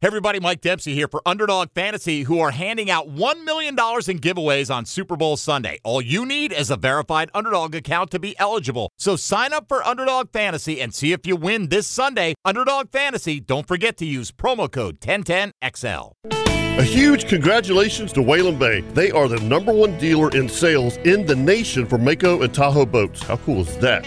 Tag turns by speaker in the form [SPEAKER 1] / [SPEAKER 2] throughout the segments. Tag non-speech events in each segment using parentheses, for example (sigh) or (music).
[SPEAKER 1] Hey everybody, Mike Dempsey here for Underdog Fantasy, who are handing out $1 million in giveaways on Super Bowl Sunday. All you need is a verified Underdog account to be eligible. So sign up for Underdog Fantasy and see if you win this Sunday. Underdog Fantasy, don't forget to use promo code 1010XL.
[SPEAKER 2] A huge congratulations to Whalen Bay. They are the number one dealer in sales in the nation for Mako and Tahoe boats. How cool is that?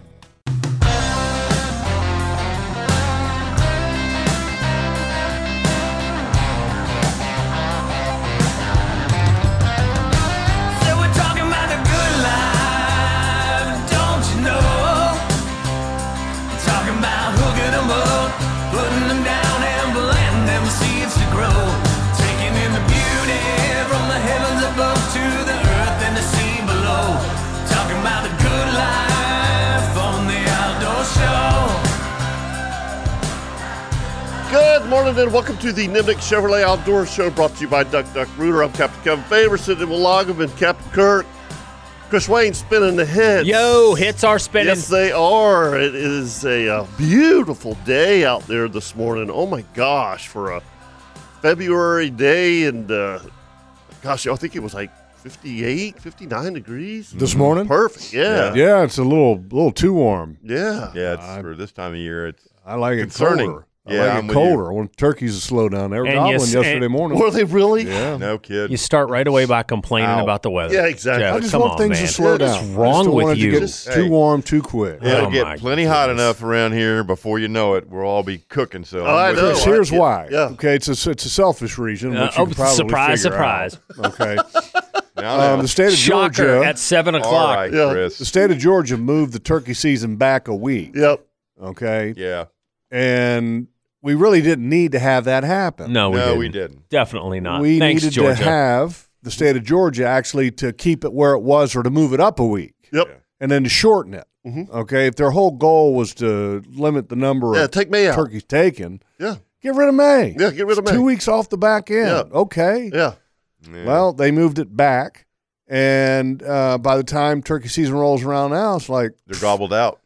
[SPEAKER 3] So we're talking about the good life, don't you know? Talking about hooking 'em up, putting them down and planting them seeds to grow. Taking in the beauty from the heavens above to the earth and the sea below. Talking about the good life on the outdoor show.
[SPEAKER 2] Good morning and welcome to the Nimnik Chevrolet Outdoor Show brought to you by Duck Duck Rooter. I'm Captain Kevin Faber, sitting with Logum and Captain Kirk. Chris Wayne spinning the head.
[SPEAKER 4] Yo, hits are spinning.
[SPEAKER 2] Yes, they are. It is a, uh beautiful day out there this morning. Oh my gosh, for a February day. And uh, gosh, I think it was like 58, 59 degrees.
[SPEAKER 5] this morning.
[SPEAKER 2] Perfect. Yeah. Yeah.
[SPEAKER 5] Mm-hmm. Yeah, it's a little little too warm.
[SPEAKER 6] Yeah, it's, for this time of year, it's
[SPEAKER 5] I like it
[SPEAKER 6] Concerning.
[SPEAKER 5] colder. I
[SPEAKER 6] Yeah,
[SPEAKER 5] like it
[SPEAKER 6] I'm with you.
[SPEAKER 5] colder. I want turkeys to slow down. They were
[SPEAKER 4] And
[SPEAKER 5] gobbling
[SPEAKER 4] yes,
[SPEAKER 5] yesterday
[SPEAKER 4] and-
[SPEAKER 5] morning.
[SPEAKER 2] Were they really?
[SPEAKER 5] yeah.
[SPEAKER 6] (laughs) no kid.
[SPEAKER 4] You start right away by complaining
[SPEAKER 6] Ow.
[SPEAKER 4] about the weather.
[SPEAKER 2] Yeah, exactly.
[SPEAKER 4] Jeff,
[SPEAKER 2] I
[SPEAKER 5] I just
[SPEAKER 4] come
[SPEAKER 5] want
[SPEAKER 4] on,
[SPEAKER 5] things
[SPEAKER 4] man.
[SPEAKER 5] to slow
[SPEAKER 4] What is
[SPEAKER 5] down. I just
[SPEAKER 4] wrong
[SPEAKER 5] don't
[SPEAKER 4] with
[SPEAKER 5] want it to
[SPEAKER 4] you?
[SPEAKER 5] get
[SPEAKER 2] Just-
[SPEAKER 5] too
[SPEAKER 2] hey.
[SPEAKER 5] warm too quick.
[SPEAKER 6] It'll
[SPEAKER 4] Oh my
[SPEAKER 6] get plenty hot
[SPEAKER 4] goodness. Oh,
[SPEAKER 6] enough around here before you know it. We'll all be cooking. So
[SPEAKER 2] I
[SPEAKER 6] I'm with
[SPEAKER 2] know.
[SPEAKER 6] you.
[SPEAKER 5] Chris, here's
[SPEAKER 2] Yeah.
[SPEAKER 5] why.
[SPEAKER 2] Yeah.
[SPEAKER 5] Okay, it's a it's a selfish reason.
[SPEAKER 4] Uh,
[SPEAKER 5] which you
[SPEAKER 4] oh,
[SPEAKER 5] can probably
[SPEAKER 4] surprise,
[SPEAKER 5] figure out.
[SPEAKER 4] surprise.
[SPEAKER 5] Okay,
[SPEAKER 6] Now, now.
[SPEAKER 5] um, the state of
[SPEAKER 4] Shocker
[SPEAKER 5] Georgia.
[SPEAKER 4] at 7
[SPEAKER 6] all
[SPEAKER 4] o'clock.
[SPEAKER 6] right,
[SPEAKER 2] Yeah.
[SPEAKER 5] the
[SPEAKER 6] Chris.
[SPEAKER 5] state of Georgia moved the turkey season back a week.
[SPEAKER 2] Yep.
[SPEAKER 5] Okay,
[SPEAKER 6] Yeah.
[SPEAKER 5] and we really didn't need to have that happen.
[SPEAKER 4] No, we
[SPEAKER 6] no,
[SPEAKER 4] didn't.
[SPEAKER 6] we didn't.
[SPEAKER 4] Definitely not.
[SPEAKER 5] we
[SPEAKER 4] Thanks,
[SPEAKER 5] needed
[SPEAKER 4] Georgia.
[SPEAKER 5] to have the state of Georgia actually to keep it where it was or to move it up a week
[SPEAKER 2] Yep. Mm-hmm.
[SPEAKER 5] and then to shorten it. Okay, if their whole goal was to limit the number
[SPEAKER 2] Yeah,
[SPEAKER 5] of
[SPEAKER 2] take May out.
[SPEAKER 5] turkeys taken,
[SPEAKER 2] Yeah.
[SPEAKER 5] get rid of May.
[SPEAKER 2] Yeah, get rid of
[SPEAKER 5] It's
[SPEAKER 2] May.
[SPEAKER 5] Two weeks off the back end.
[SPEAKER 2] Yeah.
[SPEAKER 5] Okay.
[SPEAKER 2] Yeah.
[SPEAKER 6] Yeah.
[SPEAKER 5] Well, they moved it back, and uh, by the time turkey season rolls around now, it's like
[SPEAKER 6] they're gobbled
[SPEAKER 2] (laughs)
[SPEAKER 6] out.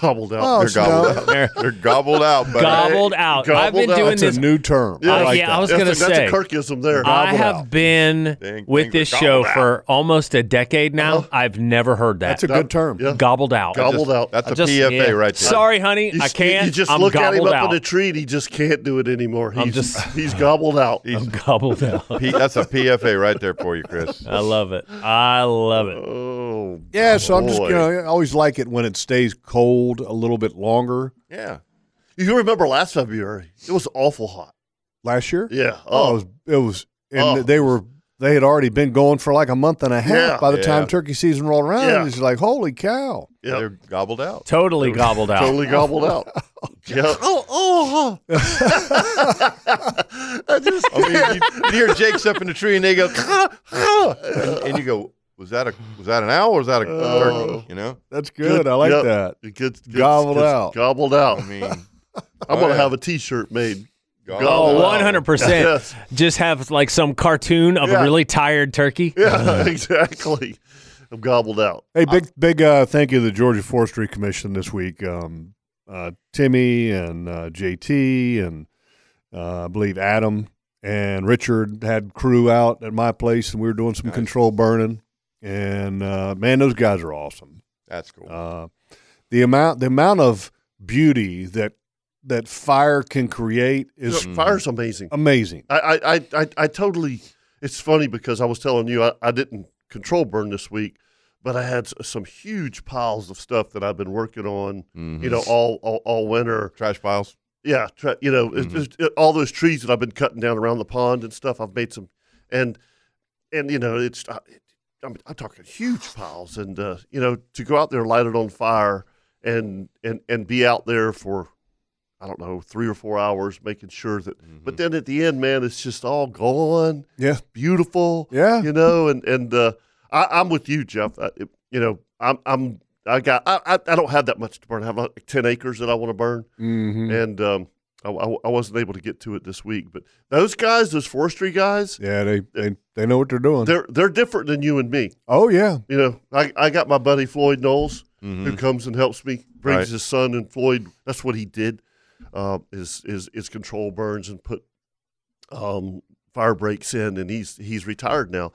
[SPEAKER 2] Gobbled out.
[SPEAKER 5] Oh,
[SPEAKER 6] They're
[SPEAKER 5] it's
[SPEAKER 6] gobbled
[SPEAKER 5] no-
[SPEAKER 6] out. (laughs) They're, gobbled out. But
[SPEAKER 4] Gobbled out. I've been
[SPEAKER 2] Gobbled out.
[SPEAKER 4] doing
[SPEAKER 5] that's
[SPEAKER 4] this.
[SPEAKER 5] a new term.
[SPEAKER 2] Yeah,
[SPEAKER 5] I like
[SPEAKER 4] yeah,
[SPEAKER 5] that.
[SPEAKER 4] I was
[SPEAKER 2] That's
[SPEAKER 4] going
[SPEAKER 2] a-
[SPEAKER 4] to say.
[SPEAKER 2] That's a Kirkism there.
[SPEAKER 4] I
[SPEAKER 5] gobbled
[SPEAKER 4] have
[SPEAKER 5] out.
[SPEAKER 4] been
[SPEAKER 6] Dang,
[SPEAKER 4] with
[SPEAKER 6] things
[SPEAKER 4] this
[SPEAKER 6] are
[SPEAKER 4] show
[SPEAKER 6] gobbled
[SPEAKER 4] for almost a decade now. I've never heard that.
[SPEAKER 5] That's a good term.
[SPEAKER 2] Yeah.
[SPEAKER 4] gobbled out.
[SPEAKER 2] Gobbled out.
[SPEAKER 6] That's a
[SPEAKER 4] Just-
[SPEAKER 6] PFA
[SPEAKER 4] yeah.
[SPEAKER 6] right there.
[SPEAKER 4] Sorry, honey.
[SPEAKER 2] You
[SPEAKER 4] I
[SPEAKER 2] just-
[SPEAKER 4] can't.
[SPEAKER 2] You just
[SPEAKER 4] I'm
[SPEAKER 2] look at him
[SPEAKER 4] gobbled
[SPEAKER 2] up in
[SPEAKER 4] out.
[SPEAKER 2] a tree, and he just can't do it anymore. He's
[SPEAKER 4] I'm just-
[SPEAKER 2] (laughs) he's gobbled out. uh,
[SPEAKER 6] He's-
[SPEAKER 4] Gobbled
[SPEAKER 2] (laughs)
[SPEAKER 4] out.
[SPEAKER 6] P- that's a PFA right there for you, Chris.
[SPEAKER 4] I love it. I love it.
[SPEAKER 2] Oh,
[SPEAKER 5] Yeah, so I'm just you
[SPEAKER 2] boy.
[SPEAKER 5] know I always like it when it stays cold a little bit longer.
[SPEAKER 6] Yeah.
[SPEAKER 2] You remember last February? It was awful hot.
[SPEAKER 5] Last year,
[SPEAKER 2] Yeah.
[SPEAKER 5] Oh, it
[SPEAKER 2] Oh,
[SPEAKER 5] was, it was and
[SPEAKER 2] Oh.
[SPEAKER 5] they were they had already been going for like a month and a half
[SPEAKER 2] Yeah.
[SPEAKER 5] by the
[SPEAKER 6] Yeah.
[SPEAKER 5] time turkey season rolled around.
[SPEAKER 2] Yeah.
[SPEAKER 5] It's like, holy cow.
[SPEAKER 2] yeah.
[SPEAKER 6] They're gobbled out.
[SPEAKER 4] Totally gobbled out.
[SPEAKER 2] totally
[SPEAKER 5] (laughs)
[SPEAKER 2] gobbled out.
[SPEAKER 6] (laughs)
[SPEAKER 2] yeah. (laughs) Oh, oh.
[SPEAKER 6] I mean, you, you hear Jake's up in the tree and they go, (laughs) and, and you go, was that a was that an owl or was that a
[SPEAKER 2] Oh.
[SPEAKER 6] turkey? You know,
[SPEAKER 5] That's good. I like
[SPEAKER 2] Yep.
[SPEAKER 5] that.
[SPEAKER 2] It gets, gets-
[SPEAKER 5] Gobbled
[SPEAKER 2] gets
[SPEAKER 5] out.
[SPEAKER 2] Gobbled out.
[SPEAKER 6] I mean,
[SPEAKER 2] (laughs) I'm
[SPEAKER 6] Oh,
[SPEAKER 2] gonna
[SPEAKER 6] yeah.
[SPEAKER 2] have a T-shirt made.
[SPEAKER 6] gobbled
[SPEAKER 2] Oh,
[SPEAKER 4] Oh,
[SPEAKER 6] out.
[SPEAKER 2] wow.
[SPEAKER 4] 100%.
[SPEAKER 2] (laughs) Yes.
[SPEAKER 4] Just have like some cartoon of
[SPEAKER 2] Yeah.
[SPEAKER 4] a really tired turkey. (laughs)
[SPEAKER 2] Yeah, (laughs) exactly. I'm gobbled out.
[SPEAKER 5] Hey, big big uh, thank you to the Georgia Forestry Commission this week. Um, uh, Timmy and uh, JT and uh, I believe Adam and Richard had crew out at my place and we were doing some control burning. And uh, man, those guys are awesome.
[SPEAKER 6] That's cool.
[SPEAKER 5] Uh, the amount the amount of beauty that that fire can create is
[SPEAKER 2] Fire's amazing.
[SPEAKER 5] amazing.
[SPEAKER 2] I, I, I- I, I totally. It's funny because I was telling you I, I didn't control burn this week, but I had s- some huge piles of stuff that I've been working on, you know, all, all all winter.
[SPEAKER 6] Trash piles.
[SPEAKER 2] Yeah, tra- you know, it's just, it, all those trees that I've been cutting down around the pond and stuff. I've made some, and and you know, it's I, it, I mean, I'm talking huge piles, and uh, you know, to go out there, light it on fire, and and and be out there for. I don't know, three or four hours, making sure that. But then at the end, man, it's just all gone.
[SPEAKER 5] Mm-hmm. Yeah.
[SPEAKER 2] It's beautiful.
[SPEAKER 5] Yeah.
[SPEAKER 2] you know, and and uh, I, I'm with you, Jeff. I, it- you know, I'm I'm I got I, I I don't have that much to burn. I have like ten acres that I want to burn,
[SPEAKER 5] Mhm.
[SPEAKER 2] and um, I, I I wasn't able to get to it this week. But those guys, those forestry guys,
[SPEAKER 5] Yeah, they, they they know what they're doing.
[SPEAKER 2] they're they're different than you and me.
[SPEAKER 5] oh yeah,
[SPEAKER 2] You know, I, I got my buddy Floyd Knowles who comes and helps me, brings
[SPEAKER 6] Mm-hmm. Right.
[SPEAKER 2] his son and Floyd. That's what he did. Uh, is is is control burns and put um, fire breaks in, and he's he's retired now.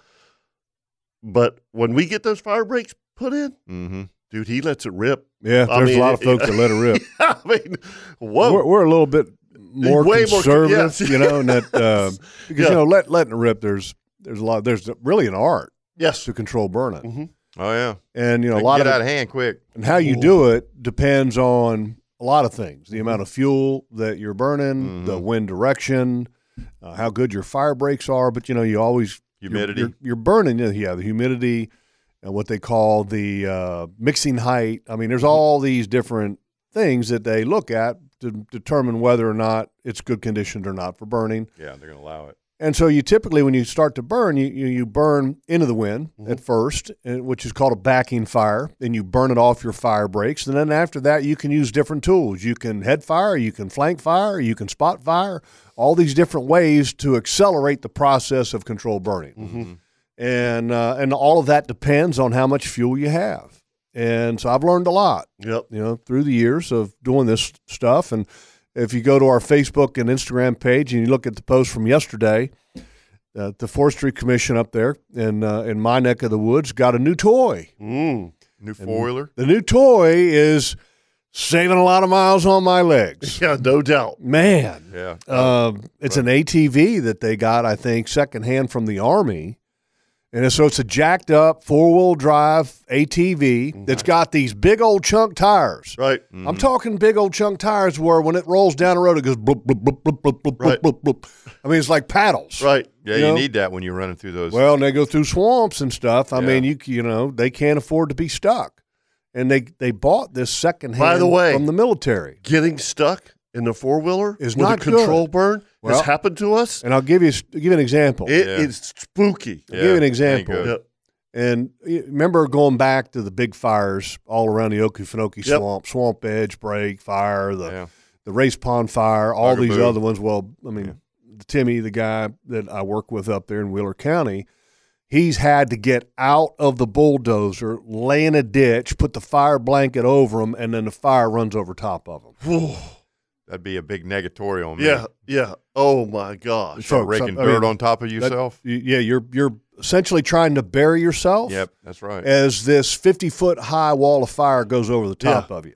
[SPEAKER 2] But when we get those fire breaks put in,
[SPEAKER 6] Mm-hmm.
[SPEAKER 2] dude, he lets it rip.
[SPEAKER 5] yeah.
[SPEAKER 2] I
[SPEAKER 5] There's
[SPEAKER 2] mean,
[SPEAKER 5] a lot of
[SPEAKER 2] it-
[SPEAKER 5] folks that let it rip.
[SPEAKER 2] (laughs) I mean, whoa,
[SPEAKER 5] We're, we're a little bit more
[SPEAKER 2] Way more con-
[SPEAKER 5] conservative,
[SPEAKER 2] yes.
[SPEAKER 5] you know,
[SPEAKER 2] (laughs)
[SPEAKER 5] and that uh, because
[SPEAKER 2] Yeah.
[SPEAKER 5] you know let letting it rip. There's there's a lot. There's really an art
[SPEAKER 2] yes, Mm-hmm.
[SPEAKER 5] to control burnout,
[SPEAKER 6] Oh yeah.
[SPEAKER 5] and you know
[SPEAKER 6] They
[SPEAKER 5] a lot
[SPEAKER 6] get
[SPEAKER 5] of it-
[SPEAKER 6] out of hand quick.
[SPEAKER 5] And how you do it depends on a lot of things the amount of fuel that you're burning, the wind direction, uh, how good your fire brakes are. But you know, you always you're-
[SPEAKER 6] Humidity.
[SPEAKER 5] You're, you're burning, you know, yeah, the humidity and what they call the uh, mixing height. I mean, there's all these different things that they look at to determine whether or not it's good conditions or not for burning.
[SPEAKER 6] Yeah, they're gonna allow it.
[SPEAKER 5] And so you typically, when you start to burn, you, you, you burn into the wind at first, and- which is called a backing fire. Then you burn it off your fire breaks. And then after that, you can use different tools. You can head fire, you can flank fire, you can spot fire, all these different ways to accelerate the process of controlled burning. And, uh, and all of that depends on how much fuel you have. And so I've learned a lot
[SPEAKER 2] yep,
[SPEAKER 5] you know, through the years of doing this stuff. And if you go to our Facebook and Instagram page and you look at the post from yesterday, uh, the Forestry Commission up there in uh, in my neck of the woods got a new toy.
[SPEAKER 2] mm.
[SPEAKER 6] New four wheeler.
[SPEAKER 5] The new toy is saving a lot of miles on my legs.
[SPEAKER 2] (laughs) yeah, no doubt.
[SPEAKER 5] Man,
[SPEAKER 6] Yeah.
[SPEAKER 2] Oh,
[SPEAKER 5] um, it's an ATV that they got, I think, secondhand from the Army. And so it's a jacked up four wheel drive ATV that's got these big old chunk tires.
[SPEAKER 2] Right, Mm-hmm.
[SPEAKER 5] I'm talking big old chunk tires where when it rolls down the road, it goes bloop, bloop, bloop, bloop, bloop, bloop,
[SPEAKER 2] Right.
[SPEAKER 5] bloop, bloop. I mean, it's like paddles.
[SPEAKER 2] right.
[SPEAKER 6] Yeah,
[SPEAKER 5] you
[SPEAKER 6] you,
[SPEAKER 5] know?
[SPEAKER 6] need that when you're running through those.
[SPEAKER 5] Well, and they go through swamps and stuff. I
[SPEAKER 6] Yeah.
[SPEAKER 5] mean, you you know, they can't afford to be stuck. And they, they bought this secondhand
[SPEAKER 2] By the way-
[SPEAKER 5] from the military.
[SPEAKER 2] Getting stuck in a four wheeler
[SPEAKER 5] Is
[SPEAKER 2] with
[SPEAKER 5] not
[SPEAKER 2] a control
[SPEAKER 5] good.
[SPEAKER 2] burn
[SPEAKER 5] Well-
[SPEAKER 2] has happened to us.
[SPEAKER 5] And I'll give you give you an example.
[SPEAKER 2] It is
[SPEAKER 6] Yeah.
[SPEAKER 2] spooky.
[SPEAKER 5] I'll give you an
[SPEAKER 6] Yeah,
[SPEAKER 5] example.
[SPEAKER 6] ain't good.
[SPEAKER 2] Yep.
[SPEAKER 5] And you remember going back to the big fires all around the Okefenokee
[SPEAKER 2] Yep.
[SPEAKER 5] Swamp, Swamp Edge Break Fire, the
[SPEAKER 6] Yeah.
[SPEAKER 5] the Race Pond Fire, all these
[SPEAKER 6] Bugaboo.
[SPEAKER 5] other ones. Well, I mean, Timmy, the guy that I work with up there in Wheeler County, he's had to get out of the bulldozer, lay in a ditch, put the fire blanket over him, and then the fire runs over top of him.
[SPEAKER 6] That'd be a big negatory on me.
[SPEAKER 2] Yeah, yeah. Oh my gosh.
[SPEAKER 5] So-
[SPEAKER 6] Uh, Start raking
[SPEAKER 5] so- I
[SPEAKER 6] dirt
[SPEAKER 5] mean,
[SPEAKER 6] on top of
[SPEAKER 5] That-
[SPEAKER 6] yourself.
[SPEAKER 5] y- yeah, you're you're essentially trying to bury yourself.
[SPEAKER 6] yep, that's right.
[SPEAKER 5] As this fifty foot high wall of fire goes over the top of you.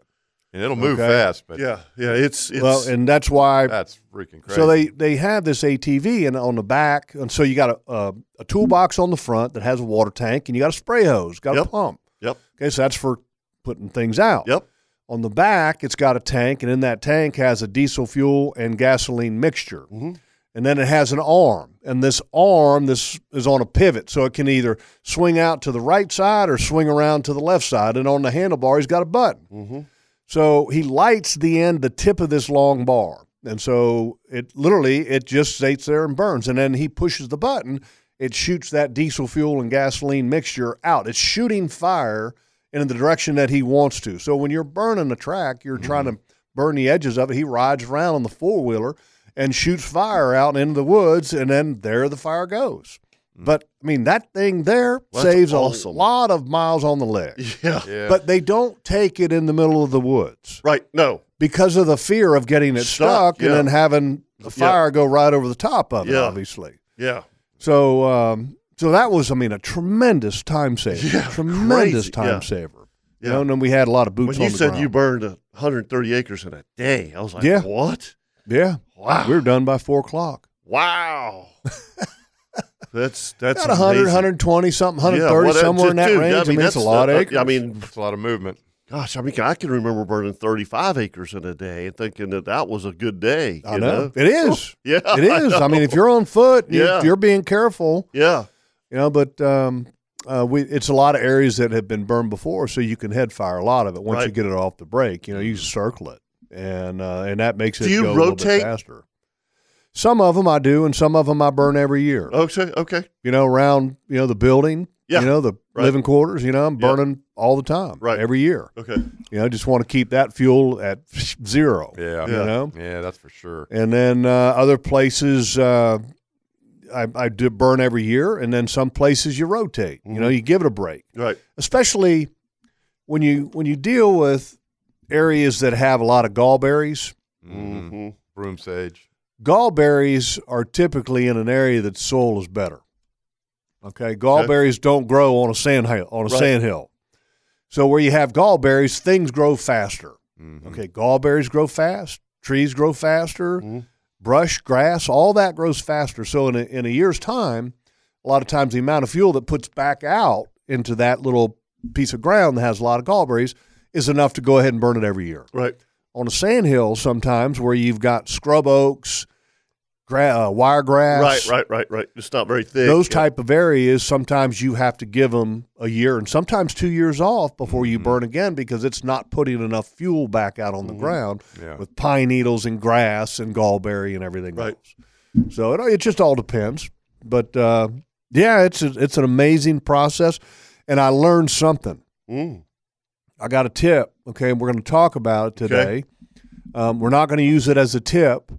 [SPEAKER 6] And it'll move
[SPEAKER 5] Okay.
[SPEAKER 6] fast, but
[SPEAKER 2] Yeah, yeah. It's it's
[SPEAKER 5] well, and that's why
[SPEAKER 6] that's freaking crazy.
[SPEAKER 5] So they they have this ATV and on the back, and so you got a a, a toolbox on the front that has a water tank, and you got a spray hose, got a
[SPEAKER 2] Yep.
[SPEAKER 5] pump.
[SPEAKER 2] yep,
[SPEAKER 5] Okay, so that's for putting things out.
[SPEAKER 2] yep.
[SPEAKER 5] On the back, it's got a tank, and in that tank has a diesel fuel and gasoline mixture.
[SPEAKER 2] Mm-hmm.
[SPEAKER 5] And then it has an arm, and this arm this is on a pivot, so it can either swing out to the right side or swing around to the left side. And on the handlebar, he's got a button.
[SPEAKER 2] Mm-hmm.
[SPEAKER 5] So he lights the end, the tip of this long bar, and so it literally it just stays there and burns. And then he pushes the button, it shoots that diesel fuel and gasoline mixture out. It's shooting fire in the direction that he wants to. So when you're burning a track,
[SPEAKER 2] Mm-hmm.
[SPEAKER 5] you're trying to burn the edges of it. He rides around on the four wheeler and shoots fire out into the woods, and then there the fire goes. But I mean, that thing there
[SPEAKER 2] Mm. Well, that's
[SPEAKER 5] saves a
[SPEAKER 2] awesome.
[SPEAKER 5] lot of miles on the leg.
[SPEAKER 2] (laughs) Yeah.
[SPEAKER 6] yeah.
[SPEAKER 5] But they don't take it in the middle of the woods
[SPEAKER 2] Right. No.
[SPEAKER 5] because of the fear of getting it stuck,
[SPEAKER 2] Stuck,
[SPEAKER 5] and
[SPEAKER 2] yeah.
[SPEAKER 5] then having the fire go right over the top of it,
[SPEAKER 2] Yeah.
[SPEAKER 5] obviously.
[SPEAKER 2] Yeah.
[SPEAKER 5] So, um, so that was, I mean, a tremendous time saver.
[SPEAKER 2] Yeah,
[SPEAKER 5] (laughs) tremendous
[SPEAKER 2] crazy,
[SPEAKER 5] time
[SPEAKER 2] yeah.
[SPEAKER 5] saver. You
[SPEAKER 2] Yeah.
[SPEAKER 5] know, and then we had a lot of boots
[SPEAKER 2] when you
[SPEAKER 5] on the
[SPEAKER 2] said
[SPEAKER 5] ground.
[SPEAKER 2] you burned 130 acres in a day, I was like,
[SPEAKER 5] Yeah.
[SPEAKER 2] what?
[SPEAKER 5] yeah, (laughs)
[SPEAKER 2] Wow.
[SPEAKER 5] we were done by four o'clock.
[SPEAKER 2] Wow. That's that's
[SPEAKER 5] About 100,
[SPEAKER 2] amazing.
[SPEAKER 5] 120 something,
[SPEAKER 2] Yeah,
[SPEAKER 5] 130
[SPEAKER 2] what-
[SPEAKER 5] somewhere in that
[SPEAKER 2] dude,
[SPEAKER 5] range. I mean, that's, a
[SPEAKER 2] that's-
[SPEAKER 5] lot of
[SPEAKER 2] uh,
[SPEAKER 5] acres.
[SPEAKER 2] I mean,
[SPEAKER 6] It's a lot of movement.
[SPEAKER 2] gosh, I mean, I can remember burning 35 acres in a day and thinking that that was a good day.
[SPEAKER 5] I
[SPEAKER 2] you
[SPEAKER 5] know. It is.
[SPEAKER 2] Yeah,
[SPEAKER 5] It is. I, mean, if you're on foot, you-
[SPEAKER 2] Yeah.
[SPEAKER 5] you're being careful,
[SPEAKER 2] Yeah.
[SPEAKER 5] you know, but um, uh, we, it's a lot of areas that have been burned before, so you can head fire a lot of it once you
[SPEAKER 2] Right.
[SPEAKER 5] get it off the break. You know, you circle it, and uh, and that makes it
[SPEAKER 2] Do you
[SPEAKER 5] go a little bit
[SPEAKER 2] rotate?
[SPEAKER 5] faster. Some of them I do, and some of them I burn every year.
[SPEAKER 2] Okay. Okay.
[SPEAKER 5] You know, around you know the building,
[SPEAKER 2] Yeah.
[SPEAKER 5] you know the
[SPEAKER 2] Right.
[SPEAKER 5] living quarters. You know, I'm
[SPEAKER 2] Yeah.
[SPEAKER 5] burning all the time,
[SPEAKER 2] Right.
[SPEAKER 5] Every year.
[SPEAKER 2] Okay.
[SPEAKER 5] You know, just want to keep that fuel at (laughs) zero.
[SPEAKER 6] Yeah.
[SPEAKER 5] You know?
[SPEAKER 6] Yeah, that's for sure.
[SPEAKER 5] And then uh, other places uh, I, I do burn every year. And then some places you rotate. You know, you give it a break,
[SPEAKER 2] Right.
[SPEAKER 5] especially when you when you deal with areas that have a lot of gallberries.
[SPEAKER 6] Mm.
[SPEAKER 2] hmm
[SPEAKER 6] Broom sage.
[SPEAKER 5] Gallberries are typically in an area that soil is better. Okay, gallberries don't grow on a sand hill, on a
[SPEAKER 2] Right.
[SPEAKER 5] sand hill. So where you have gallberries, things grow faster.
[SPEAKER 2] Mm-hmm.
[SPEAKER 6] Mhm.
[SPEAKER 5] Okay, gallberries grow fast, trees grow faster,
[SPEAKER 2] Mhm.
[SPEAKER 5] brush, grass, all that grows faster. So in a, in a year's time, a lot of times the amount of fuel that puts back out into that little piece of ground that has a lot of gallberries is enough to go ahead and burn it every year.
[SPEAKER 2] Right.
[SPEAKER 5] On a sand hill, sometimes where you've got scrub oaks, gra- uh, wire grass,
[SPEAKER 2] Right. Right. Right. Right. It's not very thick.
[SPEAKER 5] those
[SPEAKER 2] Yeah.
[SPEAKER 5] type of areas sometimes you have to give them a year and sometimes two years off before you burn again because it's not putting enough fuel back out on the ground
[SPEAKER 6] Yeah.
[SPEAKER 5] with pine needles and grass and gallberry and everything
[SPEAKER 2] Right.
[SPEAKER 5] else. So it, it just all depends. But uh, yeah, it's a, it's an amazing process, and I learned something.
[SPEAKER 2] Mm.
[SPEAKER 5] I got a tip. Okay, and we're going to talk about it today. Um, we're not going to use it as a tip.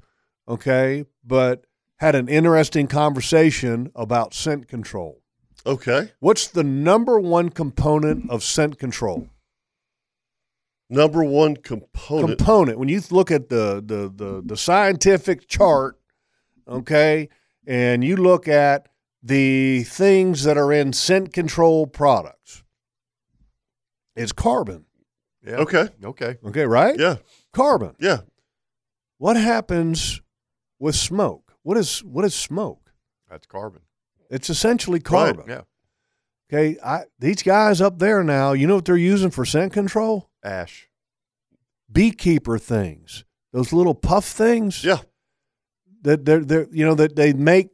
[SPEAKER 5] Okay, but had an interesting conversation about scent control.
[SPEAKER 2] Okay.
[SPEAKER 5] What's the number one component of scent control?
[SPEAKER 2] Number one component.
[SPEAKER 5] component. When you look at the the the, the scientific chart, okay, and you look at the things that are in scent control products, it's carbon.
[SPEAKER 6] Yeah.
[SPEAKER 2] okay.
[SPEAKER 6] Okay.
[SPEAKER 5] Okay, right?
[SPEAKER 2] Yeah.
[SPEAKER 5] Carbon.
[SPEAKER 2] Yeah.
[SPEAKER 5] What happens with smoke? What is what is smoke?
[SPEAKER 6] That's carbon.
[SPEAKER 5] It's essentially
[SPEAKER 2] Right,
[SPEAKER 5] carbon.
[SPEAKER 6] Yeah.
[SPEAKER 5] Okay, I, these guys up there now, you know what they're using for scent control?
[SPEAKER 6] Ash.
[SPEAKER 5] Beekeeper things, those little puff things.
[SPEAKER 2] Yeah.
[SPEAKER 5] that they're, they're you know that they make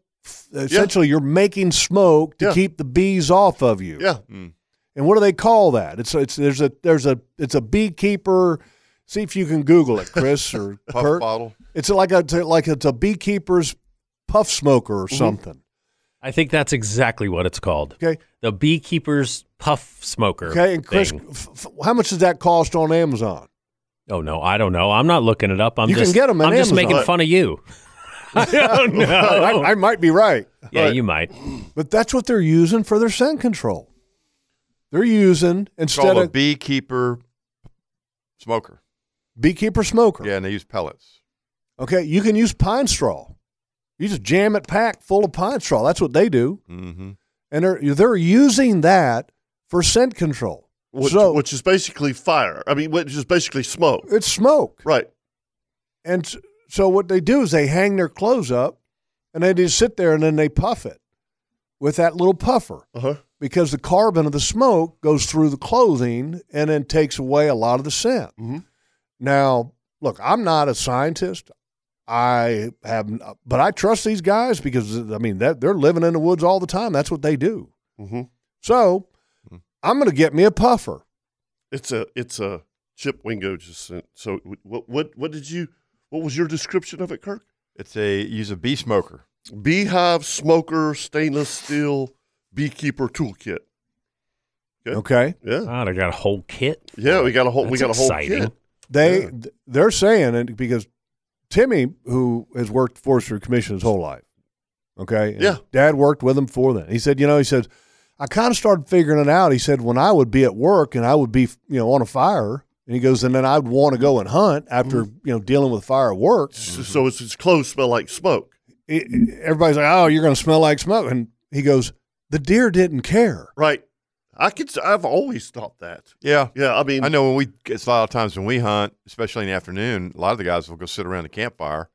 [SPEAKER 5] essentially you're making smoke to
[SPEAKER 2] Yeah.
[SPEAKER 5] keep the bees off of you.
[SPEAKER 2] Yeah.
[SPEAKER 6] Mm.
[SPEAKER 5] And what do they call that? It's it's there's a there's a it's a beekeeper. See if you can Google it, Chris or
[SPEAKER 6] Puff
[SPEAKER 5] Kurt.
[SPEAKER 6] bottle.
[SPEAKER 5] It's like a it's like it's a beekeeper's puff smoker
[SPEAKER 4] Mm-hmm.
[SPEAKER 5] or something.
[SPEAKER 4] I think that's exactly what it's called.
[SPEAKER 5] Okay.
[SPEAKER 4] The beekeeper's puff smoker.
[SPEAKER 5] Okay. And Chris,
[SPEAKER 4] thing.
[SPEAKER 5] f- f- how much does that cost on Amazon?
[SPEAKER 4] Oh no, I don't know. I'm not looking it up. I'm
[SPEAKER 5] You can
[SPEAKER 4] just
[SPEAKER 5] get 'em at
[SPEAKER 4] I'm just
[SPEAKER 5] Amazon.
[SPEAKER 4] making fun of you.
[SPEAKER 5] (laughs)
[SPEAKER 4] I don't know.
[SPEAKER 5] I, I might be right,
[SPEAKER 4] yeah, you might.
[SPEAKER 5] but that's what they're using for their scent control. They're using
[SPEAKER 6] It's
[SPEAKER 5] instead
[SPEAKER 6] called a
[SPEAKER 5] of
[SPEAKER 6] beekeeper smoker.
[SPEAKER 5] beekeeper smoker.
[SPEAKER 6] Yeah, and they use pellets.
[SPEAKER 5] Okay, you can use pine straw. You just jam it packed full of pine straw. That's what they do,
[SPEAKER 6] Mm-hmm.
[SPEAKER 5] and they're they're using that for scent control.
[SPEAKER 2] Which,
[SPEAKER 5] so
[SPEAKER 2] which is basically fire. I mean, which is basically smoke.
[SPEAKER 5] it's smoke,
[SPEAKER 2] Right.
[SPEAKER 5] and s- so what they do is they hang their clothes up, and they just sit there, and then they puff it with that little puffer
[SPEAKER 2] Uh huh.
[SPEAKER 5] because the carbon of the smoke goes through the clothing and then takes away a lot of the scent.
[SPEAKER 2] Mhm.
[SPEAKER 5] Now, look, I'm not a scientist. I have, but I trust these guys because I mean that they're living in the woods all the time. That's what they do.
[SPEAKER 2] Mm-hmm. Mm.
[SPEAKER 5] So I'm going to get me a puffer.
[SPEAKER 2] It's a it's a Chip Wingo just sent. So what what what did you what was your description of it, Kirk?
[SPEAKER 6] It's a use a bee smoker.
[SPEAKER 2] Beehive smoker stainless steel beekeeper toolkit. Yeah.
[SPEAKER 5] Okay,
[SPEAKER 2] Yeah,
[SPEAKER 4] God, I Ah, got a whole kit.
[SPEAKER 2] yeah. We got a whole we
[SPEAKER 4] That's
[SPEAKER 2] got a whole
[SPEAKER 4] exciting.
[SPEAKER 2] kit.
[SPEAKER 5] they
[SPEAKER 2] Yeah.
[SPEAKER 5] th- they're saying it because Timmy, who has worked for Forestry Commission his whole life, okay, and
[SPEAKER 2] Yeah.
[SPEAKER 5] Dad worked with him for that. He said, you know, he said, I kind of started figuring it out. He said when I would be at work and I would be, you know, on a fire, and he goes, and then I'd want to go and hunt after you know dealing with fire at work.
[SPEAKER 2] Mm-hmm. S- So it's his clothes smell like smoke.
[SPEAKER 5] It- it- everybody's like, oh, you're going to smell like smoke, and he goes, the deer didn't care.
[SPEAKER 2] Right. I could. s- I've always thought that.
[SPEAKER 6] Yeah.
[SPEAKER 2] Yeah. I mean.
[SPEAKER 6] I know when we, it's a lot of times when we hunt, especially in the afternoon, a lot of the guys will go sit around the campfire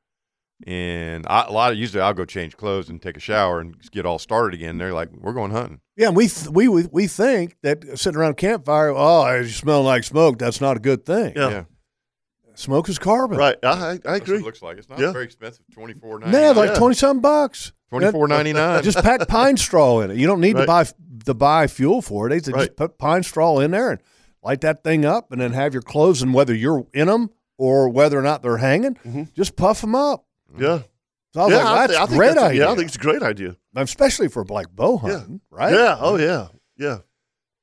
[SPEAKER 6] And I, a lot of usually I'll go change clothes and take a shower and just get all started again. They're like, "We're going hunting."
[SPEAKER 5] Yeah, and we th- we we we think that sitting around a campfire, oh, I smell like smoke. That's not a good thing.
[SPEAKER 2] Yeah.
[SPEAKER 5] Smoke is carbon.
[SPEAKER 2] (laughs) Right. Ah, I, I, I
[SPEAKER 6] That's what
[SPEAKER 2] agree.
[SPEAKER 6] it looks like it's not
[SPEAKER 2] Yeah.
[SPEAKER 6] very expensive. Twenty four ninety.
[SPEAKER 5] Yeah, like
[SPEAKER 2] Yeah.
[SPEAKER 5] twenty something bucks.
[SPEAKER 6] twenty four ninety nine.
[SPEAKER 5] Just pack pine straw in it. You don't need to
[SPEAKER 2] Right.
[SPEAKER 5] buy f- to buy fuel for it. They said
[SPEAKER 2] Right.
[SPEAKER 5] just put pine straw in there and light that thing up, and then have your clothes and whether you're in them or whether or not they're hanging, just puff them up.
[SPEAKER 2] Mm-hmm. Yeah.
[SPEAKER 5] So I was
[SPEAKER 2] yeah,
[SPEAKER 5] like,
[SPEAKER 2] I
[SPEAKER 5] Oh, that's
[SPEAKER 2] thi- I
[SPEAKER 5] a
[SPEAKER 2] think
[SPEAKER 5] great
[SPEAKER 2] that's a-
[SPEAKER 5] idea,
[SPEAKER 2] Yeah, I think it's a great idea.
[SPEAKER 5] especially for like bow
[SPEAKER 2] Yeah.
[SPEAKER 5] hunting, right?
[SPEAKER 2] Yeah. Oh, yeah. Yeah.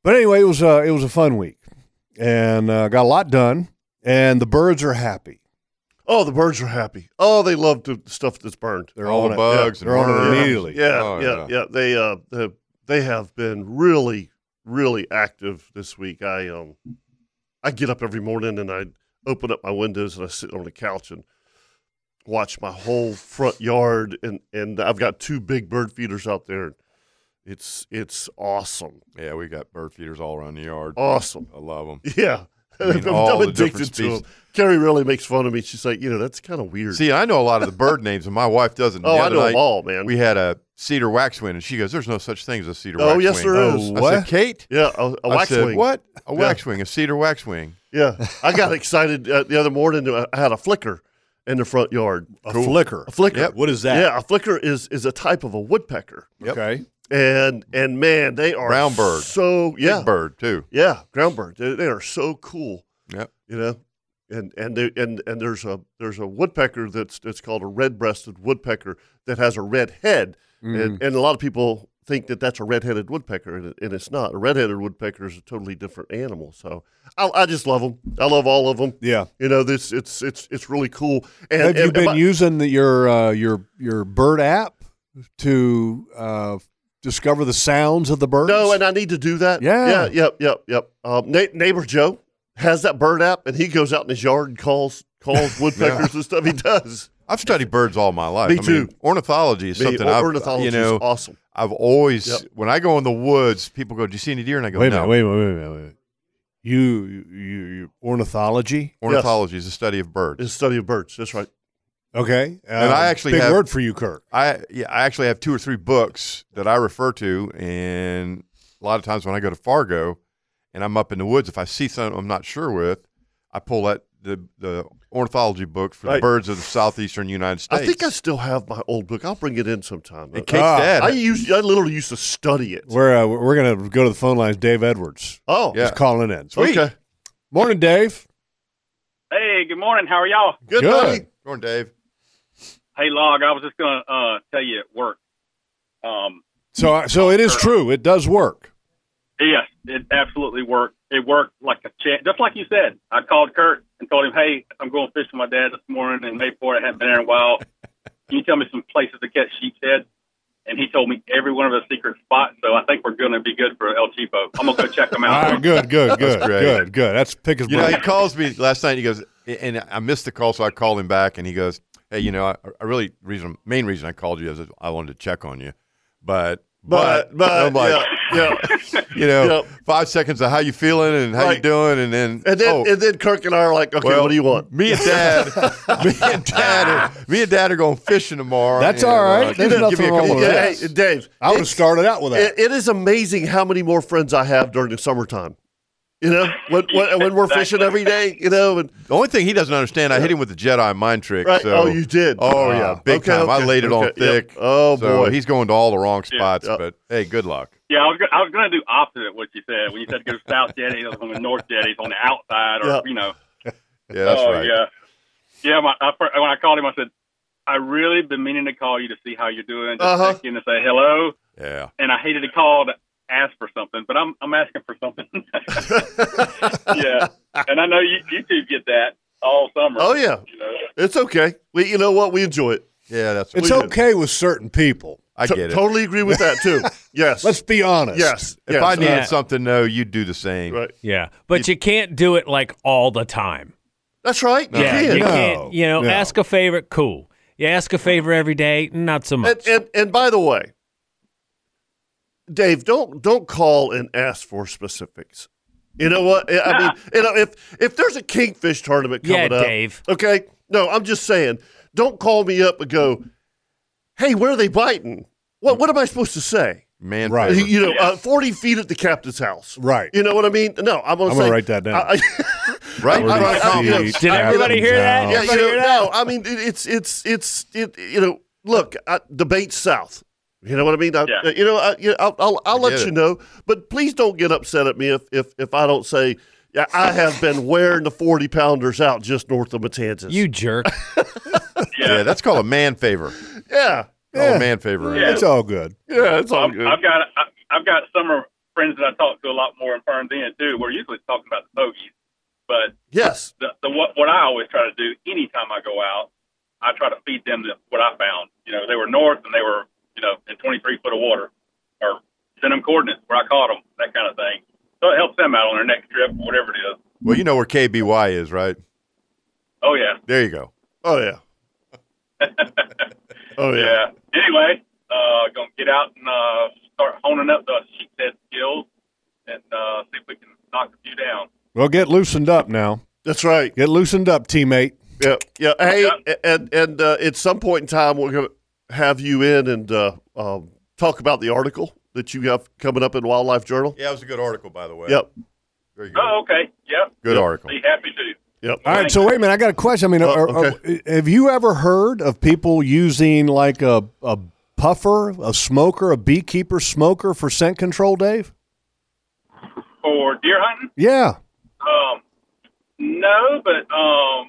[SPEAKER 5] But anyway, it was uh, it was a fun week, and uh, got a lot done, and the birds are happy.
[SPEAKER 2] Oh, the birds are happy. Oh, they love the stuff that's burned.
[SPEAKER 5] They're
[SPEAKER 6] all
[SPEAKER 5] on
[SPEAKER 6] the
[SPEAKER 5] it.
[SPEAKER 6] bugs
[SPEAKER 5] Yeah, they're on
[SPEAKER 6] and
[SPEAKER 5] it
[SPEAKER 6] worms.
[SPEAKER 5] immediately.
[SPEAKER 2] Yeah,
[SPEAKER 6] Oh,
[SPEAKER 2] yeah,
[SPEAKER 6] yeah.
[SPEAKER 2] yeah. They uh, have, they have been really, really active this week. I um, I get up every morning and I open up my windows and I sit on the couch and watch my whole front yard and and I've got two big bird feeders out there. It's it's awesome,
[SPEAKER 6] yeah, we got bird feeders all around the yard.
[SPEAKER 2] awesome.
[SPEAKER 6] I love them.
[SPEAKER 2] Yeah. (laughs)
[SPEAKER 6] I mean, all the different species.
[SPEAKER 2] 'em. Carrie really makes fun of me. She's like, you know, that's kind of weird.
[SPEAKER 6] See, I know a lot of
[SPEAKER 2] (laughs)
[SPEAKER 6] the bird names, and my wife doesn't.
[SPEAKER 2] oh,
[SPEAKER 6] The
[SPEAKER 2] I
[SPEAKER 6] other
[SPEAKER 2] know
[SPEAKER 6] night,
[SPEAKER 2] them all, man.
[SPEAKER 6] We had a cedar waxwing, and she goes, "There's no such thing as a cedar
[SPEAKER 2] oh,
[SPEAKER 6] waxwing."
[SPEAKER 2] yes, there
[SPEAKER 5] Oh,
[SPEAKER 2] is.
[SPEAKER 6] I
[SPEAKER 5] What?
[SPEAKER 6] said, "Kate,
[SPEAKER 2] Yeah, a, a
[SPEAKER 6] I
[SPEAKER 2] wax
[SPEAKER 6] said,
[SPEAKER 2] wing.
[SPEAKER 6] What? A
[SPEAKER 2] Yeah.
[SPEAKER 6] waxwing, a cedar waxwing.
[SPEAKER 2] Yeah, I got excited uh, the other morning. I had a flicker in the front yard.
[SPEAKER 5] A flicker.
[SPEAKER 2] A flicker.
[SPEAKER 6] Yep.
[SPEAKER 7] What is that?
[SPEAKER 2] Yeah, a flicker is is a type of a woodpecker,
[SPEAKER 6] Yep.
[SPEAKER 5] Okay.
[SPEAKER 2] and and man, they are
[SPEAKER 6] Brown bird.
[SPEAKER 2] So yeah,
[SPEAKER 6] Big bird too.
[SPEAKER 2] yeah, ground bird. They, they are so cool.
[SPEAKER 6] Yep.
[SPEAKER 2] You know, and and they, and and there's a there's a woodpecker that's that's called a red-breasted woodpecker that has a red head, and, and a lot of people think that that's a red-headed woodpecker, and, it- and it's not. A red-headed woodpecker is a totally different animal. So I, I just love them. I love all of them.
[SPEAKER 5] Yeah.
[SPEAKER 2] You know, this it's it's it's really cool. And,
[SPEAKER 5] Have you
[SPEAKER 2] and-
[SPEAKER 5] been
[SPEAKER 2] and
[SPEAKER 5] using the, your uh, your your bird app to uh, discover the sounds of the birds?
[SPEAKER 2] No, and I need to do that.
[SPEAKER 5] Yeah.
[SPEAKER 2] yeah, yep, yep, yep. Um, na- neighbor Joe has that bird app, and he goes out in his yard and calls
[SPEAKER 6] (laughs)
[SPEAKER 2] calls woodpeckers and stuff. He does.
[SPEAKER 6] I've studied birds all my life.
[SPEAKER 2] Me
[SPEAKER 6] I mean,
[SPEAKER 2] too.
[SPEAKER 6] ornithology is
[SPEAKER 2] Me-
[SPEAKER 6] something
[SPEAKER 2] or-
[SPEAKER 6] I've
[SPEAKER 2] ornithology
[SPEAKER 6] you know.
[SPEAKER 2] is awesome.
[SPEAKER 6] I've always
[SPEAKER 2] Yep.
[SPEAKER 6] when I go in the woods, people go, "Do you see any deer?" And I go,
[SPEAKER 5] wait a
[SPEAKER 6] "No."
[SPEAKER 5] minute. Wait a minute. Wait a minute. Wait a minute. You, you you ornithology?
[SPEAKER 6] Ornithology is the study of birds.
[SPEAKER 2] It's the study of birds. That's right.
[SPEAKER 5] Okay. Uh,
[SPEAKER 6] And I actually
[SPEAKER 5] big
[SPEAKER 6] have-
[SPEAKER 5] word for you, Kirk.
[SPEAKER 6] I yeah, I actually have two or three books that I refer to, and a lot of times when I go to Fargo, and I'm up in the woods, if I see something I'm not sure with, I pull that the the ornithology book for the
[SPEAKER 2] Right.
[SPEAKER 6] birds of the southeastern United States.
[SPEAKER 2] I think I still have my old book. I'll bring it in sometime.
[SPEAKER 6] and Kate's
[SPEAKER 5] Ah,
[SPEAKER 6] dad.
[SPEAKER 2] I used. I literally used to study it.
[SPEAKER 5] We're uh, we're gonna go to the phone lines. Dave Edwards
[SPEAKER 2] Oh,
[SPEAKER 6] Yeah.
[SPEAKER 5] is calling in.
[SPEAKER 2] Okay.
[SPEAKER 5] Morning, Dave.
[SPEAKER 8] Hey, good morning. How are y'all?
[SPEAKER 2] Good.
[SPEAKER 5] Good.
[SPEAKER 2] buddy.
[SPEAKER 6] Go on, Dave.
[SPEAKER 8] Hey, Log, I was just going to uh, tell you it worked. Um,
[SPEAKER 5] So I- so it is true. It does work.
[SPEAKER 8] yes, it absolutely worked. It worked like a champ, just like you said. I called Kurt and told him, hey, I'm going fishing with my dad this morning in Mayport. I haven't been there in a while. Can you tell me some places to catch sheep's head? And he told me every one of the secret spots. So I think we're going to be good for El Cheapo. I'm going to go
[SPEAKER 5] (laughs)
[SPEAKER 8] check them
[SPEAKER 5] All
[SPEAKER 8] out.
[SPEAKER 5] right. Good.
[SPEAKER 6] (laughs)
[SPEAKER 5] Good. Good.
[SPEAKER 6] great.
[SPEAKER 5] Good. Good. That's pick his
[SPEAKER 6] You know,
[SPEAKER 5] brain.
[SPEAKER 6] he calls me last night. He goes, and I missed the call, so I called him back, and he goes, "Hey, you know, I, I really reason main reason I called you is I wanted to check on you, but
[SPEAKER 2] But but
[SPEAKER 6] I'm like,
[SPEAKER 2] yeah, yeah.
[SPEAKER 6] (laughs) you know,
[SPEAKER 2] Yep.
[SPEAKER 6] five seconds of how you feeling and how you
[SPEAKER 2] Right.
[SPEAKER 6] doing, and then
[SPEAKER 2] and then
[SPEAKER 6] oh,
[SPEAKER 2] and then Kirk and I are like, okay,
[SPEAKER 6] Well,
[SPEAKER 2] what do you want?
[SPEAKER 6] me and
[SPEAKER 2] (laughs)
[SPEAKER 6] dad, me and dad, are, me and dad are going fishing tomorrow.
[SPEAKER 5] That's
[SPEAKER 6] and,
[SPEAKER 5] all right.
[SPEAKER 6] uh,
[SPEAKER 5] There's
[SPEAKER 6] give me-
[SPEAKER 5] nothing
[SPEAKER 6] give me a
[SPEAKER 5] wrong
[SPEAKER 6] couple
[SPEAKER 5] with
[SPEAKER 6] of
[SPEAKER 5] that.
[SPEAKER 6] minutes.
[SPEAKER 2] hey, Dave,
[SPEAKER 5] I would have
[SPEAKER 2] it's-
[SPEAKER 5] started out with that.
[SPEAKER 2] it- it is amazing how many more friends I have during the summertime. You know, when, when, when we're fishing every day, you know, and,
[SPEAKER 6] The only thing he doesn't understand, I hit him with the Jedi mind trick.
[SPEAKER 2] right?
[SPEAKER 6] So,
[SPEAKER 2] oh, you did. Ah,
[SPEAKER 6] Oh yeah, big
[SPEAKER 2] Okay,
[SPEAKER 6] time. I
[SPEAKER 2] okay,
[SPEAKER 6] laid it on
[SPEAKER 2] okay, yep.
[SPEAKER 6] thick.
[SPEAKER 2] Oh
[SPEAKER 6] So
[SPEAKER 2] boy,
[SPEAKER 6] he's going to all the wrong spots.
[SPEAKER 2] Yeah.
[SPEAKER 6] But hey, good luck.
[SPEAKER 8] Yeah, I was, go- I was going to do opposite of what you said. When you said go south jetty, I was going to north jetties on the outside or,
[SPEAKER 2] Yeah.
[SPEAKER 8] you know.
[SPEAKER 6] Yeah, that's
[SPEAKER 8] oh,
[SPEAKER 6] right.
[SPEAKER 8] Yeah, yeah. My, I, fir- when I called him, I said, "I really been meaning to call you to see how you're doing, just
[SPEAKER 2] Uh-huh.
[SPEAKER 8] check in and say hello."
[SPEAKER 6] Yeah.
[SPEAKER 8] And I hated to call to ask for something, but I'm I'm asking for something. (laughs) yeah, and I know you you two get that all summer.
[SPEAKER 2] Oh, yeah.
[SPEAKER 8] you know?
[SPEAKER 2] it's okay. We, you know what? We enjoy it.
[SPEAKER 6] Yeah, that's
[SPEAKER 5] It's
[SPEAKER 6] what we do.
[SPEAKER 5] okay with certain people.
[SPEAKER 6] I
[SPEAKER 2] To-
[SPEAKER 6] get it.
[SPEAKER 2] Totally agree with that
[SPEAKER 6] (laughs)
[SPEAKER 2] too. yes.
[SPEAKER 5] Let's be honest.
[SPEAKER 2] yes.
[SPEAKER 6] If
[SPEAKER 2] yes.
[SPEAKER 6] I needed
[SPEAKER 4] Yeah.
[SPEAKER 6] something, though, you'd do the same.
[SPEAKER 2] right.
[SPEAKER 4] Yeah, but you can't do it like all the time.
[SPEAKER 2] That's right. you
[SPEAKER 4] yeah,
[SPEAKER 2] can.
[SPEAKER 4] you can't. You know,
[SPEAKER 5] No.
[SPEAKER 4] ask a favor. Cool. You ask a favor every day. Not so much.
[SPEAKER 2] And, and and by the way, Dave, don't don't call and ask for specifics. You know what? I- I mean, you know, if if there's a kingfish tournament
[SPEAKER 4] Yeah,
[SPEAKER 2] coming up,
[SPEAKER 4] Dave.
[SPEAKER 2] Okay, no, I'm just saying. Don't call me up and go, hey, where are they biting? What, what am I supposed to say?
[SPEAKER 6] Man,
[SPEAKER 5] Right.
[SPEAKER 6] favor.
[SPEAKER 2] (laughs) You know, uh, 40 feet at the captain's house.
[SPEAKER 5] Right.
[SPEAKER 2] You know what I mean? No, I'm going
[SPEAKER 5] I'm
[SPEAKER 2] to
[SPEAKER 5] gonna write that down.
[SPEAKER 2] I,
[SPEAKER 4] (laughs)
[SPEAKER 6] right?
[SPEAKER 2] I- I-
[SPEAKER 6] Right.
[SPEAKER 2] I-
[SPEAKER 5] Forty
[SPEAKER 2] yes.
[SPEAKER 5] feet,
[SPEAKER 4] Did everybody hear that?
[SPEAKER 5] captain's
[SPEAKER 2] yeah,
[SPEAKER 5] house.
[SPEAKER 2] you
[SPEAKER 4] Everybody
[SPEAKER 2] know,
[SPEAKER 4] hear
[SPEAKER 2] no, I mean, it, it's, it's, it's, it, you know, look, I, debate South. You know what I mean? I,
[SPEAKER 8] Yeah.
[SPEAKER 2] You know, I, you know, I'll, I'll, I'll
[SPEAKER 6] I
[SPEAKER 2] let
[SPEAKER 6] get
[SPEAKER 2] you
[SPEAKER 6] it.
[SPEAKER 2] know, but please don't get upset at me if, if, if I don't say, yeah, I have been wearing the 40 pounders out just north of Matanzas.
[SPEAKER 4] You
[SPEAKER 2] (laughs)
[SPEAKER 4] jerk.
[SPEAKER 6] Yeah, that's called a man favor.
[SPEAKER 2] yeah.
[SPEAKER 6] Called a man favor.
[SPEAKER 8] Yeah.
[SPEAKER 5] It's all good.
[SPEAKER 2] Yeah, it's all
[SPEAKER 8] I've,
[SPEAKER 2] good.
[SPEAKER 8] I've got I, I've got summer friends that I talk to a lot more in firms than too. We're usually talking about the bogeys, but
[SPEAKER 2] yes.
[SPEAKER 8] the, the what what I always try to do anytime I go out, I try to feed them the, what I found. You know, they were north and they were you know in 23 foot of water, or send them coordinates where I caught them, that kind of thing. So it helps them out on their next trip, whatever it is.
[SPEAKER 6] Well, you know where KBY is, right?
[SPEAKER 8] Oh yeah,
[SPEAKER 6] There you go.
[SPEAKER 2] Oh,
[SPEAKER 8] (laughs)
[SPEAKER 2] yeah. oh, yeah.
[SPEAKER 8] yeah. Anyway, uh, gonna get out and uh, start honing up the sheep head skills and uh, see if we can knock a few down.
[SPEAKER 5] Well, get loosened up now.
[SPEAKER 2] That's right.
[SPEAKER 5] Get loosened up, teammate.
[SPEAKER 2] Yeah, yeah. Hey, and and uh, at some point in time, we're going to have you in and uh, um, talk about the article that you have coming up in Wildlife Journal.
[SPEAKER 6] Yeah, it was a good article, by the way.
[SPEAKER 2] Yep.
[SPEAKER 6] Very good.
[SPEAKER 8] Oh, okay. Yep.
[SPEAKER 6] Good article.
[SPEAKER 8] Be happy to.
[SPEAKER 2] Yep.
[SPEAKER 5] All right, so wait a minute. I got a question. I mean, are- are-
[SPEAKER 2] Oh, okay.
[SPEAKER 5] have you ever heard of people using like a, a puffer, a smoker, a beekeeper smoker for scent control, Dave?
[SPEAKER 8] For deer hunting,
[SPEAKER 5] Yeah.
[SPEAKER 8] um, no, but um,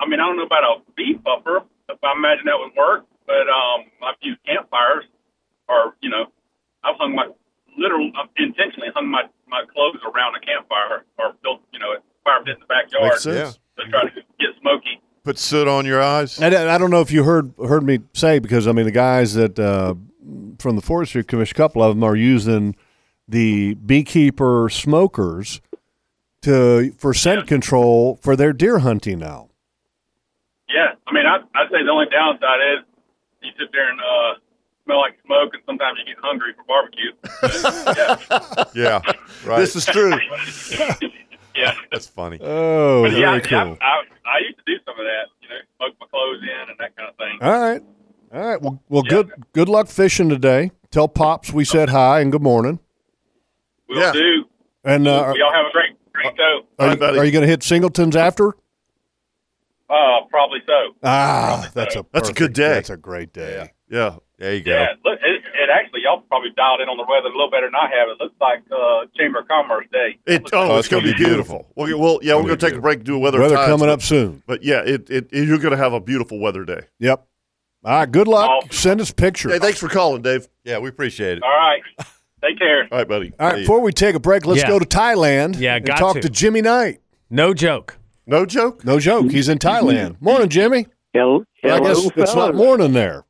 [SPEAKER 8] I mean, I don't know about a bee buffer. If I imagine that would work, but um, I've used campfires, or you know, I've hung my literal I've intentionally hung my my clothes around a campfire or built you know a fire pit in the backyard
[SPEAKER 2] Makes sense.
[SPEAKER 6] Yeah.
[SPEAKER 8] to try to get smoky.
[SPEAKER 6] Put soot on your eyes.
[SPEAKER 5] I, I don't know if you heard heard me say because I mean the guys that uh, from the forestry commission, a couple of them are using the beekeeper smokers to for scent control for their deer hunting now.
[SPEAKER 8] Yeah, I mean, I I'd say the only downside is you sit there and uh, smell like smoke, and sometimes you get hungry for
[SPEAKER 2] (laughs)
[SPEAKER 8] barbecue. But, yeah.
[SPEAKER 6] (laughs) Yeah. Right.
[SPEAKER 2] This is true.
[SPEAKER 8] yeah.
[SPEAKER 6] (laughs) That's funny.
[SPEAKER 5] Oh,
[SPEAKER 8] But yeah,
[SPEAKER 5] very
[SPEAKER 8] I,
[SPEAKER 5] cool.
[SPEAKER 8] mean, I, I, I used to do some of that, you know, smoke my clothes in and that kind of thing.
[SPEAKER 5] All right, all right. Well, well,
[SPEAKER 8] Yeah.
[SPEAKER 5] good good luck fishing today. Tell pops we said hi and good morning.
[SPEAKER 8] We'll
[SPEAKER 2] yeah.
[SPEAKER 8] do.
[SPEAKER 5] And uh,
[SPEAKER 8] Y'all have a great, great show.
[SPEAKER 5] are, you,
[SPEAKER 2] buddy.
[SPEAKER 5] are you going to hit singletons after?
[SPEAKER 8] Uh, probably so.
[SPEAKER 5] Ah, that's a
[SPEAKER 2] That's a
[SPEAKER 5] perfect-
[SPEAKER 2] good day.
[SPEAKER 5] That's a great day.
[SPEAKER 2] Yeah.
[SPEAKER 6] There you go.
[SPEAKER 8] Yeah, look, it, it actually, y'all probably dialed in on the weather a little better than I have. It looks like uh, Chamber of Commerce Day.
[SPEAKER 2] It, oh, it's, going to be beautiful. Well, well, yeah, we're
[SPEAKER 6] be
[SPEAKER 2] going to take a
[SPEAKER 6] beautiful.
[SPEAKER 2] break and do a weather.
[SPEAKER 5] Weather
[SPEAKER 2] times,
[SPEAKER 5] coming
[SPEAKER 2] but-
[SPEAKER 5] up soon.
[SPEAKER 2] but yeah, it, it, it- you're going to have a beautiful weather day.
[SPEAKER 5] Yep. All right. Good luck.
[SPEAKER 8] Awesome.
[SPEAKER 5] Send us pictures.
[SPEAKER 2] Hey, thanks for calling, Dave.
[SPEAKER 6] Yeah, we appreciate it.
[SPEAKER 8] All right. Take care.
[SPEAKER 2] All right, buddy.
[SPEAKER 5] All right, before we take a break, let's
[SPEAKER 4] Yeah.
[SPEAKER 5] go to Thailand.
[SPEAKER 4] Yeah,
[SPEAKER 5] and
[SPEAKER 4] got
[SPEAKER 5] talk to.
[SPEAKER 4] to.
[SPEAKER 5] Jimmy Knight.
[SPEAKER 4] No joke.
[SPEAKER 2] No joke. Mm-hmm.
[SPEAKER 5] No joke, he's in Thailand. Morning, Jimmy.
[SPEAKER 7] Hello,
[SPEAKER 5] I guess
[SPEAKER 7] hello,
[SPEAKER 5] it's not
[SPEAKER 7] fellas.
[SPEAKER 5] morning there.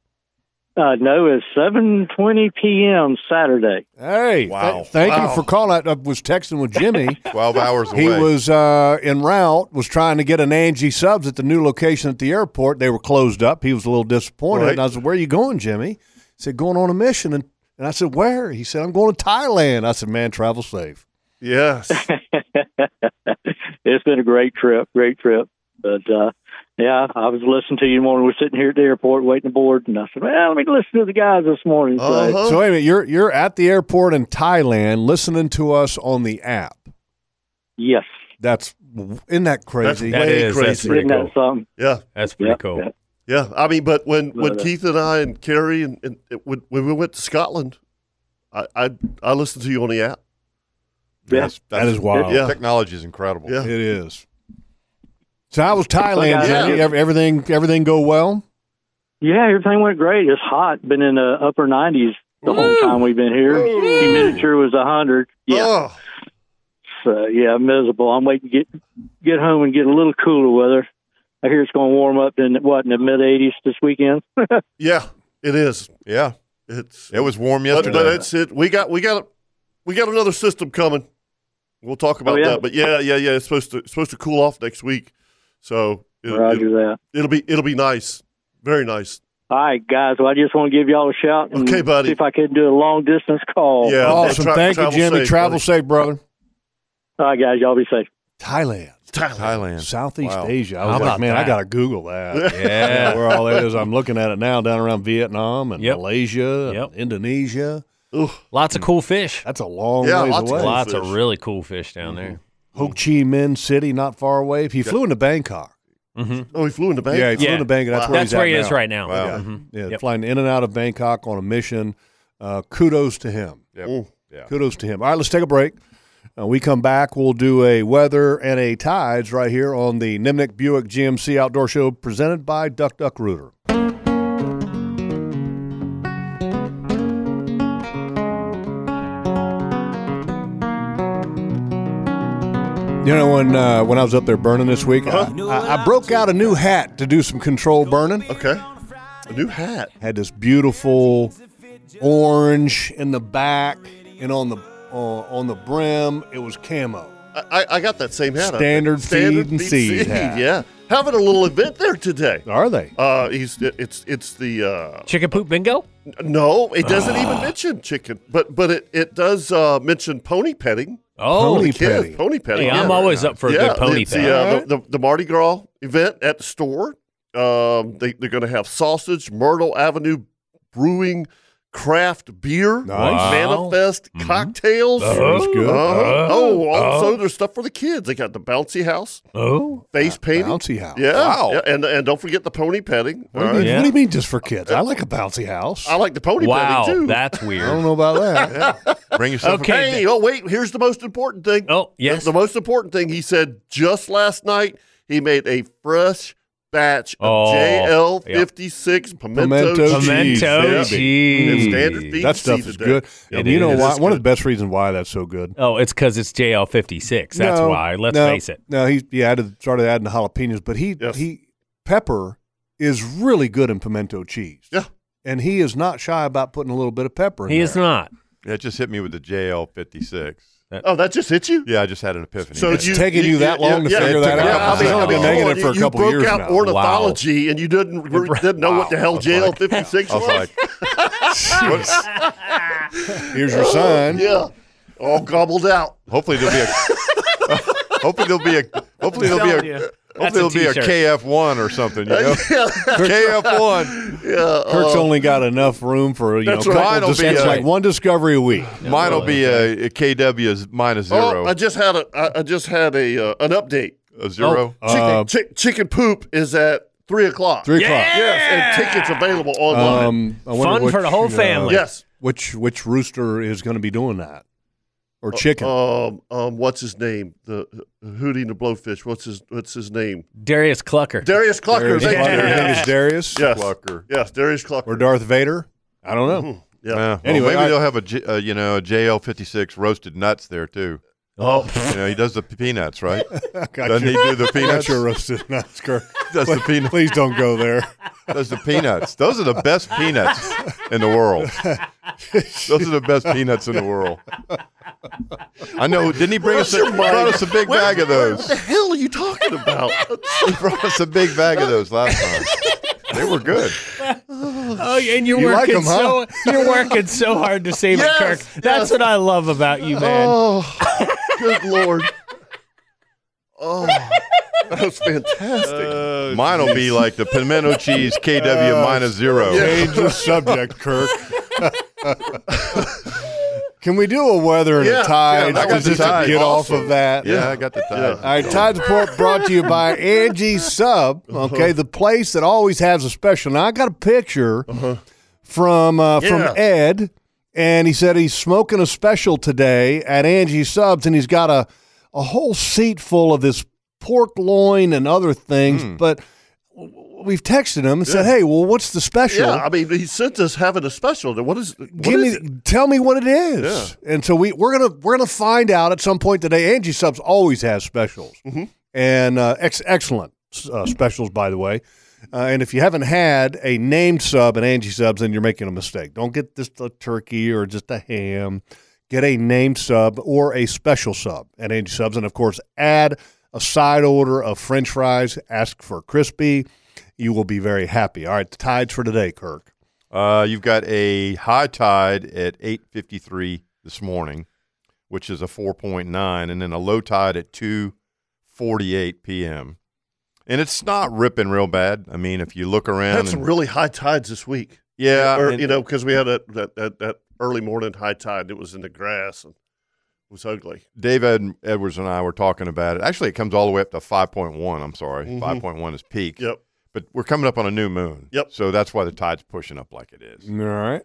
[SPEAKER 7] Uh, no, it's seven twenty p.m. Saturday.
[SPEAKER 5] Hey,
[SPEAKER 6] Wow.
[SPEAKER 5] th- thank
[SPEAKER 2] Wow.
[SPEAKER 5] you for calling. I was texting with
[SPEAKER 2] (laughs)
[SPEAKER 5] Jimmy.
[SPEAKER 6] 12 hours away.
[SPEAKER 5] he was uh, en route, was trying to get an Angie Subs at the new location at the airport. They were closed up. He was a little disappointed.
[SPEAKER 2] Right.
[SPEAKER 5] And I said, Where are you going, Jimmy? He said, Going on a mission. And, and I said, Where? He said, I'm going to Thailand. I said, Man, travel safe.
[SPEAKER 2] Yes.
[SPEAKER 7] (laughs) It's been a great trip, great trip. But uh, yeah, I was listening to you in the morning. We're sitting here at the airport waiting to board, and I said, "Well, let me listen to the guys this morning." So,
[SPEAKER 2] Uh-huh.
[SPEAKER 5] So, wait a minute, you're, you're at the airport in Thailand listening to us on the app.
[SPEAKER 7] yes,
[SPEAKER 5] That's isn't that
[SPEAKER 2] That's
[SPEAKER 5] crazy?
[SPEAKER 4] That
[SPEAKER 2] way
[SPEAKER 4] is,
[SPEAKER 2] crazy.
[SPEAKER 4] that's pretty
[SPEAKER 7] isn't that
[SPEAKER 4] cool.
[SPEAKER 7] something?
[SPEAKER 2] yeah.
[SPEAKER 4] That's pretty
[SPEAKER 7] Yeah,
[SPEAKER 4] cool.
[SPEAKER 7] yeah.
[SPEAKER 2] Yeah, I mean, but when, when
[SPEAKER 7] But, uh,
[SPEAKER 2] Keith and I and Carrie and, and it, when, when we went to Scotland, I, I I listened to you on the app.
[SPEAKER 6] That's-
[SPEAKER 5] That is wild.
[SPEAKER 2] Yeah.
[SPEAKER 6] Technology is incredible.
[SPEAKER 2] Yeah.
[SPEAKER 5] It is. So I was Thailand,
[SPEAKER 7] Look, I-
[SPEAKER 5] Jenny.
[SPEAKER 2] Yeah.
[SPEAKER 5] Ev- Everything everything go well?
[SPEAKER 7] Yeah, everything went great. It's hot. Been in the upper nineties the whole time we've been here.
[SPEAKER 2] Ooh.
[SPEAKER 7] Temperature was a hundred. Yeah,
[SPEAKER 2] Oh,
[SPEAKER 7] so, yeah, miserable. I'm waiting to get get home and get a little cooler weather. I hear it's going to warm up in what in the mid eighties this weekend.
[SPEAKER 2] yeah, it is.
[SPEAKER 6] Yeah.
[SPEAKER 2] It's
[SPEAKER 6] It was warm
[SPEAKER 2] but,
[SPEAKER 6] yesterday.
[SPEAKER 2] but it's it. We got we got we got another system coming. We'll talk about
[SPEAKER 7] Oh, yeah?
[SPEAKER 2] that. But yeah, yeah, yeah. It's supposed to it's supposed to cool off next week, so it,
[SPEAKER 7] Roger
[SPEAKER 2] it,
[SPEAKER 7] that.
[SPEAKER 2] will be it'll be nice, very nice.
[SPEAKER 7] All right, guys. Well, I just want to give y'all a shout. And
[SPEAKER 2] Okay, buddy.
[SPEAKER 7] See if I can do a long distance call.
[SPEAKER 2] Yeah,
[SPEAKER 5] awesome.
[SPEAKER 2] tra-
[SPEAKER 5] Thank you,
[SPEAKER 2] travel
[SPEAKER 5] Jimmy.
[SPEAKER 2] safe,
[SPEAKER 5] travel
[SPEAKER 2] buddy.
[SPEAKER 5] safe, brother.
[SPEAKER 7] All right, guys. Y'all be safe.
[SPEAKER 5] Thailand.
[SPEAKER 2] Thailand.
[SPEAKER 6] Thailand.
[SPEAKER 5] Southeast
[SPEAKER 6] Wow.
[SPEAKER 5] Asia. I
[SPEAKER 1] How
[SPEAKER 5] was
[SPEAKER 1] about
[SPEAKER 5] like, man,
[SPEAKER 1] that?
[SPEAKER 5] I got to Google
[SPEAKER 2] (laughs)
[SPEAKER 5] that.
[SPEAKER 6] Yeah.
[SPEAKER 5] where all that is. I'm looking at it now down around Vietnam and
[SPEAKER 4] Yep.
[SPEAKER 5] Malaysia, and
[SPEAKER 4] Yep.
[SPEAKER 5] Indonesia.
[SPEAKER 4] Lots of cool fish.
[SPEAKER 5] That's a long
[SPEAKER 2] Yeah,
[SPEAKER 5] ways
[SPEAKER 2] lots of
[SPEAKER 5] away. Mm-hmm.
[SPEAKER 2] cool
[SPEAKER 4] Lots
[SPEAKER 2] fish.
[SPEAKER 4] of really cool fish down there.
[SPEAKER 5] Ho Chi Minh City, not far away. He flew into Bangkok.
[SPEAKER 2] Oh, he flew into Bangkok.
[SPEAKER 5] Yeah, he flew
[SPEAKER 4] Mm-hmm. Yeah.
[SPEAKER 5] into Bangkok. That's
[SPEAKER 2] Wow.
[SPEAKER 5] where
[SPEAKER 4] That's
[SPEAKER 5] he's at
[SPEAKER 4] where he
[SPEAKER 5] now.
[SPEAKER 4] is right now.
[SPEAKER 6] Wow.
[SPEAKER 5] Yeah,
[SPEAKER 4] Mhm.
[SPEAKER 5] yeah
[SPEAKER 4] Yep.
[SPEAKER 5] flying in and out of Bangkok on a mission. Uh, kudos to him.
[SPEAKER 6] Yep.
[SPEAKER 2] Mm.
[SPEAKER 6] Yeah.
[SPEAKER 5] Kudos to him. All right, let's take a break. Uh, we come back. We'll do a weather and a tides right here on the Nimnik Buick GMC Outdoor Show presented by Duck Duck Rooter. You know, when uh, when I was up there burning this week,
[SPEAKER 2] Uh-huh.
[SPEAKER 5] I- I, I broke out a new hat to do some control burning
[SPEAKER 2] Okay. A new hat.
[SPEAKER 5] had this beautiful orange in the back and on the uh, on the brim it was camo
[SPEAKER 2] I, I- I got that same hat. up there.
[SPEAKER 5] Standard feed and seed hat.
[SPEAKER 2] Yeah. Having a little event there today.
[SPEAKER 5] are they
[SPEAKER 2] Uh, he's it's it's the uh,
[SPEAKER 4] Chicken poop bingo?
[SPEAKER 2] no, it doesn't even mention chicken, but but it it does uh, mention pony petting.
[SPEAKER 4] Oh,
[SPEAKER 5] Pony
[SPEAKER 2] Kids,
[SPEAKER 5] petting.
[SPEAKER 2] pony petting.
[SPEAKER 4] hey,
[SPEAKER 2] yeah.
[SPEAKER 4] I'm always up for a
[SPEAKER 2] yeah,
[SPEAKER 4] good pony
[SPEAKER 2] it's
[SPEAKER 4] pet.
[SPEAKER 2] The, uh, the, the, the Mardi Gras event at the store. Um, they, they're going to have sausage, Myrtle Avenue Brewing craft beer,
[SPEAKER 5] Nice.
[SPEAKER 2] manifest
[SPEAKER 4] Mm-hmm.
[SPEAKER 2] cocktails.
[SPEAKER 5] Sure is good.
[SPEAKER 2] Uh-huh. oh, also there's stuff for the kids. They got the bouncy house,
[SPEAKER 4] Oh,
[SPEAKER 2] face painting.
[SPEAKER 5] Uh, bouncy house
[SPEAKER 2] Yeah,
[SPEAKER 6] Wow.
[SPEAKER 2] yeah, and and don't forget the pony petting.
[SPEAKER 5] what, do you
[SPEAKER 2] All
[SPEAKER 5] mean,
[SPEAKER 2] right. Uh,
[SPEAKER 5] what do you mean just for kids i like a bouncy house
[SPEAKER 2] I like the pony
[SPEAKER 4] wow.
[SPEAKER 2] petting too.
[SPEAKER 4] That's
[SPEAKER 5] i don't
[SPEAKER 4] weird.
[SPEAKER 5] know about that
[SPEAKER 2] (laughs)
[SPEAKER 6] Bring yourself.
[SPEAKER 4] Okay.
[SPEAKER 6] A-
[SPEAKER 2] hey, oh wait, here's the most important thing.
[SPEAKER 4] Oh,
[SPEAKER 2] The-
[SPEAKER 4] yes.
[SPEAKER 2] The, most important thing he said just last night, he made a fresh batch of
[SPEAKER 4] Oh,
[SPEAKER 2] JL56 pimento,
[SPEAKER 5] Pimento
[SPEAKER 2] cheese.
[SPEAKER 4] Pimento
[SPEAKER 2] Yeah. And
[SPEAKER 4] cheese.
[SPEAKER 2] standard feed
[SPEAKER 5] that stuff is
[SPEAKER 2] today.
[SPEAKER 5] good and you know
[SPEAKER 2] is.
[SPEAKER 5] why
[SPEAKER 2] It's
[SPEAKER 5] one
[SPEAKER 2] good.
[SPEAKER 5] of the best reasons why that's so good
[SPEAKER 4] Oh, it's because it's JL fifty six. That's
[SPEAKER 5] No,
[SPEAKER 4] why. Let's
[SPEAKER 5] no,
[SPEAKER 4] face it.
[SPEAKER 5] no he yeah added, started adding the jalapenos but he
[SPEAKER 2] Yes.
[SPEAKER 5] he pepper is really good in pimento cheese
[SPEAKER 2] Yeah.
[SPEAKER 5] and he is not shy about putting a little bit of pepper in
[SPEAKER 4] He
[SPEAKER 5] there.
[SPEAKER 4] is not.
[SPEAKER 6] that just hit me with the JL fifty six.
[SPEAKER 2] Oh, that just hit you?
[SPEAKER 6] Yeah, I just had an epiphany.
[SPEAKER 2] So
[SPEAKER 6] Yeah.
[SPEAKER 2] you-
[SPEAKER 5] taken you that long to figure
[SPEAKER 2] it
[SPEAKER 5] that out.
[SPEAKER 2] took- Yeah, I mean,
[SPEAKER 4] It's
[SPEAKER 2] I
[SPEAKER 4] only
[SPEAKER 2] mean,
[SPEAKER 4] been
[SPEAKER 2] come
[SPEAKER 5] negative for
[SPEAKER 2] on,
[SPEAKER 5] a
[SPEAKER 2] Oh, you-
[SPEAKER 5] couple
[SPEAKER 2] you
[SPEAKER 5] years
[SPEAKER 2] broke out
[SPEAKER 5] now.
[SPEAKER 2] ornithology and
[SPEAKER 5] (laughs)
[SPEAKER 2] you didn't, didn't know what the hell
[SPEAKER 6] Wow. I was like-
[SPEAKER 2] JL56
[SPEAKER 6] I was
[SPEAKER 2] was.
[SPEAKER 6] like, what-
[SPEAKER 5] Here's your sign.
[SPEAKER 2] yeah, all gobbled out.
[SPEAKER 6] hopefully there'll be a. (laughs) hopefully there'll be a. Hopefully there'll be a. Hopefully
[SPEAKER 4] That's a
[SPEAKER 6] there'll be a
[SPEAKER 4] t-shirt.
[SPEAKER 6] KF
[SPEAKER 5] (laughs)
[SPEAKER 6] one or something. You know,
[SPEAKER 2] (laughs)
[SPEAKER 6] KF one.
[SPEAKER 5] Kirk's
[SPEAKER 2] uh,
[SPEAKER 5] only got enough room for you know.
[SPEAKER 2] That's
[SPEAKER 5] couple
[SPEAKER 6] uh, right. Mine'll
[SPEAKER 5] dis-
[SPEAKER 6] be,
[SPEAKER 5] it's
[SPEAKER 6] uh,
[SPEAKER 5] like one discovery a week.
[SPEAKER 6] Mine'll be uh, a, a KW is minus zero.
[SPEAKER 2] Oh, I just had a, I, I just had a uh, an update.
[SPEAKER 6] a zero.
[SPEAKER 2] Chicken,
[SPEAKER 5] Uh,
[SPEAKER 2] chick, chicken poop is at three o'clock.
[SPEAKER 5] Three
[SPEAKER 2] Yes, and tickets available
[SPEAKER 5] o'clock.
[SPEAKER 2] online.
[SPEAKER 5] Um, I wonder uh,
[SPEAKER 4] Fun for the whole family.
[SPEAKER 2] yes.
[SPEAKER 5] Which which rooster is going to be doing that? Or (laughs)
[SPEAKER 6] Uh,
[SPEAKER 5] chicken?
[SPEAKER 2] Um, um, what's his name? The uh, Hootie the Blowfish. What's his What's his name?
[SPEAKER 4] Darius Clucker.
[SPEAKER 2] Darius Clucker.
[SPEAKER 5] Darius
[SPEAKER 2] Thank you.
[SPEAKER 5] Clucker. I think it's Darius
[SPEAKER 2] Yes.
[SPEAKER 6] Clucker.
[SPEAKER 2] Yes, Darius Clucker.
[SPEAKER 5] or Darth Vader. I don't know.
[SPEAKER 2] Mm-hmm. yeah.
[SPEAKER 6] Yeah. Well,
[SPEAKER 5] Anyway,
[SPEAKER 6] maybe
[SPEAKER 5] I-
[SPEAKER 6] they'll have a J- uh, you know a JL fifty six roasted nuts there too.
[SPEAKER 4] Oh,
[SPEAKER 6] You know, he does the
[SPEAKER 5] (laughs)
[SPEAKER 6] peanuts, right?
[SPEAKER 5] Got
[SPEAKER 6] Doesn't he
[SPEAKER 5] your-
[SPEAKER 6] do the
[SPEAKER 5] Got
[SPEAKER 6] peanuts?
[SPEAKER 5] your roasted nuts,
[SPEAKER 6] (laughs)
[SPEAKER 5] Kirk.
[SPEAKER 6] Does the peanut?
[SPEAKER 5] Please don't go there.
[SPEAKER 6] Does the peanuts? (laughs) Those are the best peanuts in the world. Those are the best peanuts in the world. I know. Didn't he bring us a, brought us a big bag of
[SPEAKER 2] What
[SPEAKER 6] those?
[SPEAKER 2] the hell are you talking about?
[SPEAKER 6] He brought us a big bag of those last time. They were good.
[SPEAKER 4] (laughs) oh, and you're
[SPEAKER 5] You like
[SPEAKER 4] working
[SPEAKER 5] 'em,
[SPEAKER 4] so
[SPEAKER 5] (laughs)
[SPEAKER 4] you're working so hard to save
[SPEAKER 2] Yes,
[SPEAKER 4] it, Kirk. That's
[SPEAKER 2] yes.
[SPEAKER 4] what I love about you, man.
[SPEAKER 2] oh, good lord. Oh, that was fantastic.
[SPEAKER 6] Mine'll be like the pimento cheese KW minus zero.
[SPEAKER 5] Change the subject, Kirk. Can we do a weather and
[SPEAKER 2] Yeah, yeah,
[SPEAKER 5] a tide?
[SPEAKER 6] I got the
[SPEAKER 5] just
[SPEAKER 6] tide.
[SPEAKER 5] to get
[SPEAKER 6] Awesome.
[SPEAKER 5] off of that.
[SPEAKER 6] Yeah, I got the tide.
[SPEAKER 5] All right, Tide's Report brought to you
[SPEAKER 6] (laughs)
[SPEAKER 5] by Angie Sub. Okay, the place that always has a special. Now I got a picture
[SPEAKER 6] Uh-huh.
[SPEAKER 5] from uh,
[SPEAKER 2] Yeah.
[SPEAKER 5] from Ed, and he said he's smoking a special today at Angie Subs, and he's got a a whole seat full of this pork loin and other things.
[SPEAKER 6] Hmm.
[SPEAKER 5] But w- we've texted him and said, "Hey, well, what's the special?"
[SPEAKER 2] Yeah, I mean, he sent us having a special. What is? What
[SPEAKER 5] Give me,
[SPEAKER 2] is it?
[SPEAKER 5] tell me what it is, and so we we're gonna we're gonna find out at some point today. Angie Subs always has specials,
[SPEAKER 2] Mm-hmm.
[SPEAKER 5] and uh, ex- excellent uh, specials, by the way. Uh, and if you haven't had a named sub at Angie Subs, then you're making a mistake. Don't get just a turkey or just a ham. Get a named sub or a special sub at Angie Subs, and of course, add a side order of French fries. Ask for crispy. You will be very happy. All right, the tides for today, Kirk.
[SPEAKER 6] Uh, you've got a high tide at 8:53 this morning, which is a 4.9, and then a low tide at 2:40. 48 p.m. And it's not ripping real bad. I mean, if you look around,
[SPEAKER 2] Had some
[SPEAKER 6] and-
[SPEAKER 2] really high tides this week.
[SPEAKER 6] Yeah,
[SPEAKER 2] Or,
[SPEAKER 6] and-
[SPEAKER 2] you know, because we had that, that, that, that early morning high tide. It was in the grass and it was ugly.
[SPEAKER 6] Dave Ed- Edwards and I were talking about it. Actually, it comes all the way up to 5.1. I'm sorry.
[SPEAKER 5] Mm-hmm.
[SPEAKER 2] Mhm.
[SPEAKER 6] 5.1 is peak.
[SPEAKER 2] Yep.
[SPEAKER 6] But we're coming up on a new moon.
[SPEAKER 2] Yep.
[SPEAKER 6] So that's why the tide's pushing up like it is.
[SPEAKER 5] All right.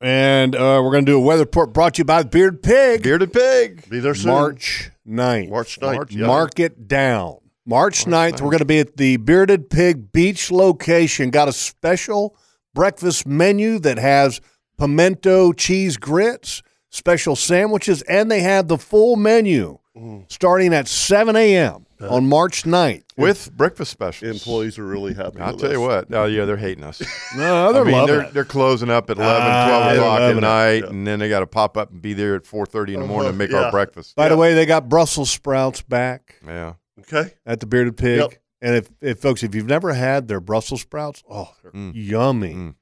[SPEAKER 5] And uh, we're going to do a weather report brought to you by Beard Pig.
[SPEAKER 6] Bearded pig.
[SPEAKER 2] Be there soon.
[SPEAKER 5] March 9th.
[SPEAKER 2] March 9th.
[SPEAKER 6] March-
[SPEAKER 2] yeah.
[SPEAKER 5] Mark it down. March 9th, we're going to be at the Bearded Pig Beach location. Got a special breakfast menu that has pimento cheese grits, special sandwiches, and they have the full menu starting at 7 a.m. on March 9th.
[SPEAKER 6] With breakfast specials.
[SPEAKER 2] Employees are really happy.
[SPEAKER 6] I'll
[SPEAKER 2] with
[SPEAKER 6] tell you
[SPEAKER 2] us.
[SPEAKER 6] what. Oh, yeah, they're hating us.
[SPEAKER 5] (laughs) No, they're
[SPEAKER 6] I mean,
[SPEAKER 5] loving
[SPEAKER 6] they're,
[SPEAKER 5] it.
[SPEAKER 6] they're closing up at 11,
[SPEAKER 5] Ah,
[SPEAKER 6] 12
[SPEAKER 5] they're
[SPEAKER 6] o'clock
[SPEAKER 5] loving
[SPEAKER 6] at
[SPEAKER 5] it.
[SPEAKER 6] night,
[SPEAKER 2] Yeah.
[SPEAKER 6] and then they got to pop up and be there at 4.30 in the morning
[SPEAKER 2] Uh-huh,
[SPEAKER 6] to make
[SPEAKER 2] yeah.
[SPEAKER 6] our breakfast.
[SPEAKER 5] By the way, they got Brussels sprouts back.
[SPEAKER 6] Yeah.
[SPEAKER 2] Okay.
[SPEAKER 5] at the Bearded Pig.
[SPEAKER 2] Yep.
[SPEAKER 5] And if, if folks, if you've never had their Brussels sprouts, oh, they're
[SPEAKER 6] Mm.
[SPEAKER 5] yummy,
[SPEAKER 6] Mm.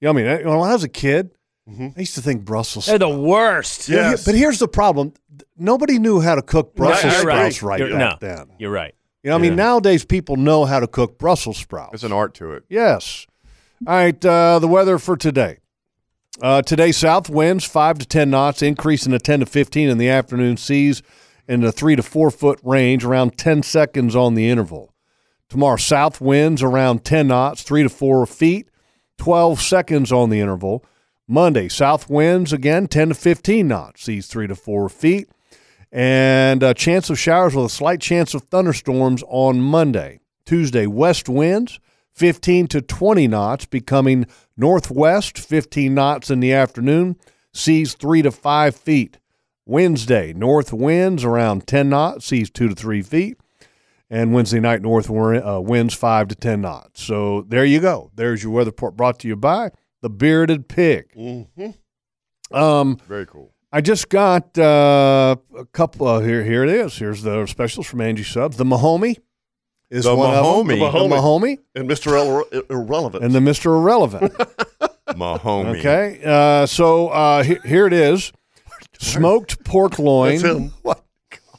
[SPEAKER 5] yummy. That- When I was a kid,
[SPEAKER 2] Mhm.
[SPEAKER 5] I used to think Brussels.
[SPEAKER 4] They're
[SPEAKER 5] sprouts.
[SPEAKER 4] the worst.
[SPEAKER 2] Yeah. Yes.
[SPEAKER 5] But here's the problem: Th- nobody knew how to cook Brussels
[SPEAKER 4] you're right.
[SPEAKER 5] sprouts right,
[SPEAKER 4] You're-
[SPEAKER 5] back
[SPEAKER 4] no.
[SPEAKER 5] then.
[SPEAKER 4] You're right.
[SPEAKER 5] You know, I mean, nowadays people know how to cook Brussels sprouts.
[SPEAKER 6] There's an art to it.
[SPEAKER 5] Yes. All right. Uh, the weather for today. Uh, today, south winds 5 to 10 knots, increasing to 10 to 15 in the afternoon, seas in the 3 to 4 foot range, around 10 seconds on the interval. Tomorrow, south winds around 10 knots, 3 to 4 feet, 12 seconds on the interval. Monday, south winds again 10 to 15 knots, seas 3 to 4 feet, and a chance of showers with a slight chance of thunderstorms on Monday. Tuesday, west winds 15 to 20 knots, becoming northwest 15 knots in the afternoon, seas 3 to 5 feet. Wednesday, north winds around 10 knots, seas 2 to 3 feet. And Wednesday night, north wor- uh, winds 5 to 10 knots. So there you go. There's your weather report brought to you by the Bearded Pig.
[SPEAKER 2] Mm-hmm.
[SPEAKER 5] Um,
[SPEAKER 6] Very cool.
[SPEAKER 5] I just got uh, a couple. Uh, here, here it is. Here's the specials from Angie Subs. The Mahomie is
[SPEAKER 6] The
[SPEAKER 5] one of them.
[SPEAKER 6] Mahomie.
[SPEAKER 5] The Mahomie
[SPEAKER 2] And Mr. Irre- Irre- Irrelevant.
[SPEAKER 5] and the Mister Irrelevant.
[SPEAKER 6] Mahomie.
[SPEAKER 5] Okay, uh, so uh, he- here it is: smoked pork
[SPEAKER 2] That's
[SPEAKER 5] loin,
[SPEAKER 2] him.
[SPEAKER 6] What?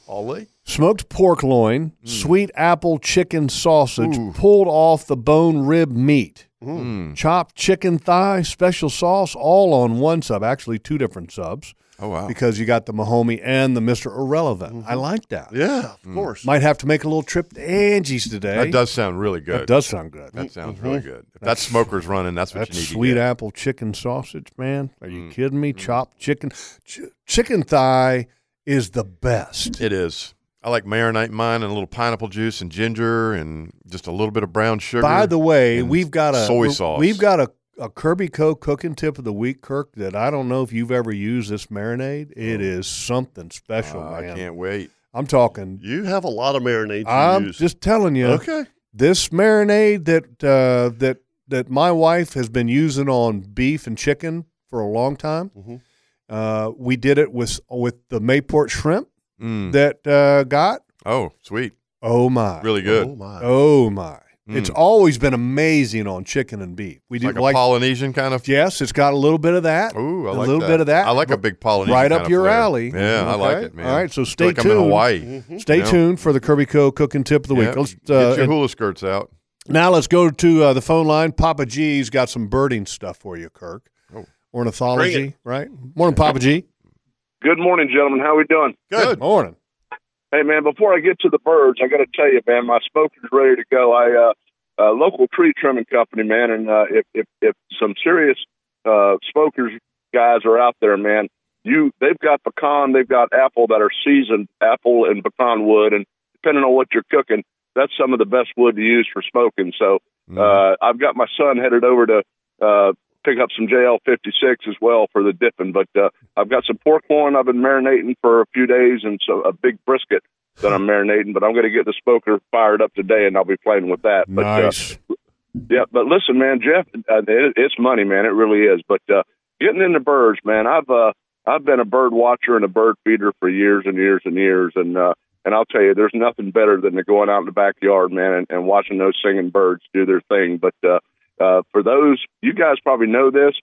[SPEAKER 6] Golly.
[SPEAKER 5] smoked pork loin,
[SPEAKER 2] Mm.
[SPEAKER 5] sweet apple chicken sausage
[SPEAKER 6] Ooh.
[SPEAKER 5] pulled off the bone rib meat,
[SPEAKER 6] Mm.
[SPEAKER 5] chopped chicken thigh, special sauce, all on one sub. Actually, two different subs
[SPEAKER 6] Oh, wow.
[SPEAKER 5] because you got the Mahomie and the Mister Irrelevant. I like that.
[SPEAKER 2] Mm-hmm. Yeah, of course.
[SPEAKER 5] Might have to make a little trip to Angie's today.
[SPEAKER 6] Mm. That does sound really
[SPEAKER 5] That
[SPEAKER 6] good.
[SPEAKER 5] does sound good.
[SPEAKER 6] That sounds
[SPEAKER 2] Mm-hmm.
[SPEAKER 6] really good. If that smoker's running, that's what
[SPEAKER 5] That
[SPEAKER 6] you need
[SPEAKER 5] sweet
[SPEAKER 6] to get. Mm.
[SPEAKER 5] apple chicken sausage, man. Are you kidding me? Chopped chicken, Ch- chicken thigh is the best.
[SPEAKER 6] It is. I like marinate mine and a little pineapple juice and ginger and just a little bit of brown sugar.
[SPEAKER 5] By the way,
[SPEAKER 6] and
[SPEAKER 5] we've got a
[SPEAKER 6] soy
[SPEAKER 5] we-
[SPEAKER 6] sauce.
[SPEAKER 5] We've got a, a Kirby Co. cooking tip of the week, Kirk. That I don't know if you've ever used this marinade. It is something special,
[SPEAKER 6] Ah, Oh. I
[SPEAKER 5] man.
[SPEAKER 6] can't wait.
[SPEAKER 5] I'm talking.
[SPEAKER 2] You have a lot of marinades you
[SPEAKER 5] I'm
[SPEAKER 2] use.
[SPEAKER 5] just telling you.
[SPEAKER 2] okay.
[SPEAKER 5] this marinade that uh, that that my wife has been using on beef and chicken for a long time.
[SPEAKER 6] Mm-hmm.
[SPEAKER 2] Mhm.
[SPEAKER 5] Uh, we did it with with the Mayport shrimp
[SPEAKER 6] Mm.
[SPEAKER 5] that uh, got.
[SPEAKER 6] Oh, sweet.
[SPEAKER 5] Oh my!
[SPEAKER 6] Really good.
[SPEAKER 2] Oh, my.
[SPEAKER 5] Oh my!
[SPEAKER 6] Mm.
[SPEAKER 5] It's always been amazing on chicken and beef. We do
[SPEAKER 6] like
[SPEAKER 5] like,
[SPEAKER 6] a Polynesian kind of.
[SPEAKER 5] yes, it's got a little bit of that.
[SPEAKER 6] Ooh, I
[SPEAKER 5] a
[SPEAKER 6] like
[SPEAKER 5] little
[SPEAKER 6] that.
[SPEAKER 5] bit of that.
[SPEAKER 6] I like a
[SPEAKER 5] r-
[SPEAKER 6] big Polynesian.
[SPEAKER 5] right
[SPEAKER 6] kind
[SPEAKER 5] up
[SPEAKER 6] of
[SPEAKER 5] your
[SPEAKER 6] flavor.
[SPEAKER 5] alley. Mm-hmm.
[SPEAKER 6] Yeah, I like
[SPEAKER 5] Okay?
[SPEAKER 6] it, man.
[SPEAKER 5] All right, so
[SPEAKER 6] I feel
[SPEAKER 5] stay
[SPEAKER 6] like
[SPEAKER 5] tuned. Mm-hmm.
[SPEAKER 6] I'm in Hawaii.
[SPEAKER 2] Mm-hmm.
[SPEAKER 5] Stay
[SPEAKER 6] Yeah.
[SPEAKER 5] tuned for the Kirby Co. cooking tip of the week.
[SPEAKER 6] Yeah.
[SPEAKER 5] Let's,
[SPEAKER 6] Get
[SPEAKER 5] uh,
[SPEAKER 6] your hula skirts out.
[SPEAKER 5] Now let's go to uh, the phone line. Papa G's got some birding stuff for you, Kirk.
[SPEAKER 6] Oh.
[SPEAKER 5] Ornithology, right? Morning, Papa G.
[SPEAKER 9] Good morning, gentlemen. How we doing?
[SPEAKER 6] Good.
[SPEAKER 5] morning.
[SPEAKER 9] Hey, man. Before I get to the birds, I got to tell you, man, my smoker's ready to go. I uh, uh, local tree trimming company, man, and uh, if, if if some serious uh, smokers guys are out there, man, you they've got pecan, they've got apple that are seasoned apple and pecan wood, and depending on what you're cooking, that's some of the best wood to use for smoking. So uh, I've got my son headed over to uh, pick up some JL 56 as well for the dipping. But uh, I've got some pork loin I've been marinating for a few days and so a big brisket that I'm marinating. But I'm going to get the smoker fired up today and I'll be playing with that. But, uh,
[SPEAKER 5] nice.
[SPEAKER 9] yeah, but listen, man, Jeff, uh, it, it's money, man. It really is. But uh, getting into birds, man, I've uh, I've been a bird watcher and a bird feeder for years and years and years, and uh, and I'll tell you, there's nothing better than going out in the backyard, man, and, and watching those singing birds do their thing. But uh, uh, for those, you guys probably know this,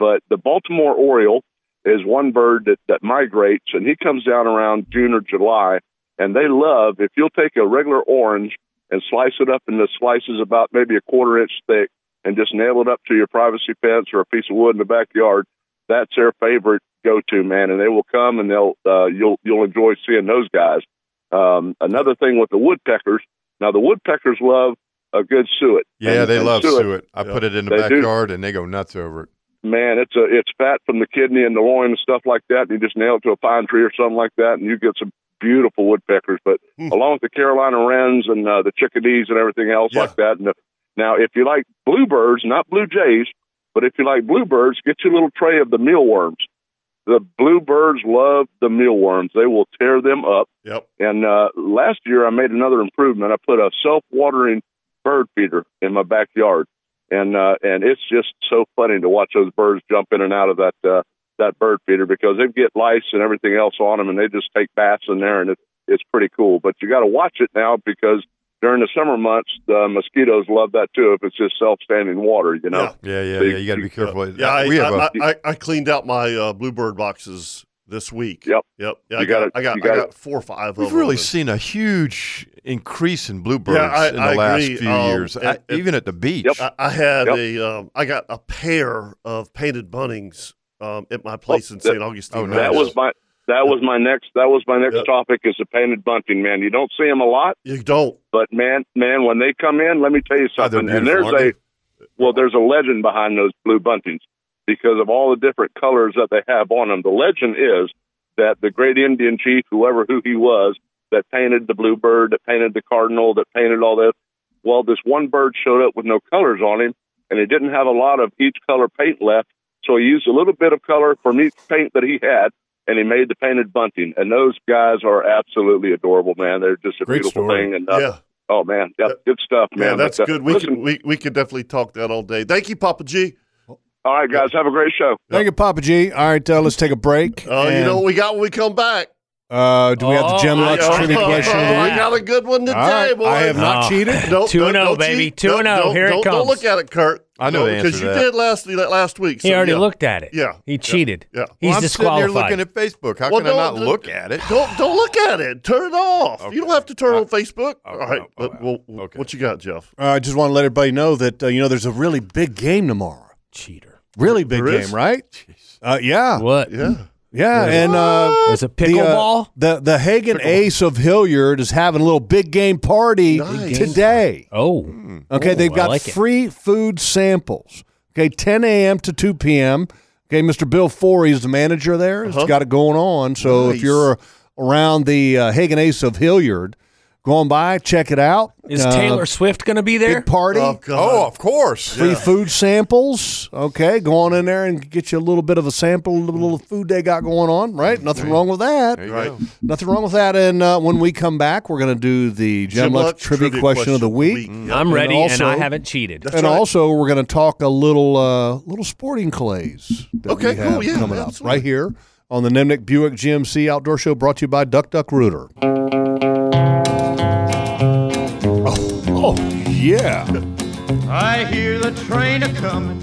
[SPEAKER 9] but the Baltimore Oriole is one bird that, that migrates, and he comes down around June or July, and they love if you'll take a regular orange and slice it up into slices about maybe a quarter inch thick and just nail it up to your privacy fence or a piece of wood in the backyard. That's their favorite go-to man, and they will come and they'll uh, you'll you'll enjoy seeing those guys. Um, another thing with the woodpeckers. Now the woodpeckers love a good suet.
[SPEAKER 6] Yeah,
[SPEAKER 9] And-
[SPEAKER 6] they
[SPEAKER 9] and
[SPEAKER 6] love suet. I put it in the
[SPEAKER 9] They do.
[SPEAKER 6] backyard and they go nuts over it.
[SPEAKER 9] man, it's a it's fat from the kidney and the loin and stuff like that. And you just nail it to a pine tree or something like that, and you get some beautiful woodpeckers. But along with the Carolina wrens and uh, the chickadees and everything else like that. And the, now, if you like bluebirds, not blue jays, but if you like bluebirds, get your little tray of the mealworms. The bluebirds love the mealworms; they will tear them up.
[SPEAKER 2] Yep.
[SPEAKER 9] And uh, last year, I made another improvement. I put a self-watering bird feeder in my backyard, and uh, and it's just so funny to watch those birds jump in and out of that uh, that bird feeder because they get lice and everything else on them, and they just take baths in there, and it's it's pretty cool. But you got to watch it now because during the summer months, the mosquitoes love that too. If it's just self-standing water, you know.
[SPEAKER 6] Yeah, yeah,
[SPEAKER 9] They-
[SPEAKER 6] yeah. You got to be careful.
[SPEAKER 2] Yeah, I,
[SPEAKER 6] we have a
[SPEAKER 2] I, I, I- I cleaned out my uh, bluebird boxes this week.
[SPEAKER 9] Yep.
[SPEAKER 2] Yep. Yeah,
[SPEAKER 9] You
[SPEAKER 2] I got,
[SPEAKER 9] gotta-
[SPEAKER 2] I got,
[SPEAKER 9] you
[SPEAKER 2] I
[SPEAKER 9] gotta-
[SPEAKER 2] got four or five of
[SPEAKER 6] We've
[SPEAKER 2] them.
[SPEAKER 6] really seen a huge increase in bluebirds
[SPEAKER 2] Yeah, I-
[SPEAKER 6] in the
[SPEAKER 2] I
[SPEAKER 6] last
[SPEAKER 2] agree.
[SPEAKER 6] few
[SPEAKER 2] Um,
[SPEAKER 6] years,
[SPEAKER 2] it-
[SPEAKER 6] I-
[SPEAKER 2] it-
[SPEAKER 6] even at the beach.
[SPEAKER 2] I, I had
[SPEAKER 9] Yep.
[SPEAKER 2] a, um, I got a pair of painted bunnings um, at my place in
[SPEAKER 9] that-
[SPEAKER 2] St. Augustine.
[SPEAKER 6] oh,
[SPEAKER 2] right
[SPEAKER 9] That
[SPEAKER 6] nice.
[SPEAKER 2] now.
[SPEAKER 9] was my that was my next that was my next
[SPEAKER 2] Yep.
[SPEAKER 9] topic is the painted bunting. Man, you don't see them a lot.
[SPEAKER 2] You don't.
[SPEAKER 9] But man, man, when they come in, let me tell you
[SPEAKER 6] Oh, they're
[SPEAKER 9] something. and there's
[SPEAKER 6] beautiful,
[SPEAKER 9] a
[SPEAKER 6] aren't
[SPEAKER 9] well, there's a legend behind those blue buntings because of all the different colors that they have on them. The legend is that the great Indian chief, whoever who he was, that painted the blue bird, that painted the cardinal, that painted all this. Well, this one bird showed up with no colors on him, and he didn't have a lot of each color paint left, so he used a little bit of color from each paint that he had, and he made the painted bunting. And those guys are absolutely adorable, man. They're just a
[SPEAKER 5] Great
[SPEAKER 9] beautiful
[SPEAKER 5] story.
[SPEAKER 9] thing. And uh,
[SPEAKER 2] yeah.
[SPEAKER 9] Oh man, yeah, good stuff, man.
[SPEAKER 2] Yeah, that's
[SPEAKER 9] But, uh,
[SPEAKER 2] good. We
[SPEAKER 9] listen,
[SPEAKER 2] can, we, we could definitely talk that all day. Thank you, Papa G.
[SPEAKER 9] all right, guys, have a great show.
[SPEAKER 5] Thank you, Papa G. All right, uh, let's take a break.
[SPEAKER 2] Oh, you
[SPEAKER 5] and,
[SPEAKER 2] know what we got when we come back?
[SPEAKER 5] uh, do we have the Gem
[SPEAKER 4] Oh,
[SPEAKER 5] Lux
[SPEAKER 2] Oh,
[SPEAKER 5] trivia
[SPEAKER 2] oh,
[SPEAKER 5] question
[SPEAKER 2] (laughs)
[SPEAKER 5] of the
[SPEAKER 2] oh, I
[SPEAKER 5] week?
[SPEAKER 2] got a good one today,
[SPEAKER 5] All right,
[SPEAKER 2] boy.
[SPEAKER 5] I have not
[SPEAKER 4] Oh.
[SPEAKER 5] cheated.
[SPEAKER 2] (laughs) Nope,
[SPEAKER 4] 2-0,
[SPEAKER 2] don't- don't
[SPEAKER 4] baby.
[SPEAKER 2] cheat.
[SPEAKER 4] 2-0.
[SPEAKER 2] Don't-
[SPEAKER 4] Here it
[SPEAKER 2] don't- Don't
[SPEAKER 4] comes.
[SPEAKER 2] look at oh, it, Kurt.
[SPEAKER 6] I know the answer
[SPEAKER 2] because
[SPEAKER 6] to
[SPEAKER 2] you
[SPEAKER 6] that.
[SPEAKER 2] did last last week.
[SPEAKER 4] He
[SPEAKER 2] so,
[SPEAKER 4] already
[SPEAKER 2] yeah.
[SPEAKER 4] looked at it.
[SPEAKER 2] Yeah, yeah,
[SPEAKER 4] He cheated.
[SPEAKER 2] yeah. Well,
[SPEAKER 4] He's
[SPEAKER 6] I'm
[SPEAKER 4] disqualified.
[SPEAKER 6] sitting here looking at Facebook. How
[SPEAKER 2] Well,
[SPEAKER 6] can I
[SPEAKER 2] don't-
[SPEAKER 6] not look at it?
[SPEAKER 2] (laughs) Don't don't look at it. Turn it off.
[SPEAKER 6] Okay.
[SPEAKER 2] You don't have to turn
[SPEAKER 6] I-
[SPEAKER 2] on Facebook.
[SPEAKER 6] oh,
[SPEAKER 2] All right.
[SPEAKER 6] oh, oh,
[SPEAKER 2] but, well,
[SPEAKER 6] okay.
[SPEAKER 2] What you got, Jeff?
[SPEAKER 5] Uh, I just want to let everybody know that uh, you know there's a really big game tomorrow.
[SPEAKER 4] Cheater.
[SPEAKER 5] Really big
[SPEAKER 2] There is?
[SPEAKER 5] game, right? Uh, yeah,
[SPEAKER 4] What?
[SPEAKER 2] Yeah.
[SPEAKER 5] yeah, and uh,
[SPEAKER 4] There's a
[SPEAKER 5] the, uh,
[SPEAKER 4] pickleball?
[SPEAKER 5] the the Hagen Ace of Hilliard is having a little big game party
[SPEAKER 2] Nice.
[SPEAKER 5] today. Mm.
[SPEAKER 4] oh.
[SPEAKER 5] Okay,
[SPEAKER 4] Ooh,
[SPEAKER 5] they've
[SPEAKER 4] I
[SPEAKER 5] got
[SPEAKER 4] like it.
[SPEAKER 5] free food samples. Okay, 10 a.m. to 2 p.m. Okay, Mr. Bill Forey is the manager there. He's got it going on. So if
[SPEAKER 2] Uh-huh. Nice.
[SPEAKER 5] you're around the uh, Hagen Ace of Hilliard, go on by, check it out.
[SPEAKER 4] Is
[SPEAKER 5] Uh,
[SPEAKER 4] Taylor Swift going to be there?
[SPEAKER 5] big party? Uh,
[SPEAKER 2] Oh God.
[SPEAKER 6] Oh, of course.
[SPEAKER 5] Free food samples. Okay, go on in there and get you a little bit of a sample, a little, little food they got going on, right? Nothing wrong with that.
[SPEAKER 6] There you
[SPEAKER 2] Right.
[SPEAKER 6] go.
[SPEAKER 5] Nothing wrong with that. And uh, when we come back, we're going to do the Gem Lux trivia, question, of the week.
[SPEAKER 2] Yeah.
[SPEAKER 4] I'm ready,
[SPEAKER 5] also-
[SPEAKER 4] and I haven't cheated.
[SPEAKER 5] and also, we're going to talk a little uh, little sporting clays. That
[SPEAKER 2] Okay,
[SPEAKER 5] we have
[SPEAKER 2] cool, yeah,
[SPEAKER 5] coming up
[SPEAKER 2] absolutely.
[SPEAKER 5] right here on the Nemnick Buick GMC Outdoor Show, brought to you by Duck Duck Rooter. Oh, oh yeah,
[SPEAKER 3] I hear the train a coming.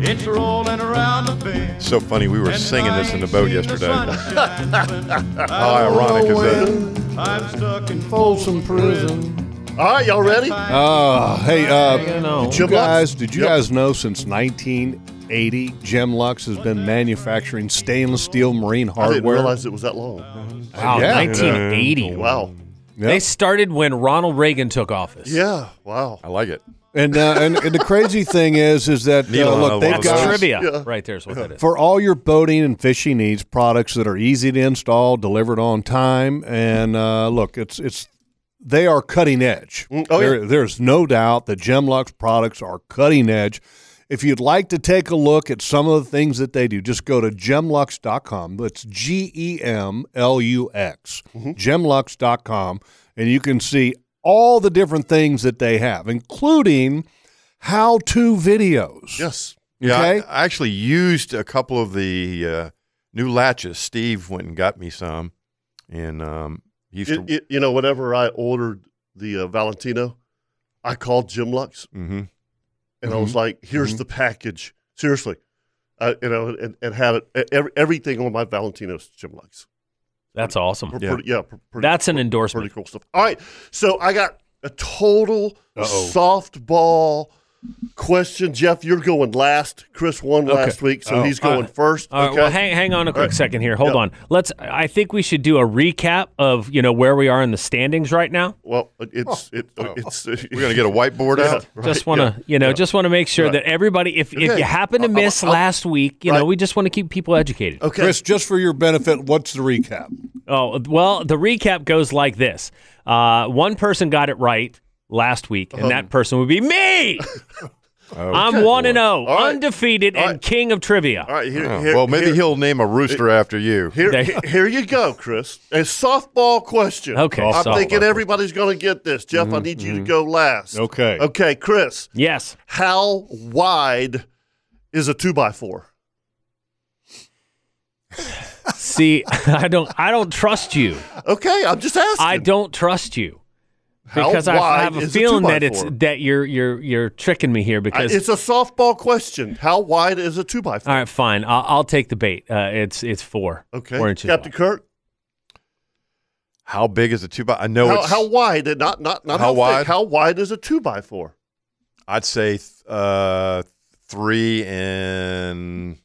[SPEAKER 3] It's rolling around
[SPEAKER 6] (laughs)
[SPEAKER 3] the bend.
[SPEAKER 6] So funny. We were
[SPEAKER 3] And
[SPEAKER 6] singing
[SPEAKER 3] I
[SPEAKER 6] this in the
[SPEAKER 3] ain't
[SPEAKER 6] boat
[SPEAKER 3] seen
[SPEAKER 6] yesterday.
[SPEAKER 3] sunshine.
[SPEAKER 6] How ironic is that?
[SPEAKER 3] I'm stuck in
[SPEAKER 5] Folsom Prison.
[SPEAKER 2] All right, y'all ready?
[SPEAKER 5] Uh, hey, uh, did you
[SPEAKER 2] Gem Lux?
[SPEAKER 5] guys, did you
[SPEAKER 2] Yep.
[SPEAKER 5] guys know since 1980, Gem Lux has been manufacturing stainless steel marine
[SPEAKER 2] I didn't
[SPEAKER 5] hardware?
[SPEAKER 2] realize it was that long.
[SPEAKER 4] Wow,
[SPEAKER 5] yeah.
[SPEAKER 4] 1980.
[SPEAKER 2] Wow.
[SPEAKER 5] Yeah.
[SPEAKER 4] They started when Ronald Reagan took office.
[SPEAKER 2] (laughs) Yeah. Wow.
[SPEAKER 6] I like it.
[SPEAKER 5] And, uh, and and the crazy thing is, is that
[SPEAKER 6] Neil,
[SPEAKER 5] uh,
[SPEAKER 6] I
[SPEAKER 5] look,
[SPEAKER 6] love
[SPEAKER 5] they've
[SPEAKER 6] those.
[SPEAKER 4] That's
[SPEAKER 5] got
[SPEAKER 4] trivia
[SPEAKER 2] Yeah.
[SPEAKER 4] right there is what that is.
[SPEAKER 5] For all your boating and fishing needs, products that are easy to install, delivered on time, and uh, look, it's it's they are cutting edge.
[SPEAKER 2] oh,
[SPEAKER 5] There- There's no doubt that Gemlux products are cutting edge. If you'd like to take a look at some of the things that they do, just go to gemlux.com. That's G E M L U X,
[SPEAKER 2] Mm-hmm.
[SPEAKER 5] gemlux.com, and you can see all the different things that they have, including how to videos.
[SPEAKER 2] Yes.
[SPEAKER 6] Yeah, I-
[SPEAKER 5] Okay.
[SPEAKER 6] I, actually used a couple of the uh, new latches. Steve went and got me some, and um, he used
[SPEAKER 2] It-
[SPEAKER 6] to.
[SPEAKER 2] it- you know, whenever I ordered the uh, Valentino, I called Jim Lux
[SPEAKER 4] Mm-hmm.
[SPEAKER 6] hmm
[SPEAKER 2] and I was like, "Here's the package." Seriously, I, you know, and, and had it, e- every, everything on my Valentino's Jim Lux.
[SPEAKER 4] That's awesome.
[SPEAKER 2] We're pretty- yeah, pr- pretty
[SPEAKER 4] That's an endorsement.
[SPEAKER 2] pretty cool stuff. All right, so I got a total
[SPEAKER 5] Uh-oh.
[SPEAKER 2] softball question, Jeff. You're going last. Chris won last week, so
[SPEAKER 4] Oh,
[SPEAKER 2] he's going
[SPEAKER 4] uh,
[SPEAKER 2] first.
[SPEAKER 4] All right,
[SPEAKER 2] okay.
[SPEAKER 4] well, hang, hang on a quick second here. Hold on. Let's. I think we should do a recap of you know where we are in the standings right now.
[SPEAKER 2] Well, it's it, it's
[SPEAKER 6] Oh. We're gonna get a whiteboard
[SPEAKER 2] (laughs)
[SPEAKER 6] out.
[SPEAKER 4] just want to you know just want to make sure that everybody, if if
[SPEAKER 2] Okay.
[SPEAKER 4] you happen to miss last week, you know we just want to keep people educated.
[SPEAKER 2] okay.
[SPEAKER 5] Chris, just for your benefit, what's the recap?
[SPEAKER 4] Oh, well, the recap goes like this. Uh, one person got it right last week, and
[SPEAKER 2] Uh-huh.
[SPEAKER 4] that person would be me.
[SPEAKER 6] Oh.
[SPEAKER 4] I'm 1 and 0,
[SPEAKER 2] All right.
[SPEAKER 4] undefeated, and king of trivia.
[SPEAKER 2] All right, here,
[SPEAKER 6] Oh,
[SPEAKER 2] here-
[SPEAKER 6] well, maybe
[SPEAKER 2] here-
[SPEAKER 6] he'll name a rooster after you.
[SPEAKER 2] Here,
[SPEAKER 4] They-
[SPEAKER 2] he- here you go, Chris. A softball question.
[SPEAKER 4] Okay,
[SPEAKER 2] I'm
[SPEAKER 4] softball
[SPEAKER 2] thinking
[SPEAKER 4] question. Mm-hmm,
[SPEAKER 2] everybody's going to get this. Jeff, I need you to go last.
[SPEAKER 5] Okay.
[SPEAKER 2] Okay, Chris,
[SPEAKER 4] Yes.
[SPEAKER 2] how wide is a two by four?
[SPEAKER 4] (sighs) See, (laughs) I don't I don't trust you.
[SPEAKER 2] Okay, I'm just asking.
[SPEAKER 4] I don't trust you.
[SPEAKER 2] How
[SPEAKER 4] Because I, I
[SPEAKER 2] wide
[SPEAKER 4] have a
[SPEAKER 2] is a
[SPEAKER 4] feeling that it's
[SPEAKER 2] two-by-four?
[SPEAKER 4] that you're you're you're tricking me here
[SPEAKER 2] I-
[SPEAKER 4] because
[SPEAKER 2] it's a softball question. How wide is a two by four?
[SPEAKER 4] all right, fine. I'll, I'll take the bait. Uh, it's it's four.
[SPEAKER 2] Okay,
[SPEAKER 4] Four inches.
[SPEAKER 2] Captain
[SPEAKER 4] wide.
[SPEAKER 2] Kirk.
[SPEAKER 6] How big is a two by? I know
[SPEAKER 2] How,
[SPEAKER 6] it's.
[SPEAKER 2] how wide? Not not not
[SPEAKER 6] How
[SPEAKER 2] how, thick,
[SPEAKER 6] wide?
[SPEAKER 2] How wide is a two by four?
[SPEAKER 6] I'd say th- uh, three and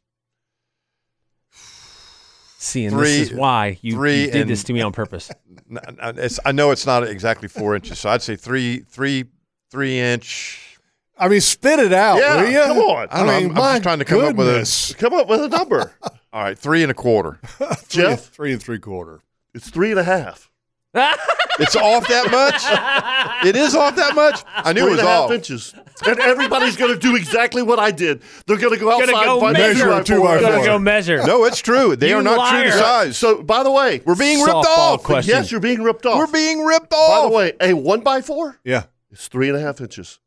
[SPEAKER 4] See, and
[SPEAKER 6] Three-
[SPEAKER 4] this is why you,
[SPEAKER 6] three
[SPEAKER 4] you did
[SPEAKER 6] and-
[SPEAKER 4] this to me on
[SPEAKER 6] (laughs)
[SPEAKER 4] purpose.
[SPEAKER 6] n- n- it's, I know it's not exactly four inches, so I'd say three, three, three inch.
[SPEAKER 5] I mean, spit it out,
[SPEAKER 2] Yeah,
[SPEAKER 5] will you?
[SPEAKER 2] come on.
[SPEAKER 6] I don't know, I'm- I'm just trying to come up with a-
[SPEAKER 2] Come up with
[SPEAKER 4] (laughs)
[SPEAKER 2] a number,
[SPEAKER 6] All right, three and a quarter.
[SPEAKER 5] Jeff.
[SPEAKER 2] Jeff.
[SPEAKER 5] Three and three quarter.
[SPEAKER 2] It's three and a (laughs) half.
[SPEAKER 6] It's off that much. It is off that much. I knew
[SPEAKER 2] Three
[SPEAKER 6] it was
[SPEAKER 2] and a half
[SPEAKER 6] off.
[SPEAKER 2] inches. And everybody's going to do exactly what I did. They're going to go outside
[SPEAKER 4] go
[SPEAKER 2] and find
[SPEAKER 4] measure
[SPEAKER 2] a
[SPEAKER 5] a two-by-four.
[SPEAKER 4] Gotta
[SPEAKER 5] Gotta
[SPEAKER 4] go measure.
[SPEAKER 6] No, it's true. They
[SPEAKER 4] You
[SPEAKER 6] are not true
[SPEAKER 4] liar.
[SPEAKER 6] to size. So
[SPEAKER 2] So, by the way,
[SPEAKER 6] we're being ripped
[SPEAKER 4] Softball
[SPEAKER 6] off.
[SPEAKER 4] question.
[SPEAKER 2] yes, you're being ripped off.
[SPEAKER 6] We're being ripped
[SPEAKER 2] by the
[SPEAKER 6] off.
[SPEAKER 2] way, a one by four
[SPEAKER 5] Yeah.
[SPEAKER 2] is three and a half inches.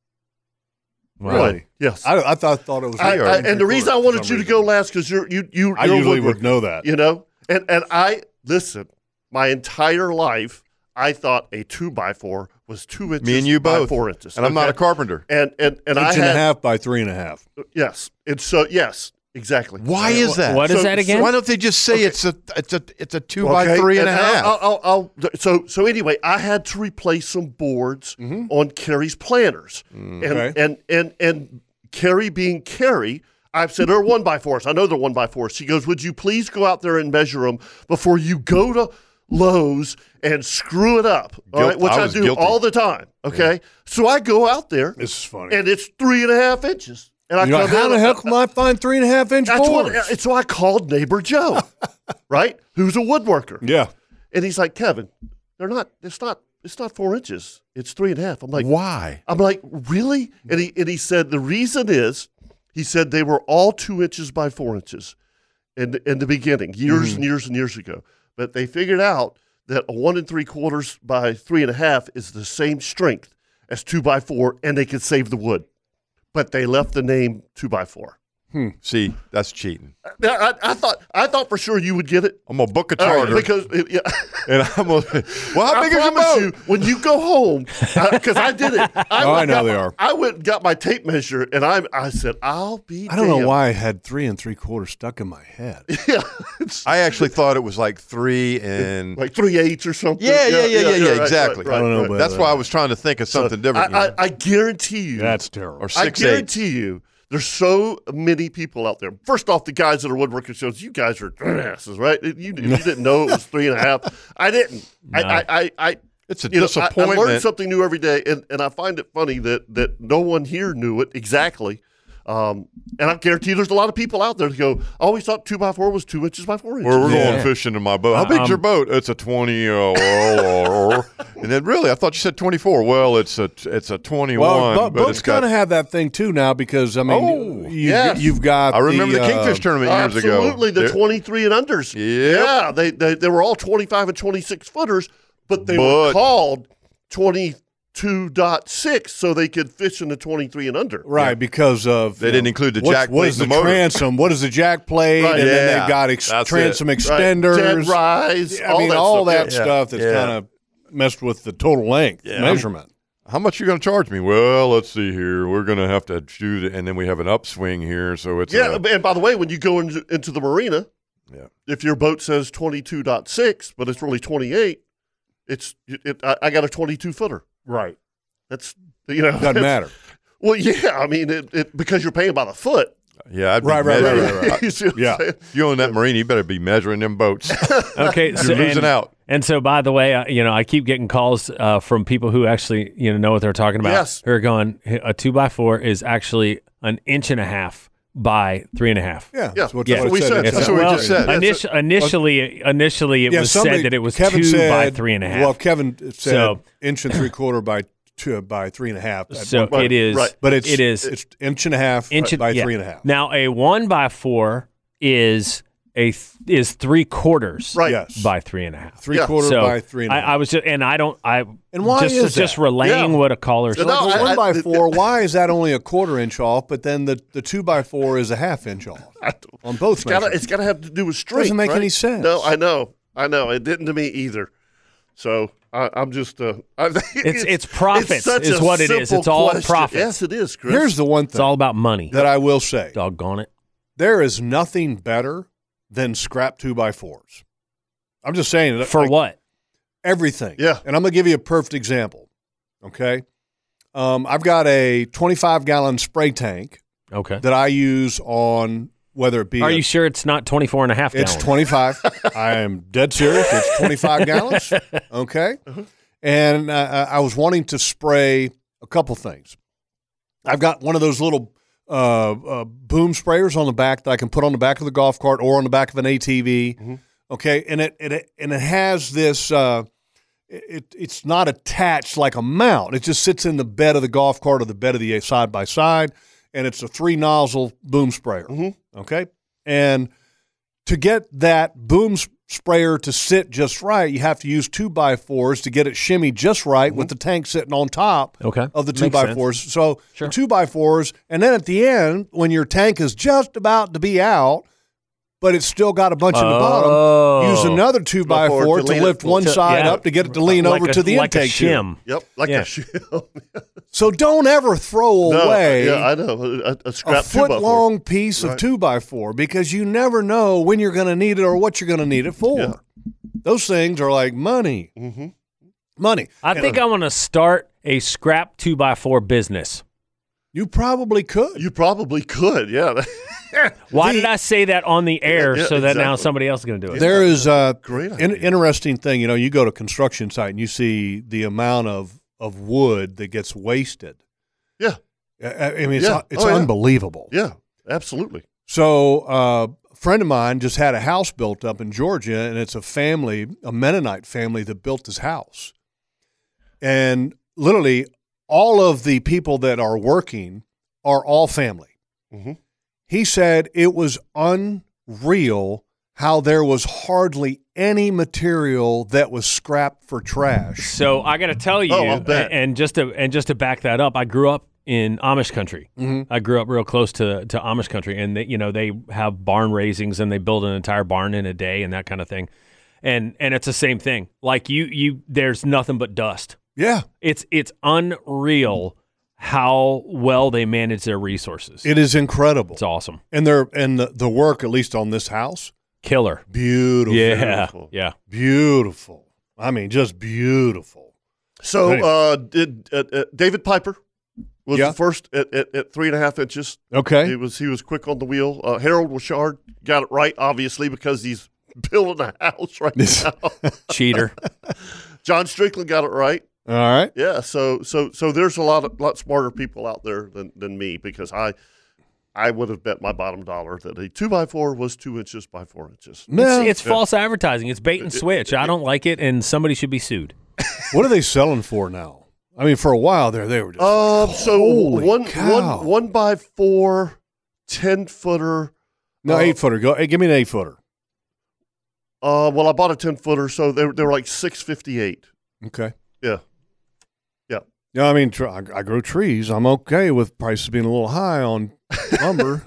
[SPEAKER 5] Really?
[SPEAKER 2] Yes.
[SPEAKER 5] I, I thought thought it was.
[SPEAKER 2] I-
[SPEAKER 5] three
[SPEAKER 2] I-
[SPEAKER 5] and
[SPEAKER 2] and the
[SPEAKER 5] three
[SPEAKER 2] reason I
[SPEAKER 5] quarter for
[SPEAKER 2] wanted
[SPEAKER 5] some
[SPEAKER 2] you to
[SPEAKER 5] reason.
[SPEAKER 2] go last because you're you you
[SPEAKER 5] I
[SPEAKER 2] you're a
[SPEAKER 5] usually
[SPEAKER 2] Woodward,
[SPEAKER 5] would know that.
[SPEAKER 2] You know, and and I listen. My entire life, I thought a two by four was two inches.
[SPEAKER 6] Me and you
[SPEAKER 2] by
[SPEAKER 6] both.
[SPEAKER 2] four inches,
[SPEAKER 6] And I'm not
[SPEAKER 2] okay?
[SPEAKER 6] a carpenter.
[SPEAKER 2] And and and I
[SPEAKER 5] Inch and
[SPEAKER 2] had
[SPEAKER 5] a half by three and a half.
[SPEAKER 2] yes, and so yes, exactly.
[SPEAKER 6] Why is that?
[SPEAKER 4] What is
[SPEAKER 2] So-
[SPEAKER 4] that again?
[SPEAKER 6] Why don't they just say it's a it's a it's a two by
[SPEAKER 2] Okay,
[SPEAKER 6] three and a
[SPEAKER 2] I'll-
[SPEAKER 6] half?
[SPEAKER 2] I'll- I'll- I'll- so so anyway, I had to replace some boards
[SPEAKER 6] Mm-hmm.
[SPEAKER 2] on Kerry's planners,
[SPEAKER 6] Mm,
[SPEAKER 2] and,
[SPEAKER 5] Okay.
[SPEAKER 2] and and and Kerry being Kerry, I've said they're one by fours. I know they're one by fours. She goes, "Would you please go out there and measure them before you go to Lowe's and screw it up?" all
[SPEAKER 6] Guilt-
[SPEAKER 2] right, which
[SPEAKER 6] I
[SPEAKER 2] I,
[SPEAKER 6] was
[SPEAKER 2] do
[SPEAKER 6] guilty.
[SPEAKER 2] all the time. Okay, so I go out there,
[SPEAKER 5] This is funny.
[SPEAKER 2] and it's three and a half inches, and I
[SPEAKER 5] You know,
[SPEAKER 2] come
[SPEAKER 5] how
[SPEAKER 2] in-
[SPEAKER 5] the hell can I find three and a half inch
[SPEAKER 2] That's
[SPEAKER 5] boards?
[SPEAKER 2] what, and so I called
[SPEAKER 5] (laughs)
[SPEAKER 2] neighbor Joe, right? Who's a woodworker.
[SPEAKER 5] yeah.
[SPEAKER 2] And he's like, Kevin, they're not. It's not. It's not four inches. It's three and a half. I'm like,
[SPEAKER 6] Why?
[SPEAKER 2] I'm like, really? And he and he said the reason is, he said they were all two inches by four inches, in in the beginning, years
[SPEAKER 6] Mm-hmm.
[SPEAKER 2] and years and years ago. But they figured out that a one and three quarters by three and a half is the same strength as two by four, and they could save the wood. But they left the name two by four.
[SPEAKER 6] Hmm, See, that's cheating.
[SPEAKER 2] I, I- I thought I thought for sure you would get it
[SPEAKER 6] I'm gonna book a
[SPEAKER 2] All right,
[SPEAKER 6] charter
[SPEAKER 2] because it, yeah. (laughs)
[SPEAKER 6] and (laughs) I'm gonna. Well, how
[SPEAKER 2] I
[SPEAKER 6] big is your
[SPEAKER 2] promise
[SPEAKER 6] boat?
[SPEAKER 2] you, when you go home, because I did it.
[SPEAKER 5] Oh,
[SPEAKER 2] I,
[SPEAKER 5] I
[SPEAKER 2] went and
[SPEAKER 5] know
[SPEAKER 2] got
[SPEAKER 5] they
[SPEAKER 2] my-
[SPEAKER 5] are.
[SPEAKER 2] I went and got my tape measure, and I I said, I'll be.
[SPEAKER 5] I don't know
[SPEAKER 2] damned."
[SPEAKER 5] why I had three and three quarters stuck in my head.
[SPEAKER 2] Yeah, it's
[SPEAKER 6] I actually thought it was like three and.
[SPEAKER 2] like three eighths or something.
[SPEAKER 6] yeah, yeah, yeah, yeah, yeah,
[SPEAKER 2] right, right,
[SPEAKER 6] exactly.
[SPEAKER 2] right,
[SPEAKER 5] I don't know,
[SPEAKER 2] right.
[SPEAKER 5] but-
[SPEAKER 6] That's why I was trying to think of something different.
[SPEAKER 2] I,
[SPEAKER 6] you
[SPEAKER 2] I,
[SPEAKER 6] know,
[SPEAKER 2] I guarantee you.
[SPEAKER 5] terrible.
[SPEAKER 6] or
[SPEAKER 2] I
[SPEAKER 6] six eight.
[SPEAKER 2] guarantee you. There's so many people out there. First off, the guys that are woodworking shows, you guys are asses, right? You,
[SPEAKER 6] (laughs)
[SPEAKER 2] you didn't know it was three and a half. I didn't. I, I, I, I,
[SPEAKER 6] It's a
[SPEAKER 2] you know, I-
[SPEAKER 6] disappointment.
[SPEAKER 2] I, learned something new every day, and, and I find it funny that that no one here knew it exactly. Um, and I guarantee there's a lot of people out there that go, I always thought two by four was two inches by four inches.
[SPEAKER 6] Where we're
[SPEAKER 4] Yeah.
[SPEAKER 6] going fishing in my boat. How big's your boat? It's a twenty. Uh, or- and then really, I thought you said twenty four. Well, it's a it's a twenty one.
[SPEAKER 5] Well, bo-
[SPEAKER 6] but
[SPEAKER 5] boats
[SPEAKER 6] it's got.
[SPEAKER 5] kind of have that thing too now because I mean,
[SPEAKER 6] Oh,
[SPEAKER 5] you,
[SPEAKER 2] yes.
[SPEAKER 5] you've got.
[SPEAKER 6] I remember the,
[SPEAKER 5] uh,
[SPEAKER 6] kingfish tournament years ago.
[SPEAKER 2] Absolutely, the
[SPEAKER 6] There-
[SPEAKER 2] 23 and unders.
[SPEAKER 6] Yep.
[SPEAKER 2] Yeah, they, they they were all 25 and 26 footers, but they
[SPEAKER 6] But-
[SPEAKER 2] were called 22.6 so they could fish in the 23 and under.
[SPEAKER 5] Right, because uh, of
[SPEAKER 6] They
[SPEAKER 5] you
[SPEAKER 6] didn't include the
[SPEAKER 5] what's-
[SPEAKER 6] jack
[SPEAKER 5] What
[SPEAKER 6] plate
[SPEAKER 5] is
[SPEAKER 6] and
[SPEAKER 5] the
[SPEAKER 6] the motor.
[SPEAKER 5] transom? What is the jack plate?
[SPEAKER 2] Right.
[SPEAKER 5] and then
[SPEAKER 6] Yeah,
[SPEAKER 5] they've got ex-
[SPEAKER 6] that's it.
[SPEAKER 5] transom
[SPEAKER 2] Right.
[SPEAKER 5] extenders.
[SPEAKER 2] Dead rise.
[SPEAKER 5] I mean,
[SPEAKER 2] that
[SPEAKER 5] all
[SPEAKER 2] stuff, yeah.
[SPEAKER 5] that stuff that's
[SPEAKER 6] Yeah.
[SPEAKER 5] kind of messed with the total length measurement.
[SPEAKER 6] How much you going to charge me? Well, let's see here. We're going to have to shoot it, and then we have an upswing here, so it's
[SPEAKER 2] Yeah,
[SPEAKER 6] a-
[SPEAKER 2] and by the way, when you go into, into the marina,
[SPEAKER 6] Yeah.
[SPEAKER 2] If your boat says 22.6, but it's really 28, it's it, it- I, I got a 22 footer.
[SPEAKER 5] Right.
[SPEAKER 2] That's you know (laughs)
[SPEAKER 5] Doesn't matter.
[SPEAKER 2] Well, yeah, I mean it, it because you're paying by the foot.
[SPEAKER 6] Yeah, I'd be
[SPEAKER 2] Right, right, right,
[SPEAKER 6] measuring- (laughs)
[SPEAKER 2] right, right. You see what I'm
[SPEAKER 6] yeah,
[SPEAKER 2] saying?
[SPEAKER 6] If you own that marine, you better be measuring them
[SPEAKER 2] (laughs)
[SPEAKER 6] boats.
[SPEAKER 4] Okay,
[SPEAKER 6] you're losing
[SPEAKER 4] and,
[SPEAKER 6] out.
[SPEAKER 4] And so, by the way, I, you know, I keep getting calls uh, from people who actually, you know, know what they're talking about.
[SPEAKER 2] Yes.
[SPEAKER 4] who are going a two by four is actually an inch and a half by three and a half.
[SPEAKER 5] Yeah,
[SPEAKER 2] Yeah,
[SPEAKER 5] that's what,
[SPEAKER 2] that's
[SPEAKER 5] that's
[SPEAKER 2] what we
[SPEAKER 5] it
[SPEAKER 2] said.
[SPEAKER 5] said.
[SPEAKER 6] That's what we
[SPEAKER 4] well,
[SPEAKER 6] just said.
[SPEAKER 4] init- initially, initially, it
[SPEAKER 5] Yeah,
[SPEAKER 4] was
[SPEAKER 5] somebody-
[SPEAKER 4] said that it was
[SPEAKER 5] Kevin
[SPEAKER 4] two
[SPEAKER 5] said,
[SPEAKER 4] by three and a half.
[SPEAKER 5] Well, Kevin said
[SPEAKER 4] So-
[SPEAKER 5] inch and three quarter by two by three and a half. at
[SPEAKER 4] so
[SPEAKER 5] one point.
[SPEAKER 4] it is,
[SPEAKER 2] right.
[SPEAKER 5] but it's
[SPEAKER 4] it is
[SPEAKER 5] it's inch and a half
[SPEAKER 4] inch
[SPEAKER 5] by
[SPEAKER 4] yeah.
[SPEAKER 5] three and a half.
[SPEAKER 4] Now a one by four is a th- is three quarters
[SPEAKER 2] Right.
[SPEAKER 5] Yes,
[SPEAKER 4] by three and a half.
[SPEAKER 5] three
[SPEAKER 2] Yeah.
[SPEAKER 5] quarter
[SPEAKER 4] so
[SPEAKER 5] by three and a half.
[SPEAKER 4] I, I was just, and I don't, I
[SPEAKER 5] And why
[SPEAKER 4] just
[SPEAKER 5] is
[SPEAKER 4] just
[SPEAKER 5] that?
[SPEAKER 4] relaying
[SPEAKER 2] Yeah.
[SPEAKER 4] what a caller said.
[SPEAKER 2] No,
[SPEAKER 5] Like a
[SPEAKER 2] I-
[SPEAKER 5] one
[SPEAKER 2] I-
[SPEAKER 5] by
[SPEAKER 2] th-
[SPEAKER 5] four. why is that only a quarter inch off? But then the, the two by four is a half inch
[SPEAKER 2] (laughs)
[SPEAKER 5] off on both.
[SPEAKER 2] It's gotta
[SPEAKER 5] measures.
[SPEAKER 2] it's gotta have to do with strength.
[SPEAKER 5] Doesn't make
[SPEAKER 2] right?
[SPEAKER 5] any sense.
[SPEAKER 2] No, I know, I know. It didn't to me either. So I, I'm just uh, (laughs) I,
[SPEAKER 4] It's- it's profits
[SPEAKER 2] such
[SPEAKER 4] is
[SPEAKER 2] a
[SPEAKER 4] what it is.
[SPEAKER 2] simple
[SPEAKER 4] It's all
[SPEAKER 2] question.
[SPEAKER 4] profits.
[SPEAKER 2] Yes, it is. Chris.
[SPEAKER 5] Here's the one
[SPEAKER 4] It's
[SPEAKER 5] thing
[SPEAKER 4] all about money.
[SPEAKER 5] that I will say:
[SPEAKER 4] Doggone it.
[SPEAKER 5] there is nothing better than scrap two by fours. I'm just saying
[SPEAKER 4] For
[SPEAKER 5] like,
[SPEAKER 4] what?
[SPEAKER 5] everything.
[SPEAKER 2] Yeah.
[SPEAKER 5] And I'm gonna give you a perfect example. Okay, um, I've got a 25 gallon spray tank
[SPEAKER 4] Okay.
[SPEAKER 5] that I use on whether it be
[SPEAKER 4] Are
[SPEAKER 5] a-
[SPEAKER 4] you sure it's not 24 and a half
[SPEAKER 5] It's
[SPEAKER 4] gallons?
[SPEAKER 5] 25. (laughs) I am dead serious. It's 25 gallons. Okay. And uh, I was wanting to spray a couple things. I've got one of those little uh, uh, boom sprayers on the back that I can put on the back of the golf cart or on the back of an ATV. Okay. And it, it, and it has this, uh, it, it's not attached like a mount. It just sits in the bed of the golf cart or the bed of the side by side. And it's a three nozzle boom sprayer.
[SPEAKER 4] Mm-hmm.
[SPEAKER 5] Okay. And to get that boom s- sprayer to sit just right, you have to use two by fours to get it shimmy just right with the tank sitting on top
[SPEAKER 4] Mm-hmm. Okay.
[SPEAKER 5] of the two
[SPEAKER 4] Makes
[SPEAKER 5] by
[SPEAKER 4] sense.
[SPEAKER 5] fours. So
[SPEAKER 4] Sure.
[SPEAKER 5] the two by fours, and then at the end, when your tank is just about to be out, but it's still got a bunch in the
[SPEAKER 4] Oh.
[SPEAKER 5] bottom, use another two by
[SPEAKER 2] forward
[SPEAKER 5] four
[SPEAKER 2] to
[SPEAKER 5] to,
[SPEAKER 2] lean it
[SPEAKER 5] lift one
[SPEAKER 4] To-
[SPEAKER 5] side
[SPEAKER 4] yeah.
[SPEAKER 5] up to get it to lean
[SPEAKER 4] Like
[SPEAKER 5] over
[SPEAKER 4] a-
[SPEAKER 5] to the
[SPEAKER 4] like
[SPEAKER 5] intake
[SPEAKER 4] a
[SPEAKER 5] tube.
[SPEAKER 4] shim.
[SPEAKER 2] yep, like
[SPEAKER 4] Yeah.
[SPEAKER 2] a shield.
[SPEAKER 5] So don't ever throw
[SPEAKER 2] No,
[SPEAKER 5] away
[SPEAKER 2] yeah, I know. A, a
[SPEAKER 5] a
[SPEAKER 2] scrap two
[SPEAKER 5] foot
[SPEAKER 2] by four.
[SPEAKER 5] long piece of
[SPEAKER 2] Right.
[SPEAKER 5] two by four because you never know when you're going to need it or what you're going to need it for.
[SPEAKER 2] Yeah.
[SPEAKER 5] Those things are like money. Mm-hmm. Money.
[SPEAKER 4] I think I want to start a scrap two by four business.
[SPEAKER 5] You probably could.
[SPEAKER 2] You probably could. Yeah. (laughs)
[SPEAKER 4] Why
[SPEAKER 5] The-
[SPEAKER 4] did I say that on the air
[SPEAKER 2] Yeah, yeah,
[SPEAKER 4] so that now
[SPEAKER 2] exactly.
[SPEAKER 4] somebody else is going to do it?
[SPEAKER 5] There is a
[SPEAKER 2] Great idea.
[SPEAKER 5] in, interesting thing. You know, you go to a construction site and you see the amount of, of wood that gets wasted.
[SPEAKER 2] yeah.
[SPEAKER 5] I- I, I mean, it's,
[SPEAKER 2] Yeah.
[SPEAKER 5] it's
[SPEAKER 2] Oh, yeah.
[SPEAKER 5] unbelievable.
[SPEAKER 2] Yeah. Absolutely.
[SPEAKER 5] So, uh, a friend of mine just had a house built up in Georgia, and it's a family, a Mennonite family, that built this house. And literally, all of the people that are working are all family.
[SPEAKER 2] Mhm.
[SPEAKER 5] He said it was unreal how there was hardly any material that was scrapped for trash.
[SPEAKER 4] So I got to tell you,
[SPEAKER 2] Oh, I'll bet.
[SPEAKER 4] a- and just to and just to back that up, I grew up in Amish country.
[SPEAKER 5] Mm-hmm.
[SPEAKER 4] I grew up real close to to Amish country, and they, you know they have barn raisings and they build an entire barn in a day and that kind of thing, and and it's the same thing. Like you you there's nothing but dust.
[SPEAKER 5] Yeah,
[SPEAKER 4] It's it's unreal how well they manage their resources.
[SPEAKER 5] it is incredible.
[SPEAKER 4] it's awesome,
[SPEAKER 5] And they and the, the work, at least on this house,
[SPEAKER 4] killer.
[SPEAKER 5] beautiful.
[SPEAKER 4] Yeah, yeah.
[SPEAKER 5] Beautiful. I mean, just beautiful.
[SPEAKER 2] So,
[SPEAKER 5] Right.
[SPEAKER 2] uh, did uh, uh, David Piper was
[SPEAKER 5] Yeah.
[SPEAKER 2] the first at, at, at three and a half inches.
[SPEAKER 5] Okay.
[SPEAKER 2] He was he was quick on the wheel. Uh, Harold Wishard got it right, obviously, because he's (laughs) building a house
[SPEAKER 5] (laughs)
[SPEAKER 2] right now.
[SPEAKER 4] Cheater.
[SPEAKER 2] (laughs) John Strickland got it right.
[SPEAKER 5] All right.
[SPEAKER 2] Yeah, so so so there's a lot of lot smarter people out there than, than me because I I would have bet my bottom dollar that a two by four was two inches by four inches.
[SPEAKER 5] Man,
[SPEAKER 4] It's, it's false advertising. It's bait and switch. I don't like it, and somebody should be sued.
[SPEAKER 5] what are they selling for now? I mean, for a while there, they were just.
[SPEAKER 2] Um, so
[SPEAKER 5] Holy
[SPEAKER 2] one
[SPEAKER 5] cow.
[SPEAKER 2] one- one by four, ten footer.
[SPEAKER 5] no,
[SPEAKER 2] uh,
[SPEAKER 5] eight footer. Go. Hey, give me an eight footer.
[SPEAKER 2] Uh, well, I bought a ten footer, so they were- they were like six fifty eight.
[SPEAKER 5] Okay.
[SPEAKER 2] Yeah,
[SPEAKER 5] No, I mean, tr- I, I grow trees. I'm okay with prices being a little high on
[SPEAKER 2] (laughs)
[SPEAKER 5] lumber.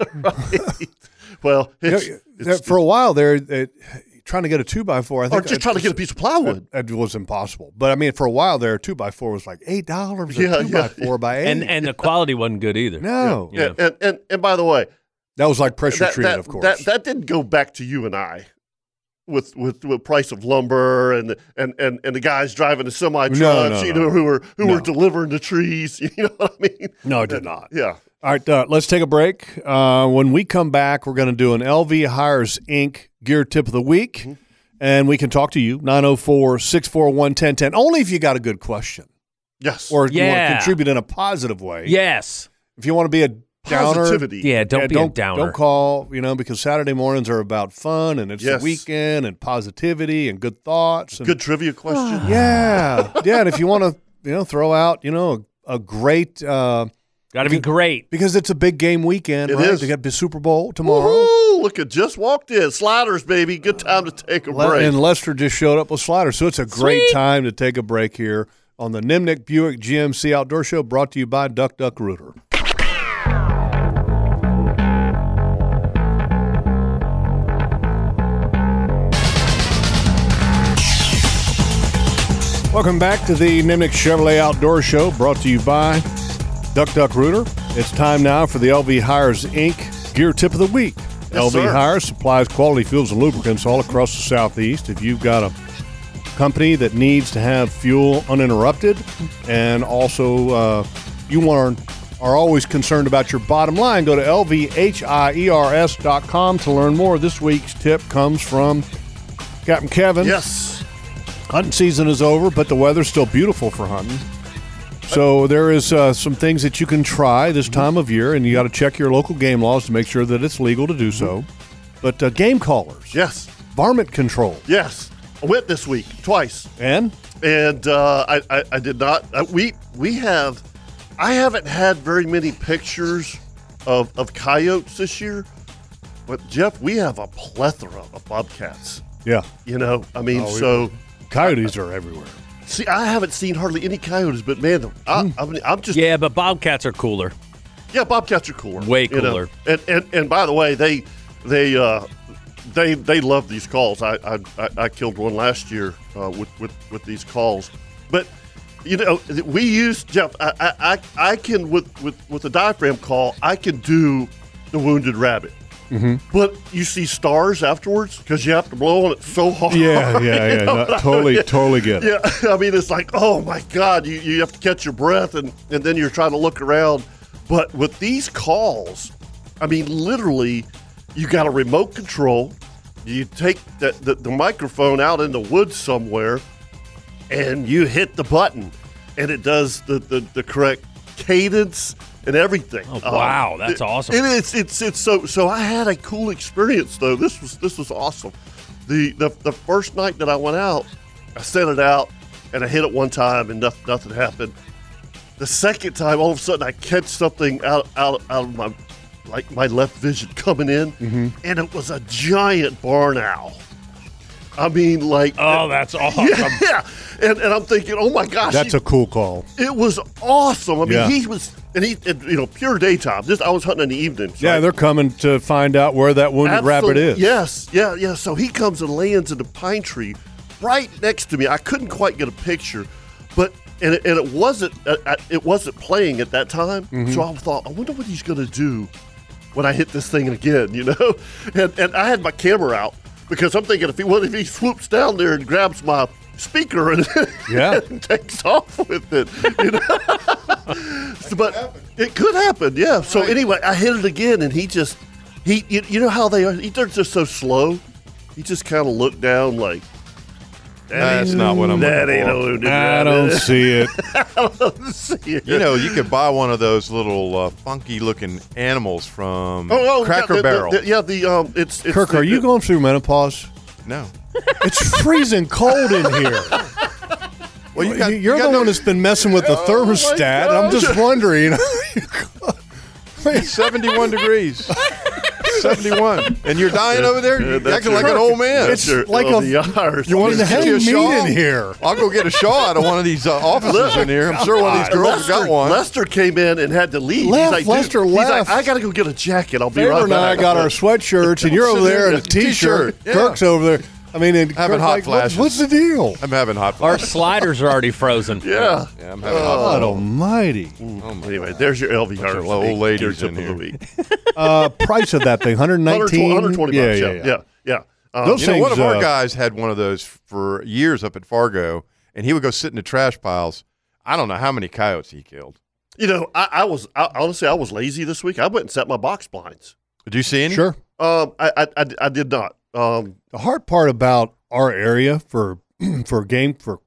[SPEAKER 2] well,
[SPEAKER 5] You know,
[SPEAKER 2] it's,
[SPEAKER 5] there-
[SPEAKER 2] it's,
[SPEAKER 5] for a while there, it, trying to get a two by four, I
[SPEAKER 2] or
[SPEAKER 5] think.
[SPEAKER 2] just trying to get a piece of plywood.
[SPEAKER 5] That was impossible. But I mean, for a while there, two by four was like eight dollars.
[SPEAKER 2] Yeah,
[SPEAKER 5] Yeah, two
[SPEAKER 2] yeah.
[SPEAKER 5] by four by eight.
[SPEAKER 4] And and the quality wasn't good either.
[SPEAKER 5] no,
[SPEAKER 4] Yeah.
[SPEAKER 2] And, and and by the way,
[SPEAKER 5] that was like pressure
[SPEAKER 2] that,
[SPEAKER 5] treated,
[SPEAKER 2] that,
[SPEAKER 5] of course.
[SPEAKER 2] that that didn't go back to you and I. with with the price of lumber and and and, and the guys driving the semi trucks,
[SPEAKER 5] no,
[SPEAKER 2] you
[SPEAKER 5] no.
[SPEAKER 2] know, who were who
[SPEAKER 5] No.
[SPEAKER 2] were delivering the trees. (laughs) You know what I mean?
[SPEAKER 5] No, it did not.
[SPEAKER 2] Yeah.
[SPEAKER 5] All right, uh, let's take a break. Uh, when we come back, we're going to do an LV Hires Inc. gear tip of the week,
[SPEAKER 2] Mm-hmm.
[SPEAKER 5] and we can talk to you 904 641 1010. Only if you got a good question.
[SPEAKER 2] Yes.
[SPEAKER 5] Or if you want to
[SPEAKER 4] Yeah.
[SPEAKER 5] contribute in a positive way.
[SPEAKER 4] Yes.
[SPEAKER 5] If you want to be a downer,
[SPEAKER 2] Positivity.
[SPEAKER 4] Yeah, don't
[SPEAKER 5] yeah,
[SPEAKER 4] be
[SPEAKER 5] don't,
[SPEAKER 4] a downer.
[SPEAKER 5] Don't call, you know, because Saturday mornings are about fun and it's
[SPEAKER 2] Yes.
[SPEAKER 5] the weekend and positivity and good thoughts. And,
[SPEAKER 2] Good trivia (sighs) question.
[SPEAKER 5] Yeah. yeah. And if you want to, you know, throw out, you know, a, a great, uh,
[SPEAKER 4] Got to be great.
[SPEAKER 5] because it's a big game weekend.
[SPEAKER 2] It
[SPEAKER 5] right?
[SPEAKER 2] is.
[SPEAKER 5] They got the Super Bowl tomorrow.
[SPEAKER 2] Woo! Look at just walked in sliders, baby. Good time to take a
[SPEAKER 5] Le-
[SPEAKER 2] break.
[SPEAKER 5] And Lester just showed up with sliders. So it's a great time to take a break here on the Nimnik Buick GMC Outdoor Show brought to you by Duck Duck Rooter. Welcome back to the Nimnik Chevrolet Outdoor Show brought to you by Duck Duck Rooter. It's time now for the LV Hires Inc. Gear Tip of the Week. LV
[SPEAKER 2] sir.
[SPEAKER 5] Hires supplies quality fuels and lubricants all across the Southeast. If you've got a company that needs to have fuel uninterrupted, and also uh, you are, are always concerned about your bottom line, go to E lvhires.com to learn more. This week's tip comes from Captain Kevin.
[SPEAKER 2] yes.
[SPEAKER 5] Hunting season is over, but the weather's still beautiful for hunting. So there is uh, some things that you can try this
[SPEAKER 2] Mm-hmm.
[SPEAKER 5] time of year, and you got to check your local game laws to make sure that it's legal to do so. But uh, game callers,
[SPEAKER 2] Mm-hmm. Yes.
[SPEAKER 5] varmint control,
[SPEAKER 2] Yes. I went this week twice.
[SPEAKER 5] and
[SPEAKER 2] and uh, I, I, I did not. I, we we have, I haven't had very many pictures of of coyotes this year, but Jeff, we have a plethora of bobcats.
[SPEAKER 5] yeah,
[SPEAKER 2] You know, I mean,
[SPEAKER 5] Oh, we-
[SPEAKER 2] so
[SPEAKER 5] coyotes are everywhere.
[SPEAKER 2] see, I haven't seen hardly any coyotes, but man, the- I,
[SPEAKER 5] Hmm.
[SPEAKER 2] I mean, I'm just yeah.
[SPEAKER 4] Yeah, but bobcats are cooler.
[SPEAKER 2] bobcats are cooler,
[SPEAKER 4] Way
[SPEAKER 2] you know.
[SPEAKER 4] cooler.
[SPEAKER 2] And, and and by the way, they they uh, they they love these calls. I I, I- I killed one last year uh, with, with with these calls, but you know we use Jeff. I I, I, I can with, with with a diaphragm call. I can do the wounded rabbit.
[SPEAKER 5] Mm-hmm.
[SPEAKER 2] But you see stars afterwards because you have to blow on it so (laughs) hard.
[SPEAKER 5] Yeah, yeah,
[SPEAKER 2] (laughs) You
[SPEAKER 5] yeah.
[SPEAKER 2] know
[SPEAKER 5] no,
[SPEAKER 2] what I
[SPEAKER 5] totally,
[SPEAKER 2] mean?
[SPEAKER 5] totally get it.
[SPEAKER 2] Yeah, (laughs) I mean, it's like, oh my God, you, you have to catch your breath and, and then you're trying to look around. But with these calls, I mean, literally, you got a remote control. You take the, the, the microphone out in the woods somewhere and you hit the button and it does the, the, the correct cadence and everything. Um,
[SPEAKER 4] Oh, wow, that's
[SPEAKER 2] it-
[SPEAKER 4] awesome.
[SPEAKER 2] It is it's it's so so I had a cool experience though. This was this was awesome. The the, the first night that I went out, I set it out and I hit it one time and nothing, nothing happened. The second time, all of a sudden, I catch something out out, out of my like my left vision coming in,
[SPEAKER 4] Mm-hmm.
[SPEAKER 2] and it was a giant barn owl. I mean, like
[SPEAKER 4] Oh, that's awesome.
[SPEAKER 2] (laughs) yeah, and, and I'm thinking, oh my gosh,
[SPEAKER 5] That's
[SPEAKER 2] he-
[SPEAKER 5] a cool call.
[SPEAKER 2] it was awesome. I mean,
[SPEAKER 5] Yeah.
[SPEAKER 2] he was, and he, and, you know, pure daytime. This I was hunting in the evenings.
[SPEAKER 5] Yeah,
[SPEAKER 2] right?
[SPEAKER 5] they're coming to find out where that wounded
[SPEAKER 2] Absol-
[SPEAKER 5] rabbit is.
[SPEAKER 2] Yes, yeah, yeah. So he comes and lands in the pine tree right next to me. I couldn't quite get a picture, but and it, and it wasn't uh, uh, it wasn't playing at that time.
[SPEAKER 5] Mm-hmm.
[SPEAKER 2] So I thought, I wonder what he's going to do when I hit this thing again, you know? (laughs) And and I had my camera out because I'm thinking if he what if he swoops down there and grabs my speaker and, (laughs)
[SPEAKER 5] Yeah.
[SPEAKER 2] and takes off with it, you know? So, but it could happen, yeah. So anyway, I hit it again, and he just he you, you know how they are. He, they're just so slow. He just kind of looked down like
[SPEAKER 6] That's not what I'm
[SPEAKER 2] that
[SPEAKER 6] looking
[SPEAKER 2] ain't
[SPEAKER 6] for.
[SPEAKER 2] no wounded
[SPEAKER 5] I
[SPEAKER 2] (laughs)
[SPEAKER 5] don't
[SPEAKER 2] rabbit."
[SPEAKER 5] see it.
[SPEAKER 2] See it.
[SPEAKER 6] You know, you could buy one of those little uh, funky-looking animals from
[SPEAKER 2] Oh, oh,
[SPEAKER 6] Cracker
[SPEAKER 2] yeah, the-
[SPEAKER 6] Barrel.
[SPEAKER 2] The, the, yeah, the um, it's, it's
[SPEAKER 5] Kirk,
[SPEAKER 2] the-
[SPEAKER 5] are you going through menopause?
[SPEAKER 6] no,
[SPEAKER 5] It's freezing cold in here.
[SPEAKER 6] well,
[SPEAKER 5] Well, you- You're the Oh one that's been messing with the thermostat. I'm just wondering. (laughs)
[SPEAKER 6] seventy-one degrees. Seventy-one, and you're dying over there.
[SPEAKER 2] Yeah,
[SPEAKER 6] You're
[SPEAKER 2] that's
[SPEAKER 6] acting
[SPEAKER 2] your-
[SPEAKER 6] like an old man.
[SPEAKER 2] that's your
[SPEAKER 5] like a-
[SPEAKER 2] (laughs) LDRs.
[SPEAKER 5] you want to
[SPEAKER 6] Get
[SPEAKER 5] hang
[SPEAKER 6] you a
[SPEAKER 5] meat
[SPEAKER 6] shawl?
[SPEAKER 5] in here.
[SPEAKER 6] I'll go get a shawl out of one of
[SPEAKER 2] (laughs)
[SPEAKER 6] these uh, offices in here. I'm sure one of these girls has
[SPEAKER 2] Lester,
[SPEAKER 6] got one.
[SPEAKER 2] Lester came in and had to leave.
[SPEAKER 5] Left,
[SPEAKER 2] he's like, dude-
[SPEAKER 5] Lester
[SPEAKER 2] he's like,
[SPEAKER 5] left.
[SPEAKER 2] I gotta go get a jacket. I'll be
[SPEAKER 5] Faber
[SPEAKER 2] right
[SPEAKER 5] and I
[SPEAKER 2] back.
[SPEAKER 5] got our sweatshirts, and you're over there in a t-shirt.
[SPEAKER 6] T-shirt, yeah.
[SPEAKER 5] Kirk's over there. I mean, and
[SPEAKER 6] Having
[SPEAKER 5] Kirk's
[SPEAKER 6] hot
[SPEAKER 5] like, what-
[SPEAKER 6] flashes.
[SPEAKER 5] What's the deal?
[SPEAKER 6] I'm having hot
[SPEAKER 4] Our
[SPEAKER 6] flashes.
[SPEAKER 4] sliders are already frozen.
[SPEAKER 2] yeah.
[SPEAKER 6] Yeah, I'm having hot
[SPEAKER 5] God
[SPEAKER 6] flashes. oh
[SPEAKER 5] almighty.
[SPEAKER 2] Anyway, there's your LVR.
[SPEAKER 6] Bunch of old ladies in
[SPEAKER 2] of the
[SPEAKER 6] here.
[SPEAKER 2] week.
[SPEAKER 5] Uh, price of that thing, 119? (laughs)
[SPEAKER 2] 120 bucks. Yeah, yeah, yeah.
[SPEAKER 6] Um,
[SPEAKER 5] Those
[SPEAKER 6] you know, one
[SPEAKER 5] things,
[SPEAKER 6] of our
[SPEAKER 5] uh,
[SPEAKER 6] guys had one of those for years up at Fargo, and he would go sit in the trash piles. I don't know how many coyotes he killed.
[SPEAKER 2] You know, I, I was I, honestly I was lazy this week. I went and set my box blinds.
[SPEAKER 6] Did you see any?
[SPEAKER 5] Sure.
[SPEAKER 2] Um, I I, I, I did not. Um,
[SPEAKER 5] The hard part about our area for (clears throat) for game for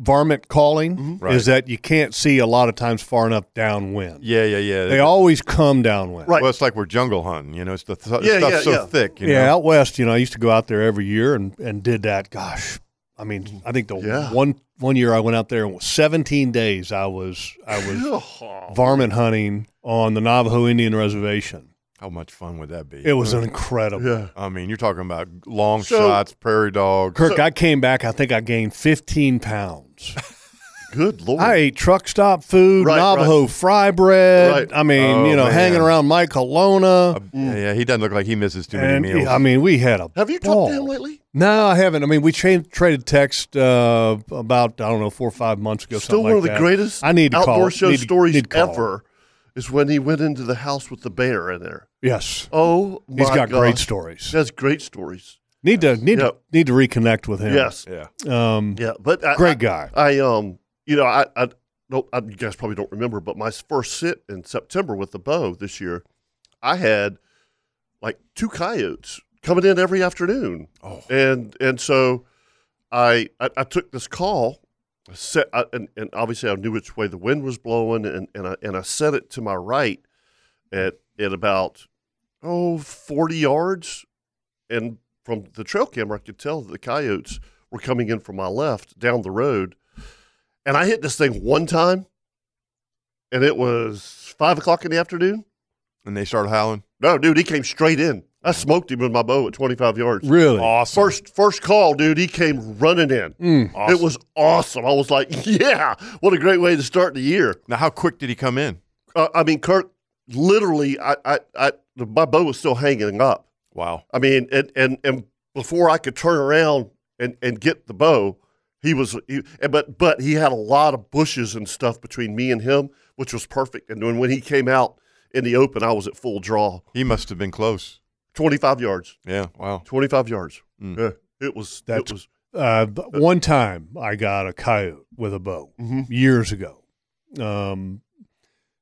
[SPEAKER 5] varmint calling
[SPEAKER 2] Mm-hmm.
[SPEAKER 6] Right.
[SPEAKER 5] is that you can't see a lot of times far enough downwind.
[SPEAKER 6] Yeah, yeah, yeah.
[SPEAKER 5] They always come downwind.
[SPEAKER 2] right.
[SPEAKER 6] Well, it's like we're jungle hunting. You know, it's the, th-
[SPEAKER 2] Yeah,
[SPEAKER 6] stuff's
[SPEAKER 2] yeah,
[SPEAKER 6] so
[SPEAKER 2] yeah.
[SPEAKER 6] thick. You
[SPEAKER 5] yeah,
[SPEAKER 6] know?
[SPEAKER 5] out west, you know, I used to go out there every year and, and did that. Gosh, I mean, I think the
[SPEAKER 2] Yeah.
[SPEAKER 5] one one year I went out there and was 17 days I was I was
[SPEAKER 2] (laughs)
[SPEAKER 5] varmint hunting on the Navajo Indian Reservation.
[SPEAKER 6] How much fun would that be?
[SPEAKER 5] It was incredible.
[SPEAKER 2] yeah.
[SPEAKER 6] I mean, you're talking about long
[SPEAKER 2] So-
[SPEAKER 6] shots, prairie dog.
[SPEAKER 5] Kirk, I came back. I think I gained 15 pounds.
[SPEAKER 2] (laughs) Good lord.
[SPEAKER 5] I ate truck stop food,
[SPEAKER 2] Right,
[SPEAKER 5] Navajo fry bread.
[SPEAKER 2] Right.
[SPEAKER 5] I mean,
[SPEAKER 6] Oh,
[SPEAKER 5] you know,
[SPEAKER 6] man.
[SPEAKER 5] hanging around Mike Colonna.
[SPEAKER 6] yeah, yeah, he doesn't look like he misses too
[SPEAKER 5] Mm. And
[SPEAKER 6] many meals.
[SPEAKER 5] I mean, we had a
[SPEAKER 2] Have you
[SPEAKER 5] ball.
[SPEAKER 2] talked to him lately?
[SPEAKER 5] No, I haven't. I mean, we tra- traded text uh, about I don't know four or five months ago.
[SPEAKER 2] Still
[SPEAKER 5] something
[SPEAKER 2] one
[SPEAKER 5] like
[SPEAKER 2] of the
[SPEAKER 5] that.
[SPEAKER 2] greatest
[SPEAKER 5] I need to
[SPEAKER 2] outdoor
[SPEAKER 5] call.
[SPEAKER 2] show
[SPEAKER 5] Need to-
[SPEAKER 2] stories
[SPEAKER 5] need to call.
[SPEAKER 2] ever is when he went into the house with the bear in there.
[SPEAKER 5] Yes,
[SPEAKER 2] Oh my
[SPEAKER 5] he's got great
[SPEAKER 2] gosh.
[SPEAKER 5] stories.
[SPEAKER 2] He has great stories.
[SPEAKER 5] Need to need
[SPEAKER 2] Yep.
[SPEAKER 5] to need to reconnect with him.
[SPEAKER 2] Yes.
[SPEAKER 6] yeah.
[SPEAKER 5] um,
[SPEAKER 2] Yeah. But I,
[SPEAKER 5] great guy.
[SPEAKER 2] I um, you know, I I don't. I, you guys probably don't remember, but my first sit in September with the bow this year, I had like two coyotes coming in every afternoon,
[SPEAKER 6] Oh.
[SPEAKER 2] and and so I I, I took this call, I set I, and and obviously I knew which way the wind was blowing, and and I and I set it to my right at at about oh 40 yards and from the trail camera i could tell that the coyotes were coming in from my left down the road and i hit this thing one time and it was five o'clock in the afternoon
[SPEAKER 6] And they started howling.
[SPEAKER 2] no dude he came straight in i smoked him with my bow at 25 yards
[SPEAKER 5] Really,
[SPEAKER 6] Awesome.
[SPEAKER 2] first first call dude he came running in
[SPEAKER 5] Mm.
[SPEAKER 2] it was awesome i was like (laughs) yeah what a great way to start the year
[SPEAKER 6] Now, how quick did he come in?
[SPEAKER 2] uh, i mean kirk literally I, I i my bow was still hanging up
[SPEAKER 6] Wow.
[SPEAKER 2] I mean, and and and before I could turn around and and get the bow, he was. He, and- but but he had a lot of bushes and stuff between me and him, which was perfect. And when when he came out in the open, I was at full draw,
[SPEAKER 6] He must have been close.
[SPEAKER 2] twenty five yards,
[SPEAKER 6] Yeah. Wow.
[SPEAKER 2] twenty five yards.
[SPEAKER 6] Mm.
[SPEAKER 2] Yeah, it was.
[SPEAKER 5] That's-
[SPEAKER 2] it was.
[SPEAKER 5] uh, b- one time I got a coyote with a bow
[SPEAKER 2] Mhm.
[SPEAKER 5] years ago. Um,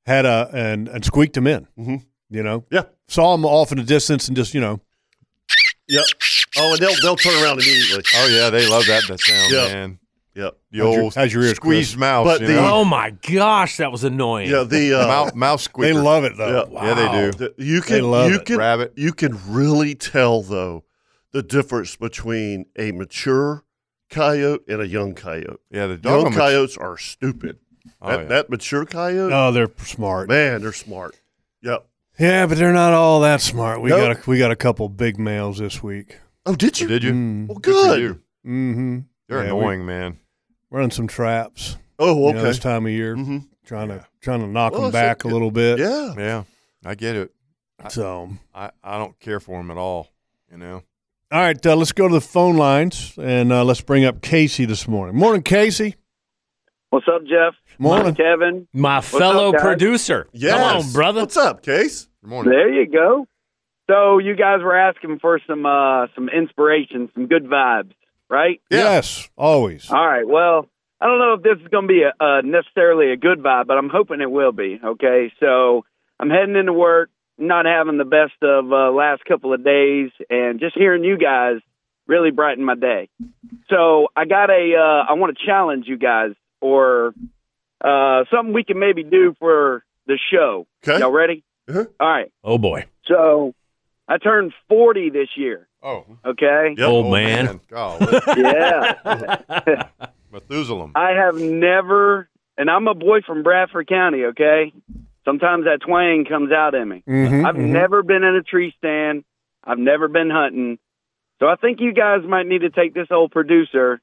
[SPEAKER 5] had a and and squeaked him in.
[SPEAKER 2] Mhm.
[SPEAKER 5] You know,
[SPEAKER 2] Yeah,
[SPEAKER 5] saw him off in the distance and just you know
[SPEAKER 2] yeah. Oh, and they'll they'll turn around immediately.
[SPEAKER 6] Oh yeah, they love that that sound,
[SPEAKER 2] Yeah.
[SPEAKER 6] man.
[SPEAKER 2] Yeah,
[SPEAKER 5] How's
[SPEAKER 6] The
[SPEAKER 5] your-
[SPEAKER 6] old
[SPEAKER 5] how's your ears,
[SPEAKER 6] squeezed mouse.
[SPEAKER 2] But
[SPEAKER 6] you
[SPEAKER 2] the-
[SPEAKER 6] know?
[SPEAKER 4] Oh my gosh, that was annoying.
[SPEAKER 2] yeah. The
[SPEAKER 6] The
[SPEAKER 2] uh,
[SPEAKER 6] mou- mouse squeaker.
[SPEAKER 5] they love it though.
[SPEAKER 2] Yeah.
[SPEAKER 6] Yeah, they do.
[SPEAKER 2] The- you
[SPEAKER 5] They
[SPEAKER 2] can
[SPEAKER 5] love
[SPEAKER 2] you
[SPEAKER 5] it.
[SPEAKER 2] can
[SPEAKER 6] Rabbit.
[SPEAKER 2] you can really tell though the difference between a mature coyote and a young coyote.
[SPEAKER 6] Yeah, the dog.
[SPEAKER 2] Young coyotes are stupid.
[SPEAKER 6] Oh,
[SPEAKER 2] that,
[SPEAKER 6] yeah.
[SPEAKER 2] that mature coyote,
[SPEAKER 5] Oh, they're smart.
[SPEAKER 2] man, they're smart. Yep.
[SPEAKER 5] Yeah, but they're not all that smart. We
[SPEAKER 2] Nope.
[SPEAKER 5] got a, we got a couple big males this week.
[SPEAKER 2] Oh, did you?
[SPEAKER 6] Did you?
[SPEAKER 5] Mm.
[SPEAKER 2] Well,
[SPEAKER 6] for
[SPEAKER 2] good.
[SPEAKER 6] you.
[SPEAKER 5] Mm-hmm.
[SPEAKER 6] They're
[SPEAKER 5] Yeah, we-
[SPEAKER 6] annoying, man.
[SPEAKER 5] Running some traps.
[SPEAKER 2] Oh,
[SPEAKER 5] you
[SPEAKER 2] okay.
[SPEAKER 5] know, this time of year,
[SPEAKER 2] Mhm.
[SPEAKER 5] trying to trying to knock
[SPEAKER 2] Well,
[SPEAKER 5] them
[SPEAKER 2] that's
[SPEAKER 5] back
[SPEAKER 2] it.
[SPEAKER 5] a little bit.
[SPEAKER 2] Yeah. um,
[SPEAKER 6] Yeah, I get it. I-
[SPEAKER 5] So,
[SPEAKER 6] I, I don't care for them at all. You know.
[SPEAKER 5] all right, uh, let's go to the phone lines and uh, let's bring up Casey this morning. Morning, Casey.
[SPEAKER 7] What's up, Jeff?
[SPEAKER 5] Morning.
[SPEAKER 7] Kevin.
[SPEAKER 4] My fellow
[SPEAKER 7] guys?
[SPEAKER 4] producer. Come on,
[SPEAKER 2] Yes.
[SPEAKER 4] brother.
[SPEAKER 2] What's up, Case?
[SPEAKER 6] Good morning.
[SPEAKER 7] There you go. So you guys were asking for some uh, some inspiration, some good vibes, right?
[SPEAKER 5] Yes, always.
[SPEAKER 7] All right. Well, I don't know if this is going to be a, uh necessarily a good vibe, but I'm hoping it will be. Okay. So I'm heading into work, not having the best of uh, last couple of days, and just hearing you guys really brightened my day. So I got a. Uh, I want to challenge you guys, or uh, something we can maybe do for the show.
[SPEAKER 2] Okay.
[SPEAKER 7] Y'all ready?
[SPEAKER 2] Uh-huh.
[SPEAKER 7] All right.
[SPEAKER 4] Oh boy.
[SPEAKER 7] So I turned 40 this year.
[SPEAKER 6] Oh,
[SPEAKER 7] Okay.
[SPEAKER 6] yep,
[SPEAKER 4] Old man.
[SPEAKER 6] Golly.
[SPEAKER 7] (laughs) Yeah.
[SPEAKER 4] (laughs)
[SPEAKER 6] Methuselah.
[SPEAKER 7] I have never, and I'm a boy from Bradford County, okay? Sometimes that twang comes out in me.
[SPEAKER 5] Mhm,
[SPEAKER 7] I've
[SPEAKER 5] mhm.
[SPEAKER 7] never been in a tree stand, I've never been hunting. So I think you guys might need to take this old producer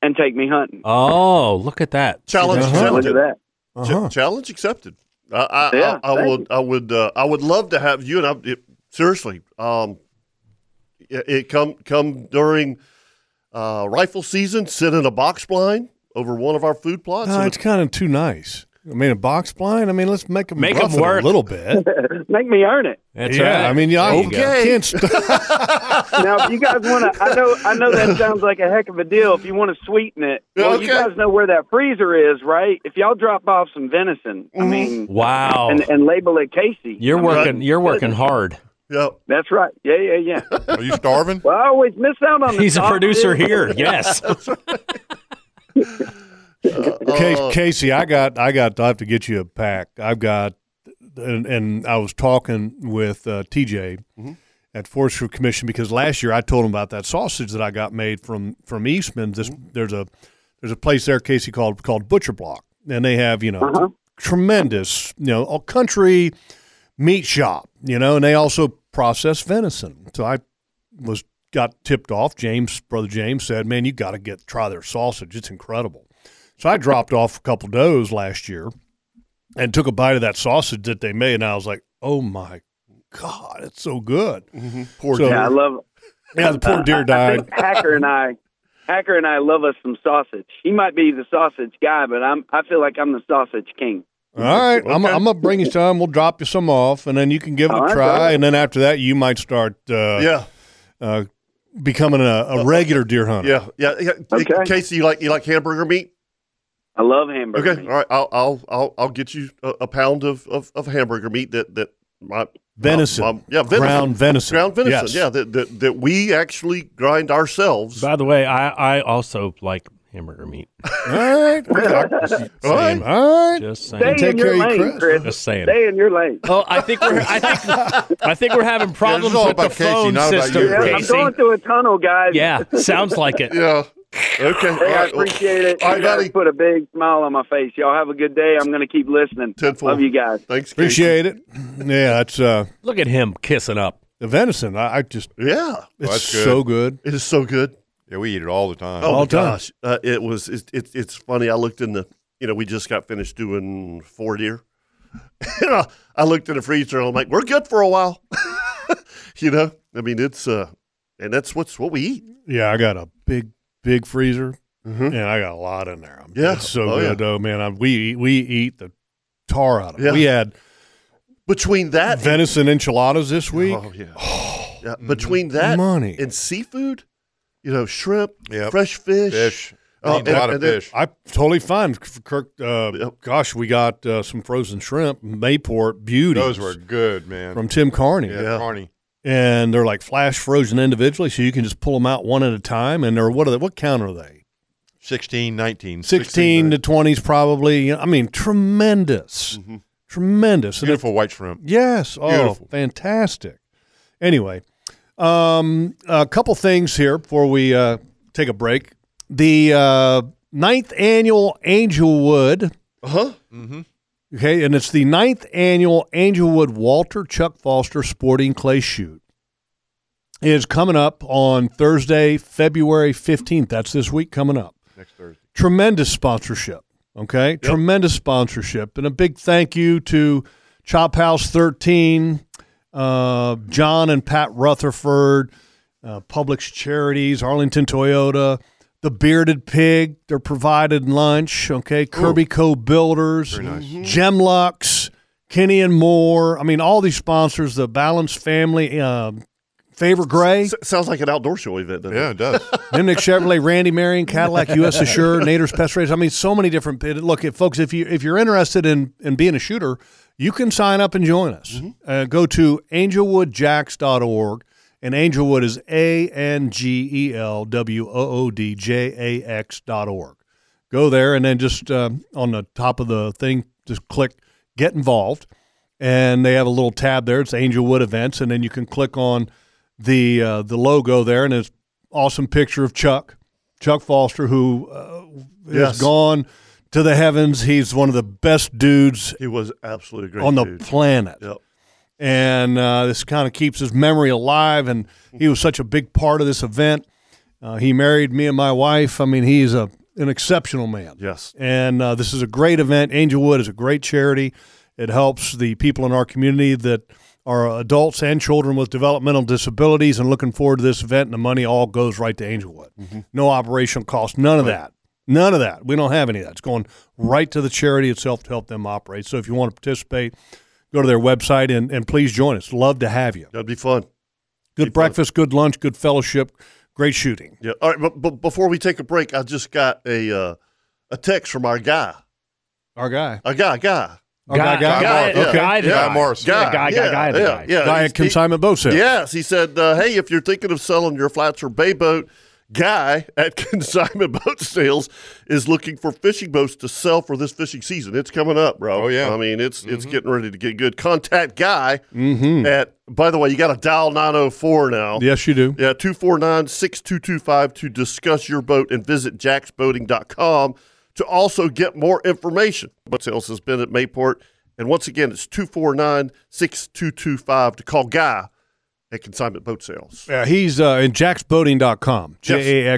[SPEAKER 7] and take me hunting.
[SPEAKER 4] Oh, look at that.
[SPEAKER 2] Challenge
[SPEAKER 5] Uh-huh.
[SPEAKER 7] Look at
[SPEAKER 2] accepted.
[SPEAKER 7] that.
[SPEAKER 2] Ch-
[SPEAKER 5] Uh-huh.
[SPEAKER 2] Challenge accepted. I, I,
[SPEAKER 7] Yeah,
[SPEAKER 2] I, I
[SPEAKER 7] thank
[SPEAKER 2] would, I would, uh, I would love to have you. And I, it, seriously, um, it, it come come during uh, rifle season. Sit in a box blind over one of our food plots.
[SPEAKER 5] No,
[SPEAKER 2] and
[SPEAKER 5] it's kind of too nice. I mean, a box blind. I mean, let's make them
[SPEAKER 4] Make 'em
[SPEAKER 5] rough it
[SPEAKER 4] work.
[SPEAKER 5] a little bit.
[SPEAKER 7] (laughs) Make me earn it.
[SPEAKER 4] That's
[SPEAKER 5] yeah,
[SPEAKER 4] right.
[SPEAKER 5] I mean, yeah, I
[SPEAKER 4] There you go.
[SPEAKER 5] can't. st-
[SPEAKER 7] Now, if you guys want to, I know, I
[SPEAKER 5] (laughs)
[SPEAKER 7] know that sounds like a heck of a deal. If you want to sweeten it, well, you
[SPEAKER 2] Okay.
[SPEAKER 7] guys know where that freezer is, right? If y'all drop off some venison,
[SPEAKER 5] Mm-hmm.
[SPEAKER 7] I mean,
[SPEAKER 4] Wow.
[SPEAKER 7] and, and label it Casey.
[SPEAKER 4] you're
[SPEAKER 7] I mean,
[SPEAKER 4] working you're working hard.
[SPEAKER 2] Yep.
[SPEAKER 7] That's right. Yeah, yeah, yeah.
[SPEAKER 6] Are you starving?
[SPEAKER 7] Well, I always miss out on. The
[SPEAKER 4] He's a
[SPEAKER 7] sausages.
[SPEAKER 4] producer
[SPEAKER 7] (laughs)
[SPEAKER 4] here. Yes.
[SPEAKER 5] Ca- Casey, I got, I got. I have to get you a pack. I've got, and, and I was talking with uh, TJ at Forest Creek Commission because last year I told him about that sausage that I got made from from Eastman. This there's a there's a place there, Casey called called Butcher Block, and they have you know tremendous you know all country meat shop, you know, and they also process venison. So I was got tipped off. James, brother James, said, "Man, you got to get try their sausage. It's incredible." So I dropped off a couple does last year, and took a bite of that sausage that they made, and I was like, "Oh my god, it's so good!"
[SPEAKER 2] Poor
[SPEAKER 5] So-
[SPEAKER 7] Yeah, I love. Uh,
[SPEAKER 5] Yeah, the poor deer
[SPEAKER 7] I
[SPEAKER 5] died.
[SPEAKER 7] (laughs) think Hacker and I, Hacker and I love us some sausage. He might be the sausage guy, but I'm. I feel like I'm the sausage king.
[SPEAKER 5] All right, I'm, I'm gonna bring you some. We'll drop you some off, and then you can give it
[SPEAKER 7] All
[SPEAKER 5] a
[SPEAKER 7] right,
[SPEAKER 5] try.
[SPEAKER 7] brother.
[SPEAKER 5] And then after that, you might start uh,
[SPEAKER 2] yeah,
[SPEAKER 5] uh, becoming a, a regular deer hunter.
[SPEAKER 2] yeah, yeah. yeah.
[SPEAKER 7] Okay.
[SPEAKER 2] Casey, you like you like hamburger meat?
[SPEAKER 7] I love hamburger.
[SPEAKER 2] Okay,
[SPEAKER 7] meat.
[SPEAKER 2] all right. I'll I'll I'll, I'll get you a, a pound of, of, of hamburger meat that that my
[SPEAKER 5] venison,
[SPEAKER 2] my- yeah, venison.
[SPEAKER 5] ground venison,
[SPEAKER 2] ground venison.
[SPEAKER 5] Yes.
[SPEAKER 2] Yeah, that, that that we actually grind ourselves.
[SPEAKER 4] By the way, I, I also like hamburger meat.
[SPEAKER 5] All
[SPEAKER 7] (laughs)
[SPEAKER 5] right, all right,
[SPEAKER 4] Same.
[SPEAKER 5] all right.
[SPEAKER 4] Just saying.
[SPEAKER 7] Stay
[SPEAKER 5] take
[SPEAKER 7] in
[SPEAKER 5] care
[SPEAKER 7] your
[SPEAKER 5] of your
[SPEAKER 7] lane,
[SPEAKER 5] crust.
[SPEAKER 7] Chris.
[SPEAKER 4] Just saying.
[SPEAKER 7] Stay in your lane.
[SPEAKER 4] Oh, I think we're I think I think we're having problems
[SPEAKER 6] all
[SPEAKER 4] with the
[SPEAKER 6] about Casey,
[SPEAKER 4] phone
[SPEAKER 6] not about
[SPEAKER 4] system,
[SPEAKER 6] you,
[SPEAKER 7] Yeah,
[SPEAKER 6] Brad.
[SPEAKER 7] I'm
[SPEAKER 4] Casey.
[SPEAKER 7] going through a tunnel, guys.
[SPEAKER 4] yeah, sounds like it.
[SPEAKER 2] yeah. Okay. All
[SPEAKER 7] Hey, I
[SPEAKER 2] right. well,
[SPEAKER 7] appreciate it.
[SPEAKER 2] all
[SPEAKER 7] I
[SPEAKER 2] right,
[SPEAKER 7] you guys
[SPEAKER 2] buddy.
[SPEAKER 7] put a big smile on my face. Y'all have a good day. I'm going to keep listening.
[SPEAKER 2] Tenfold.
[SPEAKER 7] Love you guys.
[SPEAKER 2] Thanks. Casey.
[SPEAKER 5] Appreciate it. Yeah, that's uh,
[SPEAKER 4] Look at him kissing up.
[SPEAKER 5] the venison. I, I just
[SPEAKER 2] Yeah,
[SPEAKER 5] it's
[SPEAKER 6] that's good.
[SPEAKER 5] so good.
[SPEAKER 2] it is so good.
[SPEAKER 6] Yeah, we eat it all the time.
[SPEAKER 2] Oh
[SPEAKER 5] All
[SPEAKER 2] my
[SPEAKER 5] time.
[SPEAKER 2] gosh, uh, it was. It, it, it's funny. I looked in the. You know, we just got finished doing four deer. (laughs) and I, I looked in the freezer and I'm like, we're good for a while. (laughs) you know, I mean, it's uh, and that's what's what we eat.
[SPEAKER 5] Yeah, I got a big big freezer,
[SPEAKER 2] Mhm.
[SPEAKER 5] and I got a lot in there. I'm,
[SPEAKER 2] Yeah.
[SPEAKER 5] it's so
[SPEAKER 2] Oh,
[SPEAKER 5] good
[SPEAKER 2] yeah.
[SPEAKER 5] though, man. I, we we eat the tar out of it.
[SPEAKER 2] Yeah.
[SPEAKER 5] We had
[SPEAKER 2] Between that, and-
[SPEAKER 5] venison enchiladas this week.
[SPEAKER 2] oh
[SPEAKER 5] (sighs)
[SPEAKER 2] yeah, yeah. Between that
[SPEAKER 5] Mm-hmm. money.
[SPEAKER 2] and seafood, you know, shrimp,
[SPEAKER 6] Yep.
[SPEAKER 2] fresh fish,
[SPEAKER 6] Fish.
[SPEAKER 2] Oh,
[SPEAKER 6] I eat a lot
[SPEAKER 2] and-
[SPEAKER 6] of
[SPEAKER 2] and then-
[SPEAKER 6] fish.
[SPEAKER 5] I totally fine, K- Kirk. Uh,
[SPEAKER 2] Yep.
[SPEAKER 5] Gosh, we got uh, some frozen shrimp, Mayport beauty.
[SPEAKER 6] Those were good, man.
[SPEAKER 5] from Tim Carney,
[SPEAKER 6] yeah,
[SPEAKER 2] Yeah.
[SPEAKER 6] Carney.
[SPEAKER 5] and they're like flash frozen individually, so you can just pull them out one at a time. And they're what are they? What count are they?
[SPEAKER 6] 16, 19.
[SPEAKER 5] 16 to 20s probably You know, i mean tremendous tremendous And if-
[SPEAKER 6] Mm-hmm. Beautiful white shrimp.
[SPEAKER 5] yes oh
[SPEAKER 6] Beautiful.
[SPEAKER 5] fantastic anyway um, a couple things here before we uh, take a break the uh, ninth annual angelwood
[SPEAKER 6] Uh-huh.
[SPEAKER 2] huh?
[SPEAKER 5] okay and it's the ninth annual angelwood walter chuck foster sporting clay shoot is coming up on thursday february 15th that's this week coming up
[SPEAKER 6] Next Thursday.
[SPEAKER 5] tremendous sponsorship. Okay, tremendous sponsorship, and a big thank you to Chop House Thirteen, uh, John and Pat Rutherford, uh, Publix Charities, Arlington Toyota, the Bearded Pig. They're provided lunch. Okay, Kirby Co Builders, Gemlux, Kenny and Moore. I mean, all these sponsors. The Balance Family, uh, Favor Gray.
[SPEAKER 2] S- sounds like an outdoor show event. doesn't it?
[SPEAKER 6] Yeah, it does.
[SPEAKER 5] Nimnik Chevrolet, Randy Marion, Cadillac, U.S. Assure, Nader's Pest Race. I mean, so many different. it- Look, if, folks, if you if you're interested in in being a shooter, you can sign up and join us. Uh, go to angelwoodjacks.org, and Angelwood is A N G E L W O O D J A X dot org. Go there, and then just uh, on the top of the thing, just click get involved, and they have a little tab there. It's Angelwood Events, and then you can click on the uh, the logo there, and it's awesome picture of Chuck, Chuck Foster, who uh,
[SPEAKER 2] Yes.
[SPEAKER 5] has gone to the heavens. He's one of the best dudes
[SPEAKER 2] (laughs) He was absolutely a great
[SPEAKER 5] on the
[SPEAKER 2] dude.
[SPEAKER 5] planet.
[SPEAKER 2] Yep.
[SPEAKER 5] And uh, this kind of keeps his memory alive. And he was such a big part of this event. Uh, he married me and my wife. I mean, he's a an exceptional man.
[SPEAKER 2] Yes.
[SPEAKER 5] And uh, this is a great event. Angelwood is a great charity. It helps the people in our community that are adults and children with developmental disabilities
[SPEAKER 2] Mm-hmm.
[SPEAKER 5] and looking forward to this event. And the money all goes right to Angelwood. No operational cost, none of that. None of that. We don't have any of that. It's going right to the charity itself to help them operate. So if you want to participate, go to their website and, and please join us. Love to have you.
[SPEAKER 2] That'd be fun.
[SPEAKER 5] Good breakfast, good lunch, good fellowship, great shooting.
[SPEAKER 2] Yeah. All right. But, but before we take a break, I just got a uh, a text from our guy.
[SPEAKER 5] Our guy.
[SPEAKER 2] A guy. Guy.
[SPEAKER 5] Our guy, guy. Guy,
[SPEAKER 2] yeah.
[SPEAKER 5] okay. Guy, the
[SPEAKER 2] yeah.
[SPEAKER 5] guy. Yeah, guy, guy,
[SPEAKER 2] yeah,
[SPEAKER 5] guy, the
[SPEAKER 2] yeah,
[SPEAKER 5] guy.
[SPEAKER 2] Yeah.
[SPEAKER 5] Guy at
[SPEAKER 2] He's-
[SPEAKER 5] consignment boat sale.
[SPEAKER 2] Yes, he said, uh, "Hey, if you're thinking of selling your flats or bay boat, guy at (laughs) consignment boat sales is looking for fishing boats to sell for this fishing season. It's coming up, bro.
[SPEAKER 6] Oh, yeah.
[SPEAKER 2] I mean, it's it's
[SPEAKER 5] Mm-hmm.
[SPEAKER 2] getting ready to get good. Contact guy
[SPEAKER 5] Mhm.
[SPEAKER 2] at. By the way, you got to dial 904 now.
[SPEAKER 5] Yes, you do.
[SPEAKER 2] Yeah, 249 6225 to discuss your boat and visit jacksboating.com to also get more information. What else has been at Mayport? And once again, it's 249 6225 to call Guy at Consignment Boat Sales.
[SPEAKER 5] Yeah, he's uh, in jacksboating.com.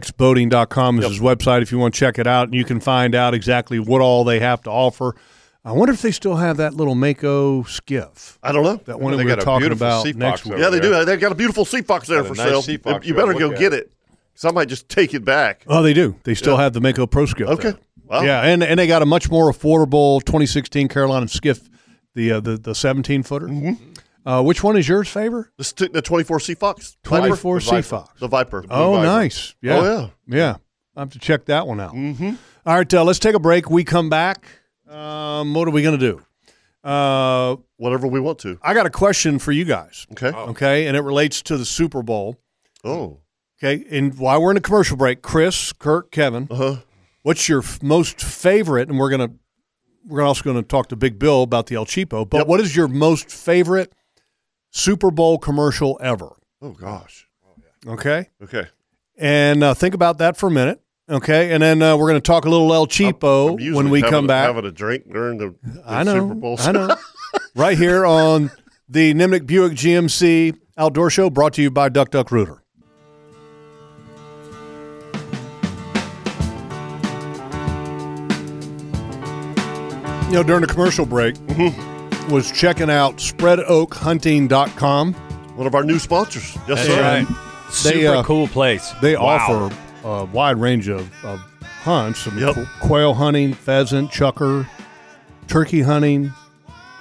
[SPEAKER 5] jaxboating.com is his website if you want to check it out, and you can find out exactly what all they have to offer. I wonder if they still have that little Mako skiff.
[SPEAKER 2] I don't know.
[SPEAKER 5] That one we were talking about next week.
[SPEAKER 2] Yeah, they do. They've got a beautiful sea fox there
[SPEAKER 6] Got a
[SPEAKER 2] for
[SPEAKER 6] nice
[SPEAKER 2] sale.
[SPEAKER 6] sea fox
[SPEAKER 2] you
[SPEAKER 6] there.
[SPEAKER 2] better go
[SPEAKER 6] Look at
[SPEAKER 2] get it because I might just take it back.
[SPEAKER 5] Oh, they do. They still have the Mako Pro skiff.
[SPEAKER 2] Okay.
[SPEAKER 5] there.
[SPEAKER 2] Wow.
[SPEAKER 5] Yeah, and, and they got a much more affordable 2016 Carolina skiff, the uh, the the 17 footer. Mm-hmm. Uh, which one is yours, Favor?
[SPEAKER 2] The, st- the 24 Sea Fox. Viper?
[SPEAKER 5] 24
[SPEAKER 2] The Viper.
[SPEAKER 5] Sea Fox.
[SPEAKER 2] The Viper.
[SPEAKER 5] Oh, nice. Yeah.
[SPEAKER 2] Oh,
[SPEAKER 5] yeah. Yeah. I have to check that one out. Mm-hmm. All right. Uh, let's take a break. We come back. Um, what are we going to do? Uh,
[SPEAKER 2] Whatever we want to.
[SPEAKER 5] I got a question for you guys.
[SPEAKER 2] Okay.
[SPEAKER 5] Okay. And it relates to the Super Bowl.
[SPEAKER 2] Oh.
[SPEAKER 5] Okay. And while we're in a commercial break, Chris, Kirk, Kevin,
[SPEAKER 2] uh-huh.
[SPEAKER 5] what's your f- most favorite? And we're going to, we're also going to talk to Big Bill about the El Cheapo, but what is your most favorite Super Bowl commercial ever?
[SPEAKER 2] Oh, gosh.
[SPEAKER 5] Okay.
[SPEAKER 2] Okay.
[SPEAKER 5] and uh, think about that for a minute. Okay, and then uh, we're going to talk a little El Cheapo
[SPEAKER 2] usually
[SPEAKER 5] when we
[SPEAKER 2] having
[SPEAKER 5] come
[SPEAKER 2] a-
[SPEAKER 5] back.
[SPEAKER 2] having a drink during the, the
[SPEAKER 5] I know,
[SPEAKER 2] Super Bowl. (laughs)
[SPEAKER 5] I know. right here on the Nimnik Buick GMC Outdoor Show, brought to you by Duck Duck Rooter. You know, during the commercial break,
[SPEAKER 2] Mm-hmm.
[SPEAKER 5] was checking out spreadoakhunting.com.
[SPEAKER 2] One of our new sponsors.
[SPEAKER 5] That's
[SPEAKER 2] Yes, sir.
[SPEAKER 5] right.
[SPEAKER 4] Super cool place.
[SPEAKER 5] They
[SPEAKER 4] Wow.
[SPEAKER 5] offer a wide uh, range of, of hunts. I mean, qu- quail hunting, pheasant, chucker, turkey hunting,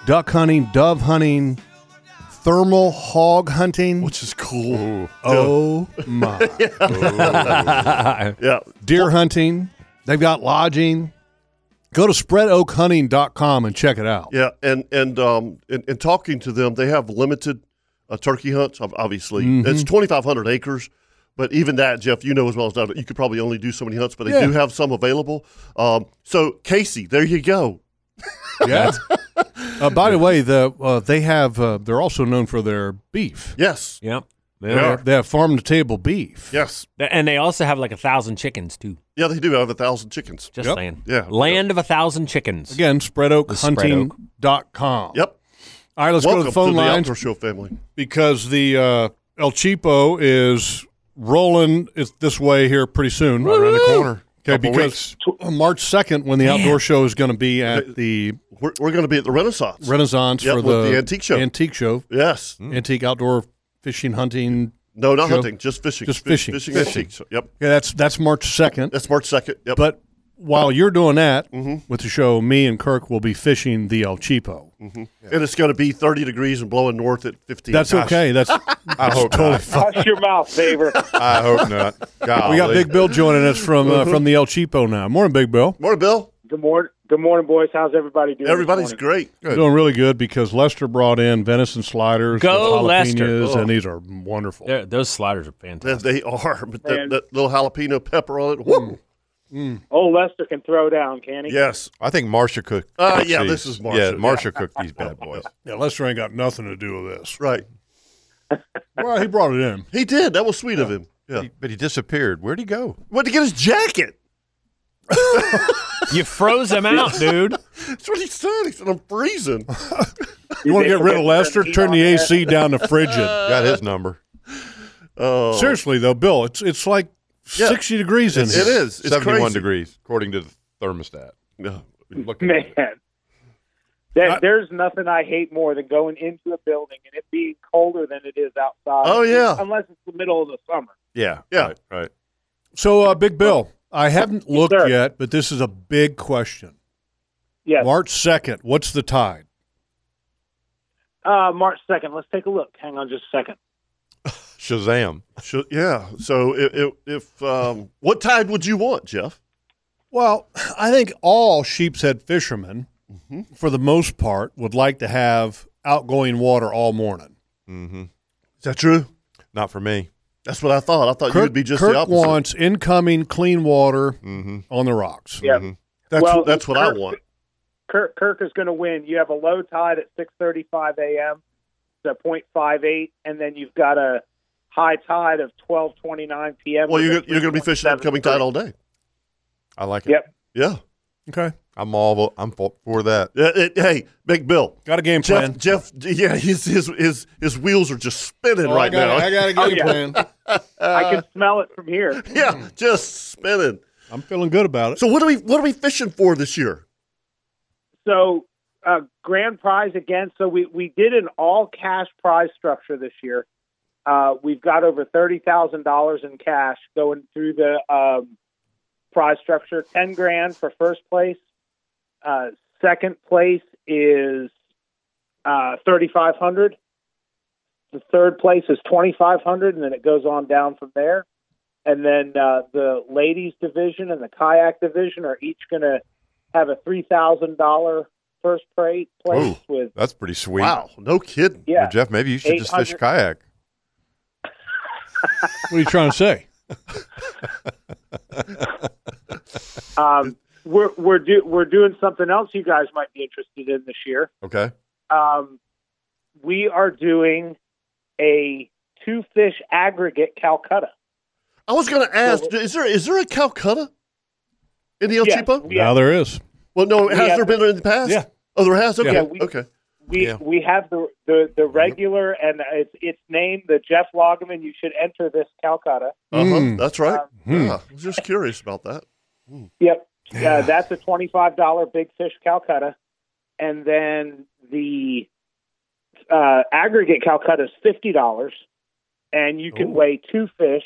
[SPEAKER 5] duck hunting, dove hunting, thermal hog hunting.
[SPEAKER 2] Which is cool. (laughs)
[SPEAKER 5] Oh my.
[SPEAKER 2] Yeah.
[SPEAKER 5] Deer hunting. They've got lodging. Go to spreadoakhunting.com and check it
[SPEAKER 2] (laughs)
[SPEAKER 5] out.
[SPEAKER 2] Yeah. And and um and, and talking to them, they have limited uh, turkey hunts. ob- Obviously,
[SPEAKER 5] Mm-hmm.
[SPEAKER 2] it's twenty five hundred acres. But even that, Jeff, you know as well as I do, you could probably only do so many hunts, but they
[SPEAKER 5] Yeah.
[SPEAKER 2] do have some available. Um, so, Casey, there you go.
[SPEAKER 5] (laughs) Yeah. uh, by the way, the uh, they have uh, they're also known for their beef.
[SPEAKER 2] Yes.
[SPEAKER 4] Yep. They
[SPEAKER 2] Yeah.
[SPEAKER 4] are.
[SPEAKER 5] They have farm to table beef.
[SPEAKER 2] Yes.
[SPEAKER 4] And they also have like a thousand chickens too.
[SPEAKER 2] Yeah, they do have a thousand chickens.
[SPEAKER 4] Just
[SPEAKER 5] Yep.
[SPEAKER 4] saying.
[SPEAKER 2] Yeah.
[SPEAKER 4] Land of a thousand chickens.
[SPEAKER 5] Again,
[SPEAKER 4] spreadoak.
[SPEAKER 5] spreadoakhunting.com.
[SPEAKER 2] Yep.
[SPEAKER 5] All right, let's
[SPEAKER 2] Welcome
[SPEAKER 5] go to the phone
[SPEAKER 2] the
[SPEAKER 5] lines
[SPEAKER 2] Outdoor Show family.
[SPEAKER 5] because the uh, El Cheapo is rolling it this way here pretty soon. Right around the corner. Okay,
[SPEAKER 6] Couple
[SPEAKER 5] because March 2nd, when the outdoor show is going to be at the
[SPEAKER 2] (laughs) We're, we're going to be at the Renaissance.
[SPEAKER 5] Renaissance
[SPEAKER 2] Yep,
[SPEAKER 5] for
[SPEAKER 2] with
[SPEAKER 5] the,
[SPEAKER 2] the antique show.
[SPEAKER 5] Antique show. Mm.
[SPEAKER 2] yes.
[SPEAKER 5] Antique outdoor fishing, hunting.
[SPEAKER 2] No, not
[SPEAKER 5] Show.
[SPEAKER 2] hunting, just fishing.
[SPEAKER 5] Just
[SPEAKER 2] Fish-
[SPEAKER 5] fishing.
[SPEAKER 2] Fishing.
[SPEAKER 5] Fishing.
[SPEAKER 2] antiques. Yep.
[SPEAKER 5] Yeah, that's that's March 2nd.
[SPEAKER 2] That's March 2nd. Yep. Mm-hmm.
[SPEAKER 5] But while you're doing that with the show, me and Kirk will be fishing the El Cheapo.
[SPEAKER 2] And it's going to be 30 degrees and blowing north at 15.
[SPEAKER 5] That's
[SPEAKER 2] Gosh.
[SPEAKER 5] okay. That's
[SPEAKER 6] (laughs) I hope not.
[SPEAKER 10] Hush your mouth, favor.
[SPEAKER 6] (laughs) I hope not.
[SPEAKER 5] we got
[SPEAKER 6] Golly.
[SPEAKER 5] Big Bill joining us from uh, from the El Cheapo now. Morning, Big Bill.
[SPEAKER 2] Morning, Bill.
[SPEAKER 10] Good morning, good morning, boys. How's everybody doing? this
[SPEAKER 2] Everybody's
[SPEAKER 10] morning?
[SPEAKER 2] great.
[SPEAKER 5] Doing really good because Lester brought in venison sliders, with
[SPEAKER 4] Go,
[SPEAKER 5] jalapenos,
[SPEAKER 4] Lester. Oh.
[SPEAKER 5] and these are wonderful.
[SPEAKER 4] They're- those sliders are fantastic.
[SPEAKER 2] Yeah, They are. (laughs) But that,
[SPEAKER 10] Man.
[SPEAKER 2] that little jalapeno pepper on it. Woo!
[SPEAKER 10] Old Lester can throw down, can he?
[SPEAKER 2] Yes.
[SPEAKER 6] I think Marsha cooked.
[SPEAKER 2] Uh,
[SPEAKER 6] cooked
[SPEAKER 2] yeah,
[SPEAKER 6] these.
[SPEAKER 2] this is Marsha.
[SPEAKER 6] Yeah, Marsha cooked these bad boys.
[SPEAKER 5] Yeah, Lester ain't got nothing to do with this.
[SPEAKER 2] Right.
[SPEAKER 5] (laughs) Well, he brought it in.
[SPEAKER 2] He did. That was sweet of him. Yeah.
[SPEAKER 6] But he disappeared. Where'd he go?
[SPEAKER 2] Went to get his jacket.
[SPEAKER 4] You froze them
[SPEAKER 10] (laughs)
[SPEAKER 4] out, dude.
[SPEAKER 2] That's what he said. He said, I'm freezing.
[SPEAKER 5] You want to
[SPEAKER 10] think
[SPEAKER 5] get rid of
[SPEAKER 10] Lester
[SPEAKER 5] Lester?
[SPEAKER 6] (laughs)
[SPEAKER 2] (laughs)
[SPEAKER 10] peed
[SPEAKER 5] Turn
[SPEAKER 10] on
[SPEAKER 5] the
[SPEAKER 10] that?
[SPEAKER 5] AC down to
[SPEAKER 10] (laughs)
[SPEAKER 5] frigid.
[SPEAKER 6] Got his number.
[SPEAKER 2] Oh.
[SPEAKER 5] Uh, Seriously though, Bill, it's it's like
[SPEAKER 2] Yeah.
[SPEAKER 5] sixty degrees in
[SPEAKER 2] It
[SPEAKER 5] here.
[SPEAKER 2] is. It's
[SPEAKER 6] 71
[SPEAKER 2] crazy.
[SPEAKER 6] degrees, according to the thermostat.
[SPEAKER 2] No.
[SPEAKER 6] (laughs) Look at
[SPEAKER 10] Man,
[SPEAKER 6] it.
[SPEAKER 10] there,
[SPEAKER 5] I-
[SPEAKER 10] there's nothing I hate more than going into a building and it being colder than it is outside.
[SPEAKER 2] Oh, yeah.
[SPEAKER 10] unless it's the middle of the summer.
[SPEAKER 6] Yeah.
[SPEAKER 2] Yeah.
[SPEAKER 6] Right. right.
[SPEAKER 5] So, uh, Big Bill, I haven't looked yet, but this is a big question.
[SPEAKER 10] Yes.
[SPEAKER 5] March 2nd, what's the tide?
[SPEAKER 10] Uh, March 2nd. Let's take a look. Hang on just a second.
[SPEAKER 6] Shazam.
[SPEAKER 2] yeah. So if, if, if um, what tide would you want, Jeff?
[SPEAKER 5] Well, I think all sheepshead fishermen,
[SPEAKER 2] Mm-hmm.
[SPEAKER 5] for the most part, would like to have outgoing water all morning.
[SPEAKER 6] Mm-hmm.
[SPEAKER 5] Is that true?
[SPEAKER 6] Not for me.
[SPEAKER 2] That's what I thought. I thought you would be just
[SPEAKER 5] Kirk
[SPEAKER 2] the opposite. Mm-hmm.
[SPEAKER 5] wants incoming clean water on the rocks.
[SPEAKER 10] Yeah.
[SPEAKER 2] That's
[SPEAKER 10] Well,
[SPEAKER 2] that's what I
[SPEAKER 10] Kirk-
[SPEAKER 2] want.
[SPEAKER 10] Kirk, Kirk is going to win. You have a low tide at 6:35 a.m. to 0.58, and then you've got a high tide of 12:29 p.m.
[SPEAKER 2] Well,
[SPEAKER 10] with
[SPEAKER 2] you're
[SPEAKER 10] a
[SPEAKER 2] you're going to be fishing upcoming tide all day.
[SPEAKER 6] I like it.
[SPEAKER 10] Yep.
[SPEAKER 2] Yeah.
[SPEAKER 5] Okay.
[SPEAKER 6] I'm all I'm for, for that.
[SPEAKER 2] Uh, it- hey, Big Bill.
[SPEAKER 5] Got a game
[SPEAKER 2] Jeff,
[SPEAKER 5] plan.
[SPEAKER 2] Jeff, yeah, his his his his wheels are just spinning
[SPEAKER 10] Oh,
[SPEAKER 5] Oh,
[SPEAKER 2] right now. (laughs) Oh,
[SPEAKER 5] a game plan.
[SPEAKER 10] (laughs) I can smell it from here.
[SPEAKER 2] yeah, just spinning.
[SPEAKER 5] I'm feeling good about it.
[SPEAKER 2] So what are we what are we fishing for this year?
[SPEAKER 10] So, uh, grand prize again. So we we did an all cash prize structure this year. Uh, we've got over thirty thousand dollars in cash going through the um, prize structure. Ten grand for first place. Uh, second place is uh, thirty five hundred. The third place is twenty five hundred, and then it goes on down from there. And then uh, the ladies division and the kayak division are each going to have a three thousand dollar first pra- place with
[SPEAKER 6] That's pretty sweet.
[SPEAKER 2] Wow, no kidding.
[SPEAKER 10] yeah.
[SPEAKER 6] Well, Jeff, maybe you should just fish
[SPEAKER 10] 800
[SPEAKER 6] kayak.
[SPEAKER 5] What are you trying to
[SPEAKER 10] (laughs)
[SPEAKER 5] say?
[SPEAKER 10] Um, we're we're do, we're doing something else you guys might be interested in this year.
[SPEAKER 6] Okay.
[SPEAKER 10] Um, we are doing a two fish aggregate Calcutta.
[SPEAKER 2] I was going to ask, is there is there a Calcutta in the El
[SPEAKER 10] Yes,
[SPEAKER 2] Chipo?
[SPEAKER 10] we have,
[SPEAKER 5] there is.
[SPEAKER 2] Well, no, has
[SPEAKER 10] have-
[SPEAKER 2] there been in the past?
[SPEAKER 5] Yeah.
[SPEAKER 2] Oh, there has. Okay,
[SPEAKER 10] Yeah, we-
[SPEAKER 2] okay.
[SPEAKER 10] we,
[SPEAKER 6] yeah.
[SPEAKER 10] we have the the, the regular and it's it's named the Jeff Loggeman. You should enter this Calcutta. Um,
[SPEAKER 2] Uh-huh.
[SPEAKER 5] Mm.
[SPEAKER 2] That's right.
[SPEAKER 5] Hmm.
[SPEAKER 2] Yeah, Ah, I was just curious about that.
[SPEAKER 10] Yep. Uh, that's a twenty-five dollar big fish Calcutta, and then the uh, aggregate Calcutta is fifty dollars, and you can weigh two fish,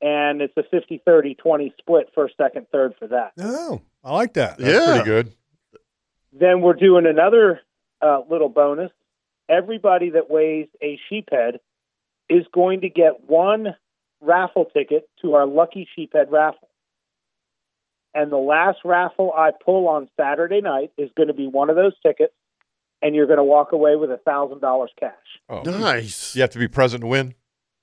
[SPEAKER 10] and it's a 50-30-20 split first, second, third for that.
[SPEAKER 5] Oh, I like that.
[SPEAKER 6] That's
[SPEAKER 2] yeah.
[SPEAKER 6] pretty good.
[SPEAKER 10] Then we're doing another uh, little bonus. Everybody that weighs a sheephead is going to get one raffle ticket to our lucky sheephead raffle. And the last raffle I pull on Saturday night is going to be one of those tickets, and you're going to walk away with a thousand dollars cash.
[SPEAKER 6] Oh.
[SPEAKER 2] Nice.
[SPEAKER 6] You have to be present to win.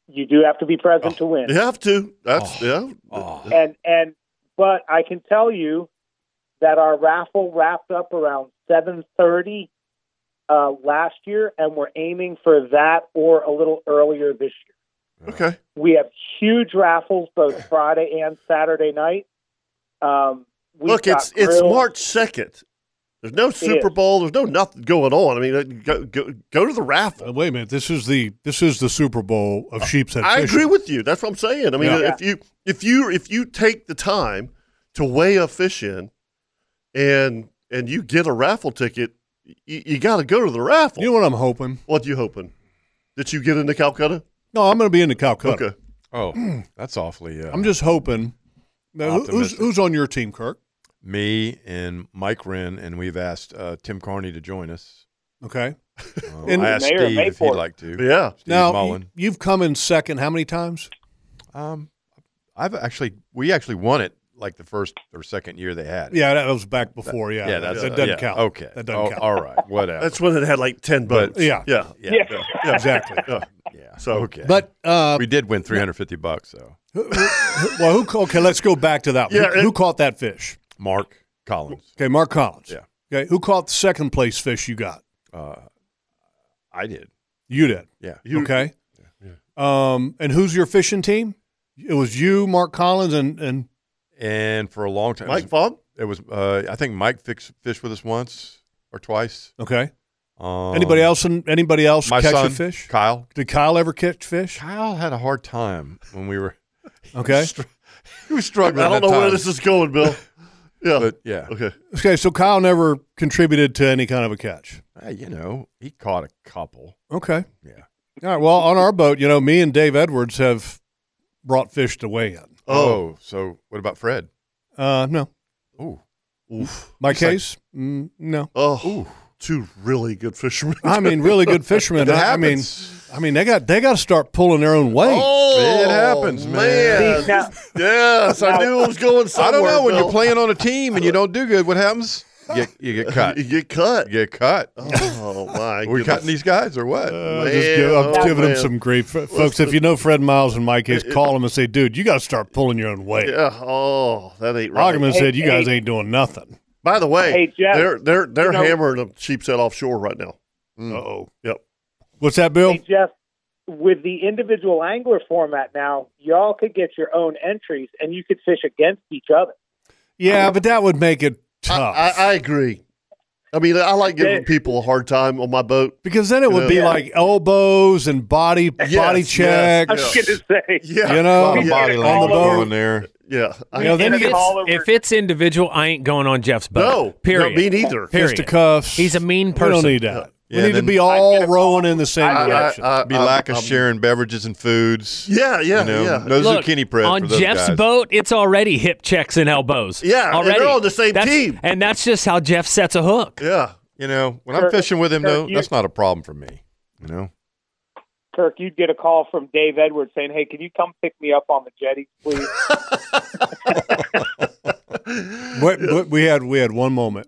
[SPEAKER 10] You do have to be present to win.
[SPEAKER 2] You have to. That's
[SPEAKER 6] Oh.
[SPEAKER 2] yeah.
[SPEAKER 10] and and but I can tell you that our raffle wrapped up around seven thirty uh, last year, and we're aiming for that or a little earlier this year.
[SPEAKER 2] Okay.
[SPEAKER 10] We have huge raffles both Friday and Saturday night. Um, we've
[SPEAKER 2] Look,
[SPEAKER 10] got
[SPEAKER 2] it's it's
[SPEAKER 10] grills.
[SPEAKER 2] March second. There's no Super
[SPEAKER 10] is.
[SPEAKER 2] Bowl. There's no nothing going on. I mean, uh, go go, go to the raffle.
[SPEAKER 5] Uh, Wait a minute. This is the this is the Super Bowl
[SPEAKER 2] Uh,
[SPEAKER 5] of sheepshead
[SPEAKER 2] I
[SPEAKER 5] fishing.
[SPEAKER 2] agree with you. That's what I'm saying. I mean,
[SPEAKER 10] Yeah.
[SPEAKER 2] if you if you if you take the time to weigh a fish in, and and you get a raffle ticket, you, you got to go to the raffle.
[SPEAKER 5] You know what I'm hoping?
[SPEAKER 2] what you hoping? That you get into Calcutta?
[SPEAKER 5] No, I'm going to be into Calcutta.
[SPEAKER 2] Okay.
[SPEAKER 6] Oh, that's awfully. Uh,
[SPEAKER 5] I'm just hoping. Now, who- who's
[SPEAKER 6] Optimistic.
[SPEAKER 5] who's on your team, Kirk?
[SPEAKER 6] me and Mike Wren, and we've asked uh, Tim Carney to join us.
[SPEAKER 5] Okay.
[SPEAKER 6] Uh,
[SPEAKER 5] And-
[SPEAKER 6] I asked
[SPEAKER 10] Mayor
[SPEAKER 6] Steve if he'd
[SPEAKER 10] Mayford.
[SPEAKER 6] like to.
[SPEAKER 2] Yeah.
[SPEAKER 6] Steve
[SPEAKER 5] now
[SPEAKER 6] Mullen.
[SPEAKER 5] you, have come in second. How many times?
[SPEAKER 6] Um, I've actually we actually won it like the first or second year they had. It.
[SPEAKER 5] Yeah, that was back before. Yeah,
[SPEAKER 6] yeah, that's
[SPEAKER 5] that doesn't
[SPEAKER 6] yeah,
[SPEAKER 5] count.
[SPEAKER 6] Okay,
[SPEAKER 5] that doesn't
[SPEAKER 6] Oh,
[SPEAKER 5] count.
[SPEAKER 6] All right, whatever.
[SPEAKER 2] That's when it had like ten
[SPEAKER 6] But-
[SPEAKER 2] bucks.
[SPEAKER 5] Yeah.
[SPEAKER 2] Yeah.
[SPEAKER 6] yeah,
[SPEAKER 10] Yeah.
[SPEAKER 6] yeah,
[SPEAKER 5] (laughs)
[SPEAKER 2] Yeah.
[SPEAKER 5] exactly.
[SPEAKER 2] Yeah.
[SPEAKER 6] (laughs) yeah.
[SPEAKER 2] So-
[SPEAKER 6] okay,
[SPEAKER 5] But uh,
[SPEAKER 6] we did win 350 bucks though.
[SPEAKER 5] who- who- well, who? ca- Okay, let's go back to that. one.
[SPEAKER 2] Yeah,
[SPEAKER 5] who,
[SPEAKER 2] it-
[SPEAKER 5] who caught that fish?
[SPEAKER 6] Mark Collins,
[SPEAKER 5] Okay, Mark Collins.
[SPEAKER 6] Yeah.
[SPEAKER 5] Okay, who caught the second place fish you got?
[SPEAKER 6] uh, I did.
[SPEAKER 5] You did.
[SPEAKER 6] Yeah,
[SPEAKER 5] okay. Um, and who's your fishing team? It was you, Mark Collins, and and
[SPEAKER 6] and for a long time,
[SPEAKER 2] Mike Fogg.
[SPEAKER 6] it was. Uh, I think Mike fix, fished with us once or twice.
[SPEAKER 5] okay.
[SPEAKER 6] Um,
[SPEAKER 5] Anybody else? And anybody else
[SPEAKER 6] My
[SPEAKER 5] catch
[SPEAKER 6] son,
[SPEAKER 5] a fish?
[SPEAKER 6] Kyle.
[SPEAKER 5] Did Kyle ever catch fish?
[SPEAKER 6] Kyle had a hard time when we were. (laughs)
[SPEAKER 5] Okay.
[SPEAKER 6] He was struggling.
[SPEAKER 2] (laughs) I don't
[SPEAKER 6] that
[SPEAKER 2] know where
[SPEAKER 6] time.
[SPEAKER 2] this is going, Bill. Yeah.
[SPEAKER 6] but yeah.
[SPEAKER 2] okay.
[SPEAKER 5] Okay, so Kyle never contributed to any kind of a catch.
[SPEAKER 6] Hey, Uh, you know, he caught a couple.
[SPEAKER 5] Okay.
[SPEAKER 6] Yeah.
[SPEAKER 5] All right. Well, on our boat, you know, me and Dave Edwards have brought fish to weigh in.
[SPEAKER 6] Oh, so what about Fred?
[SPEAKER 5] Uh, no.
[SPEAKER 6] Ooh.
[SPEAKER 5] My
[SPEAKER 6] It's like-
[SPEAKER 5] case? mm, no.
[SPEAKER 2] Oh, two really good fishermen.
[SPEAKER 5] I mean, really
[SPEAKER 2] (laughs)
[SPEAKER 5] good fishermen.
[SPEAKER 2] It
[SPEAKER 5] I, I mean, I mean, they got they got to start pulling their own weight.
[SPEAKER 2] Oh, it happens, man.
[SPEAKER 6] (laughs)
[SPEAKER 2] yes, I knew it was going
[SPEAKER 6] I
[SPEAKER 2] somewhere.
[SPEAKER 6] don't know when
[SPEAKER 2] Bill.
[SPEAKER 6] you're playing on a team and you don't do good. What happens? You get, (laughs) you get cut.
[SPEAKER 2] You get cut.
[SPEAKER 6] You get cut.
[SPEAKER 2] Oh my!
[SPEAKER 6] Are we cutting these guys or what?
[SPEAKER 5] I'm Uh, just give, I'm
[SPEAKER 2] oh,
[SPEAKER 5] giving them
[SPEAKER 2] man.
[SPEAKER 5] some grief, F- folks. If you know Fred Miles and my case, call them and say, "Dude, you got to start pulling your own weight."
[SPEAKER 2] Yeah. Oh, that ain't right.
[SPEAKER 5] Augerman said, "You guys
[SPEAKER 10] hey.
[SPEAKER 5] ain't doing nothing."
[SPEAKER 2] By the way,
[SPEAKER 10] Hey, Jeff,
[SPEAKER 2] they're they're they're
[SPEAKER 10] know-
[SPEAKER 2] hammering the sheepshead offshore right now. Mm.
[SPEAKER 5] Oh,
[SPEAKER 2] Yep.
[SPEAKER 5] what's that, Bill?
[SPEAKER 10] Hey, Jeff, with the individual angler format now, y'all could get your own entries and you could fish against each other.
[SPEAKER 5] Yeah, but that would make it
[SPEAKER 2] I,
[SPEAKER 5] tough
[SPEAKER 2] I, I agree. I mean, I like giving
[SPEAKER 10] Yeah.
[SPEAKER 2] people a hard time on my boat.
[SPEAKER 5] because then it would be
[SPEAKER 2] Yeah.
[SPEAKER 5] like oh,
[SPEAKER 2] (laughs)
[SPEAKER 5] elbows and body body
[SPEAKER 2] yes,
[SPEAKER 5] checks.
[SPEAKER 10] I was going to say,
[SPEAKER 2] (laughs) Yeah,
[SPEAKER 5] You know,
[SPEAKER 6] Bottom body
[SPEAKER 5] on the
[SPEAKER 6] language
[SPEAKER 5] boat.
[SPEAKER 6] going there.
[SPEAKER 2] yeah. I,
[SPEAKER 5] You know, then you
[SPEAKER 10] It's
[SPEAKER 5] get
[SPEAKER 10] all over-
[SPEAKER 4] If it's individual, I ain't going on Jeff's boat.
[SPEAKER 2] no,
[SPEAKER 4] Period.
[SPEAKER 2] no, me neither.
[SPEAKER 5] fist to cuffs.
[SPEAKER 4] He's a mean
[SPEAKER 5] We don't
[SPEAKER 4] person.
[SPEAKER 5] need that.
[SPEAKER 6] Yeah,
[SPEAKER 5] we need to
[SPEAKER 6] then-
[SPEAKER 5] be all rowing in the same direction.
[SPEAKER 6] Be lack of sharing beverages and foods.
[SPEAKER 2] Yeah, yeah,
[SPEAKER 6] you know,
[SPEAKER 2] yeah.
[SPEAKER 6] No
[SPEAKER 4] Look,
[SPEAKER 6] zucchini bread
[SPEAKER 4] on
[SPEAKER 6] for those
[SPEAKER 4] Jeff's
[SPEAKER 6] guys.
[SPEAKER 4] boat, it's already hip checks and elbows.
[SPEAKER 2] Yeah, and
[SPEAKER 4] already
[SPEAKER 2] they're on the same
[SPEAKER 4] That's-
[SPEAKER 2] team.
[SPEAKER 4] and that's just how Jeff sets a hook.
[SPEAKER 2] Yeah,
[SPEAKER 6] You know, when I'm
[SPEAKER 10] Kirk-
[SPEAKER 6] fishing with him,
[SPEAKER 10] Kirk,
[SPEAKER 6] though,
[SPEAKER 10] you-
[SPEAKER 6] that's not a problem for me. You know,
[SPEAKER 10] Kirk, you'd get a call from Dave Edwards saying, hey, can you come pick me up on the jetty, (laughs) please?
[SPEAKER 5] What, what we had we had one moment.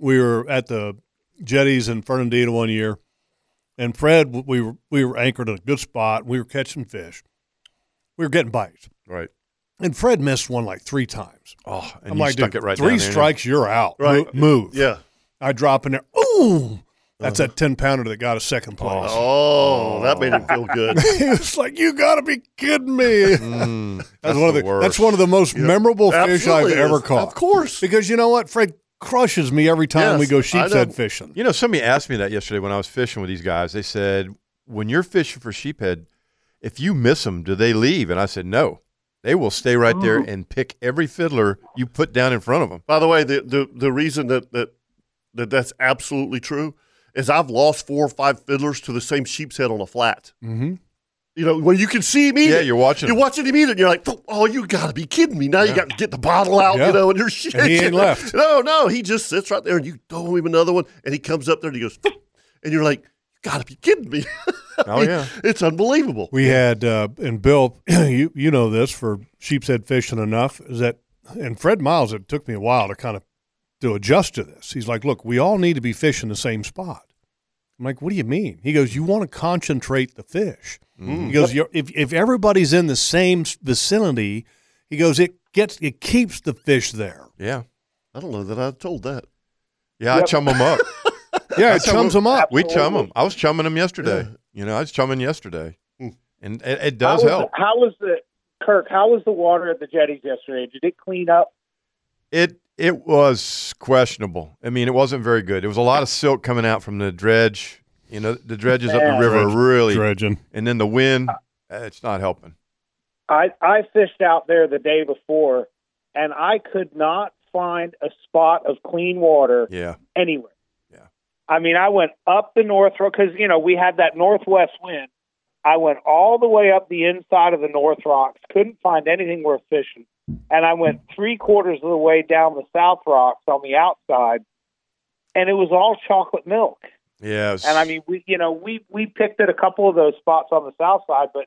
[SPEAKER 5] we were at the jetties in Fernandina one year, and Fred we were we were anchored in a good spot. We were catching fish. We were getting bites,
[SPEAKER 6] right?
[SPEAKER 5] and Fred missed one like three times.
[SPEAKER 6] Oh, and
[SPEAKER 5] I'm
[SPEAKER 6] you
[SPEAKER 5] like,
[SPEAKER 6] stuck
[SPEAKER 5] dude,
[SPEAKER 6] it right
[SPEAKER 5] three
[SPEAKER 6] down there.
[SPEAKER 5] strikes, you're out. Mo-
[SPEAKER 2] Right.
[SPEAKER 5] move.
[SPEAKER 2] yeah.
[SPEAKER 5] I drop in there. Ooh, that's
[SPEAKER 6] Uh-huh.
[SPEAKER 5] that ten pounder that got a second place.
[SPEAKER 2] Oh, that made him feel good.
[SPEAKER 5] (laughs) he was like, "You got to be kidding me." (laughs)
[SPEAKER 6] Mm,
[SPEAKER 5] That's, one of the,
[SPEAKER 6] worst.
[SPEAKER 5] that's one of the most memorable fish I've
[SPEAKER 2] Absolutely is.
[SPEAKER 5] ever caught.
[SPEAKER 2] Of course.
[SPEAKER 5] Because you know what? Fred crushes me every time
[SPEAKER 2] Yes,
[SPEAKER 5] we go
[SPEAKER 2] I
[SPEAKER 5] sheepshead
[SPEAKER 2] know.
[SPEAKER 5] fishing.
[SPEAKER 6] You know, somebody asked me that yesterday when I was fishing with these guys. They said, when you're fishing for sheephead, if you miss them, do they leave? And I said, no. They will stay right there
[SPEAKER 10] Oh.
[SPEAKER 6] and pick every fiddler you put down in front of them.
[SPEAKER 2] By the way, the, the, the reason that, that that that's absolutely true is I've lost four or five fiddlers to the same sheep's head on a flat.
[SPEAKER 5] Mm-hmm.
[SPEAKER 2] You know, well, you can see him eat
[SPEAKER 6] Yeah,
[SPEAKER 2] it.
[SPEAKER 6] you're watching
[SPEAKER 2] You're
[SPEAKER 6] him.
[SPEAKER 2] watching him eat it. And you're like, oh, you got to be kidding me. Now you got to get the bottle out,
[SPEAKER 5] Yeah.
[SPEAKER 2] you know, and you're shaking.
[SPEAKER 5] And he ain't left.
[SPEAKER 2] (laughs) No, no. He just sits right there and you throw him another one. And he comes up there and he goes, and you're like, you got to be kidding me. (laughs)
[SPEAKER 6] Oh, yeah.
[SPEAKER 2] It's unbelievable.
[SPEAKER 5] We had uh, and Bill, (clears throat) you you know this for sheepshead fishing enough is that and Fred Miles. It took me a while to kind of to adjust to this. He's like, "Look, we all need to be fishing the same spot." I'm like, "What do you mean?" He goes, "You want to concentrate the fish."
[SPEAKER 6] Mm.
[SPEAKER 5] He goes, You're, "If if everybody's in the same s- vicinity, he goes, it gets it keeps the fish there."
[SPEAKER 6] Yeah.
[SPEAKER 2] I don't know that I told that.
[SPEAKER 6] Yeah, I chum them up.
[SPEAKER 5] (laughs) (laughs) Yeah, it
[SPEAKER 6] That's how
[SPEAKER 5] chums
[SPEAKER 6] we-
[SPEAKER 5] them up.
[SPEAKER 6] We chum them. I was chumming them yesterday. You know, I was chumming yesterday.
[SPEAKER 5] Hmm.
[SPEAKER 6] And it, it does
[SPEAKER 10] how was
[SPEAKER 6] help.
[SPEAKER 10] The, how was the Kirk? How was the water at the jetties yesterday? Did it clean up?
[SPEAKER 6] It it was questionable. I mean, it wasn't very good. It was a lot of silk coming out from the dredge. You know, the dredges up the
[SPEAKER 10] Yeah.
[SPEAKER 6] river are really,
[SPEAKER 5] Dredging.
[SPEAKER 6] and then the wind. uh, It's not helping.
[SPEAKER 10] I I fished out there the day before, and I could not find a spot of clean water
[SPEAKER 6] Yeah,
[SPEAKER 10] anywhere.
[SPEAKER 6] Yeah.
[SPEAKER 10] I mean, I went up the north rock because you know we had that northwest wind. I went all the way up the inside of the North Rocks, couldn't find anything worth fishing, and I went three quarters of the way down the South Rocks on the outside, and it was all chocolate milk.
[SPEAKER 6] yeah. it's-
[SPEAKER 10] And I mean, we you know we we picked at a couple of those spots on the south side, but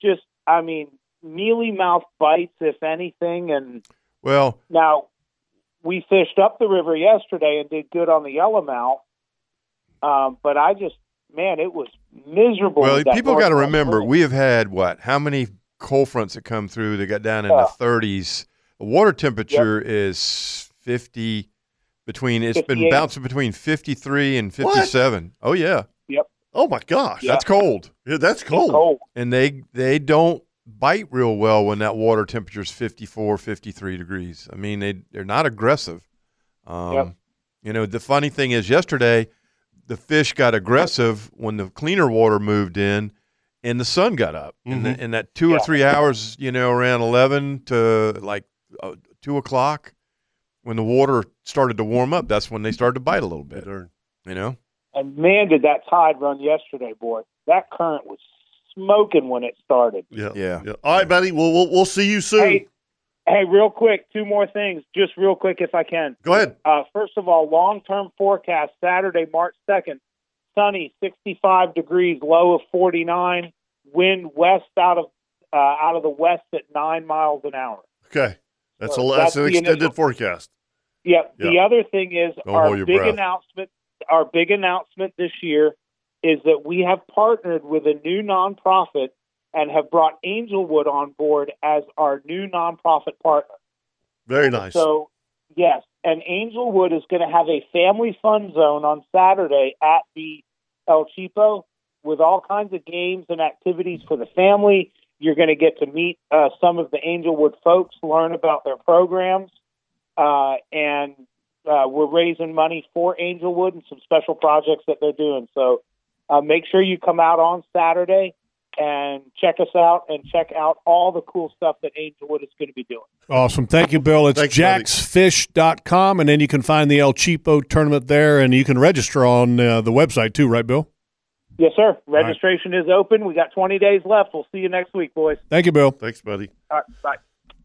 [SPEAKER 10] just I mean, mealy mouth bites if anything. And
[SPEAKER 6] well,
[SPEAKER 10] now we fished up the river yesterday and did good on the yellowmouth, um, but I just man, it was miserable.
[SPEAKER 6] well,
[SPEAKER 10] with that
[SPEAKER 6] people got to
[SPEAKER 10] northbound
[SPEAKER 6] remember
[SPEAKER 10] wind.
[SPEAKER 6] we have had what? How many cold fronts that come through that got down in
[SPEAKER 10] Yeah.
[SPEAKER 6] the 30s? The water temperature is 50 between. It's been
[SPEAKER 10] 58.
[SPEAKER 6] bouncing between 53 and 57. Oh yeah,
[SPEAKER 2] Oh, my gosh.
[SPEAKER 10] Yeah.
[SPEAKER 6] that's cold.
[SPEAKER 2] Yeah, that's cold.
[SPEAKER 10] cold.
[SPEAKER 6] and they they don't bite real well when that water temperature is 54 53 degrees i mean they they're not aggressive um
[SPEAKER 10] Yep.
[SPEAKER 6] you know the funny thing is yesterday the fish got aggressive when the cleaner water moved in and the sun got up and,
[SPEAKER 2] Mm-hmm.
[SPEAKER 6] the, and that two
[SPEAKER 10] Yeah.
[SPEAKER 6] or three hours you know around 11 to like uh, 2 o'clock when the water started to warm up that's when they started to bite a little bit you know
[SPEAKER 10] And man, did that tide run yesterday, boy! That current was smoking when it started.
[SPEAKER 2] Yeah.
[SPEAKER 6] Yeah.
[SPEAKER 2] All right, buddy. Well, we'll, we'll see you soon.
[SPEAKER 10] Hey, hey, real quick, two more things, just real quick if I can.
[SPEAKER 2] Go ahead.
[SPEAKER 10] Uh, first of all, long term forecast Saturday, March 2nd, sunny, 65 degrees, low of 49, wind west out of uh, out of the west at nine miles an hour.
[SPEAKER 2] Okay. That's, a,
[SPEAKER 10] Well,
[SPEAKER 2] that's,
[SPEAKER 10] that's
[SPEAKER 2] an
[SPEAKER 10] the
[SPEAKER 2] extended
[SPEAKER 10] initial-
[SPEAKER 2] forecast.
[SPEAKER 10] Yeah. The
[SPEAKER 2] Yeah.
[SPEAKER 10] other thing is
[SPEAKER 2] Don't
[SPEAKER 10] our
[SPEAKER 2] hold your
[SPEAKER 10] big
[SPEAKER 2] breath.
[SPEAKER 10] announcement. Our big announcement this year is that we have partnered with a new nonprofit and have brought Angelwood on board as our new nonprofit partner.
[SPEAKER 2] Very nice.
[SPEAKER 10] So, yes, and Angelwood is going to have a family fun zone on Saturday at the El Chipo with all kinds of games and activities for the family. You're going to get to meet uh, some of the Angelwood folks, learn about their programs, uh, and uh, we're raising money for Angelwood and some special projects that they're doing. So uh, make sure you come out on Saturday and check us out and check out all the cool stuff that Angelwood is going to be doing.
[SPEAKER 5] Awesome. Thank you, Bill. It's
[SPEAKER 2] Thanks, buddy.
[SPEAKER 5] jacksfish.com, and then you can find the El Cheapo tournament there, and you can register on uh, the website too, right, Bill?
[SPEAKER 10] Yes, sir. Registration is open. We got 20 days left. We'll see you next week, boys.
[SPEAKER 5] Thank you, Bill.
[SPEAKER 2] Thanks, buddy.
[SPEAKER 10] All right, bye.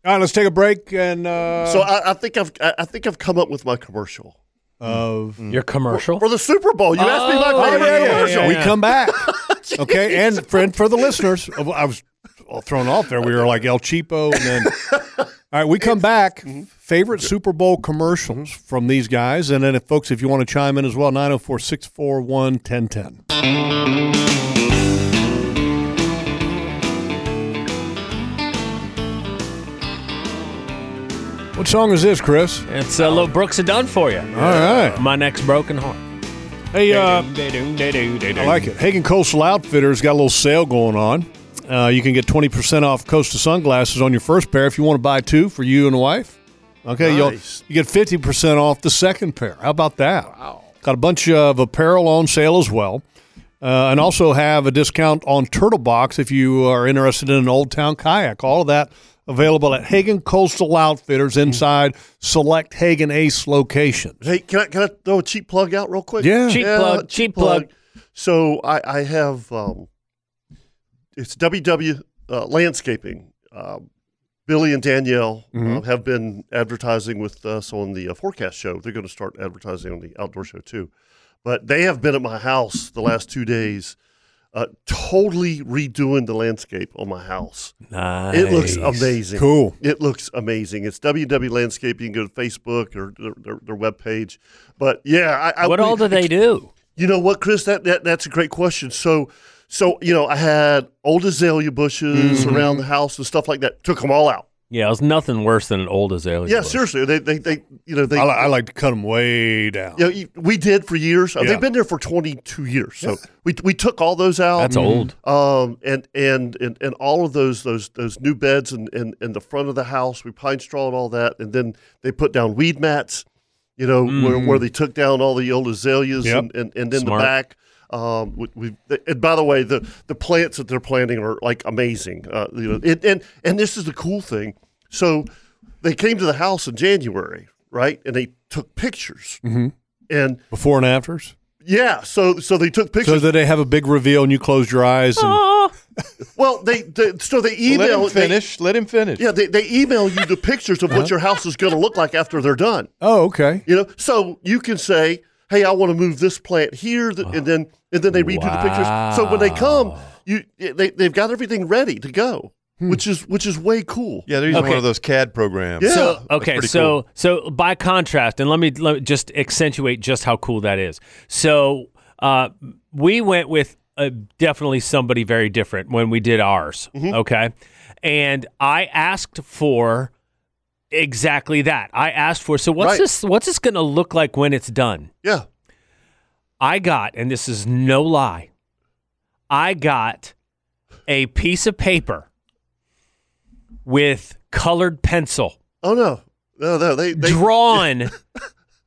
[SPEAKER 5] All right, let's take a break and uh,
[SPEAKER 2] So I, I think I've I I think I've come up with my commercial
[SPEAKER 5] Mm. of
[SPEAKER 4] Your commercial?
[SPEAKER 2] for the Super Bowl. You asked me
[SPEAKER 4] Oh,
[SPEAKER 2] my favorite
[SPEAKER 4] yeah, yeah, yeah,
[SPEAKER 2] commercial.
[SPEAKER 4] yeah.
[SPEAKER 5] we come
[SPEAKER 4] (laughs)
[SPEAKER 5] back. okay, and for, and for the listeners, I was thrown off there. We were like El Cheapo, and then all right, we come back.
[SPEAKER 2] Mm-hmm.
[SPEAKER 5] Favorite Super Bowl commercials from these guys, and then if folks, if you want to chime in as well, 904-641-1010. What song is this, Chris?
[SPEAKER 4] It's a little Brooks are done for you.
[SPEAKER 5] All right.
[SPEAKER 4] My next broken heart.
[SPEAKER 5] Hey, uh, I
[SPEAKER 4] I
[SPEAKER 5] like it. Hagen Coastal Outfitters got a little sale going on. Uh, you can get 20% off Costa sunglasses on your first pair if you want to buy two for you and a wife. Okay,
[SPEAKER 2] Nice.
[SPEAKER 5] you'll, you get 50% off the second pair. How about that? Wow. Got a bunch of apparel on sale as well. Uh, and also have a discount on Turtle Box if you are interested in an Old Town kayak. All of that available at Hagen Coastal Outfitters inside select Hagen Ace locations.
[SPEAKER 2] Hey, can I can I throw a cheap plug out real quick?
[SPEAKER 5] Yeah.
[SPEAKER 4] Cheap plug, cheap plug.
[SPEAKER 2] So I I have um, it's WW uh, landscaping. Um, Billy and Danielle
[SPEAKER 5] Mm-hmm.
[SPEAKER 2] uh, have been advertising with us on the uh, forecast show. They're going to start advertising on the outdoor show too, but they have been at my house the last two days, uh, totally redoing the landscape on my house.
[SPEAKER 4] Nice.
[SPEAKER 2] It looks amazing.
[SPEAKER 5] Cool.
[SPEAKER 2] It looks amazing. It's WW Landscape. You can go to Facebook or their, their, their webpage. But yeah, I, I
[SPEAKER 4] What all do they do?
[SPEAKER 2] You know what, Chris? That, that that's a great question. So, so you know, I had old azalea bushes
[SPEAKER 5] Mm-hmm.
[SPEAKER 2] around the house and stuff like that. Took them all out.
[SPEAKER 4] Yeah, it's nothing worse than an old azalea.
[SPEAKER 2] Yeah,
[SPEAKER 4] bush.
[SPEAKER 2] seriously. They they they you know they.
[SPEAKER 5] I, li- I like to cut them way down.
[SPEAKER 2] you know, you- we did for years. Uh,
[SPEAKER 5] Yeah.
[SPEAKER 2] They've been there for 22 years. So we, we took all those out.
[SPEAKER 4] That's old.
[SPEAKER 2] um, and, and and and all of those those those new beds and and and the front of the house, we pine straw and all that, and then they put down weed mats, you know, where, where they took down all the old azaleas
[SPEAKER 5] Yep.
[SPEAKER 2] and, and and then
[SPEAKER 4] Mm. Smart.
[SPEAKER 2] the back. Um, we, we and by the way, the the plants that they're planting are like amazing. Uh, you know, and, and and this is the cool thing. So they came to the house in January, right? And they took pictures. Mm-hmm. And
[SPEAKER 5] Before and afters.
[SPEAKER 2] yeah, so so they took pictures.
[SPEAKER 5] So that they have a big reveal and you closed your eyes
[SPEAKER 4] Oh,
[SPEAKER 5] and
[SPEAKER 2] (laughs) Well, they, they so they
[SPEAKER 6] Let
[SPEAKER 2] email
[SPEAKER 6] him finish. Let him finish. Uh-huh.
[SPEAKER 2] They, yeah, they, they email you the pictures of what your house is going to look like after they're done.
[SPEAKER 5] oh okay.
[SPEAKER 2] You know, so you can say, "Hey, I want to move this plant here," th- and then and then they redo the pictures. So when they come, you they they've got everything ready to go,
[SPEAKER 6] Hmm.
[SPEAKER 2] which is which is way cool.
[SPEAKER 6] Yeah, they're using
[SPEAKER 4] Okay.
[SPEAKER 6] one of those CAD programs.
[SPEAKER 2] Yeah.
[SPEAKER 4] So
[SPEAKER 6] That's
[SPEAKER 4] okay,
[SPEAKER 6] pretty
[SPEAKER 4] so so by contrast, and let me, let me just accentuate just how cool that is. So uh, we went with uh, definitely somebody very different when we did ours.
[SPEAKER 2] Mm-hmm.
[SPEAKER 4] Okay, and I asked for exactly that. I asked for so what's
[SPEAKER 2] Right.
[SPEAKER 4] this? What's this going to look like when it's done?
[SPEAKER 2] Yeah,
[SPEAKER 4] I got, and this is no lie, I got a piece of paper with colored pencil
[SPEAKER 2] Oh no, no, no. They they.
[SPEAKER 4] drawn,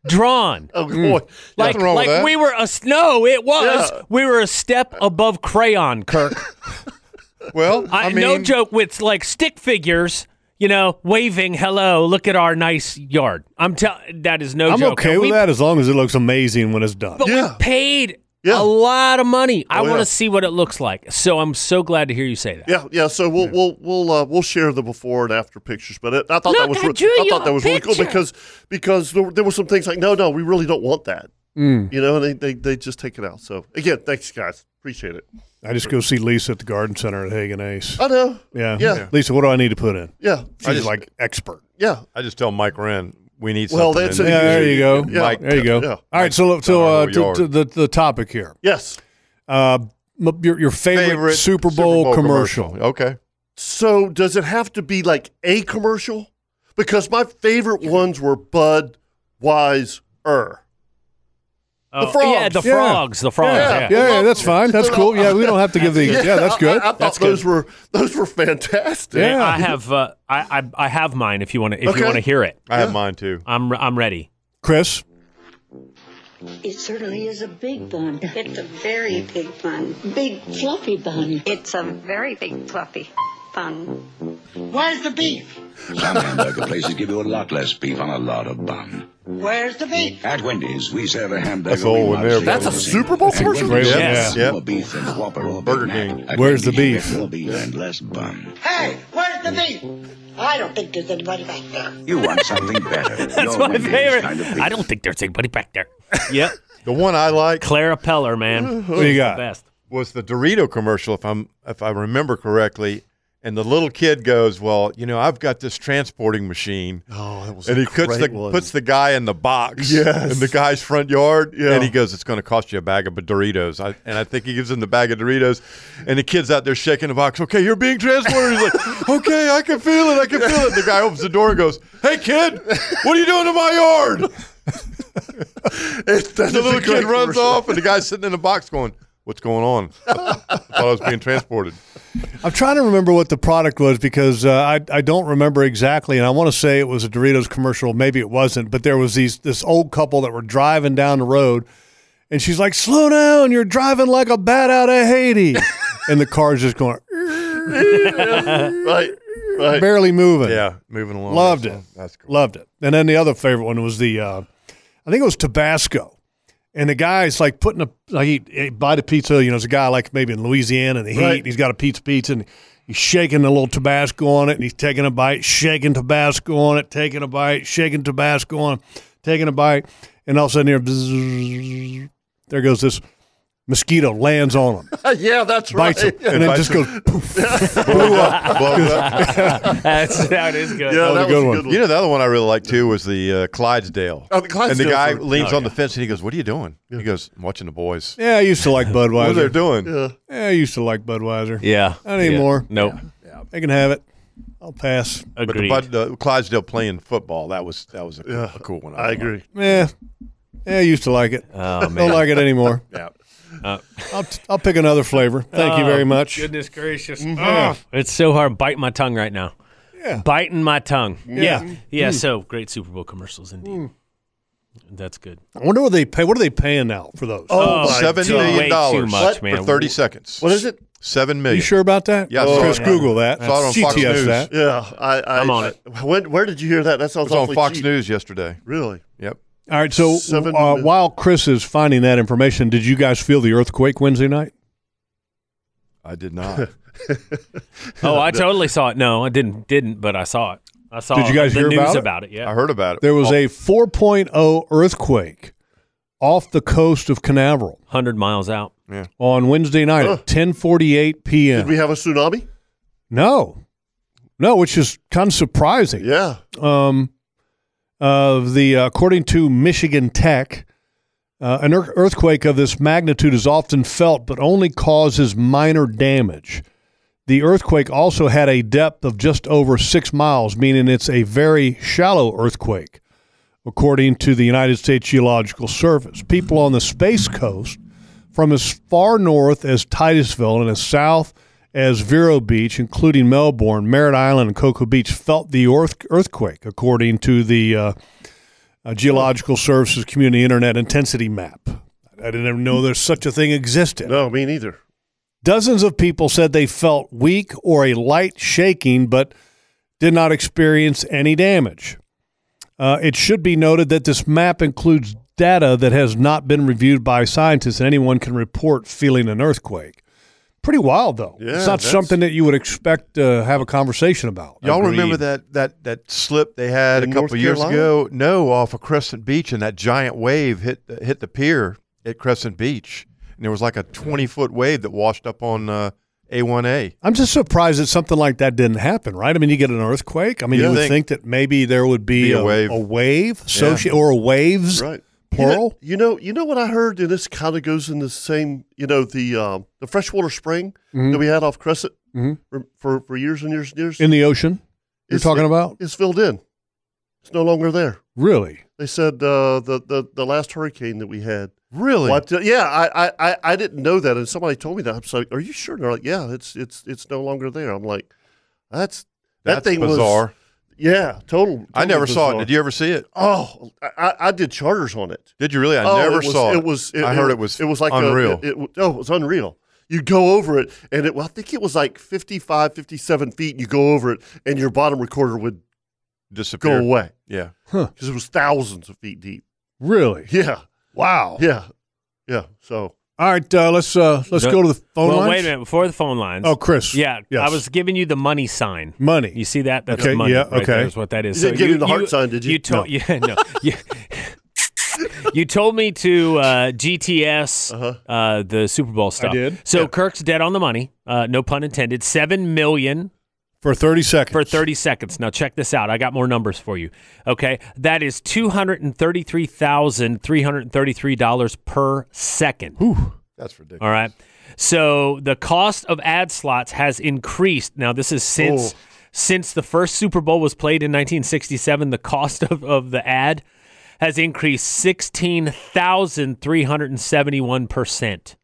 [SPEAKER 4] drawn. Mm.
[SPEAKER 2] oh boy.
[SPEAKER 4] Like,
[SPEAKER 6] Nothing wrong with
[SPEAKER 4] like
[SPEAKER 6] that.
[SPEAKER 4] we were a no, it was (laughs)
[SPEAKER 2] Yeah.
[SPEAKER 4] we were a step above crayon, Kirk.
[SPEAKER 6] cool. Well, I,
[SPEAKER 4] I,
[SPEAKER 6] mean,
[SPEAKER 4] no joke with like stick figures, you know, waving hello, look at our nice yard. I'm tell that is no
[SPEAKER 5] I'm
[SPEAKER 4] joke.
[SPEAKER 5] okay
[SPEAKER 4] And
[SPEAKER 5] with
[SPEAKER 4] we
[SPEAKER 5] that as long as it looks amazing when it's done.
[SPEAKER 4] But
[SPEAKER 2] Yeah.
[SPEAKER 4] we paid Yeah. A lot of money. I want to see what it looks like. So I'm so glad to hear you say that.
[SPEAKER 2] Yeah, yeah. So we'll we'll we'll uh, we'll share the before and after pictures. But it, I thought
[SPEAKER 4] Look,
[SPEAKER 2] that was
[SPEAKER 4] I
[SPEAKER 2] re-
[SPEAKER 4] drew
[SPEAKER 2] I
[SPEAKER 4] you
[SPEAKER 2] thought
[SPEAKER 4] a
[SPEAKER 2] that was really cool
[SPEAKER 4] picture.
[SPEAKER 2] because because there, were- there were some things like no no we really don't want that
[SPEAKER 4] Hmm.
[SPEAKER 5] Mm.
[SPEAKER 2] you know and they, they they just take it out. So again, thanks guys, appreciate it.
[SPEAKER 5] I just go see Lisa at the garden center at Hagen Ace.
[SPEAKER 2] I know.
[SPEAKER 5] Yeah.
[SPEAKER 2] Yeah.
[SPEAKER 5] Lisa, what do I need to put in?
[SPEAKER 2] Yeah.
[SPEAKER 5] She's like expert.
[SPEAKER 2] Yeah.
[SPEAKER 6] I just tell Mike Wren we need
[SPEAKER 5] Well,
[SPEAKER 6] something.
[SPEAKER 5] that's
[SPEAKER 6] in
[SPEAKER 5] it. Yeah, there you go.
[SPEAKER 6] Yeah. Mike,
[SPEAKER 5] there you go.
[SPEAKER 6] yeah.
[SPEAKER 5] All right, so look, so uh, to, to the the topic here.
[SPEAKER 2] Yes.
[SPEAKER 5] Uh, m- your your favorite, Super, Bowl commercial.
[SPEAKER 6] Okay.
[SPEAKER 2] So does it have to be like a commercial? Because my favorite ones were Bud Wise Er.
[SPEAKER 4] Oh, yeah, the frogs, the frogs, yeah. Yeah, yeah, that's fine. That's cool. Yeah, we don't have to
[SPEAKER 2] (laughs)
[SPEAKER 4] give the- yeah, that's good.
[SPEAKER 2] I, I thought
[SPEAKER 4] That's good.
[SPEAKER 2] those were those were fantastic.
[SPEAKER 4] I have uh, I, I I have mine. If you want to, if
[SPEAKER 2] Okay.
[SPEAKER 4] you want to hear it,
[SPEAKER 6] I have mine too.
[SPEAKER 4] I'm re- I'm
[SPEAKER 6] (laughs)
[SPEAKER 4] ready.
[SPEAKER 5] Chris,
[SPEAKER 11] It certainly is a big bun. It's a very big bun. Big fluffy bun. It's a very big fluffy bun. Where's the beef?
[SPEAKER 12] Some hamburger places give you a lot less beef on a lot of bun.
[SPEAKER 11] Where's the beef?
[SPEAKER 12] At Wendy's, we serve a hamburger.
[SPEAKER 6] That's old
[SPEAKER 12] we
[SPEAKER 6] one
[SPEAKER 12] love
[SPEAKER 6] there.
[SPEAKER 12] to
[SPEAKER 6] That's a
[SPEAKER 12] eat.
[SPEAKER 6] Super Bowl
[SPEAKER 12] At
[SPEAKER 6] commercial?
[SPEAKER 12] Wendy's,
[SPEAKER 6] Great one.
[SPEAKER 12] there's
[SPEAKER 6] Yeah.
[SPEAKER 12] More beef than Whopper or Big
[SPEAKER 6] Burger
[SPEAKER 12] Mac.
[SPEAKER 6] King.
[SPEAKER 12] At
[SPEAKER 5] Where's the
[SPEAKER 12] Wendy's,
[SPEAKER 5] beef?
[SPEAKER 12] More beef and less bun.
[SPEAKER 11] Hey, where's the beef? I don't think there's anybody back there.
[SPEAKER 12] You want something better.
[SPEAKER 4] (laughs) That's
[SPEAKER 12] Your
[SPEAKER 4] my
[SPEAKER 12] Wendy's
[SPEAKER 4] favorite.
[SPEAKER 12] Kind of beef.
[SPEAKER 4] I don't think there's anybody back there. Yep.
[SPEAKER 6] the one I like,
[SPEAKER 4] Clara Peller, man.
[SPEAKER 5] Uh-huh. What do you got?
[SPEAKER 4] The best.
[SPEAKER 6] was the Dorito commercial, if I'm if I remember correctly. And the little kid goes, "Well, you know, I've got this transporting machine."
[SPEAKER 2] Oh, that was
[SPEAKER 6] and
[SPEAKER 2] a
[SPEAKER 6] he puts the
[SPEAKER 2] great one.
[SPEAKER 6] puts the guy in the box
[SPEAKER 2] Yes.
[SPEAKER 6] in the guy's front yard,
[SPEAKER 2] Yeah.
[SPEAKER 6] and he goes, "It's going to cost you a bag of Doritos." I, and I think he gives him the bag of Doritos, and the kid's out there shaking the box. Okay, you're being transported. He's
[SPEAKER 2] (laughs)
[SPEAKER 6] like, "Okay, I can feel it. I can feel it." The guy opens the door and goes, "Hey, kid, what are you doing in my yard?"
[SPEAKER 2] (laughs) It- that
[SPEAKER 6] the
[SPEAKER 2] is a
[SPEAKER 6] little
[SPEAKER 2] great
[SPEAKER 6] kid runs
[SPEAKER 2] commercial.
[SPEAKER 6] off, and the guy's sitting in the box going, "What's going on?" I thought I was being transported.
[SPEAKER 5] I'm trying to remember what the product was because uh, I I don't remember exactly, and I want to say it was a Doritos commercial. Maybe it wasn't, but there was these this old couple that were driving down the road, and she's like, "Slow down! You're driving like a bat out of Haiti," (laughs) and the car's just going
[SPEAKER 2] right, right.
[SPEAKER 5] barely moving.
[SPEAKER 6] Yeah, moving along.
[SPEAKER 5] Loved
[SPEAKER 6] That's-
[SPEAKER 5] it.
[SPEAKER 6] That's cool.
[SPEAKER 5] Loved it. And then the other favorite one was the, uh, I think it was Tabasco. And the guy's like putting a, like he, he bought a pizza, you know, it's a guy like maybe in Louisiana in the heat.
[SPEAKER 2] Right.
[SPEAKER 5] and He's got a pizza pizza and he's shaking a little Tabasco on it and he's taking a bite, shaking Tabasco on it, taking a bite, shaking Tabasco on it, taking a bite. And all of a sudden, here, bzzz, there goes this mosquito lands on him,
[SPEAKER 2] Uh, yeah, that's right.
[SPEAKER 5] bites him, and
[SPEAKER 6] Bites
[SPEAKER 5] then just
[SPEAKER 6] him.
[SPEAKER 5] goes
[SPEAKER 2] (laughs)
[SPEAKER 5] poof.
[SPEAKER 6] Blow up. Blow up.
[SPEAKER 4] That's that is good.
[SPEAKER 2] Yeah, that was a good one.
[SPEAKER 6] You know, the other one I really liked too was the uh, Clydesdale.
[SPEAKER 2] Oh, the
[SPEAKER 6] and the
[SPEAKER 2] Clydesdale
[SPEAKER 6] guy
[SPEAKER 2] for-
[SPEAKER 6] leans on the fence and he goes, "What are you doing?" He goes, "I'm watching the boys."
[SPEAKER 5] Yeah, I used to like
[SPEAKER 6] (laughs) What are they
[SPEAKER 5] Budweiser.
[SPEAKER 6] doing?
[SPEAKER 5] Yeah, I used to like Budweiser.
[SPEAKER 4] Yeah.
[SPEAKER 5] Not anymore.
[SPEAKER 4] Yeah. Nope.
[SPEAKER 5] They can have it. I'll pass.
[SPEAKER 6] But the
[SPEAKER 4] Agreed.
[SPEAKER 6] Bud, the Clydesdale playing football that was that was a, cool- a cool one.
[SPEAKER 2] I
[SPEAKER 6] liked.
[SPEAKER 2] agree.
[SPEAKER 5] Yeah. Yeah, I used to like it.
[SPEAKER 4] oh man.
[SPEAKER 5] Don't like it anymore.
[SPEAKER 6] (laughs) Yeah.
[SPEAKER 4] Uh,
[SPEAKER 5] I'll, t- I'll pick another flavor. Thank you very much.
[SPEAKER 4] Oh, Goodness gracious. (laughs)
[SPEAKER 6] Mm-hmm.
[SPEAKER 4] Ugh. It's so hard. Biting my tongue right now.
[SPEAKER 5] Yeah.
[SPEAKER 4] Biting my tongue.
[SPEAKER 5] Yeah. Mm.
[SPEAKER 4] Yeah. Yeah.
[SPEAKER 5] Hmm.
[SPEAKER 4] So great Super Bowl commercials indeed. That's good.
[SPEAKER 5] I wonder what they pay. What are they paying now for those?
[SPEAKER 6] Oh, seven
[SPEAKER 4] too- way
[SPEAKER 6] million
[SPEAKER 4] too
[SPEAKER 6] dollars
[SPEAKER 4] much,
[SPEAKER 6] for
[SPEAKER 4] man.
[SPEAKER 6] thirty seconds.
[SPEAKER 2] What is it?
[SPEAKER 6] Seven
[SPEAKER 5] you
[SPEAKER 6] million.
[SPEAKER 5] sure about that?
[SPEAKER 6] Yeah, I saw
[SPEAKER 5] Chris,
[SPEAKER 6] it.
[SPEAKER 5] Google that.
[SPEAKER 6] Saw it on Fox
[SPEAKER 5] CTS
[SPEAKER 6] News.
[SPEAKER 5] that.
[SPEAKER 2] Yeah, I, I,
[SPEAKER 4] I'm on it.
[SPEAKER 2] I- when, where did you hear that? That sounds
[SPEAKER 6] It was on
[SPEAKER 2] awfully
[SPEAKER 6] Fox
[SPEAKER 2] cheap.
[SPEAKER 6] News yesterday.
[SPEAKER 2] Really?
[SPEAKER 6] Yep.
[SPEAKER 5] All right. So
[SPEAKER 2] Seven
[SPEAKER 5] uh,
[SPEAKER 2] million.
[SPEAKER 5] while Chris is finding that information, did you guys feel the earthquake Wednesday night?
[SPEAKER 6] I did not.
[SPEAKER 4] (laughs) Oh, I totally saw it. No, I didn't. Didn't, but I saw it. I saw.
[SPEAKER 5] Did you guys
[SPEAKER 4] the
[SPEAKER 5] hear
[SPEAKER 4] news
[SPEAKER 5] about it?
[SPEAKER 4] about it? Yeah.
[SPEAKER 6] I heard about it.
[SPEAKER 5] There
[SPEAKER 2] Oh.
[SPEAKER 5] was a 4.0 earthquake off the coast of Canaveral
[SPEAKER 4] Hundred miles out.
[SPEAKER 5] on Wednesday night at 10:48 p.m.
[SPEAKER 2] Did we have a tsunami?
[SPEAKER 5] No, no, which is kind of surprising.
[SPEAKER 2] Yeah.
[SPEAKER 5] Um, of the uh, according to Michigan Tech, uh, an ear- earthquake of this magnitude is often felt, but only causes minor damage. The earthquake also had a depth of just over six miles, meaning it's a very shallow earthquake, according to the United States Geological Service. People on the Space Coast from as far north as Titusville and as south as Vero Beach, including Melbourne, Merritt Island, and Cocoa Beach, felt the earth- earthquake, according to the uh, uh, Geological Services Community Internet Intensity Map. I didn't even know there's such a thing existed.
[SPEAKER 2] No, me neither.
[SPEAKER 5] Dozens of people said they felt weak or a light shaking, but did not experience any damage. Uh, it should be noted that this map includes data that has not been reviewed by scientists, and anyone can report feeling an earthquake. Pretty wild, though.
[SPEAKER 6] Yeah,
[SPEAKER 5] it's not
[SPEAKER 6] that's-
[SPEAKER 5] something that you would expect to have a conversation about.
[SPEAKER 6] Y'all remember that that that slip they had
[SPEAKER 5] In
[SPEAKER 6] a couple
[SPEAKER 5] North
[SPEAKER 6] years
[SPEAKER 5] Carolina?
[SPEAKER 6] ago? No, off of Crescent Beach, and that giant wave hit the- hit the pier at Crescent Beach, and there was like a twenty foot wave that washed up on uh, A one A.
[SPEAKER 5] I'm just surprised that something like that didn't happen, right? I mean, you get an earthquake. I mean,
[SPEAKER 6] Yeah.
[SPEAKER 5] you would think,
[SPEAKER 6] Think-
[SPEAKER 5] that maybe there would be,
[SPEAKER 6] Be a
[SPEAKER 5] a,
[SPEAKER 6] wave.
[SPEAKER 5] a wave,
[SPEAKER 6] Yeah.
[SPEAKER 5] soci- or waves,
[SPEAKER 2] Right.
[SPEAKER 5] plural.
[SPEAKER 2] You know, you know, you know what I heard, and this kind of goes in the same. You know, the um, the freshwater spring
[SPEAKER 5] Mhm.
[SPEAKER 2] that we had off Crescent
[SPEAKER 5] Mhm.
[SPEAKER 2] for, for for years and years and years
[SPEAKER 5] in the ocean. You're
[SPEAKER 2] It's-
[SPEAKER 5] talking about
[SPEAKER 2] It's filled in. It's no longer there.
[SPEAKER 5] really?
[SPEAKER 2] They said uh, the the the last hurricane that we had.
[SPEAKER 6] Really?
[SPEAKER 2] Wiped it. Yeah, I, I- I I didn't know that, and somebody told me that. I'm like, are you sure? And they're like, yeah, it's it's it's no longer there. I'm like, that's that
[SPEAKER 6] That's
[SPEAKER 2] thing was
[SPEAKER 6] bizarre.
[SPEAKER 2] yeah, total.
[SPEAKER 6] I
[SPEAKER 2] totally
[SPEAKER 6] never saw it.
[SPEAKER 2] bizarre.
[SPEAKER 6] Did you ever see it?
[SPEAKER 2] Oh, I- I, I did charters on it.
[SPEAKER 6] Did you really? I
[SPEAKER 2] Oh,
[SPEAKER 6] never
[SPEAKER 2] was-
[SPEAKER 6] saw it.
[SPEAKER 2] It was.
[SPEAKER 6] I heard it was.
[SPEAKER 2] It was like a-
[SPEAKER 6] unreal.
[SPEAKER 2] it, it, oh, it was unreal. You go over it, and it, well, I think it was like 55, 57 feet. You go over it, and your bottom recorder would
[SPEAKER 6] Disappeared.
[SPEAKER 2] go away.
[SPEAKER 6] Yeah.
[SPEAKER 5] Huh.
[SPEAKER 2] because it was thousands of feet deep.
[SPEAKER 5] Really?
[SPEAKER 2] Yeah.
[SPEAKER 5] Wow.
[SPEAKER 2] Yeah. Yeah. So
[SPEAKER 5] All right, uh, let's uh, let's
[SPEAKER 4] No-
[SPEAKER 5] go to the phone
[SPEAKER 4] Well,
[SPEAKER 5] lines.
[SPEAKER 4] wait a minute before the phone lines.
[SPEAKER 5] Oh, Chris.
[SPEAKER 4] Yeah,
[SPEAKER 5] Yes.
[SPEAKER 4] I was giving you the money sign.
[SPEAKER 5] Money.
[SPEAKER 4] You see that? That's
[SPEAKER 5] Okay,
[SPEAKER 4] money.
[SPEAKER 5] yeah,
[SPEAKER 4] right there
[SPEAKER 5] okay.
[SPEAKER 4] is what that is.
[SPEAKER 5] You didn't give me the heart sign, did you?
[SPEAKER 4] You told. (laughs)
[SPEAKER 5] No.
[SPEAKER 4] Yeah. No. you, you told me to uh, GTS uh the Super Bowl stuff.
[SPEAKER 5] Uh-huh. did.
[SPEAKER 4] So Kirk's dead on the money. Uh, no pun intended. Seven million
[SPEAKER 5] for 30 seconds.
[SPEAKER 4] For 30 seconds. Now check this out. I got more numbers for you. Okay. That is $233,333 per second.
[SPEAKER 6] That's ridiculous.
[SPEAKER 4] All right. So the cost of ad slots has increased. Now this is since
[SPEAKER 6] Oh.
[SPEAKER 4] since the first Super Bowl was played in 1967, the cost (laughs) of, of the ad has increased 16,371%.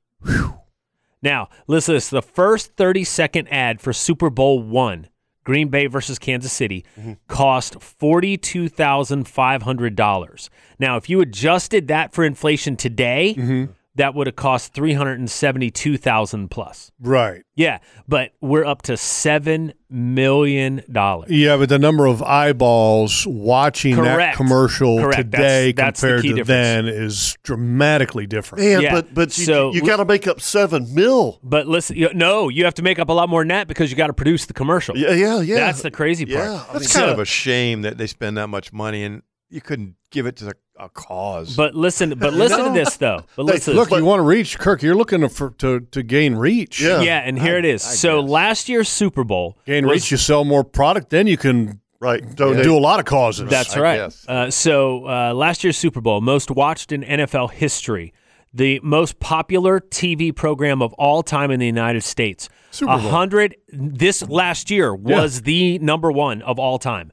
[SPEAKER 4] Now, listen to this. The first 30 second ad for Super Bowl one, Green Bay versus Kansas City, cost $42,500. Now, if you adjusted that for inflation today, that would have cost 372000 plus.
[SPEAKER 5] Right.
[SPEAKER 4] Yeah, but we're up to $7 million.
[SPEAKER 5] Yeah, but the number of eyeballs watching that
[SPEAKER 4] Correct.
[SPEAKER 5] commercial
[SPEAKER 4] Correct. That's-
[SPEAKER 5] today
[SPEAKER 4] that's the
[SPEAKER 5] compared
[SPEAKER 4] key
[SPEAKER 5] to
[SPEAKER 4] difference.
[SPEAKER 5] then is dramatically different.
[SPEAKER 2] man,
[SPEAKER 4] Yeah.
[SPEAKER 2] but but you,
[SPEAKER 4] So-
[SPEAKER 2] you got to make up seven mil.
[SPEAKER 4] But listen, you- no, you have to make up a lot more than that because you got to produce the commercial.
[SPEAKER 2] Yeah, yeah, yeah.
[SPEAKER 4] That's the crazy part.
[SPEAKER 2] Yeah, I
[SPEAKER 6] That's
[SPEAKER 2] mean,
[SPEAKER 6] kind
[SPEAKER 2] yeah.
[SPEAKER 6] of a shame that they spend that much money and you couldn't give it to a, a cause.
[SPEAKER 4] But listen, but listen to this though. But listen,
[SPEAKER 5] Look, you want to reach Kirk. You're looking for, to to gain reach.
[SPEAKER 4] yeah. and here it is. so last year's Super Bowl,
[SPEAKER 5] gain reach. You sell more product, then you can
[SPEAKER 2] right
[SPEAKER 5] do a lot of causes.
[SPEAKER 4] That's
[SPEAKER 6] I
[SPEAKER 4] right.
[SPEAKER 6] guess.
[SPEAKER 4] Uh, so uh, last year's Super Bowl, most watched in NFL history, the most popular TV program of all time in the United States.
[SPEAKER 5] Super Bowl.
[SPEAKER 4] hundred. This last year was the number one of all time.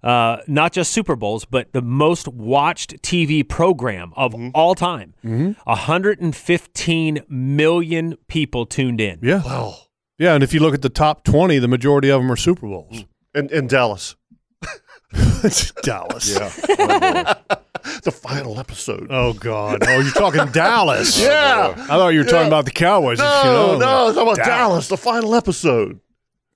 [SPEAKER 4] Uh, not just Super Bowls, but the most watched TV program of all time. 115 million people tuned in.
[SPEAKER 5] yeah,
[SPEAKER 2] Wow.
[SPEAKER 5] yeah. And if you look at the top twenty, the majority of them are Super
[SPEAKER 2] Mm.
[SPEAKER 5] Bowls.
[SPEAKER 2] And and Dallas, Oh,
[SPEAKER 5] It's (laughs) Dallas.
[SPEAKER 6] Yeah.
[SPEAKER 2] the final episode.
[SPEAKER 5] Oh God. Oh, you're
[SPEAKER 2] (laughs)
[SPEAKER 5] talking Dallas.
[SPEAKER 2] yeah.
[SPEAKER 5] I thought you were talking about the Cowboys.
[SPEAKER 2] No,
[SPEAKER 5] you know,
[SPEAKER 2] no, it's about
[SPEAKER 5] Dallas.
[SPEAKER 2] Dallas. the final episode.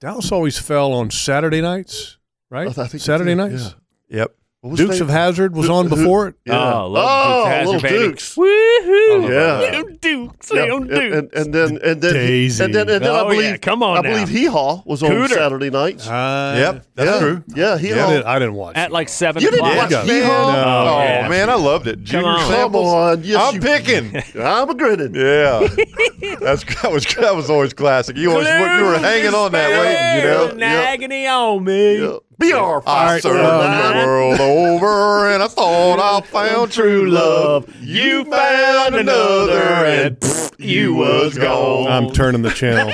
[SPEAKER 5] Dallas always fell on Saturday nights, right?
[SPEAKER 2] I think they
[SPEAKER 5] Saturday
[SPEAKER 2] did,
[SPEAKER 5] nights.
[SPEAKER 2] yeah.
[SPEAKER 6] Yep.
[SPEAKER 2] What was
[SPEAKER 5] Dukes
[SPEAKER 2] they-
[SPEAKER 5] of Hazard was
[SPEAKER 2] Who-
[SPEAKER 5] on
[SPEAKER 2] who-
[SPEAKER 5] before it.
[SPEAKER 2] Yeah.
[SPEAKER 4] Oh, love Duke
[SPEAKER 2] Oh,
[SPEAKER 4] Hazard,
[SPEAKER 2] Little
[SPEAKER 4] baby.
[SPEAKER 2] Dukes.
[SPEAKER 4] Woohoo!
[SPEAKER 2] Yeah.
[SPEAKER 4] Little Dukes, little
[SPEAKER 2] And,
[SPEAKER 4] Dukes.
[SPEAKER 2] and, and then and then
[SPEAKER 5] Daisy.
[SPEAKER 2] and then, and then I
[SPEAKER 4] Oh,
[SPEAKER 2] believe
[SPEAKER 4] yeah, come on
[SPEAKER 2] I
[SPEAKER 4] now.
[SPEAKER 2] believe Hee Haw was on
[SPEAKER 4] Cooter.
[SPEAKER 2] Saturday nights.
[SPEAKER 5] Uh,
[SPEAKER 6] Yep. That's
[SPEAKER 2] yeah.
[SPEAKER 6] true.
[SPEAKER 2] Yeah, Hee
[SPEAKER 5] I,
[SPEAKER 2] Haw.
[SPEAKER 5] didn't, I didn't watch.
[SPEAKER 4] At
[SPEAKER 5] it.
[SPEAKER 4] like seven
[SPEAKER 2] You didn't
[SPEAKER 4] o'clock.
[SPEAKER 2] watch
[SPEAKER 5] Yeah.
[SPEAKER 2] Hee Haw.
[SPEAKER 6] Oh,
[SPEAKER 4] yeah.
[SPEAKER 6] man, I loved it. Junior
[SPEAKER 4] on.
[SPEAKER 2] Come
[SPEAKER 6] samples.
[SPEAKER 2] on. Yes,
[SPEAKER 6] I'm
[SPEAKER 2] you-
[SPEAKER 6] picking.
[SPEAKER 2] (laughs) I'm a grinning.
[SPEAKER 6] Yeah, that's that was that was always classic. You always you were hanging on that way, you know.
[SPEAKER 4] Agony on me.
[SPEAKER 2] Yeah. Be our
[SPEAKER 6] I
[SPEAKER 2] fighter.
[SPEAKER 6] served the world over, and I thought I found true love. You found another, and pfft, you was
[SPEAKER 4] (laughs)
[SPEAKER 6] gone.
[SPEAKER 5] I'm turning the
[SPEAKER 2] (laughs)
[SPEAKER 5] channel.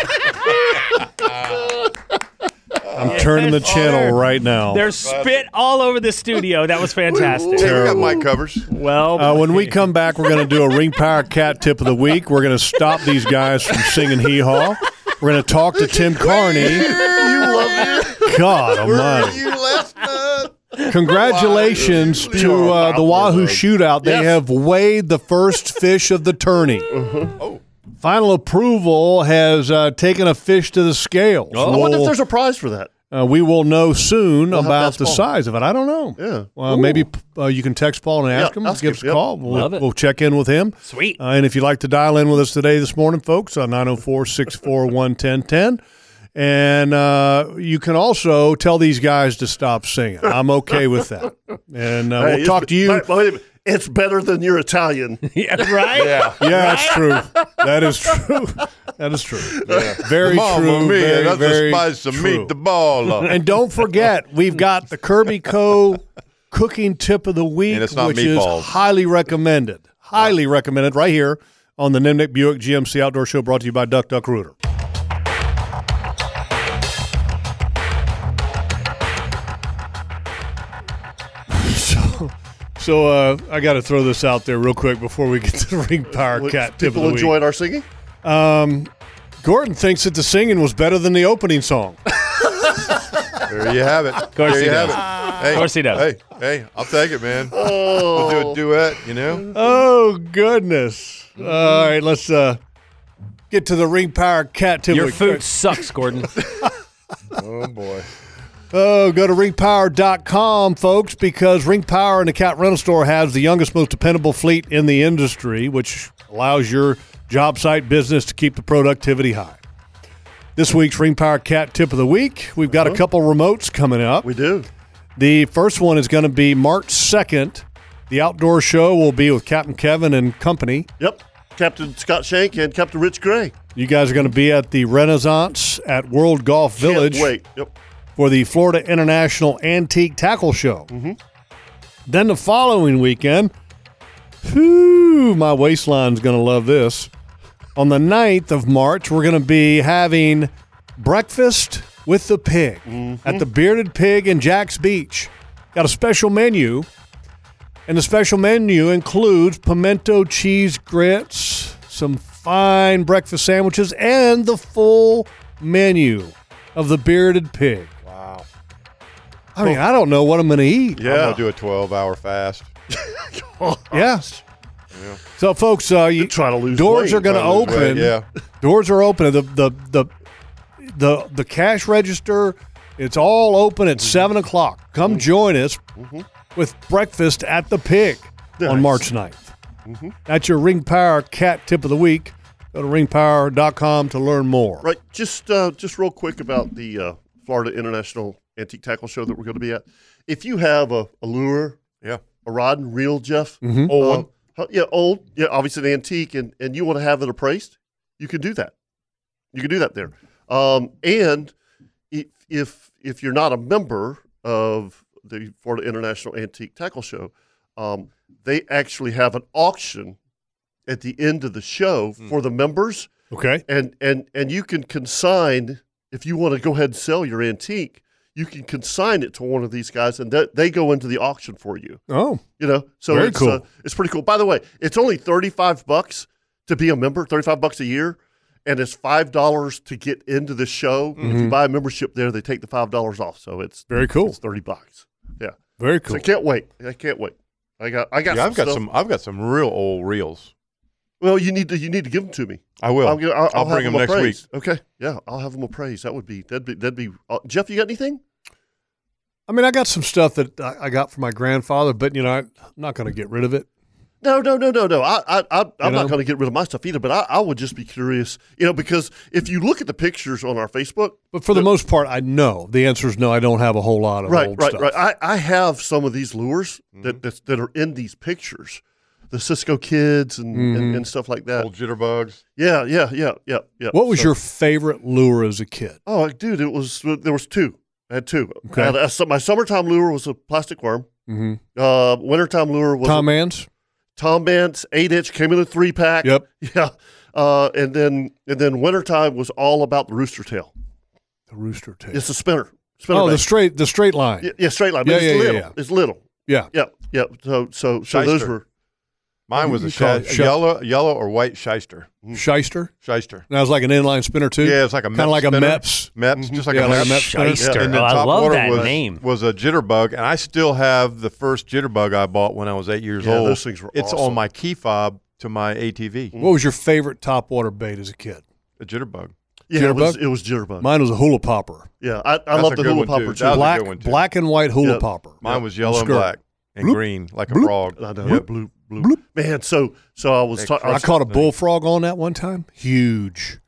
[SPEAKER 5] I'm turning the channel right now.
[SPEAKER 4] There's spit all over the studio. That
[SPEAKER 6] (laughs)
[SPEAKER 4] was fantastic.
[SPEAKER 6] Hey, we got mic covers.
[SPEAKER 4] Well,
[SPEAKER 5] Uh, when we come back, we're going to do a Ring Power Cat Tip of the Week. We're going to stop these guys from singing hee haw. We're going to talk to Tim Carney.
[SPEAKER 6] You love me.
[SPEAKER 5] God
[SPEAKER 6] Where
[SPEAKER 5] almighty.
[SPEAKER 6] you left us.
[SPEAKER 5] Congratulations
[SPEAKER 6] Wahoo.
[SPEAKER 5] to uh, the Wahoo Shootout. They
[SPEAKER 6] Yes.
[SPEAKER 5] have weighed the first fish of the tourney.
[SPEAKER 2] Mm-hmm. Oh.
[SPEAKER 5] Final approval has uh, taken a fish to the scales.
[SPEAKER 2] Oh. I wonder if
[SPEAKER 5] We'll-
[SPEAKER 2] there's a prize for that.
[SPEAKER 5] Uh, we will know soon
[SPEAKER 2] We'll have to
[SPEAKER 5] about
[SPEAKER 2] ask
[SPEAKER 5] the
[SPEAKER 2] Paul.
[SPEAKER 5] size of it. I don't know.
[SPEAKER 2] Yeah.
[SPEAKER 5] Well, maybe uh, you can text Paul and
[SPEAKER 2] Yeah,
[SPEAKER 5] ask him.
[SPEAKER 2] ask
[SPEAKER 5] give
[SPEAKER 2] him,
[SPEAKER 5] us
[SPEAKER 2] yep.
[SPEAKER 5] a call. We'll,
[SPEAKER 2] Love it.
[SPEAKER 5] we'll check in with him.
[SPEAKER 2] Sweet.
[SPEAKER 5] Uh, and if you'd like to dial in with us today, this morning, folks, uh, 904 641 1010. And uh, you can also tell these guys to stop singing. I'm okay with that. And uh,
[SPEAKER 2] Hey,
[SPEAKER 5] we'll
[SPEAKER 2] it's- (laughs)
[SPEAKER 5] talk to you.
[SPEAKER 2] wait- wait a minute. It's better than your Italian.
[SPEAKER 4] yeah,
[SPEAKER 5] right?
[SPEAKER 2] (laughs) Yeah.
[SPEAKER 5] Yeah, that's true. That is true. (laughs) That is true.
[SPEAKER 2] (laughs)
[SPEAKER 5] Very
[SPEAKER 6] Mamma
[SPEAKER 5] true.
[SPEAKER 6] mia,
[SPEAKER 5] very,
[SPEAKER 6] that's a
[SPEAKER 5] very
[SPEAKER 6] spice to
[SPEAKER 5] true.
[SPEAKER 6] meet the ball
[SPEAKER 2] (laughs)
[SPEAKER 6] up.
[SPEAKER 5] And don't forget, we've got the Kirby Co. cooking tip of the week,
[SPEAKER 6] And it's not
[SPEAKER 5] which
[SPEAKER 6] meatballs.
[SPEAKER 5] is highly recommended. Highly recommended right here on the Nimnik Buick GMC Outdoor Show brought to you by Duck Duck Rooter. So, so uh, I got to throw this out there real quick before we get to the ring power
[SPEAKER 2] Well,
[SPEAKER 5] cat tip of
[SPEAKER 2] people
[SPEAKER 5] the week.
[SPEAKER 2] enjoyed our singing.
[SPEAKER 5] Um, Gordon thinks that the singing was better than the opening song.
[SPEAKER 6] (laughs) There you have it. Of
[SPEAKER 5] course
[SPEAKER 6] there
[SPEAKER 5] he
[SPEAKER 6] you
[SPEAKER 5] does.
[SPEAKER 6] Have it. Hey,
[SPEAKER 5] Of course he does.
[SPEAKER 6] Hey, hey, I'll take it, man.
[SPEAKER 2] Oh.
[SPEAKER 6] We'll do a duet, you know?
[SPEAKER 5] Oh goodness! All right, let's uh, get to the ring power cat tip. of
[SPEAKER 4] Your
[SPEAKER 5] the-
[SPEAKER 4] food
[SPEAKER 5] (laughs)
[SPEAKER 4] sucks, Gordon.
[SPEAKER 6] oh, boy.
[SPEAKER 5] Oh, go to ringpower.com, folks, because Ring Power and the Cat Rental Store has the youngest, most dependable fleet in the industry, which allows your job site business to keep the productivity high. This week's Ring Power Cat Tip of the Week, we've got a couple remotes coming up. We
[SPEAKER 2] Uh-huh. do.
[SPEAKER 5] The first one is going to be March 2nd. The outdoor show will be with Captain Kevin and company.
[SPEAKER 2] Yep. Captain Scott Shank and Captain Rich Gray.
[SPEAKER 5] You guys are going to be at the Renaissance at World Golf Village
[SPEAKER 2] Can't wait. Yep.
[SPEAKER 5] for the Florida International Antique Tackle Show. Then the following weekend, whew, my waistline's going to love this. On the 9th of March, we're going to be having breakfast with the pig at the Bearded Pig in Jack's Beach. Got a special menu, and the special menu includes pimento cheese grits, some fine breakfast sandwiches, and the full menu of the Bearded Pig.
[SPEAKER 6] Wow.
[SPEAKER 5] I mean, I don't know what I'm going to eat.
[SPEAKER 6] I'm going to do a 12 hour fast.
[SPEAKER 5] Yes. So, folks, uh, you, doors
[SPEAKER 6] weight.
[SPEAKER 5] are going to
[SPEAKER 6] Oh. Trying to lose weight,
[SPEAKER 5] open.
[SPEAKER 6] yeah.
[SPEAKER 5] Doors are open. The, the the the the cash register, it's all open
[SPEAKER 6] Mm-hmm.
[SPEAKER 5] at seven o'clock. Come join us with breakfast at the Pig on March 9th.
[SPEAKER 2] Mm-hmm.
[SPEAKER 5] That's your Ring Power Cat Tip of the Week. Go to ringpower.com to learn more.
[SPEAKER 2] Right. Just uh, just real quick about the uh, Florida International Antique Tackle Show that we're going to be at. If you have a, a lure,
[SPEAKER 6] yeah,
[SPEAKER 2] a rod and reel, Jeff,
[SPEAKER 5] Mhm.
[SPEAKER 6] Old one.
[SPEAKER 2] um, huh, yeah, old, yeah, obviously an antique, and and you want to have it appraised, you can do that. You can do that there. Um, and if if if you're not a member of the Florida International Antique Tackle Show, um, they actually have an auction at the end of the show for the members.
[SPEAKER 5] Hmm. Okay.
[SPEAKER 2] And and and you can consign if you want to go ahead and sell your antique, you can consign it to one of these guys, and that they go into the auction for you.
[SPEAKER 5] Oh.
[SPEAKER 2] You know, so
[SPEAKER 5] Very
[SPEAKER 2] it's,
[SPEAKER 5] cool.
[SPEAKER 2] uh, it's pretty cool. By the way, it's only thirty five bucks to be a member, thirty five bucks a year, and it's five dollars to get into the show. If
[SPEAKER 6] Mm-hmm.
[SPEAKER 2] you
[SPEAKER 5] Mhm.
[SPEAKER 2] buy a membership there, they take the five dollars off. So it's
[SPEAKER 5] Very cool.
[SPEAKER 2] It's thirty bucks. Yeah,
[SPEAKER 5] Very
[SPEAKER 2] So
[SPEAKER 5] cool.
[SPEAKER 2] I can't wait. I can't wait. I got. I got.
[SPEAKER 6] Yeah,
[SPEAKER 2] some
[SPEAKER 6] I've got
[SPEAKER 2] stuff.
[SPEAKER 6] some. I've got some real old reels.
[SPEAKER 2] Well, you need to. You need to give them to me.
[SPEAKER 6] I will.
[SPEAKER 2] I'm gonna, I'll,
[SPEAKER 6] I'll
[SPEAKER 2] have
[SPEAKER 6] bring 'em next
[SPEAKER 2] appraised. Okay. Yeah, I'll have them appraised. That would be. That'd be. That'd be. Uh, Jeff, you got anything?
[SPEAKER 5] I mean, I got some stuff that I I got from my grandfather, but you know, I- I'm not going to get rid of it.
[SPEAKER 2] No, no, no, no, no. I, I, I I'm
[SPEAKER 5] You know?
[SPEAKER 2] not going to get rid of my stuff either. But I, I would just be curious, you know, because if you look at the pictures on our Facebook,
[SPEAKER 5] But for the most part, I know the answer is no. I don't have a whole lot of
[SPEAKER 2] right,
[SPEAKER 5] old
[SPEAKER 2] right,
[SPEAKER 5] stuff.
[SPEAKER 2] right. I, I have some of these lures
[SPEAKER 6] Mm-hmm.
[SPEAKER 2] that that's, that are in these pictures, the Cisco kids and, and,
[SPEAKER 5] Mhm.
[SPEAKER 2] and stuff like that.
[SPEAKER 6] Old jitterbugs.
[SPEAKER 2] Yeah, yeah, yeah, yeah, yeah.
[SPEAKER 5] What was
[SPEAKER 2] So-
[SPEAKER 5] your favorite lure as a kid?
[SPEAKER 2] Oh, dude, it was there was two. I had two.
[SPEAKER 5] Okay.
[SPEAKER 2] I had a- so my summertime lure was a plastic worm.
[SPEAKER 5] Mm-hmm.
[SPEAKER 2] Uh, wintertime lure was
[SPEAKER 5] Tom
[SPEAKER 2] a,
[SPEAKER 5] Hanks.
[SPEAKER 2] Tom Bent's eight inch came in a three pack.
[SPEAKER 5] Yep.
[SPEAKER 2] (laughs) Yeah. Uh, and then and then wintertime was all about the rooster tail.
[SPEAKER 5] The rooster tail.
[SPEAKER 2] It's a spinner. spinner
[SPEAKER 5] oh, the
[SPEAKER 2] bait.
[SPEAKER 5] straight, the straight line.
[SPEAKER 2] yeah, yeah, straight line. But
[SPEAKER 5] Yeah,
[SPEAKER 2] it's
[SPEAKER 5] yeah, yeah,
[SPEAKER 2] little.
[SPEAKER 5] yeah.
[SPEAKER 2] It's little.
[SPEAKER 5] Yeah.
[SPEAKER 2] Yeah. Yeah. So so so those
[SPEAKER 6] Shyster.
[SPEAKER 2] were
[SPEAKER 6] Mine
[SPEAKER 5] You-
[SPEAKER 6] was a,
[SPEAKER 5] you call
[SPEAKER 6] shi-
[SPEAKER 5] it
[SPEAKER 6] a
[SPEAKER 5] shi-
[SPEAKER 6] yellow, yellow or white shyster. Hmm.
[SPEAKER 5] Shyster.
[SPEAKER 6] Shyster.
[SPEAKER 5] That was like an inline spinner too.
[SPEAKER 6] Yeah, it's like a
[SPEAKER 5] kind of like
[SPEAKER 6] spinner.
[SPEAKER 5] a Meps.
[SPEAKER 2] Mm-hmm.
[SPEAKER 6] Meps, just like
[SPEAKER 5] Yeah,
[SPEAKER 6] a
[SPEAKER 5] like a
[SPEAKER 6] Meps.
[SPEAKER 5] Meps spinner.
[SPEAKER 4] Shyster.
[SPEAKER 6] And then
[SPEAKER 4] Oh, I
[SPEAKER 6] top
[SPEAKER 4] love
[SPEAKER 6] water
[SPEAKER 4] that
[SPEAKER 6] was,
[SPEAKER 4] name.
[SPEAKER 6] Was a jitterbug, and I still have the first jitterbug I bought when I was eight years
[SPEAKER 2] Yeah,
[SPEAKER 6] old.
[SPEAKER 2] those things were
[SPEAKER 6] It's
[SPEAKER 2] awesome. Mm.
[SPEAKER 6] on my key fob to my ATV.
[SPEAKER 5] What was your favorite topwater bait as a kid?
[SPEAKER 6] A jitterbug.
[SPEAKER 2] Yeah, it was- it was jitterbug.
[SPEAKER 5] Mine was a hula popper.
[SPEAKER 2] Yeah, I, I
[SPEAKER 6] That's
[SPEAKER 2] love
[SPEAKER 6] a
[SPEAKER 2] the
[SPEAKER 6] good
[SPEAKER 2] hula
[SPEAKER 6] one, too.
[SPEAKER 2] popper
[SPEAKER 6] That
[SPEAKER 2] too.
[SPEAKER 6] was a
[SPEAKER 5] black,
[SPEAKER 6] good one, too.
[SPEAKER 5] black and white hula
[SPEAKER 2] Yep.
[SPEAKER 5] popper.
[SPEAKER 6] Mine was yellow and
[SPEAKER 5] Skirt.
[SPEAKER 6] black and
[SPEAKER 5] Bloop.
[SPEAKER 6] green, like a
[SPEAKER 5] Bloop.
[SPEAKER 6] frog.
[SPEAKER 2] I know.
[SPEAKER 6] Yep.
[SPEAKER 2] Bloop, bloop, Man, so so I was
[SPEAKER 6] They
[SPEAKER 2] talking.
[SPEAKER 5] I
[SPEAKER 6] crushed
[SPEAKER 5] caught a
[SPEAKER 6] that thing.
[SPEAKER 5] bullfrog on that one time. Huge.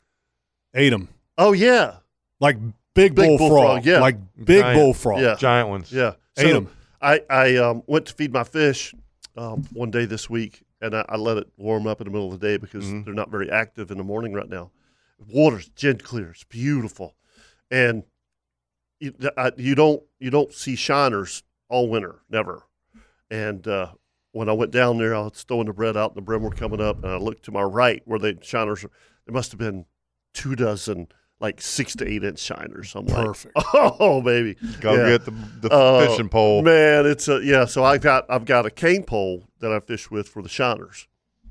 [SPEAKER 5] Ate him.
[SPEAKER 2] Oh yeah,
[SPEAKER 5] Like big,
[SPEAKER 2] Big
[SPEAKER 5] bullfrog.
[SPEAKER 2] bullfrog, yeah.
[SPEAKER 5] Like big
[SPEAKER 6] Giant.
[SPEAKER 5] bullfrog.
[SPEAKER 2] Yeah.
[SPEAKER 6] Giant ones.
[SPEAKER 2] yeah.
[SPEAKER 5] Ate 'em.
[SPEAKER 2] I I um, went to feed my fish um, one day this week, and I, I let it warm up in the middle of the day because
[SPEAKER 6] Mhm.
[SPEAKER 2] they're not very active in the morning right now. Water's gin clear. It's beautiful, and you, I, you don't you don't see shiners all winter, never. And uh, when I went down there, I was throwing the bread out, and the brim were coming up, and I looked to my right where the shiners. were- There must have been two dozen, like six to eight inch shiners. I'm like,
[SPEAKER 5] Perfect.
[SPEAKER 2] (laughs) oh baby,
[SPEAKER 6] Go
[SPEAKER 2] Yeah.
[SPEAKER 6] get the, the
[SPEAKER 2] Uh,
[SPEAKER 6] fishing pole.
[SPEAKER 2] Man, it's a yeah. So I've got I've got a cane pole that I fish with for the shiners,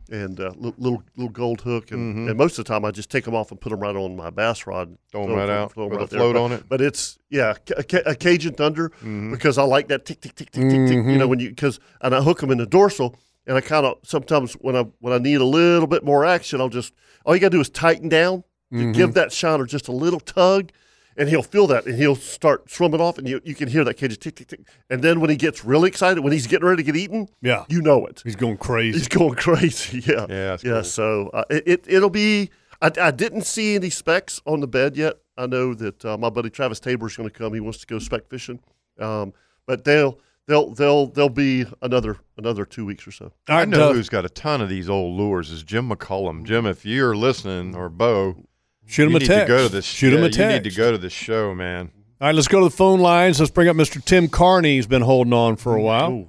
[SPEAKER 2] and uh, li- little little gold hook, and,
[SPEAKER 6] Mhm.
[SPEAKER 2] and most of the time I just take them off and put them right on my bass rod,
[SPEAKER 6] Throw 'em
[SPEAKER 2] them
[SPEAKER 6] right out
[SPEAKER 2] them
[SPEAKER 6] with a
[SPEAKER 2] there.
[SPEAKER 6] float
[SPEAKER 2] But-
[SPEAKER 6] on it.
[SPEAKER 2] But it's yeah, ca- a, ca- a Cajun thunder
[SPEAKER 6] Mhm.
[SPEAKER 2] because I like that tick tick tick tick tick tick. You know when you because and I hook them in the dorsal. And I kind of sometimes when I when I need a little bit more action, I'll just all you gotta do is tighten down, to give that shiner just a little tug, and he'll feel that, and he'll start swimming off, and you, you can hear that cage tick tick tick. And then when he gets really excited, when he's getting ready to get eaten,
[SPEAKER 5] Yeah.
[SPEAKER 2] you know it.
[SPEAKER 5] He's going crazy.
[SPEAKER 2] He's going (laughs) crazy.
[SPEAKER 6] Yeah,
[SPEAKER 2] Yeah,
[SPEAKER 6] that's
[SPEAKER 2] yeah.
[SPEAKER 6] cool.
[SPEAKER 2] So uh, it, it it'll be. I, I didn't see any specks on the bed yet. I know that uh, my buddy Travis Tabor is going to come. He wants to go speck fishing, um, but they'll they'll they'll they'll be another another two weeks or so.
[SPEAKER 5] All
[SPEAKER 6] I
[SPEAKER 5] right,
[SPEAKER 6] know
[SPEAKER 5] Duff,
[SPEAKER 6] who's got a ton of these old lures is Jim McCollum. Jim, if you're listening or Bo,
[SPEAKER 5] Shoot him
[SPEAKER 6] you
[SPEAKER 5] a
[SPEAKER 6] need
[SPEAKER 5] text.
[SPEAKER 6] to go to this.
[SPEAKER 5] Shoot him
[SPEAKER 6] yeah,
[SPEAKER 5] a text.
[SPEAKER 6] You need to go to this show, man.
[SPEAKER 5] All right, let's go to the phone lines. Let's bring up Mr. Tim Carney. He's been holding on for a while.
[SPEAKER 2] Ooh.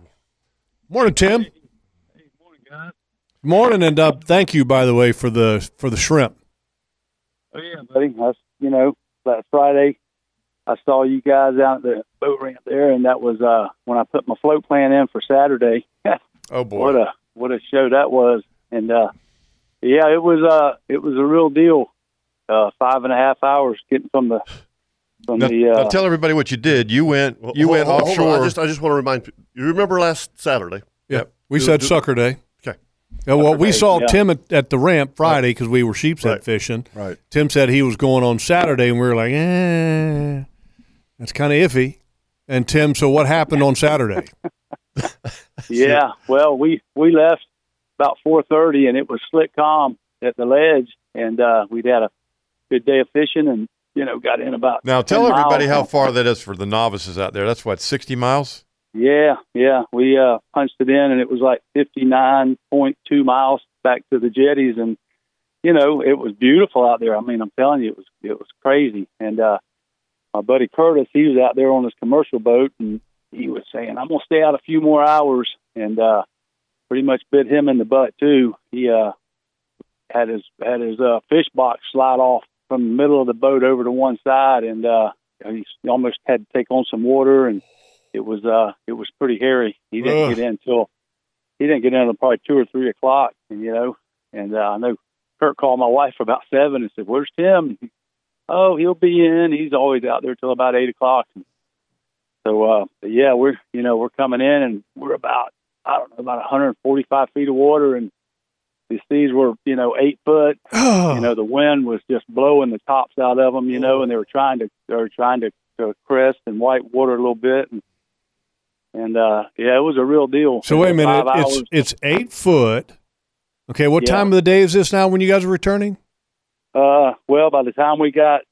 [SPEAKER 5] Morning, Tim. morning, and uh, thank you, by the way, for the for the shrimp.
[SPEAKER 13] Oh yeah, buddy. I, you know, that Friday, I saw you guys out at the boat ramp there, and that was uh, when I put my float plan in for Saturday. (laughs)
[SPEAKER 6] Oh boy.
[SPEAKER 13] what a what a show that was, and uh, yeah, it was uh, it was a real deal. Uh, five and a half hours getting from the from
[SPEAKER 6] now,
[SPEAKER 13] the
[SPEAKER 6] now
[SPEAKER 13] uh,
[SPEAKER 6] tell everybody what you did. You went. You
[SPEAKER 2] Hold-
[SPEAKER 6] went
[SPEAKER 2] hold- hold on.
[SPEAKER 6] offshore.
[SPEAKER 2] I just I just want to remind you. You remember last Saturday?
[SPEAKER 5] Yep. We said sucker day.
[SPEAKER 2] Okay.
[SPEAKER 5] Yeah, well, we
[SPEAKER 13] day,
[SPEAKER 5] saw
[SPEAKER 13] yeah.
[SPEAKER 5] Tim at, at the ramp Friday because we were sheepshead
[SPEAKER 2] Right.
[SPEAKER 5] fishing.
[SPEAKER 6] Right.
[SPEAKER 5] Tim said he was going on Saturday, and we were like, eh, that's kind of iffy. And Tim, so what happened on
[SPEAKER 13] (laughs)
[SPEAKER 5] Saturday?
[SPEAKER 13] Yeah, well, we we left about four thirty, and it was slick calm at the ledge, and uh, we'd had a good day of fishing, and you know, got in about
[SPEAKER 6] now tell
[SPEAKER 13] 10 miles.
[SPEAKER 6] everybody how far that is for the novices out there. That's what sixty miles.
[SPEAKER 13] Yeah, yeah. We uh, punched it in, and it was like 59.2 miles back to the jetties, and you know it was beautiful out there. I mean, I'm telling you, it was it was crazy. And uh, my buddy Curtis, he was out there on his commercial boat, and he was saying, "I'm gonna stay out a few more hours," and uh, pretty much bit him in the butt too. He uh, had his had his uh, fish box slide off from the middle of the boat over to one side, and uh, he almost had to take on some water and it was uh it was pretty hairy. He didn't
[SPEAKER 5] Ugh.
[SPEAKER 13] get in till he didn't get in until probably two or three o'clock, and you know, and uh, I know Kurt called my wife about seven and said, "Where's Tim?" Oh, he'll be in. He's always out there till about eight o'clock. And so uh, but yeah, we're you know we're coming in and we're about I don't know about 145 feet of water, and these seas were you know eight
[SPEAKER 5] (sighs)
[SPEAKER 13] foot,
[SPEAKER 5] Oh.
[SPEAKER 13] you know the wind was just blowing the tops out of them you know and they were trying to they were trying to, to crest and white water a little bit and and uh yeah it was a real deal
[SPEAKER 5] so wait a minute.
[SPEAKER 13] Five
[SPEAKER 5] It's
[SPEAKER 13] hours.
[SPEAKER 5] it's eight foot. Okay, what
[SPEAKER 13] Yeah.
[SPEAKER 5] time of the day is this now when you guys are returning?
[SPEAKER 13] uh well by the time we got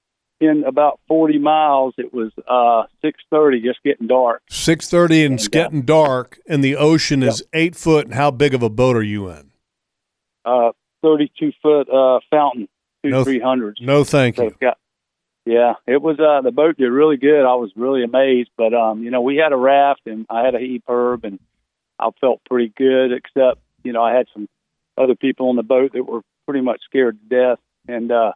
[SPEAKER 13] in about 40 miles it was uh 6:30 just getting dark
[SPEAKER 5] Six thirty and it's
[SPEAKER 13] And, uh,
[SPEAKER 5] getting dark, and the ocean is eight foot. And how big of a boat are you in?
[SPEAKER 13] uh 32 foot uh fountain two
[SPEAKER 5] No-
[SPEAKER 13] 300s
[SPEAKER 5] No, thank
[SPEAKER 13] So
[SPEAKER 5] you.
[SPEAKER 13] it's got- yeah, it was uh the boat did really good. I was really amazed, but um, you know, we had a raft and I had a heave herb and I felt pretty good except, you know, I had some other people on the boat that were pretty much scared to death and uh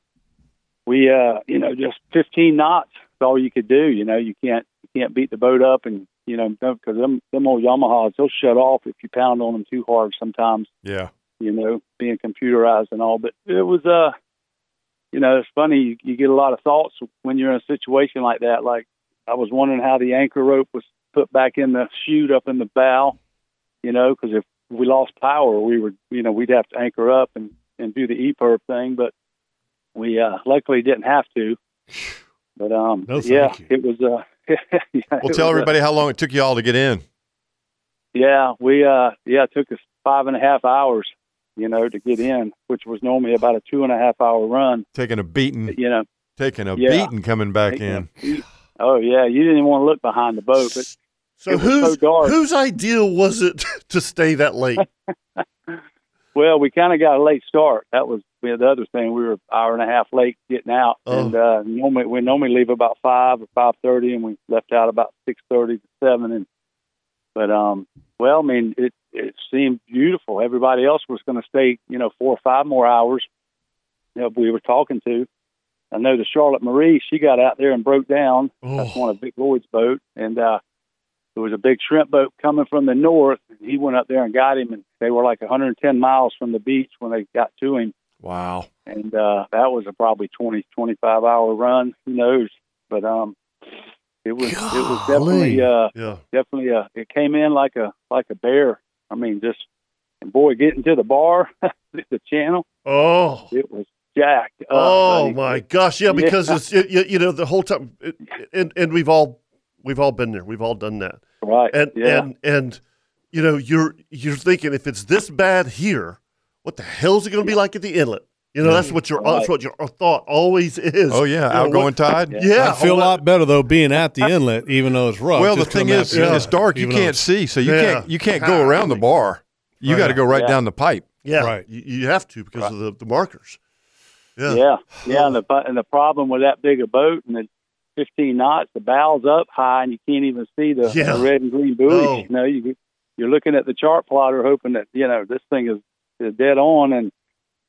[SPEAKER 13] we uh, you know, just 15 knots is all you could do, you know, you can't you can't beat the boat up and you know, because them them old Yamahas they'll shut off if you pound on them too hard sometimes
[SPEAKER 6] Yeah.
[SPEAKER 13] you know, being computerized and all. But it was, uh, you know, it's funny. You, you get a lot of thoughts when you're in a situation like that. Like I was wondering how the anchor rope was put back in the chute up in the bow, you know, because if we lost power, we would, you know, we'd have to anchor up and and do the e perp thing. But we uh, luckily didn't have to. But um,
[SPEAKER 6] No, thank
[SPEAKER 13] yeah, it was. Uh, (laughs) yeah, it
[SPEAKER 6] Well, tell
[SPEAKER 13] was, uh,
[SPEAKER 6] everybody how long it took you all to get in.
[SPEAKER 13] Yeah, we uh yeah, it took us five and a half hours, you know, to get in, which was normally about a two and a half hour run.
[SPEAKER 6] Taking a beating,
[SPEAKER 13] you know.
[SPEAKER 6] taking a
[SPEAKER 13] Yeah.
[SPEAKER 6] beating, coming back
[SPEAKER 13] Taking a
[SPEAKER 6] in.
[SPEAKER 13] Oh yeah, you didn't want to look behind the boat, but
[SPEAKER 2] So
[SPEAKER 13] it was
[SPEAKER 2] whose
[SPEAKER 13] so dark.
[SPEAKER 2] whose idea was it (laughs) to stay
[SPEAKER 13] (laughs)
[SPEAKER 2] that late?
[SPEAKER 13] Well, we kind of got a late start. That was we had the other thing. We were an hour and a half late getting out, and uh, normally we normally leave about five or five thirty, and we left out about six thirty to seven. And but um, well, I mean, it it seemed beautiful. Everybody else was going to stay, you know, four or five more hours. You know, we were talking to. I know the Charlotte Marie. She got out there and broke down.
[SPEAKER 6] Oh,
[SPEAKER 13] That's one of Oh. Big Lloyd's boat, and uh, there was a big shrimp boat coming from the north. And he went up there and got him, and they were like 110 miles from the beach when they got to him.
[SPEAKER 6] Wow.
[SPEAKER 13] And uh, that was a probably 20, 25 hour run. Who knows? But um, it was it was definitely uh,
[SPEAKER 2] yeah.
[SPEAKER 13] definitely uh, it came in like a like a bear. I mean, just and boy, getting to the bar, (laughs) the channel.
[SPEAKER 2] Oh,
[SPEAKER 13] it was jacked. Up,
[SPEAKER 2] oh
[SPEAKER 13] buddy.
[SPEAKER 2] my gosh, yeah, because it's it, you, you know the whole time, it, and and we've all we've all been there, we've all done that,
[SPEAKER 13] right?
[SPEAKER 2] And
[SPEAKER 13] yeah.
[SPEAKER 2] and and you know you're you're thinking if it's this bad here, what the hell's it going to be like at the inlet? You know
[SPEAKER 5] Yeah.
[SPEAKER 2] that's what your
[SPEAKER 5] Right.
[SPEAKER 2] that's what your thought always is.
[SPEAKER 5] Oh,
[SPEAKER 6] yeah,
[SPEAKER 2] You know,
[SPEAKER 6] outgoing
[SPEAKER 2] what-
[SPEAKER 6] tide?
[SPEAKER 2] Yeah, Oh,
[SPEAKER 5] I feel a lot better though being at the inlet, even though it's rough.
[SPEAKER 6] well, the
[SPEAKER 5] Just
[SPEAKER 6] thing
[SPEAKER 5] coming out
[SPEAKER 6] is,
[SPEAKER 5] the
[SPEAKER 6] it's
[SPEAKER 5] inlet,
[SPEAKER 6] dark. You
[SPEAKER 5] even though
[SPEAKER 6] can't
[SPEAKER 5] it's-
[SPEAKER 6] see, so you can't you can't go around the bar. You
[SPEAKER 5] Right.
[SPEAKER 6] got to go right
[SPEAKER 5] Yeah.
[SPEAKER 6] down the pipe.
[SPEAKER 2] Yeah, You, you have to because of the, the markers. Yeah.
[SPEAKER 13] Yeah, yeah, and the bu- and the problem with that big a boat and the fifteen knots, the bow's up high, and you can't even see the,
[SPEAKER 2] Yeah.
[SPEAKER 13] the red and green buoys. You know, you you're looking at the chart plotter, hoping that you know this thing is, is dead on, and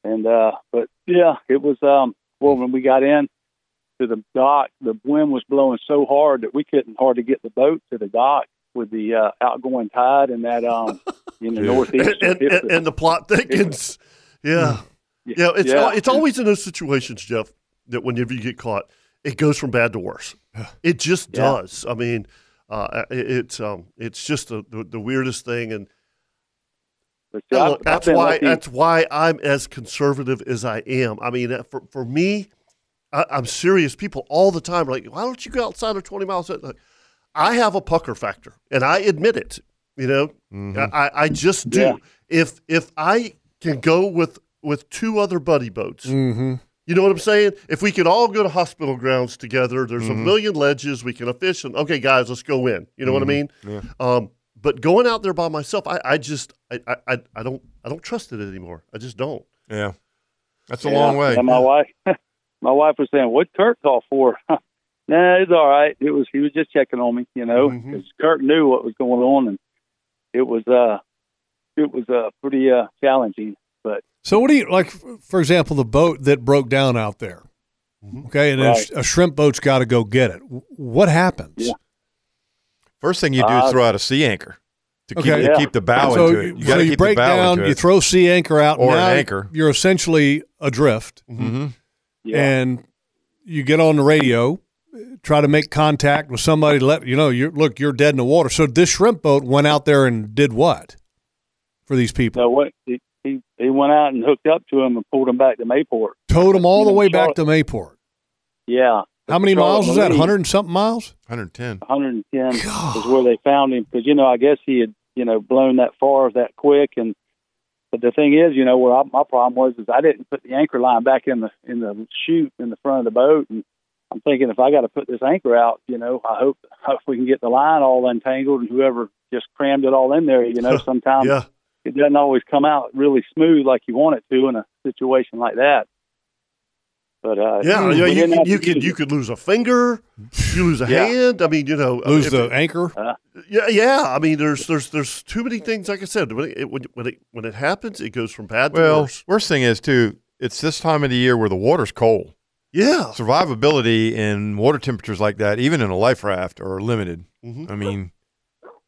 [SPEAKER 13] and uh, but yeah, it was um. Well, when we got in to the dock, the wind was blowing so hard that we couldn't hardly get the boat to the dock with the uh, outgoing tide and that um in the northeast.
[SPEAKER 2] and, and, and (laughs) the plot thickens. Yeah, yeah. It's
[SPEAKER 13] Yeah.
[SPEAKER 2] al- it's always in those situations, Jeff, that whenever you get caught, it goes from bad to worse. It just
[SPEAKER 5] Yeah.
[SPEAKER 2] does. I mean, uh, it- it's um, it's just the, the, the weirdest thing, and
[SPEAKER 13] see,
[SPEAKER 2] and
[SPEAKER 13] I've-
[SPEAKER 2] look,
[SPEAKER 13] I've
[SPEAKER 2] that's
[SPEAKER 13] been
[SPEAKER 2] why
[SPEAKER 13] lucky.
[SPEAKER 2] that's why I'm as conservative as I am. I mean, uh, for for me, I, I'm serious. People all the time are like, why don't you go outside of 20 miles? Like, I have a pucker factor, and I admit it. You know, I, I just do.
[SPEAKER 5] Yeah.
[SPEAKER 2] If if I can go with with two other buddy boats,
[SPEAKER 5] Mhm.
[SPEAKER 2] you know what I'm saying? If we could all go to hospital grounds together, there's a
[SPEAKER 5] Mhm.
[SPEAKER 2] million ledges we can fish and okay, guys, let's go in. You know what I
[SPEAKER 5] Mhm.
[SPEAKER 2] mean?
[SPEAKER 5] Yeah.
[SPEAKER 2] Um, but going out there by myself, I, I just I, I- I I don't I don't trust it anymore. I just don't.
[SPEAKER 6] Yeah, that's
[SPEAKER 13] Yeah. And my wife, (laughs) my wife was saying, "What Kurt call for?" (laughs) nah, it's all right. It was he was just checking on me, you know,
[SPEAKER 5] Mm-hmm.
[SPEAKER 13] 'cause Kurt knew what was going on, and it was uh, it was uh, pretty uh, challenging. But
[SPEAKER 5] So what do you like? f- For example, the boat that broke down out there.
[SPEAKER 2] Mm-hmm.
[SPEAKER 5] Okay, and then
[SPEAKER 13] Right.
[SPEAKER 5] a shrimp boat's got to go get it. W- What happens?
[SPEAKER 6] First thing you do
[SPEAKER 5] Uh,
[SPEAKER 6] is throw out a sea anchor to keep, to keep the bow
[SPEAKER 5] So
[SPEAKER 6] into
[SPEAKER 5] you-
[SPEAKER 6] it. You
[SPEAKER 5] so
[SPEAKER 6] got to
[SPEAKER 5] you
[SPEAKER 6] keep
[SPEAKER 5] break
[SPEAKER 6] the bow
[SPEAKER 5] down,
[SPEAKER 6] into it.
[SPEAKER 5] you throw sea anchor out,
[SPEAKER 6] Or an
[SPEAKER 5] now
[SPEAKER 6] anchor.
[SPEAKER 5] You're essentially adrift,
[SPEAKER 6] Mhm.
[SPEAKER 5] and you get on the radio, try to make contact with somebody. To let you know, you look, you're dead in the water. So this shrimp boat went out there and did what for these people?
[SPEAKER 13] so what? He, he he went out and hooked up to him and pulled him back to Mayport.
[SPEAKER 5] Towed them all the
[SPEAKER 13] know,
[SPEAKER 5] way back
[SPEAKER 13] Charlotte-
[SPEAKER 5] to Mayport.
[SPEAKER 13] Yeah.
[SPEAKER 5] How many miles was that?
[SPEAKER 13] Marie-
[SPEAKER 5] 100 and something miles?
[SPEAKER 6] 110.
[SPEAKER 2] (sighs)
[SPEAKER 13] 110 is where they found him because you know I guess he had you know blown that far that quick and but the thing is you know where I, my problem was is I didn't put the anchor line back in the in the chute in the front of the boat and I'm thinking if I got to put this anchor out you know I hope (laughs) hope we can get the line all untangled and whoever just crammed it all in there you
[SPEAKER 2] (laughs)
[SPEAKER 13] know sometimes
[SPEAKER 2] Yeah.
[SPEAKER 13] it doesn't always come out really smooth like you want it to in a situation like that but uh
[SPEAKER 2] Yeah,
[SPEAKER 13] we
[SPEAKER 2] yeah. You,
[SPEAKER 13] didn't
[SPEAKER 2] can-
[SPEAKER 13] have to
[SPEAKER 2] you could
[SPEAKER 13] use
[SPEAKER 2] you
[SPEAKER 13] it.
[SPEAKER 2] could lose a finger, you lose a
[SPEAKER 13] Yeah. Uh.
[SPEAKER 2] hand. I mean, you know, I mean,
[SPEAKER 5] Lose
[SPEAKER 2] if
[SPEAKER 5] the
[SPEAKER 2] it-
[SPEAKER 5] anchor?
[SPEAKER 2] Yeah, yeah. I mean, there's there's there's too many things. Like I said, when it when it, when it, when it happens, it goes from bad to
[SPEAKER 6] Well,
[SPEAKER 2] worse.
[SPEAKER 6] worst thing is too, it's this time of the year where the water's cold.
[SPEAKER 2] Yeah.
[SPEAKER 6] Survivability in water temperatures like that, even in a life raft, are limited.
[SPEAKER 2] Mhm.
[SPEAKER 6] I mean,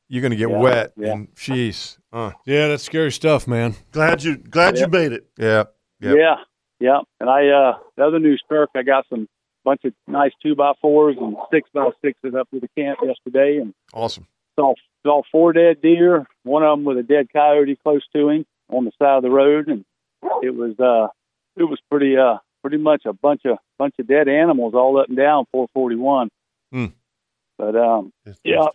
[SPEAKER 6] you're going to get
[SPEAKER 5] Yeah,
[SPEAKER 6] wet.
[SPEAKER 5] yeah.
[SPEAKER 6] And jeez. Uh.
[SPEAKER 5] Yeah, that's scary stuff, man.
[SPEAKER 2] Glad you glad
[SPEAKER 13] you
[SPEAKER 2] made it.
[SPEAKER 6] Yeah. Yeah.
[SPEAKER 13] Yeah, yeah. And I uh the other new Skirk, I got some bunch of nice two by fours and six by sixes up to the camp yesterday, and
[SPEAKER 6] Awesome.
[SPEAKER 13] saw saw four dead deer. One of them with a dead coyote close to him on the side of the road, and it was uh it was pretty uh pretty much a bunch of bunch of dead animals all up and down 441.
[SPEAKER 6] Hmm.
[SPEAKER 13] But um, yeah,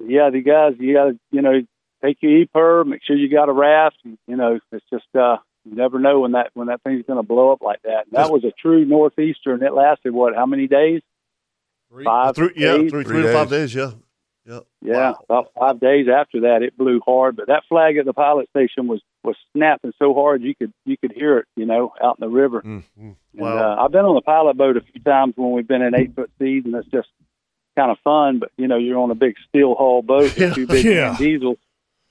[SPEAKER 13] yeah, the guys, you got to you know take your e-perb, make sure you got a raft. and, You know, it's just uh, you never know when that when that thing's going to blow up like that. And that was a true northeaster, and it lasted what? How many days? Five.
[SPEAKER 2] Through, yeah,
[SPEAKER 13] days?
[SPEAKER 2] through three to five days. Yeah. Yeah.
[SPEAKER 13] Yeah, about five days after that, it blew hard. But that flag at the pilot station was was snapping so hard you could you could hear it, you know, out in the river.
[SPEAKER 5] Mm-hmm.
[SPEAKER 6] Mm-hmm.
[SPEAKER 2] Wow.
[SPEAKER 13] And, uh, I've been on the pilot boat a few times when we've been in eight foot seas, and it's just kind of fun. But you know, you're on a big steel hull boat with two big
[SPEAKER 5] (laughs) Yeah.
[SPEAKER 13] diesels,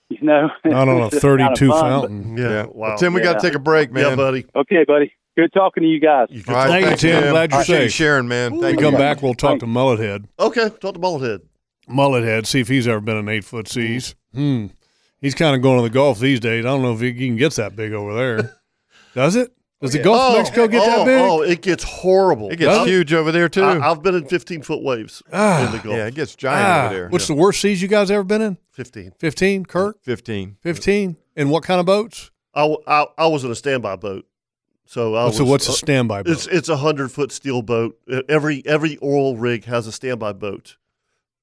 [SPEAKER 13] you know.
[SPEAKER 5] (laughs) Not on a
[SPEAKER 13] It's just kinda
[SPEAKER 5] 32
[SPEAKER 13] fun, but-
[SPEAKER 5] fountain.
[SPEAKER 2] Yeah.
[SPEAKER 6] Well, Tim, we got to take a break, man.
[SPEAKER 2] Yeah, buddy.
[SPEAKER 13] Okay, buddy. Good talking to you guys.
[SPEAKER 6] All right,
[SPEAKER 5] Thank you,
[SPEAKER 6] thanks,
[SPEAKER 5] Tim. Glad you're
[SPEAKER 6] Appreciate you
[SPEAKER 5] safe.
[SPEAKER 6] sharing, man.
[SPEAKER 5] When
[SPEAKER 6] Thank
[SPEAKER 5] we
[SPEAKER 6] you.
[SPEAKER 5] come back, we'll talk to Mullet Head.
[SPEAKER 2] Okay. Talk to Mullet Head.
[SPEAKER 5] Mullet Head, see if he's ever been an eight foot seas. Hmm. He's kind of going to the Gulf these days. I don't know if he can get that big over
[SPEAKER 2] (laughs)
[SPEAKER 5] there. Does it? Does the Gulf of Mexico get
[SPEAKER 2] oh,
[SPEAKER 5] that big?
[SPEAKER 2] Oh, it gets horrible.
[SPEAKER 6] It gets
[SPEAKER 5] Does it?
[SPEAKER 6] huge over there too. Ah,
[SPEAKER 2] I, I've been in 15 foot waves in the Gulf.
[SPEAKER 6] yeah, it gets giant
[SPEAKER 5] ah,
[SPEAKER 6] over there.
[SPEAKER 5] what's the worst seas you guys ever been in?
[SPEAKER 2] 15.
[SPEAKER 5] 15, Kirk?
[SPEAKER 6] Fifteen.
[SPEAKER 5] 15. And what kind of boats?
[SPEAKER 2] I, w- I- I was in a standby boat. So I
[SPEAKER 5] Oh, So
[SPEAKER 2] was,
[SPEAKER 5] what's a
[SPEAKER 2] uh,
[SPEAKER 5] standby boat?
[SPEAKER 2] It's it's a hundred foot steel boat. Uh, Every every oil rig has a standby boat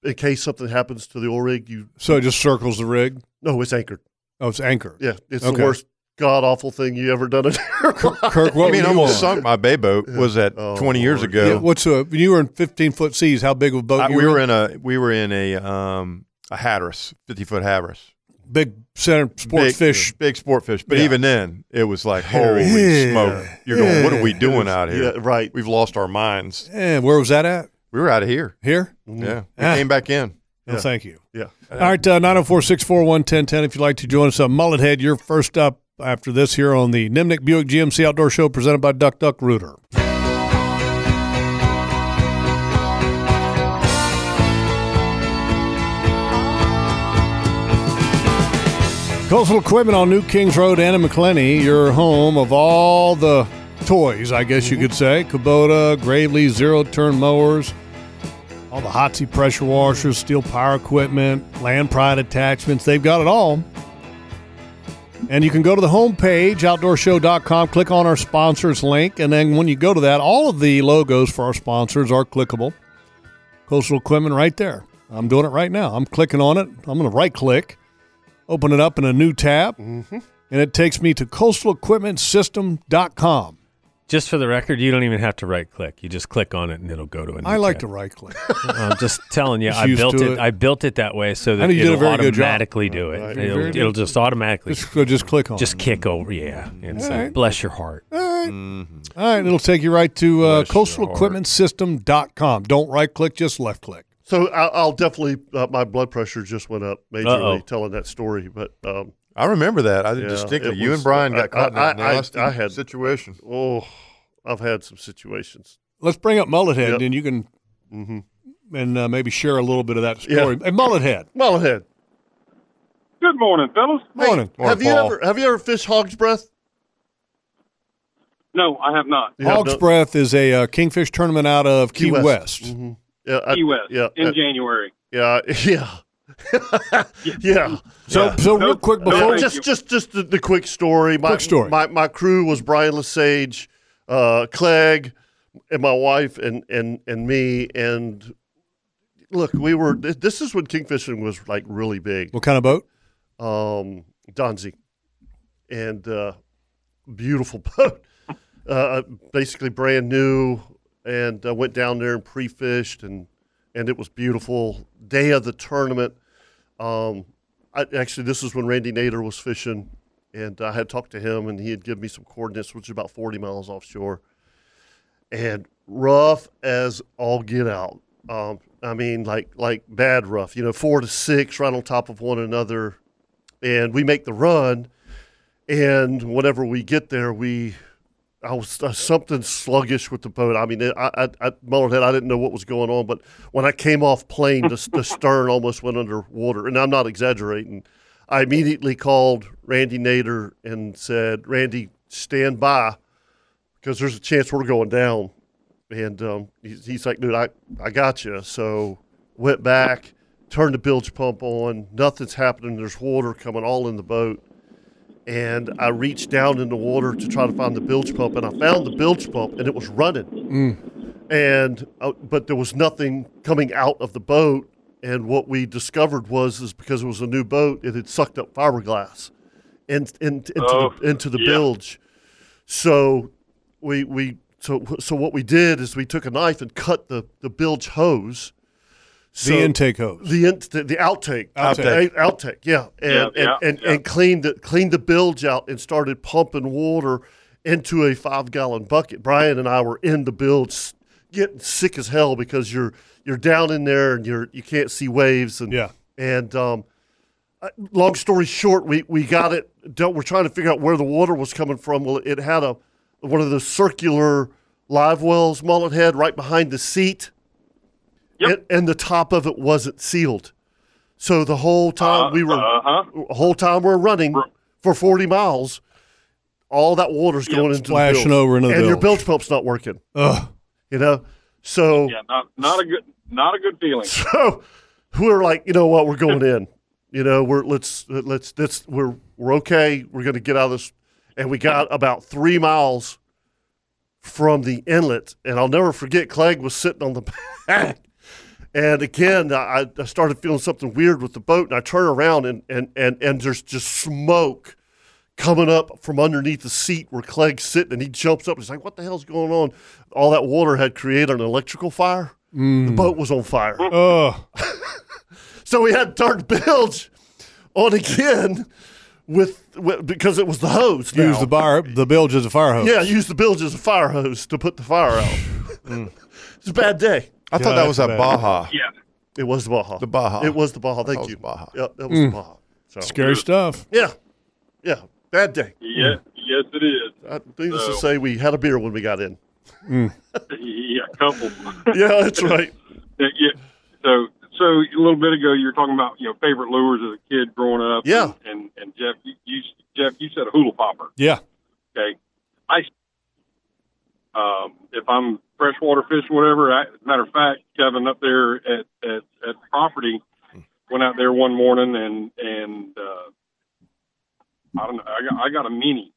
[SPEAKER 2] in case something happens to the oil rig. You
[SPEAKER 5] so it just circles the rig?
[SPEAKER 2] no, it's anchored.
[SPEAKER 5] Oh, it's anchored.
[SPEAKER 2] Yeah, it's
[SPEAKER 5] Okay.
[SPEAKER 2] the worst god awful thing you ever done. In your life.
[SPEAKER 5] Kirk, what
[SPEAKER 6] I mean,
[SPEAKER 5] were you
[SPEAKER 6] almost
[SPEAKER 5] on?
[SPEAKER 6] sunk my bay boat. Was that
[SPEAKER 2] Oh,
[SPEAKER 6] twenty years
[SPEAKER 2] Lord.
[SPEAKER 6] ago?
[SPEAKER 5] Yeah, what's a, when you were in 15 foot seas, how big of a boat
[SPEAKER 6] I-
[SPEAKER 5] you
[SPEAKER 6] we
[SPEAKER 5] were
[SPEAKER 6] were in a we were in a um a Hatteras, fifty foot Hatteras.
[SPEAKER 5] Big center sports
[SPEAKER 6] big,
[SPEAKER 5] fish.
[SPEAKER 6] big sport fish. But
[SPEAKER 5] Yeah.
[SPEAKER 6] even then, it was like holy
[SPEAKER 5] Yeah.
[SPEAKER 6] smoke! You're going, what are we
[SPEAKER 5] Yeah.
[SPEAKER 6] doing out here?
[SPEAKER 2] yeah, right.
[SPEAKER 6] We've lost our minds.
[SPEAKER 5] Yeah, where was that at?
[SPEAKER 6] We were out of here.
[SPEAKER 5] Here?
[SPEAKER 6] Yeah, we
[SPEAKER 5] Ah.
[SPEAKER 6] came back in.
[SPEAKER 5] No, thank you.
[SPEAKER 2] Yeah.
[SPEAKER 5] All right, uh, 904-641-1010 if you'd like to join us. Uh, Mullet Head, you're first up after this here on the Nimnik Buick GMC Outdoor Show presented by Duck Duck Rooter. Coastal Equipment on New Kings Road, Anna McClenny, your home of all the toys, I guess you could say. Kubota, Gravely, zero-turn mowers, all the hot seat pressure washers, steel power equipment, land pride attachments, they've got it all. And you can go to the homepage, outdoorshow.com, click on our sponsors link, and then when you go to that, all of the logos for our sponsors are clickable. Coastal Equipment right there. I'm doing it right now. I'm clicking on it. I'm going to right click, open it up in a new tab,
[SPEAKER 2] Mm-hmm.
[SPEAKER 5] and it takes me to coastalequipmentsystem.com.
[SPEAKER 4] Just for the record, you don't even have to right click. You just click on it and it'll go to an.
[SPEAKER 5] I like to right (laughs) click.
[SPEAKER 4] I'm just telling you,
[SPEAKER 5] Just
[SPEAKER 4] I
[SPEAKER 5] used
[SPEAKER 4] built
[SPEAKER 5] to
[SPEAKER 4] it,
[SPEAKER 5] it.
[SPEAKER 4] I built it that way so
[SPEAKER 5] I
[SPEAKER 4] that
[SPEAKER 5] know you did a
[SPEAKER 4] it'll
[SPEAKER 5] very good job.
[SPEAKER 4] automatically do it.
[SPEAKER 5] Right. Very
[SPEAKER 4] It'll,
[SPEAKER 5] good.
[SPEAKER 4] it'll just automatically
[SPEAKER 5] Just, just click on
[SPEAKER 4] just
[SPEAKER 5] it.
[SPEAKER 4] kick over. Yeah, it's
[SPEAKER 5] All
[SPEAKER 4] uh,
[SPEAKER 5] right.
[SPEAKER 4] bless your heart.
[SPEAKER 5] All
[SPEAKER 2] Mm.
[SPEAKER 5] right. All right. It'll take you right to uh,
[SPEAKER 6] Bless your heart.
[SPEAKER 5] coastalequipmentsystem.com. Don't right click, just left click.
[SPEAKER 2] So I, I'll definitely. Uh, my blood pressure just went up majorly
[SPEAKER 4] Uh-oh.
[SPEAKER 2] telling that story. But um,
[SPEAKER 6] I remember that. I
[SPEAKER 2] Yeah,
[SPEAKER 6] distinctly.
[SPEAKER 2] it
[SPEAKER 6] You
[SPEAKER 2] was-
[SPEAKER 6] and Brian got
[SPEAKER 2] I-
[SPEAKER 6] caught
[SPEAKER 2] I-
[SPEAKER 6] in that
[SPEAKER 2] I-
[SPEAKER 6] nasty
[SPEAKER 2] I had-
[SPEAKER 6] situation.
[SPEAKER 2] oh, I've had some situations.
[SPEAKER 5] Let's bring up Mullet Head,
[SPEAKER 2] Yep.
[SPEAKER 5] and
[SPEAKER 2] Mm-hmm.
[SPEAKER 5] you can and uh, maybe share a little bit of that
[SPEAKER 2] Yeah.
[SPEAKER 5] story. Hey, Mullet
[SPEAKER 2] (laughs)
[SPEAKER 5] Head,
[SPEAKER 2] Well ahead.
[SPEAKER 8] Good morning, fellas.
[SPEAKER 5] morning.
[SPEAKER 6] Morning,
[SPEAKER 2] have you
[SPEAKER 6] Paul.
[SPEAKER 2] ever have you ever fished hog's breath?
[SPEAKER 8] No, I have not.
[SPEAKER 2] You have
[SPEAKER 5] Hog's
[SPEAKER 2] no-
[SPEAKER 5] Breath is a uh, kingfish tournament out of Key, West.
[SPEAKER 2] Mhm. Yeah, I-
[SPEAKER 8] Key West
[SPEAKER 2] Yeah,
[SPEAKER 8] in
[SPEAKER 2] uh,
[SPEAKER 8] January.
[SPEAKER 2] yeah, (laughs) yeah, yeah.
[SPEAKER 5] So,
[SPEAKER 2] Yeah.
[SPEAKER 5] so real
[SPEAKER 8] Nope.
[SPEAKER 5] quick
[SPEAKER 8] No,
[SPEAKER 5] before
[SPEAKER 8] thank
[SPEAKER 2] just
[SPEAKER 8] you.
[SPEAKER 2] just just the, the quick story. My,
[SPEAKER 5] Quick story.
[SPEAKER 2] My my crew was Brian Lesage, uh, Clegg, and my wife, and and and me. And look, we were. th- This is when kingfishing was like really big.
[SPEAKER 5] what kind of boat?
[SPEAKER 2] um, Danzig, and uh, beautiful (laughs) boat, uh, basically brand new. And I went down there and pre-fished, and and it was beautiful. Day of the tournament. Um, I, actually, this is when Randy Nader was fishing, and I had talked to him, and he had given me some coordinates, which is about 40 miles offshore, and rough as all get out. Um, I mean, like like bad rough. You know, four to six, right on top of one another and we make the run. And whenever we get there, we I was uh, something sluggish with the boat. I mean, it, I, I, I Mullen head. I didn't know what was going on, but when I came off plane, the, the stern almost went underwater, and I'm not exaggerating. I immediately called Randy Nader and said, "Randy, stand by, because there's a chance we're going down." And um, he's, he's like, "Dude, I I got you." So went back, turned the bilge pump on. Nothing's happening. There's water coming all in the boat, and I reached down in the water to try to find the bilge pump, and I found the bilge pump, and it was running. And uh, but there was nothing coming out of the boat, and what we discovered was is because it was a new boat, it had sucked up fiberglass, and, and into
[SPEAKER 14] Oh,
[SPEAKER 2] the, into the
[SPEAKER 14] yeah.
[SPEAKER 2] bilge. So we we so so what we did is we took a knife and cut the the bilge hose.
[SPEAKER 5] intake hose.
[SPEAKER 2] The, in, the the outtake,
[SPEAKER 5] Outtake.
[SPEAKER 2] outtake, outtake, yeah,
[SPEAKER 5] Yeah,
[SPEAKER 2] and
[SPEAKER 5] yeah,
[SPEAKER 2] and, and, and cleaned the cleaned the bilge out and started pumping water into a five gallon bucket. Brian and I were in the bilge, s- getting sick as hell because you're you're down in there and you're you can't see waves and yeah and um, uh, long story short, we we got it. Don't, we're trying to figure out where the water was coming from. Well, it had a one of those circular live wells mullet head right behind the seat and, and the top of it wasn't sealed. So the whole time we were, whole time we're running for forty miles, all that water's going into
[SPEAKER 5] Splashing
[SPEAKER 2] the bilge.
[SPEAKER 5] over into the
[SPEAKER 2] and your
[SPEAKER 5] bilge.
[SPEAKER 2] bilge pump's not working.
[SPEAKER 5] Ugh.
[SPEAKER 2] You know, so
[SPEAKER 15] Yeah, not not a good not a good feeling. (laughs)
[SPEAKER 2] (laughs) so we're like, you know what, we're going in. You know, we're let's let's this we're we're okay. We're going to get out of this, and we got about three miles from the inlet, and I'll never forget. Clegg was sitting on the (laughs) back, and again, I, I started feeling something weird with the boat, and I turn around, and and and and there's just smoke coming up from underneath the seat where Clegg's sitting, and he jumps up. And he's like, "What the hell's going on?" All that water had created an electrical fire. The
[SPEAKER 5] Mm.
[SPEAKER 2] boat was on fire. (laughs) so we had to turn the bilge on again with, with because it was the hose.
[SPEAKER 5] Use
[SPEAKER 2] now.
[SPEAKER 5] the bar, the bilge as a fire hose.
[SPEAKER 2] Yeah, use the bilge as a fire hose to put the
[SPEAKER 5] (laughs)
[SPEAKER 2] fire out. it's a bad
[SPEAKER 5] Mm.
[SPEAKER 2] day.
[SPEAKER 5] I thought Yeah, that was that's a bad. Baja.
[SPEAKER 15] Yeah.
[SPEAKER 2] It was the Baja. The
[SPEAKER 6] Baja.
[SPEAKER 2] It was the Baja. Thank you. Baja. Yep, that was the
[SPEAKER 5] Mm.
[SPEAKER 2] Baja. So-
[SPEAKER 5] Scary stuff. Mm.
[SPEAKER 2] Yeah. Yeah. Bad day.
[SPEAKER 15] Yeah, yes it is.
[SPEAKER 2] I, needless to
[SPEAKER 15] So-
[SPEAKER 2] say, we had a beer when we got in.
[SPEAKER 5] Mm.
[SPEAKER 15] yeah, a couple.
[SPEAKER 2] (laughs) Yeah, that's right.
[SPEAKER 15] (laughs) Yeah, yeah. So, so a little bit ago, you were talking about you know favorite lures as a kid growing up.
[SPEAKER 2] Yeah.
[SPEAKER 15] And and, and Jeff, you, you Jeff, you said a hula popper.
[SPEAKER 5] Yeah.
[SPEAKER 15] Okay. I, um, if I'm freshwater fishing, whatever. I, as a matter of fact, Kevin up there at at, at the property went out there one morning and and uh, I don't know. I got I got a mini.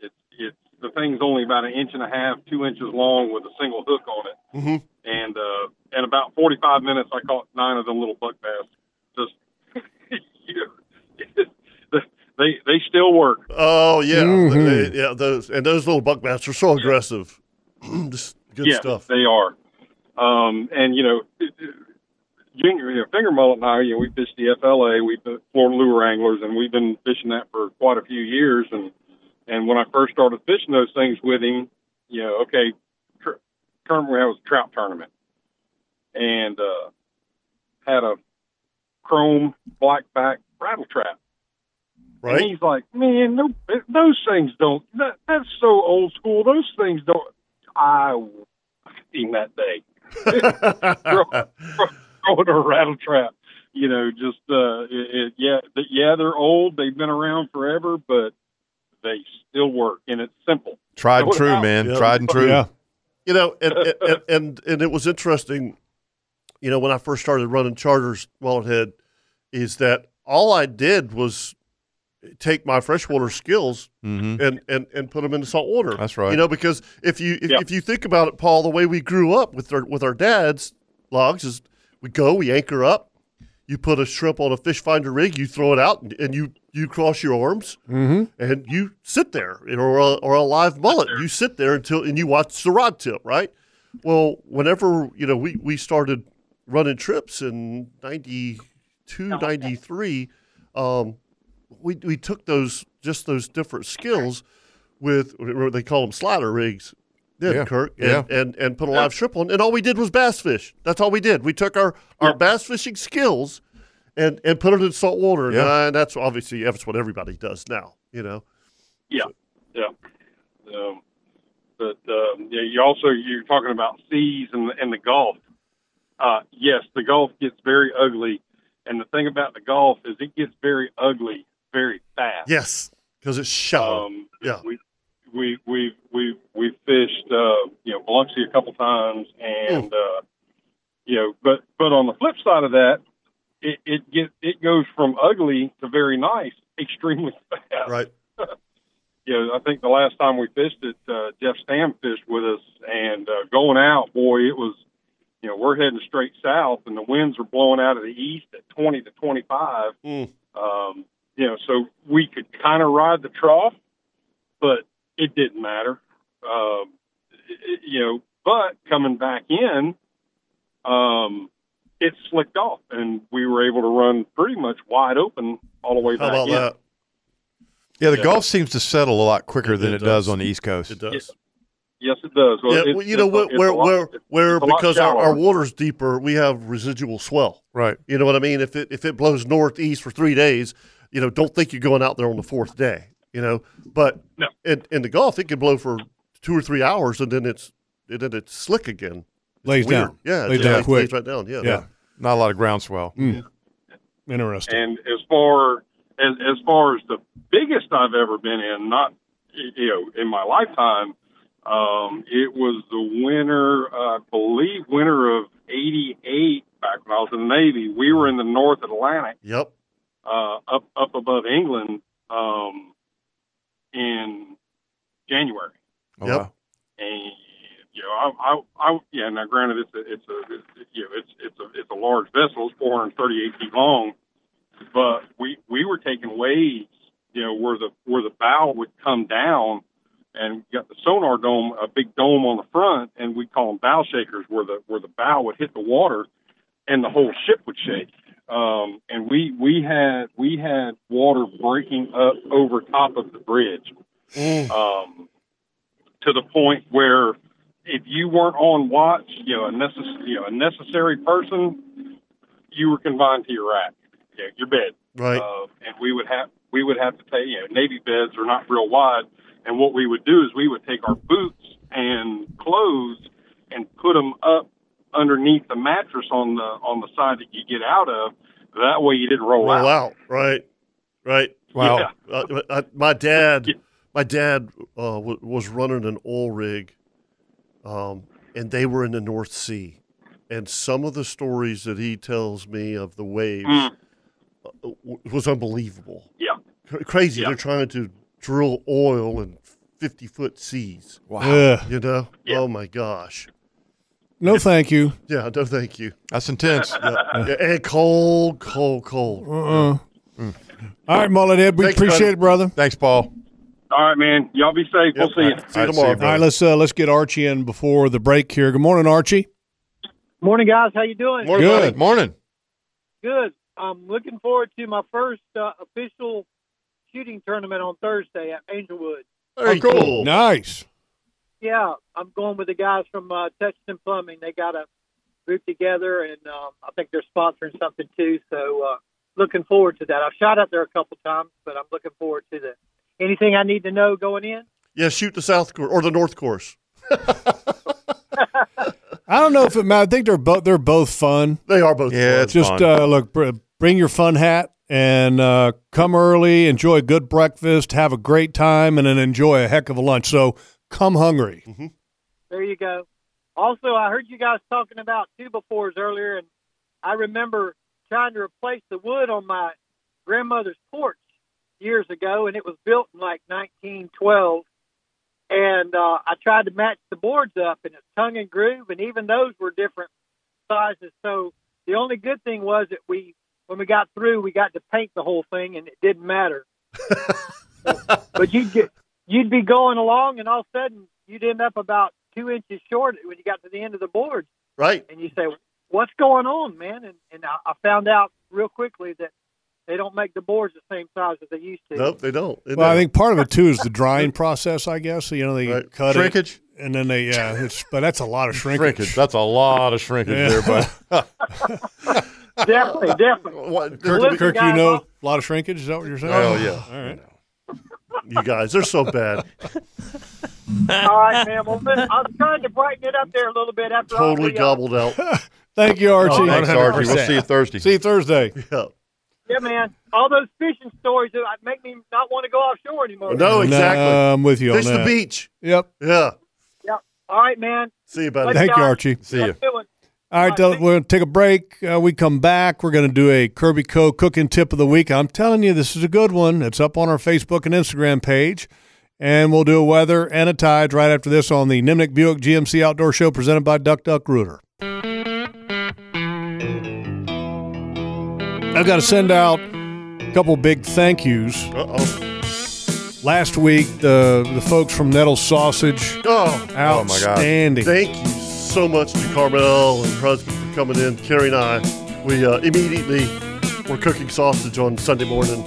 [SPEAKER 15] It's it's the thing's only about an inch and a half, two inches long with a single hook on it
[SPEAKER 2] Mm-hmm.
[SPEAKER 15] and uh, in about 45 minutes, I caught nine of them little buck bass. Just (laughs) they they still work.
[SPEAKER 2] Oh yeah,
[SPEAKER 15] Mhm.
[SPEAKER 5] Mm-hmm.
[SPEAKER 2] They- yeah. Those and those little buck bass are so aggressive. (clears throat) Just good
[SPEAKER 15] yeah,
[SPEAKER 2] stuff.
[SPEAKER 15] They are, um, and you know, junior you know, finger mullet and I, you know, we fished the FLA, we've been Florida lure anglers, and we've been fishing that for quite a few years. And and when I first started fishing those things with him, you know, okay, tr- tournament we had was a trout tournament, and uh, had a chrome blackback rattle trap.
[SPEAKER 2] Right.
[SPEAKER 15] And he's like, man, no, those things don't. That, that's so old school. Those things don't. I whacked him that day. (laughs) throwing, throwing a rattle trap. You know, just uh, it, it, yeah, th- yeah, they're old. They've been around forever, but they still work, and it's simple.
[SPEAKER 6] Tried and
[SPEAKER 15] Throw it
[SPEAKER 6] true,
[SPEAKER 15] out.
[SPEAKER 6] man. Tried and true.
[SPEAKER 5] Yeah.
[SPEAKER 2] You know, and and, and and and it was interesting. You know, when I first started running charters, Wallet Head, is that all I did was take my freshwater skills
[SPEAKER 6] Mhm.
[SPEAKER 2] and, and and put them into salt water.
[SPEAKER 6] That's right.
[SPEAKER 2] You know, because if you if, if you think about it, Paul, the way we grew up with our with our dads logs is we go, we anchor up, you put a shrimp on a fish finder rig, you throw it out, and, and you you cross your arms
[SPEAKER 5] Mm-hmm.
[SPEAKER 2] and you sit there, you know, or a, or a live mullet. You sit there until and you watch the rod tip, right? Well, whenever you know we we started running trips in 92, 93, um, we we took those just those different skills with what they call them slider rigs. Did
[SPEAKER 6] Yeah.
[SPEAKER 2] Kirk and,
[SPEAKER 6] Yeah.
[SPEAKER 2] and and put a live shrimp on, and all we did was bass fish. That's all we did. We took our, our bass fishing skills, and and put it in salt water, and,
[SPEAKER 6] Yeah.
[SPEAKER 2] I- and that's obviously that's what everybody does now. You know,
[SPEAKER 15] Yeah, yeah. Um, but um, yeah, you also you're talking about seas and and the Gulf. Uh, yes, the Gulf gets very ugly, and the thing about the Gulf is it gets very ugly very fast.
[SPEAKER 2] yes, because it's shallow.
[SPEAKER 15] Um,
[SPEAKER 2] yeah,
[SPEAKER 15] we we we we we fished uh, you know Biloxi a couple times, and uh, you know, but but on the flip side of that, it it get it goes from ugly to very nice extremely (laughs) fast.
[SPEAKER 2] Right.
[SPEAKER 15] you know, I think the last time we fished it, uh, Jeff Stam fished with us, and uh, going out, boy, it was, you know, we're heading straight south, and the winds are blowing out of the east at 20 to 25. Um, you know, so we could kind of ride the trough, but it didn't matter. Um, it- it- you know, but coming back in, um, it slicked off, and we were able to run pretty much wide open all the way
[SPEAKER 2] How
[SPEAKER 15] back
[SPEAKER 2] about
[SPEAKER 15] in.
[SPEAKER 2] that?
[SPEAKER 6] Yeah, the
[SPEAKER 15] Yeah.
[SPEAKER 6] Gulf seems to settle a lot quicker than it, does.
[SPEAKER 2] does.
[SPEAKER 6] on the East Coast.
[SPEAKER 2] It does.
[SPEAKER 15] Yes, it does. Well,
[SPEAKER 2] yeah,
[SPEAKER 15] it's-
[SPEAKER 2] well, you know
[SPEAKER 15] it's a-
[SPEAKER 2] where
[SPEAKER 15] it's a
[SPEAKER 2] where
[SPEAKER 15] lot-
[SPEAKER 2] where,
[SPEAKER 15] it's
[SPEAKER 2] where
[SPEAKER 15] a lot
[SPEAKER 2] because our, our
[SPEAKER 15] shallower.
[SPEAKER 2] water's deeper, we have residual swell. Right. You know what I mean? If it if it blows northeast for three days, you know, don't think you're going out there on the fourth day. You know, but in in the Gulf, it can blow for two or three hours, and then it's and then it's slick again. It's
[SPEAKER 5] Lays
[SPEAKER 2] weird.
[SPEAKER 5] down.
[SPEAKER 2] Yeah, it
[SPEAKER 5] Lays
[SPEAKER 2] just
[SPEAKER 5] down quick.
[SPEAKER 2] Lays right down. Yeah.
[SPEAKER 5] Yeah. Hmm.
[SPEAKER 6] Not a lot of groundswell.
[SPEAKER 5] Interesting.
[SPEAKER 15] And as far as as far as the biggest I've ever been in, not you know in my lifetime, um, it was the winter, uh, I believe, winter of '88. Back when I was in the Navy, we were in the North Atlantic,
[SPEAKER 2] Yep.
[SPEAKER 15] uh, up up above England, um, in January.
[SPEAKER 6] Oh,
[SPEAKER 2] yep.
[SPEAKER 15] and you know, I, I, I, yeah. Now, granted, it's a, it's a, it's, you know, it's, it's a, it's a large vessel. It's 438 feet long, but we, we were taking waves, you know, where the, where the bow would come down, and you got the sonar dome, a big dome on the front, and we call them bow shakers, where the, where the bow would hit the water, and the whole ship would shake. Um, and we, we had, we had water breaking up over top of the bridge um, to the point where if you weren't on watch, you know, a necess- you know, a necessary person, you were confined to your rack, you know, your bed,
[SPEAKER 2] Right.
[SPEAKER 15] uh, and we would have we would have to take you know navy beds are not real wide, and what we would do is we would take our boots and clothes and put them up underneath the mattress on the on the side that you get out of. That way you didn't roll,
[SPEAKER 2] roll out. Right, right.
[SPEAKER 15] Wow.
[SPEAKER 2] Uh, I- my dad, my dad uh, w- was running an oil rig, um, and they were in the North Sea, and some of the stories that he tells me of the waves
[SPEAKER 15] Mm.
[SPEAKER 2] uh, w- was unbelievable.
[SPEAKER 15] Yeah.
[SPEAKER 2] Cra- crazy. They're trying to drill oil in fifty foot seas.
[SPEAKER 6] Wow.
[SPEAKER 5] Yeah.
[SPEAKER 2] You know. Oh my gosh.
[SPEAKER 5] No, thank you.
[SPEAKER 2] Yeah. No, thank
[SPEAKER 15] (laughs)
[SPEAKER 2] you.
[SPEAKER 6] That's intense.
[SPEAKER 2] (laughs) Yeah. Yeah, And cold, cold, cold.
[SPEAKER 5] Uh-uh. All right, Mullet Head, we
[SPEAKER 2] Thanks,
[SPEAKER 5] appreciate
[SPEAKER 2] buddy.
[SPEAKER 5] it, brother.
[SPEAKER 6] Thanks, Paul.
[SPEAKER 15] All right, man. Y'all be safe. We'll see you.
[SPEAKER 2] See you tomorrow.
[SPEAKER 5] All right, let's uh, let's get Archie in before the break here. Good morning, Archie.
[SPEAKER 16] Morning, guys. How you doing?
[SPEAKER 5] Good.
[SPEAKER 6] Morning.
[SPEAKER 16] Good. I'm looking forward to my first uh, official shooting tournament on Thursday at Angelwood.
[SPEAKER 5] Very cool. Nice.
[SPEAKER 16] Yeah, I'm going with the guys from uh, Texton Plumbing. They got a group together, and um, I think they're sponsoring something too. So, uh, looking forward to that. I've shot up there a couple times, but I'm looking forward to the. Anything I need to know going in?
[SPEAKER 2] Yeah, shoot the south course or the north course.
[SPEAKER 5] I don't know if it matters. I think they're both they're both fun.
[SPEAKER 2] They are both.
[SPEAKER 5] Yeah,
[SPEAKER 2] fun.
[SPEAKER 5] it's just
[SPEAKER 2] fun.
[SPEAKER 5] Uh, look, br- bring your fun hat and uh, come early. Enjoy a good breakfast, have a great time, and then enjoy a heck of a lunch. So come hungry.
[SPEAKER 6] Mm-hmm.
[SPEAKER 16] There you go. Also, I heard you guys talking about two befores earlier, and I remember trying to replace the wood on my grandmother's porch years ago, and it was built in like 1912. And uh, I tried to match the boards up, and it's tongue and groove, and even those were different sizes. So the only good thing was that we, when we got through, we got to paint the whole thing, and it didn't matter. but you'd get, you'd be going along, and all of a sudden you'd end up about two inches short when you got to the end of the board.
[SPEAKER 2] Right.
[SPEAKER 16] And you say, "What's going on, man?" And and I, I found out real quickly that they don't make the boards the same size as they used to.
[SPEAKER 2] Nope, they don't.
[SPEAKER 5] Well, I think part of it too is
[SPEAKER 6] (laughs)
[SPEAKER 5] the drying process. I guess so, you know they cut
[SPEAKER 6] Shrinkage?
[SPEAKER 5] it, and then they yeah, it's, but that's a lot
[SPEAKER 6] (laughs)
[SPEAKER 5] of shrinkage.
[SPEAKER 6] Shrinkage. That's a lot of shrinkage
[SPEAKER 5] Yeah.
[SPEAKER 6] there,
[SPEAKER 5] (laughs)
[SPEAKER 6] but
[SPEAKER 16] definitely, (laughs)
[SPEAKER 6] (laughs)
[SPEAKER 16] definitely.
[SPEAKER 5] Kirk,
[SPEAKER 16] Listen,
[SPEAKER 5] Kirk, you
[SPEAKER 16] guys,
[SPEAKER 5] know
[SPEAKER 16] (laughs) I'll-
[SPEAKER 5] a lot of shrinkage. Is that what you're saying?
[SPEAKER 6] Well, Oh, yeah.
[SPEAKER 5] All right.
[SPEAKER 2] You guys, they're so bad.
[SPEAKER 16] (laughs) All right, man. Well, listen, I was trying to brighten it up there a little bit after all
[SPEAKER 2] totally
[SPEAKER 16] the, uh,
[SPEAKER 2] gobbled out.
[SPEAKER 5] (laughs) Thank you, Archie.
[SPEAKER 6] Oh, thanks, Archie.
[SPEAKER 5] (laughs)
[SPEAKER 6] We'll see you Thursday.
[SPEAKER 5] See you
[SPEAKER 6] (laughs)
[SPEAKER 5] Thursday.
[SPEAKER 2] Yeah.
[SPEAKER 16] Yeah, man. All those fishing stories that make me not want to go offshore anymore.
[SPEAKER 2] Oh, No, exactly.
[SPEAKER 5] Nah, uh, I'm with you on
[SPEAKER 2] Fish the
[SPEAKER 5] that.
[SPEAKER 2] beach.
[SPEAKER 5] Yep.
[SPEAKER 2] Yeah.
[SPEAKER 16] Yeah. All right, man.
[SPEAKER 2] See you, buddy.
[SPEAKER 5] Thank you, Archie.
[SPEAKER 16] Have a good one.
[SPEAKER 5] All right, Dylan, we're going to take a break. Uh, we come back. We're going to do a Kirby Co. cooking tip of the week. I'm telling you, this is a good one. It's up on our Facebook and Instagram page. And we'll do a weather and a tides right after this on the Nimnik Buick GMC Outdoor Show presented by Duck Duck Rooter. I've got to send out a couple big thank yous. Uh-oh. Last week, the, the folks from Nettle Sausage.
[SPEAKER 2] Oh,
[SPEAKER 5] Oh, my God. Outstanding.
[SPEAKER 2] Thank you so much to Carmel and her husband for coming in. Carrie and I, we uh, immediately were cooking sausage on Sunday morning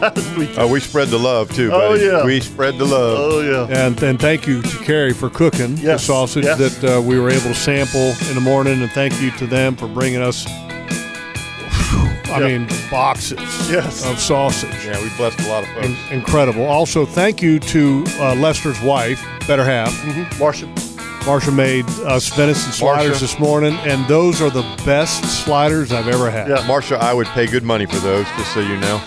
[SPEAKER 2] last week.
[SPEAKER 6] Oh, we spread the love too,
[SPEAKER 2] Oh,
[SPEAKER 6] buddy.
[SPEAKER 2] yeah.
[SPEAKER 6] We spread the love.
[SPEAKER 2] Oh, yeah.
[SPEAKER 5] And, and thank you to Carrie for cooking the
[SPEAKER 2] Yes,
[SPEAKER 5] sausage
[SPEAKER 2] yes.
[SPEAKER 5] that uh, we were able to sample in the morning. And thank you to them for bringing us, I
[SPEAKER 6] Yeah.
[SPEAKER 5] mean, boxes of sausage.
[SPEAKER 6] Yeah, we blessed a lot of folks.
[SPEAKER 5] Incredible. Also, thank you to uh, Lester's wife, better half,
[SPEAKER 2] Marsha.
[SPEAKER 5] Marsha made us venison sliders
[SPEAKER 6] Marsha.
[SPEAKER 5] this morning, and those are the best sliders I've ever had.
[SPEAKER 6] Yeah. Marsha, I would pay good money for those, just so you know.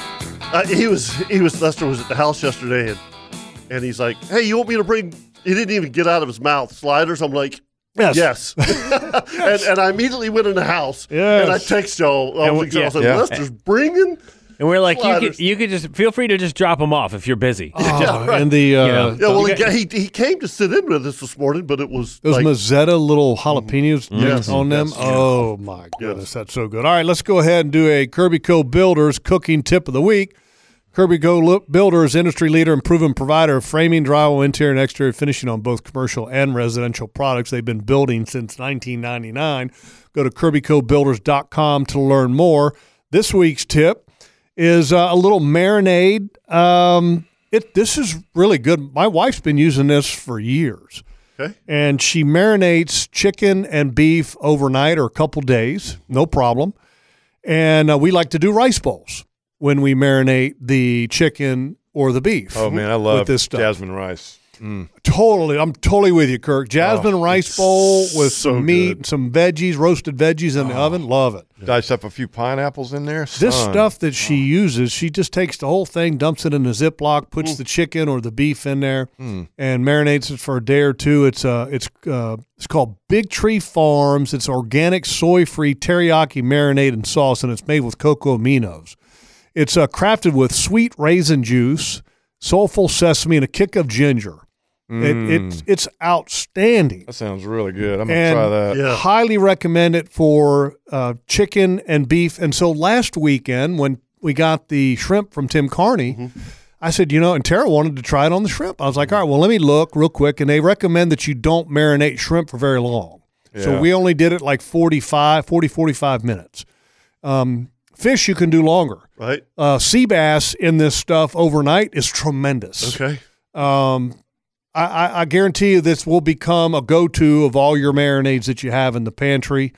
[SPEAKER 2] Uh, he was he was Lester was at the house yesterday and and he's like, hey, you want me to bring? He didn't even get out of his mouth sliders. I'm like.
[SPEAKER 5] Yes. (laughs)
[SPEAKER 2] Yes. (laughs) And, and I immediately went in the house. And I
[SPEAKER 5] Yes.
[SPEAKER 2] text y'all. I
[SPEAKER 4] And
[SPEAKER 2] was
[SPEAKER 4] we-
[SPEAKER 2] I was like,
[SPEAKER 4] yeah.
[SPEAKER 2] Lester's bringing.
[SPEAKER 4] And we're like, you
[SPEAKER 2] Sliders.
[SPEAKER 4] could, you could just feel free to just drop them off if you're busy.
[SPEAKER 6] (laughs)
[SPEAKER 5] Yeah, right. and the, uh,
[SPEAKER 2] Yeah, well, he,
[SPEAKER 5] You got-
[SPEAKER 2] he, he came to sit in with us this morning, but it was.
[SPEAKER 5] Those
[SPEAKER 2] like,
[SPEAKER 5] Mazetta little jalapenos
[SPEAKER 2] Mhm.
[SPEAKER 5] mixed
[SPEAKER 2] Yes.
[SPEAKER 5] on them.
[SPEAKER 2] Yes.
[SPEAKER 5] Oh my goodness, that's so good. All right, let's go ahead and do a Kirby Co. Builders cooking tip of the week. Kirby Co. Lo- Builders, industry leader and proven provider of framing, drywall, interior, and exterior finishing on both commercial and residential products. They've been building since 1999. Go to KirbyCoBuilders.com to learn more. This week's tip is uh, a little marinade. Um, it this is really good. My wife's been using this for years.
[SPEAKER 2] Okay.
[SPEAKER 5] And she marinates chicken and beef overnight or a couple days, no problem. And uh, we like to do rice bowls when we marinate the chicken or the beef.
[SPEAKER 6] Oh man, I love
[SPEAKER 5] with this stuff.
[SPEAKER 6] jasmine Oh, rice. Mm.
[SPEAKER 5] Totally, I'm totally with you, Kirk. Jasmine rice bowl with some meat, and some veggies, roasted veggies
[SPEAKER 6] Oh,
[SPEAKER 5] in the oven. Love it.
[SPEAKER 6] Dice up a few pineapples in there.
[SPEAKER 5] This
[SPEAKER 6] Son. Oh.
[SPEAKER 5] stuff that she uses, she just takes the whole thing, dumps it in a Ziploc, puts the chicken or the beef in there,
[SPEAKER 6] Mm.
[SPEAKER 5] and marinates it for a day or two. It's uh, it's uh, it's called Big Tree Farms. It's organic, soy-free teriyaki marinade and sauce, and it's made with cocoa aminos. It's uh, crafted with sweet raisin juice, soulful sesame, and a kick of ginger. It,
[SPEAKER 6] Mm.
[SPEAKER 5] it's it's outstanding.
[SPEAKER 6] That sounds really good. I'm
[SPEAKER 5] and
[SPEAKER 6] gonna try that.
[SPEAKER 5] Highly recommend it for uh, chicken and beef. And so last weekend when we got the shrimp from Tim Carney,
[SPEAKER 6] Mm-hmm.
[SPEAKER 5] I said, you know, and Tara wanted to try it on the shrimp. I was like, all right, well, let me look real quick. And they recommend that you don't marinate shrimp for very long.
[SPEAKER 6] Yeah.
[SPEAKER 5] So we only did it like 45, 40, 45 minutes. Um, fish you can do longer.
[SPEAKER 2] Right.
[SPEAKER 5] Uh, sea bass in this stuff overnight is tremendous.
[SPEAKER 2] Okay.
[SPEAKER 5] Um, I, I, I guarantee you this will become a go-to of all your marinades that you have in the pantry.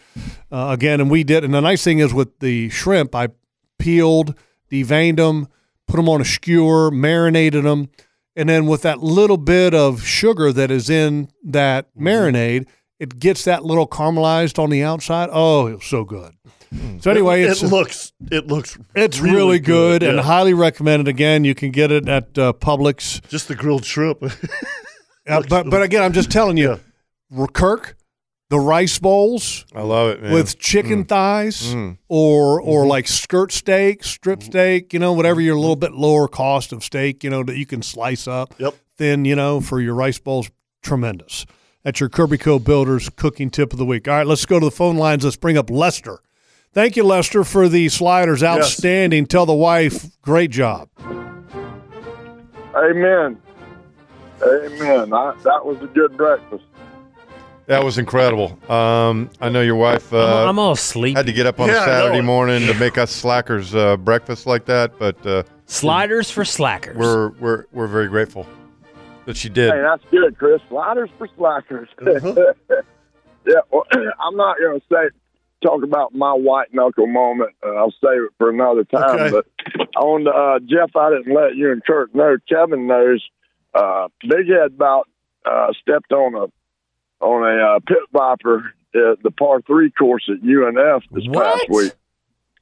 [SPEAKER 5] Uh, again, and we did. And the nice thing is with the shrimp, I peeled, deveined them, put them on a skewer, marinated them, and then with that little bit of sugar that is in that
[SPEAKER 2] Mm-hmm.
[SPEAKER 5] marinade, it gets that little caramelized on the outside. Oh, it was so good. So anyway,
[SPEAKER 2] Mm. it,
[SPEAKER 5] it's
[SPEAKER 2] it looks it looks
[SPEAKER 5] it's really, good, and
[SPEAKER 2] yeah.
[SPEAKER 5] highly recommended. Again, you can get it at uh, Publix.
[SPEAKER 2] Just the grilled shrimp. (laughs)
[SPEAKER 5] Uh, but but again, I'm just telling you, R- Kirk, the rice bowls
[SPEAKER 6] I love it, man.
[SPEAKER 5] with chicken thighs
[SPEAKER 6] Mm.
[SPEAKER 5] or or like skirt steak, strip steak, you know, whatever your little bit lower cost of steak, you know, that you can slice up.
[SPEAKER 2] Yep.
[SPEAKER 5] Thin, you know, for your rice bowls, tremendous. That's your Kirby Co. Builders cooking tip of the week. All right, let's go to the phone lines. Let's bring up Lester. Thank you, Lester, for the sliders. Outstanding. Tell the wife, great job.
[SPEAKER 17] Amen. Amen. I, that was a good breakfast.
[SPEAKER 6] That was incredible. Um, I know your wife. Uh,
[SPEAKER 4] I'm all sleepy.
[SPEAKER 6] Had to get up on
[SPEAKER 4] Yeah,
[SPEAKER 6] a
[SPEAKER 4] I
[SPEAKER 6] Saturday
[SPEAKER 4] know it.
[SPEAKER 6] morning to make us slackers uh, breakfast like that, but uh,
[SPEAKER 4] Sliders for slackers.
[SPEAKER 6] we're we're we're very grateful that she did.
[SPEAKER 17] Hey, that's good, Chris. Sliders (laughs) for slackers. yeah, well, (clears throat) I'm not going to say talk about my white knuckle moment. Uh, I'll save it for another time.
[SPEAKER 18] Okay.
[SPEAKER 17] But on uh, Jeff, I didn't let you and Kirk know. Kevin knows. Uh, Big Head about uh, stepped on a on a uh, pit viper at the par three course at UNF this past week.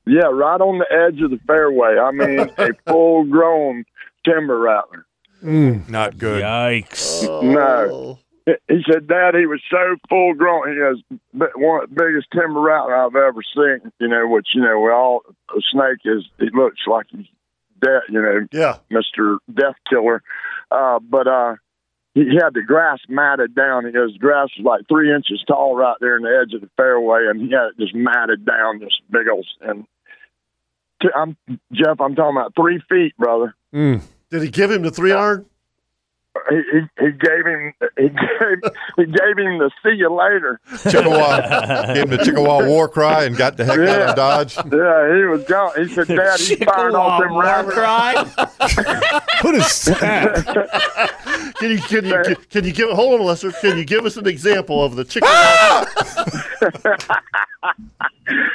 [SPEAKER 17] Yeah, right on the edge of the fairway. I mean, a full grown timber rattler.
[SPEAKER 6] Not good.
[SPEAKER 17] Uh,
[SPEAKER 6] (laughs)
[SPEAKER 4] Yikes!
[SPEAKER 17] No. he said, "Dad, he was so full grown. He has bi- one of the biggest timber rat I've ever seen. You know, which you know, we all a snake is. He looks like he's dead. You know,
[SPEAKER 2] yeah,
[SPEAKER 17] Mister Death Killer. Uh, but uh, he he had the grass matted down. His grass was like three inches tall right there in the edge of the fairway, and he had it just matted down, just big old. And t- I'm Jeff. I'm talking about three feet, brother.
[SPEAKER 13] Mm.
[SPEAKER 2] Did he give him the three iron?
[SPEAKER 17] He, he, he gave him he gave he gave him the see you later. (laughs)
[SPEAKER 6] Chippewa gave him the
[SPEAKER 4] (laughs)
[SPEAKER 6] Chippewa war cry and got the heck out
[SPEAKER 17] Yeah.
[SPEAKER 6] of Dodge.
[SPEAKER 17] Yeah, he was gone. He said, "Dad, he's firing off them rounds."
[SPEAKER 2] What is that? can you can you can you give hold on, Lester? Can you give us an example of the chicken?
[SPEAKER 6] Ah!
[SPEAKER 17] he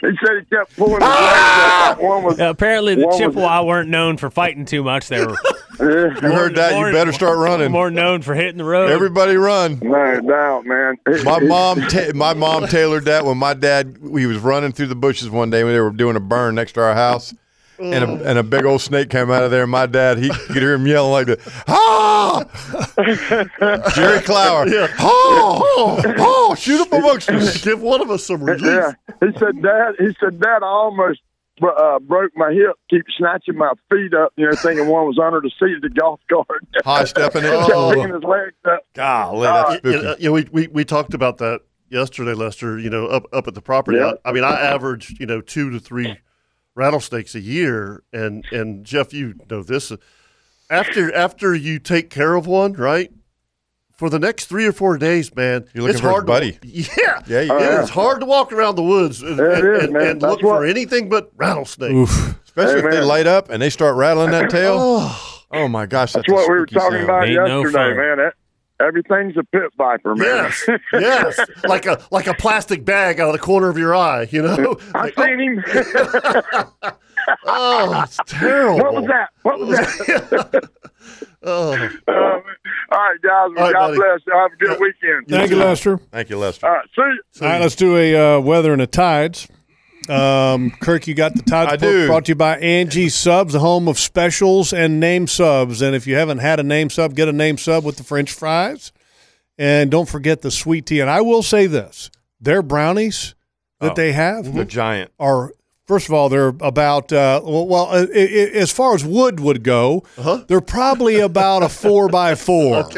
[SPEAKER 17] said he kept pulling. The blades up. One was
[SPEAKER 4] Apparently, the
[SPEAKER 17] one was-
[SPEAKER 4] Chippewa weren't known for fighting too much. They were.
[SPEAKER 17] (laughs) you
[SPEAKER 6] heard that, you better start running.
[SPEAKER 4] More known for hitting the road.
[SPEAKER 6] Everybody run.
[SPEAKER 17] No doubt, man.
[SPEAKER 6] My mom, ta- my mom tailored that when my dad he was running through the bushes one day when they were doing a burn next to our house, and a, and a big old snake came out of there. And my dad, he could hear him yelling like that, "Ah!"
[SPEAKER 2] (laughs)
[SPEAKER 6] Jerry Clower, "Oh,
[SPEAKER 17] (laughs)
[SPEAKER 6] oh, oh, shoot up amongst us,
[SPEAKER 2] give one of us some
[SPEAKER 6] relief."
[SPEAKER 17] Yeah, he said, "Dad," he said, "Dad, I almost." bro- Uh, broke my hip, keep snatching my feet up, you know, thinking one was under the seat of the golf
[SPEAKER 2] (laughs)
[SPEAKER 17] cart. (laughs)
[SPEAKER 6] High stepping it.
[SPEAKER 17] Kept picking his legs up.
[SPEAKER 2] Oh. Golly,
[SPEAKER 6] Uh,
[SPEAKER 17] that's
[SPEAKER 2] you,
[SPEAKER 17] spooky.
[SPEAKER 2] know, you know, we, we we talked about that yesterday, Lester. You know, up up at the property.
[SPEAKER 17] Yeah.
[SPEAKER 2] I, I mean, I average you know two to three rattlesnakes a year, and and Jeff, you know this. After after you take care of one, right? For the next three or four days, man,
[SPEAKER 6] You're looking
[SPEAKER 2] it's
[SPEAKER 6] for his
[SPEAKER 2] hard to-
[SPEAKER 6] buddy.
[SPEAKER 2] yeah,
[SPEAKER 6] Yeah, you
[SPEAKER 2] it
[SPEAKER 6] are.
[SPEAKER 2] is hard to walk around the woods and,
[SPEAKER 6] It
[SPEAKER 2] and-
[SPEAKER 6] is,
[SPEAKER 2] and-
[SPEAKER 6] man.
[SPEAKER 2] and look
[SPEAKER 6] That's what-
[SPEAKER 2] for anything but rattlesnakes.
[SPEAKER 6] Especially if they
[SPEAKER 2] Amen.
[SPEAKER 6] light up and they start rattling that tail. Oh, my gosh, that's,
[SPEAKER 17] That's what we were
[SPEAKER 6] spooky
[SPEAKER 17] talking
[SPEAKER 6] sound.
[SPEAKER 17] about yesterday, man. That, everything's a pit viper, man. (laughs)
[SPEAKER 2] Yes, (laughs) yes, like a like a plastic bag out of the corner of your eye,
[SPEAKER 6] (laughs)
[SPEAKER 2] you know.
[SPEAKER 17] I
[SPEAKER 2] Like,
[SPEAKER 17] seen him.
[SPEAKER 2] (laughs) oh, it's terrible.
[SPEAKER 17] What was that? What was that?
[SPEAKER 2] (laughs)
[SPEAKER 17] Uh, all
[SPEAKER 2] oh.
[SPEAKER 17] right, guys. Well,
[SPEAKER 2] All
[SPEAKER 17] God
[SPEAKER 2] right, buddy.
[SPEAKER 17] bless. you. Have a good weekend.
[SPEAKER 5] Thank you, Lester.
[SPEAKER 6] Thank you, Lester.
[SPEAKER 17] All right, see
[SPEAKER 5] All
[SPEAKER 17] you.
[SPEAKER 5] right, let's do a uh, weather and the tides. Um, Kirk, you got the tides
[SPEAKER 6] I
[SPEAKER 5] report
[SPEAKER 6] do.
[SPEAKER 5] brought to you by Angie Subs, the home of specials and name subs. And if you haven't had a name sub, get a name sub with the French fries, and don't forget the sweet tea. And I will say this: their brownies that
[SPEAKER 6] Oh,
[SPEAKER 5] they have
[SPEAKER 6] They're giant.
[SPEAKER 5] are first of all they're about uh, well, well uh, i i as far as wood would go,
[SPEAKER 6] Uh-huh.
[SPEAKER 5] they're probably about a four by
[SPEAKER 6] (laughs)
[SPEAKER 5] four.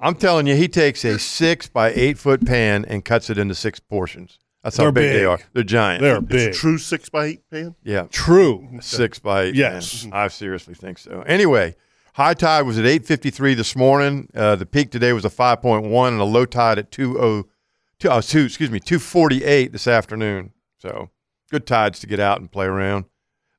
[SPEAKER 6] I'm telling you, he takes a six by eight foot pan and cuts it into six portions. That's how
[SPEAKER 5] They're
[SPEAKER 6] big, they
[SPEAKER 5] big.
[SPEAKER 6] are. They're giant.
[SPEAKER 5] They're
[SPEAKER 6] It's-
[SPEAKER 5] big.
[SPEAKER 2] It's a true six by eight pan.
[SPEAKER 6] Yeah.
[SPEAKER 5] True.
[SPEAKER 6] A Six by eight.
[SPEAKER 5] Yes.
[SPEAKER 6] man. I seriously think so. Anyway, high tide was at 8.53 this morning. Uh, the peak today was a 5.1 and a low tide at 2.02, uh, two, excuse me, 2.48 this afternoon. So good tides to get out and play around.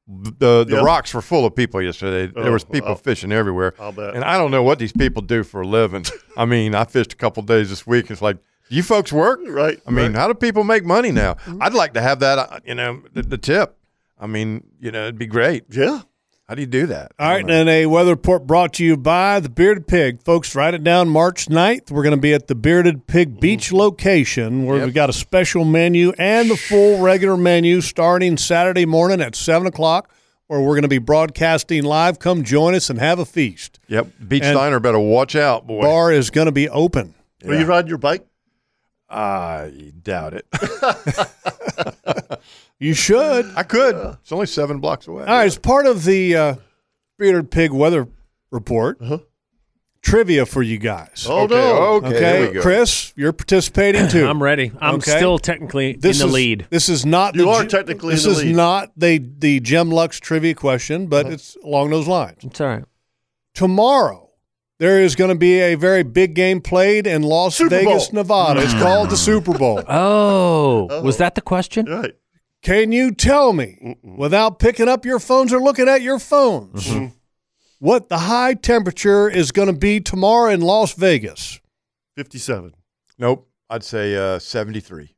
[SPEAKER 6] The, the
[SPEAKER 2] Yeah.
[SPEAKER 6] rocks were full of people yesterday.
[SPEAKER 2] Oh,
[SPEAKER 6] there was people
[SPEAKER 2] I'll-
[SPEAKER 6] fishing everywhere.
[SPEAKER 2] I'll bet.
[SPEAKER 6] And I don't know what these people do for a living. (laughs) I mean, I fished a couple days this week. It's like, you folks work?
[SPEAKER 2] Right. Mm-hmm.
[SPEAKER 6] I mean, how do people make money now? I'd like to have that, uh, you know, the, the tip. I mean, you know, it'd be great.
[SPEAKER 2] Yeah.
[SPEAKER 6] How do you do that?
[SPEAKER 5] All right, and a weather report brought to you by the Bearded Pig. Folks, write it down March 9th. We're going to be at the Bearded
[SPEAKER 6] Mm-hmm.
[SPEAKER 5] Pig Beach location where we've got a special menu and the full regular menu starting Saturday morning at 7 o'clock, where we're going to be broadcasting live. Come join us and have a feast.
[SPEAKER 6] Yep. Beach
[SPEAKER 5] And-
[SPEAKER 6] Diner better watch out, boy.
[SPEAKER 5] Bar is going to be open.
[SPEAKER 2] Are you riding your bike?
[SPEAKER 6] I doubt it. (laughs)
[SPEAKER 5] You should.
[SPEAKER 6] I could. It's only seven blocks away.
[SPEAKER 5] All right, as part of the uh, Bearded Pig weather report,
[SPEAKER 2] Uh-huh.
[SPEAKER 5] trivia for you guys.
[SPEAKER 2] Oh,
[SPEAKER 6] Okay.
[SPEAKER 2] no.
[SPEAKER 6] Okay. Here we go.
[SPEAKER 5] Chris, you're participating too.
[SPEAKER 4] (clears throat) I'm ready. I'm
[SPEAKER 5] Okay.
[SPEAKER 4] still technically
[SPEAKER 5] this
[SPEAKER 4] in the
[SPEAKER 5] is,
[SPEAKER 4] lead.
[SPEAKER 5] This is not
[SPEAKER 2] You
[SPEAKER 5] the
[SPEAKER 2] are
[SPEAKER 5] ge-
[SPEAKER 2] technically in
[SPEAKER 5] This
[SPEAKER 2] the
[SPEAKER 5] is
[SPEAKER 2] lead. Uh-huh.
[SPEAKER 5] not the the Gem Lux trivia question, but it's along those lines.
[SPEAKER 4] It's all right.
[SPEAKER 5] Tomorrow there is going to be a very big game played in Las
[SPEAKER 2] Super
[SPEAKER 5] Vegas,
[SPEAKER 2] Bowl. Mm.
[SPEAKER 5] Nevada. It's called the Super Bowl.
[SPEAKER 4] Oh, was that the question?
[SPEAKER 2] Right.
[SPEAKER 5] Can you tell me without picking up your phones or looking at your phones what the high temperature is going to be tomorrow in Las Vegas?
[SPEAKER 2] Fifty-seven.
[SPEAKER 6] Nope. I'd say uh, 73.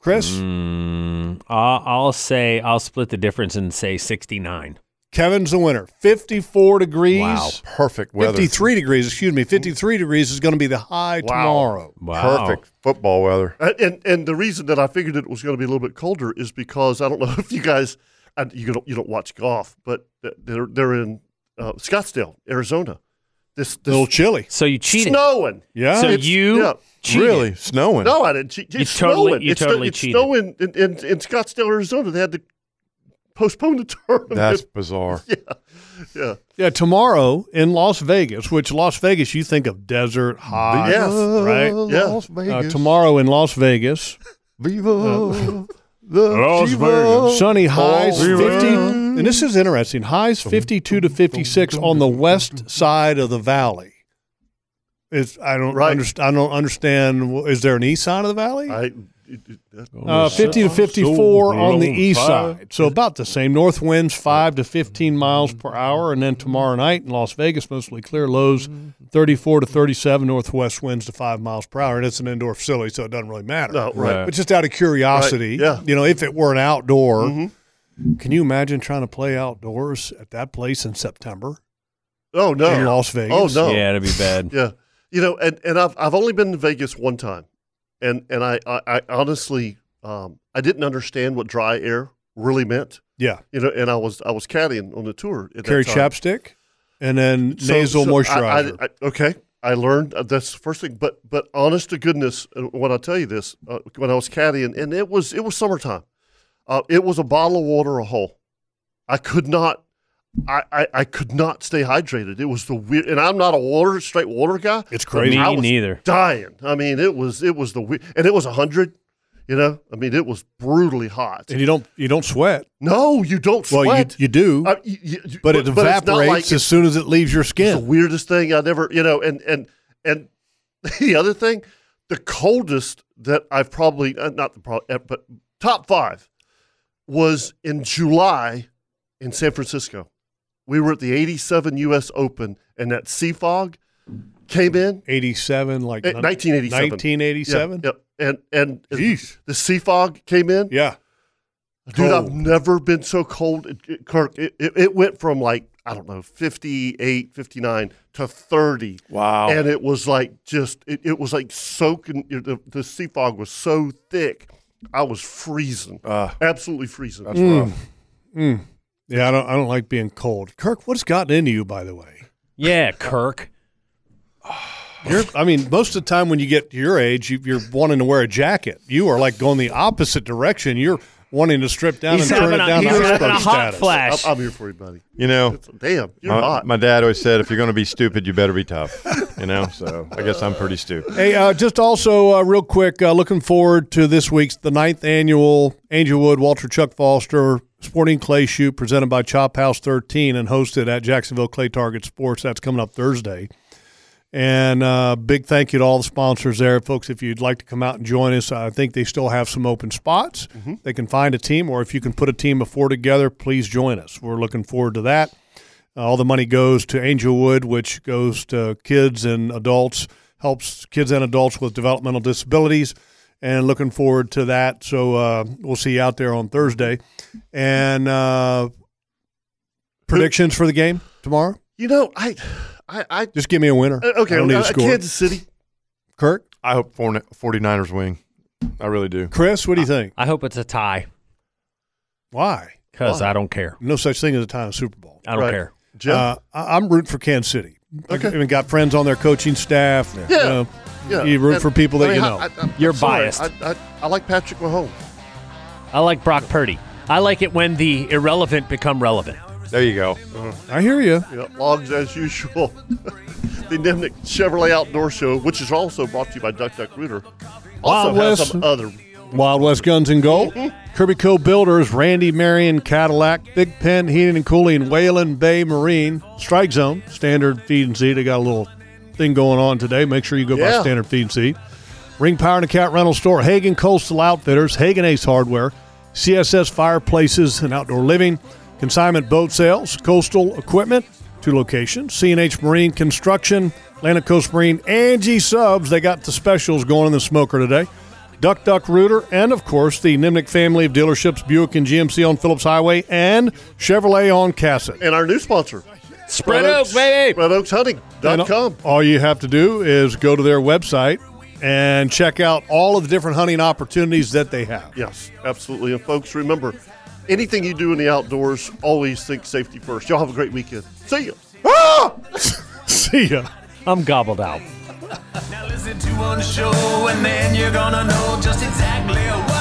[SPEAKER 5] Chris,
[SPEAKER 4] Mm, I'll, I'll say I'll split the difference and say 69.
[SPEAKER 5] Kevin's the winner. 54 degrees.
[SPEAKER 4] Wow.
[SPEAKER 6] Perfect weather.
[SPEAKER 5] 53 degrees, excuse me. 53 degrees is going to be the high
[SPEAKER 2] Wow.
[SPEAKER 5] tomorrow.
[SPEAKER 4] Wow.
[SPEAKER 6] Oh, Perfect football weather.
[SPEAKER 2] Uh, And and the reason that I figured it was going to be a little bit colder is because I don't know (laughs) if you guys I, you don't you don't watch golf, but they're they're in uh, Scottsdale, Arizona. This,
[SPEAKER 5] a little chilly.
[SPEAKER 4] So you cheated.
[SPEAKER 2] Snowing.
[SPEAKER 5] Yeah.
[SPEAKER 4] So
[SPEAKER 2] It's-
[SPEAKER 4] you
[SPEAKER 2] yeah.
[SPEAKER 4] cheated.
[SPEAKER 6] Really? Snowing?
[SPEAKER 2] No, I didn't cheat.
[SPEAKER 4] You
[SPEAKER 2] It's
[SPEAKER 4] totally-
[SPEAKER 2] snowing.
[SPEAKER 4] you
[SPEAKER 2] it's, sno-
[SPEAKER 4] totally
[SPEAKER 2] it's
[SPEAKER 4] cheated.
[SPEAKER 2] snowing in, in, in Scottsdale, Arizona. They had to postpone the (laughs) tournament.
[SPEAKER 6] That's bizarre.
[SPEAKER 2] yeah, yeah.
[SPEAKER 5] Yeah, tomorrow in Las Vegas, which Las Vegas you think of desert, hot,
[SPEAKER 2] Yes.
[SPEAKER 5] right?
[SPEAKER 2] Yeah. Las
[SPEAKER 5] Uh,
[SPEAKER 2] Vegas.
[SPEAKER 5] tomorrow in Las Vegas,
[SPEAKER 6] Viva
[SPEAKER 5] Las Vegas. Sunny highs
[SPEAKER 6] Viva.
[SPEAKER 5] 50, and this is interesting. Highs 52 to 56 on the west side of the valley. It's I don't underst- I don't understand. wh- Is there an east side of the valley?
[SPEAKER 2] I,
[SPEAKER 5] Uh, 50 to 54 on the east side. So about the same. North winds 5 to 15 miles per hour. And then tomorrow night in Las Vegas, mostly clear. Lows 34 to 37. Northwest winds to 5 miles per hour. And it's an indoor facility, so it doesn't really matter.
[SPEAKER 2] No, right.
[SPEAKER 5] But just out of curiosity,
[SPEAKER 2] Right, yeah. Mm-hmm.
[SPEAKER 5] you know, if it were an outdoor, can you imagine trying to play outdoors at that place in September?
[SPEAKER 2] Oh no,
[SPEAKER 5] In Las Vegas?
[SPEAKER 2] Oh no,
[SPEAKER 5] Yeah, it'd be bad.
[SPEAKER 2] (laughs) yeah, you know, and, and I've I've only been to Vegas one time, and and I I, I honestly um, I didn't understand what dry air really meant.
[SPEAKER 5] Yeah.
[SPEAKER 2] you know, and I was I was caddying on the tour. At
[SPEAKER 5] Carry
[SPEAKER 2] that time.
[SPEAKER 5] chapstick and then
[SPEAKER 2] So-
[SPEAKER 5] nasal
[SPEAKER 2] so I-
[SPEAKER 5] moisturizer.
[SPEAKER 2] I, I- okay, I learned uh, that's the first thing. But but honest to goodness, uh, when I tell you this, uh, when I was caddying, and it was it was summertime. Uh, it was a bottle of water a hole. I could not. I, I, I could not stay hydrated. It was the weird, and I'm not a water straight water guy.
[SPEAKER 5] It's
[SPEAKER 4] crazy.
[SPEAKER 2] I
[SPEAKER 4] Me
[SPEAKER 2] was
[SPEAKER 4] neither.
[SPEAKER 2] Dying. I mean, it was it was the weird, and it was hundred. You know, I mean, it was brutally hot.
[SPEAKER 5] and you don't you don't sweat.
[SPEAKER 2] No, you don't
[SPEAKER 5] Well,
[SPEAKER 2] sweat.
[SPEAKER 5] you, you do,
[SPEAKER 2] Uh, you- you- you-
[SPEAKER 5] but it
[SPEAKER 2] it's not
[SPEAKER 5] evaporates
[SPEAKER 2] like
[SPEAKER 5] as soon as it leaves your
[SPEAKER 2] it's
[SPEAKER 5] skin.
[SPEAKER 2] the weirdest thing I never, you know, and and and (laughs) the other thing, the coldest that I've probably uh, not the probably, but top five was in July in San Francisco. We were at the '87 U.S. Open, and that sea fog came in.
[SPEAKER 5] '87, like
[SPEAKER 2] Eh, 1987.
[SPEAKER 5] 1987?
[SPEAKER 2] Yep. And and the sea fog came in.
[SPEAKER 5] Yeah.
[SPEAKER 2] Dude, I've never been so cold. It- it- Kirk, it, it, it went from like, I don't know, 58, 59 to 30.
[SPEAKER 6] Wow.
[SPEAKER 2] And it was like just, it, it was like soaking. The, the sea fog was so thick. I was freezing. Absolutely freezing.
[SPEAKER 5] Mm. Mm. Yeah, I don't I don't like being cold. Kirk, what's gotten into you, by the way?
[SPEAKER 4] Yeah, Kirk.
[SPEAKER 5] (sighs) You're, I mean, most of the time when you get to your age, you, you're wanting to wear a jacket. You are like going the opposite direction. You're wanting to strip down
[SPEAKER 4] He's
[SPEAKER 5] and turn
[SPEAKER 4] having
[SPEAKER 5] it
[SPEAKER 4] a-
[SPEAKER 5] down
[SPEAKER 4] he's
[SPEAKER 5] to iceberg
[SPEAKER 4] having a hot
[SPEAKER 5] status.
[SPEAKER 4] flash.
[SPEAKER 2] I'm, I'm here for you, buddy.
[SPEAKER 6] You know,
[SPEAKER 2] damn, you're
[SPEAKER 6] my,
[SPEAKER 2] hot.
[SPEAKER 6] My dad always said, if you're going to be stupid, you better be tough. You know, so I guess I'm pretty stupid.
[SPEAKER 5] Hey, uh, just also uh, real quick, uh, looking forward to this week's the ninth annual Angel Wood Walter Chuck Foster Sporting Clay Shoot presented by Chop House 13 and hosted at Jacksonville Clay Target Sports. That's coming up Thursday. And uh, big thank you to all the sponsors there, folks. If you'd like to come out and join us, I think they still have some open spots. They can find a team, or if you can put a team of four together, please join us. We're looking forward to that. Uh, all the money goes to Angelwood, which goes to kids and adults, helps kids and adults with developmental disabilities, and looking forward to that. So uh, we'll see you out there on Thursday. And uh, predictions for the game tomorrow?
[SPEAKER 2] You know, I, I, I
[SPEAKER 5] Just give me a winner.
[SPEAKER 2] Uh, okay,
[SPEAKER 5] I don't need
[SPEAKER 2] uh,
[SPEAKER 5] a score.
[SPEAKER 2] Kansas City.
[SPEAKER 5] Kirk,
[SPEAKER 6] I hope 40 49ers win. I really do.
[SPEAKER 5] Chris, what do you think?
[SPEAKER 4] I hope it's a tie
[SPEAKER 5] Why?
[SPEAKER 4] because
[SPEAKER 5] Why?
[SPEAKER 4] I don't care.
[SPEAKER 5] No such thing as a tie in the Super Bowl.
[SPEAKER 4] I don't care.
[SPEAKER 5] Uh, I- I'm rooting for Kansas City. Okay. I even got friends on their coaching staff.
[SPEAKER 2] Yeah.
[SPEAKER 5] You, know,
[SPEAKER 2] Yeah,
[SPEAKER 5] you root
[SPEAKER 2] and-
[SPEAKER 5] for people that
[SPEAKER 2] I mean,
[SPEAKER 5] you
[SPEAKER 2] I-
[SPEAKER 5] know.
[SPEAKER 2] I, I'm
[SPEAKER 4] You're
[SPEAKER 2] sorry,
[SPEAKER 4] biased.
[SPEAKER 2] I, I, I like Patrick Mahomes.
[SPEAKER 4] I like Brock Purdy. I like it when the irrelevant become relevant.
[SPEAKER 6] There you go.
[SPEAKER 17] Uh-huh.
[SPEAKER 5] I hear you.
[SPEAKER 2] Yeah, logs as usual. (laughs) the Nimnik Chevrolet Outdoor Show, which is also brought to you by Duck Duck Rooter, also
[SPEAKER 5] Wild
[SPEAKER 2] has
[SPEAKER 5] West,
[SPEAKER 2] some other.
[SPEAKER 5] Wild West Guns and Gold,
[SPEAKER 2] Mm-hmm.
[SPEAKER 5] Kirby Co. Builders, Randy Marion Cadillac, Big Pen Heating and Cooling, Whalen Bay Marine, Strike Zone, Standard Feed and Seed. They got a little thing going on today. Make sure you go
[SPEAKER 2] Yeah.
[SPEAKER 5] by Standard Feed and Seed. Ring Power and Account Rental Store, Hagen Coastal Outfitters, Hagen Ace Hardware, CSS Fireplaces and Outdoor Living, Consignment Boat Sales, Coastal Equipment, two locations, CNH Marine Construction, Atlantic Coast Marine, Angie Subs. They got the specials going in the smoker today. Duck Duck Rooter, and of course, the Nimnik family of dealerships, Buick and GMC on Phillips Highway, and Chevrolet on Cassett.
[SPEAKER 2] And our new sponsor,
[SPEAKER 4] Spread
[SPEAKER 2] Oaks, baby!
[SPEAKER 5] And
[SPEAKER 2] SpreadOaksHunting.com.
[SPEAKER 5] All you have to do is go to their website and check out all of the different hunting opportunities that they have.
[SPEAKER 2] Yes, absolutely. And folks, remember anything you do in the outdoors, always think safety first. Y'all have a great weekend. See ya.
[SPEAKER 5] See ya.
[SPEAKER 2] I'm gobbled out.
[SPEAKER 3] Now listen to one show, and then you're gonna know just exactly what.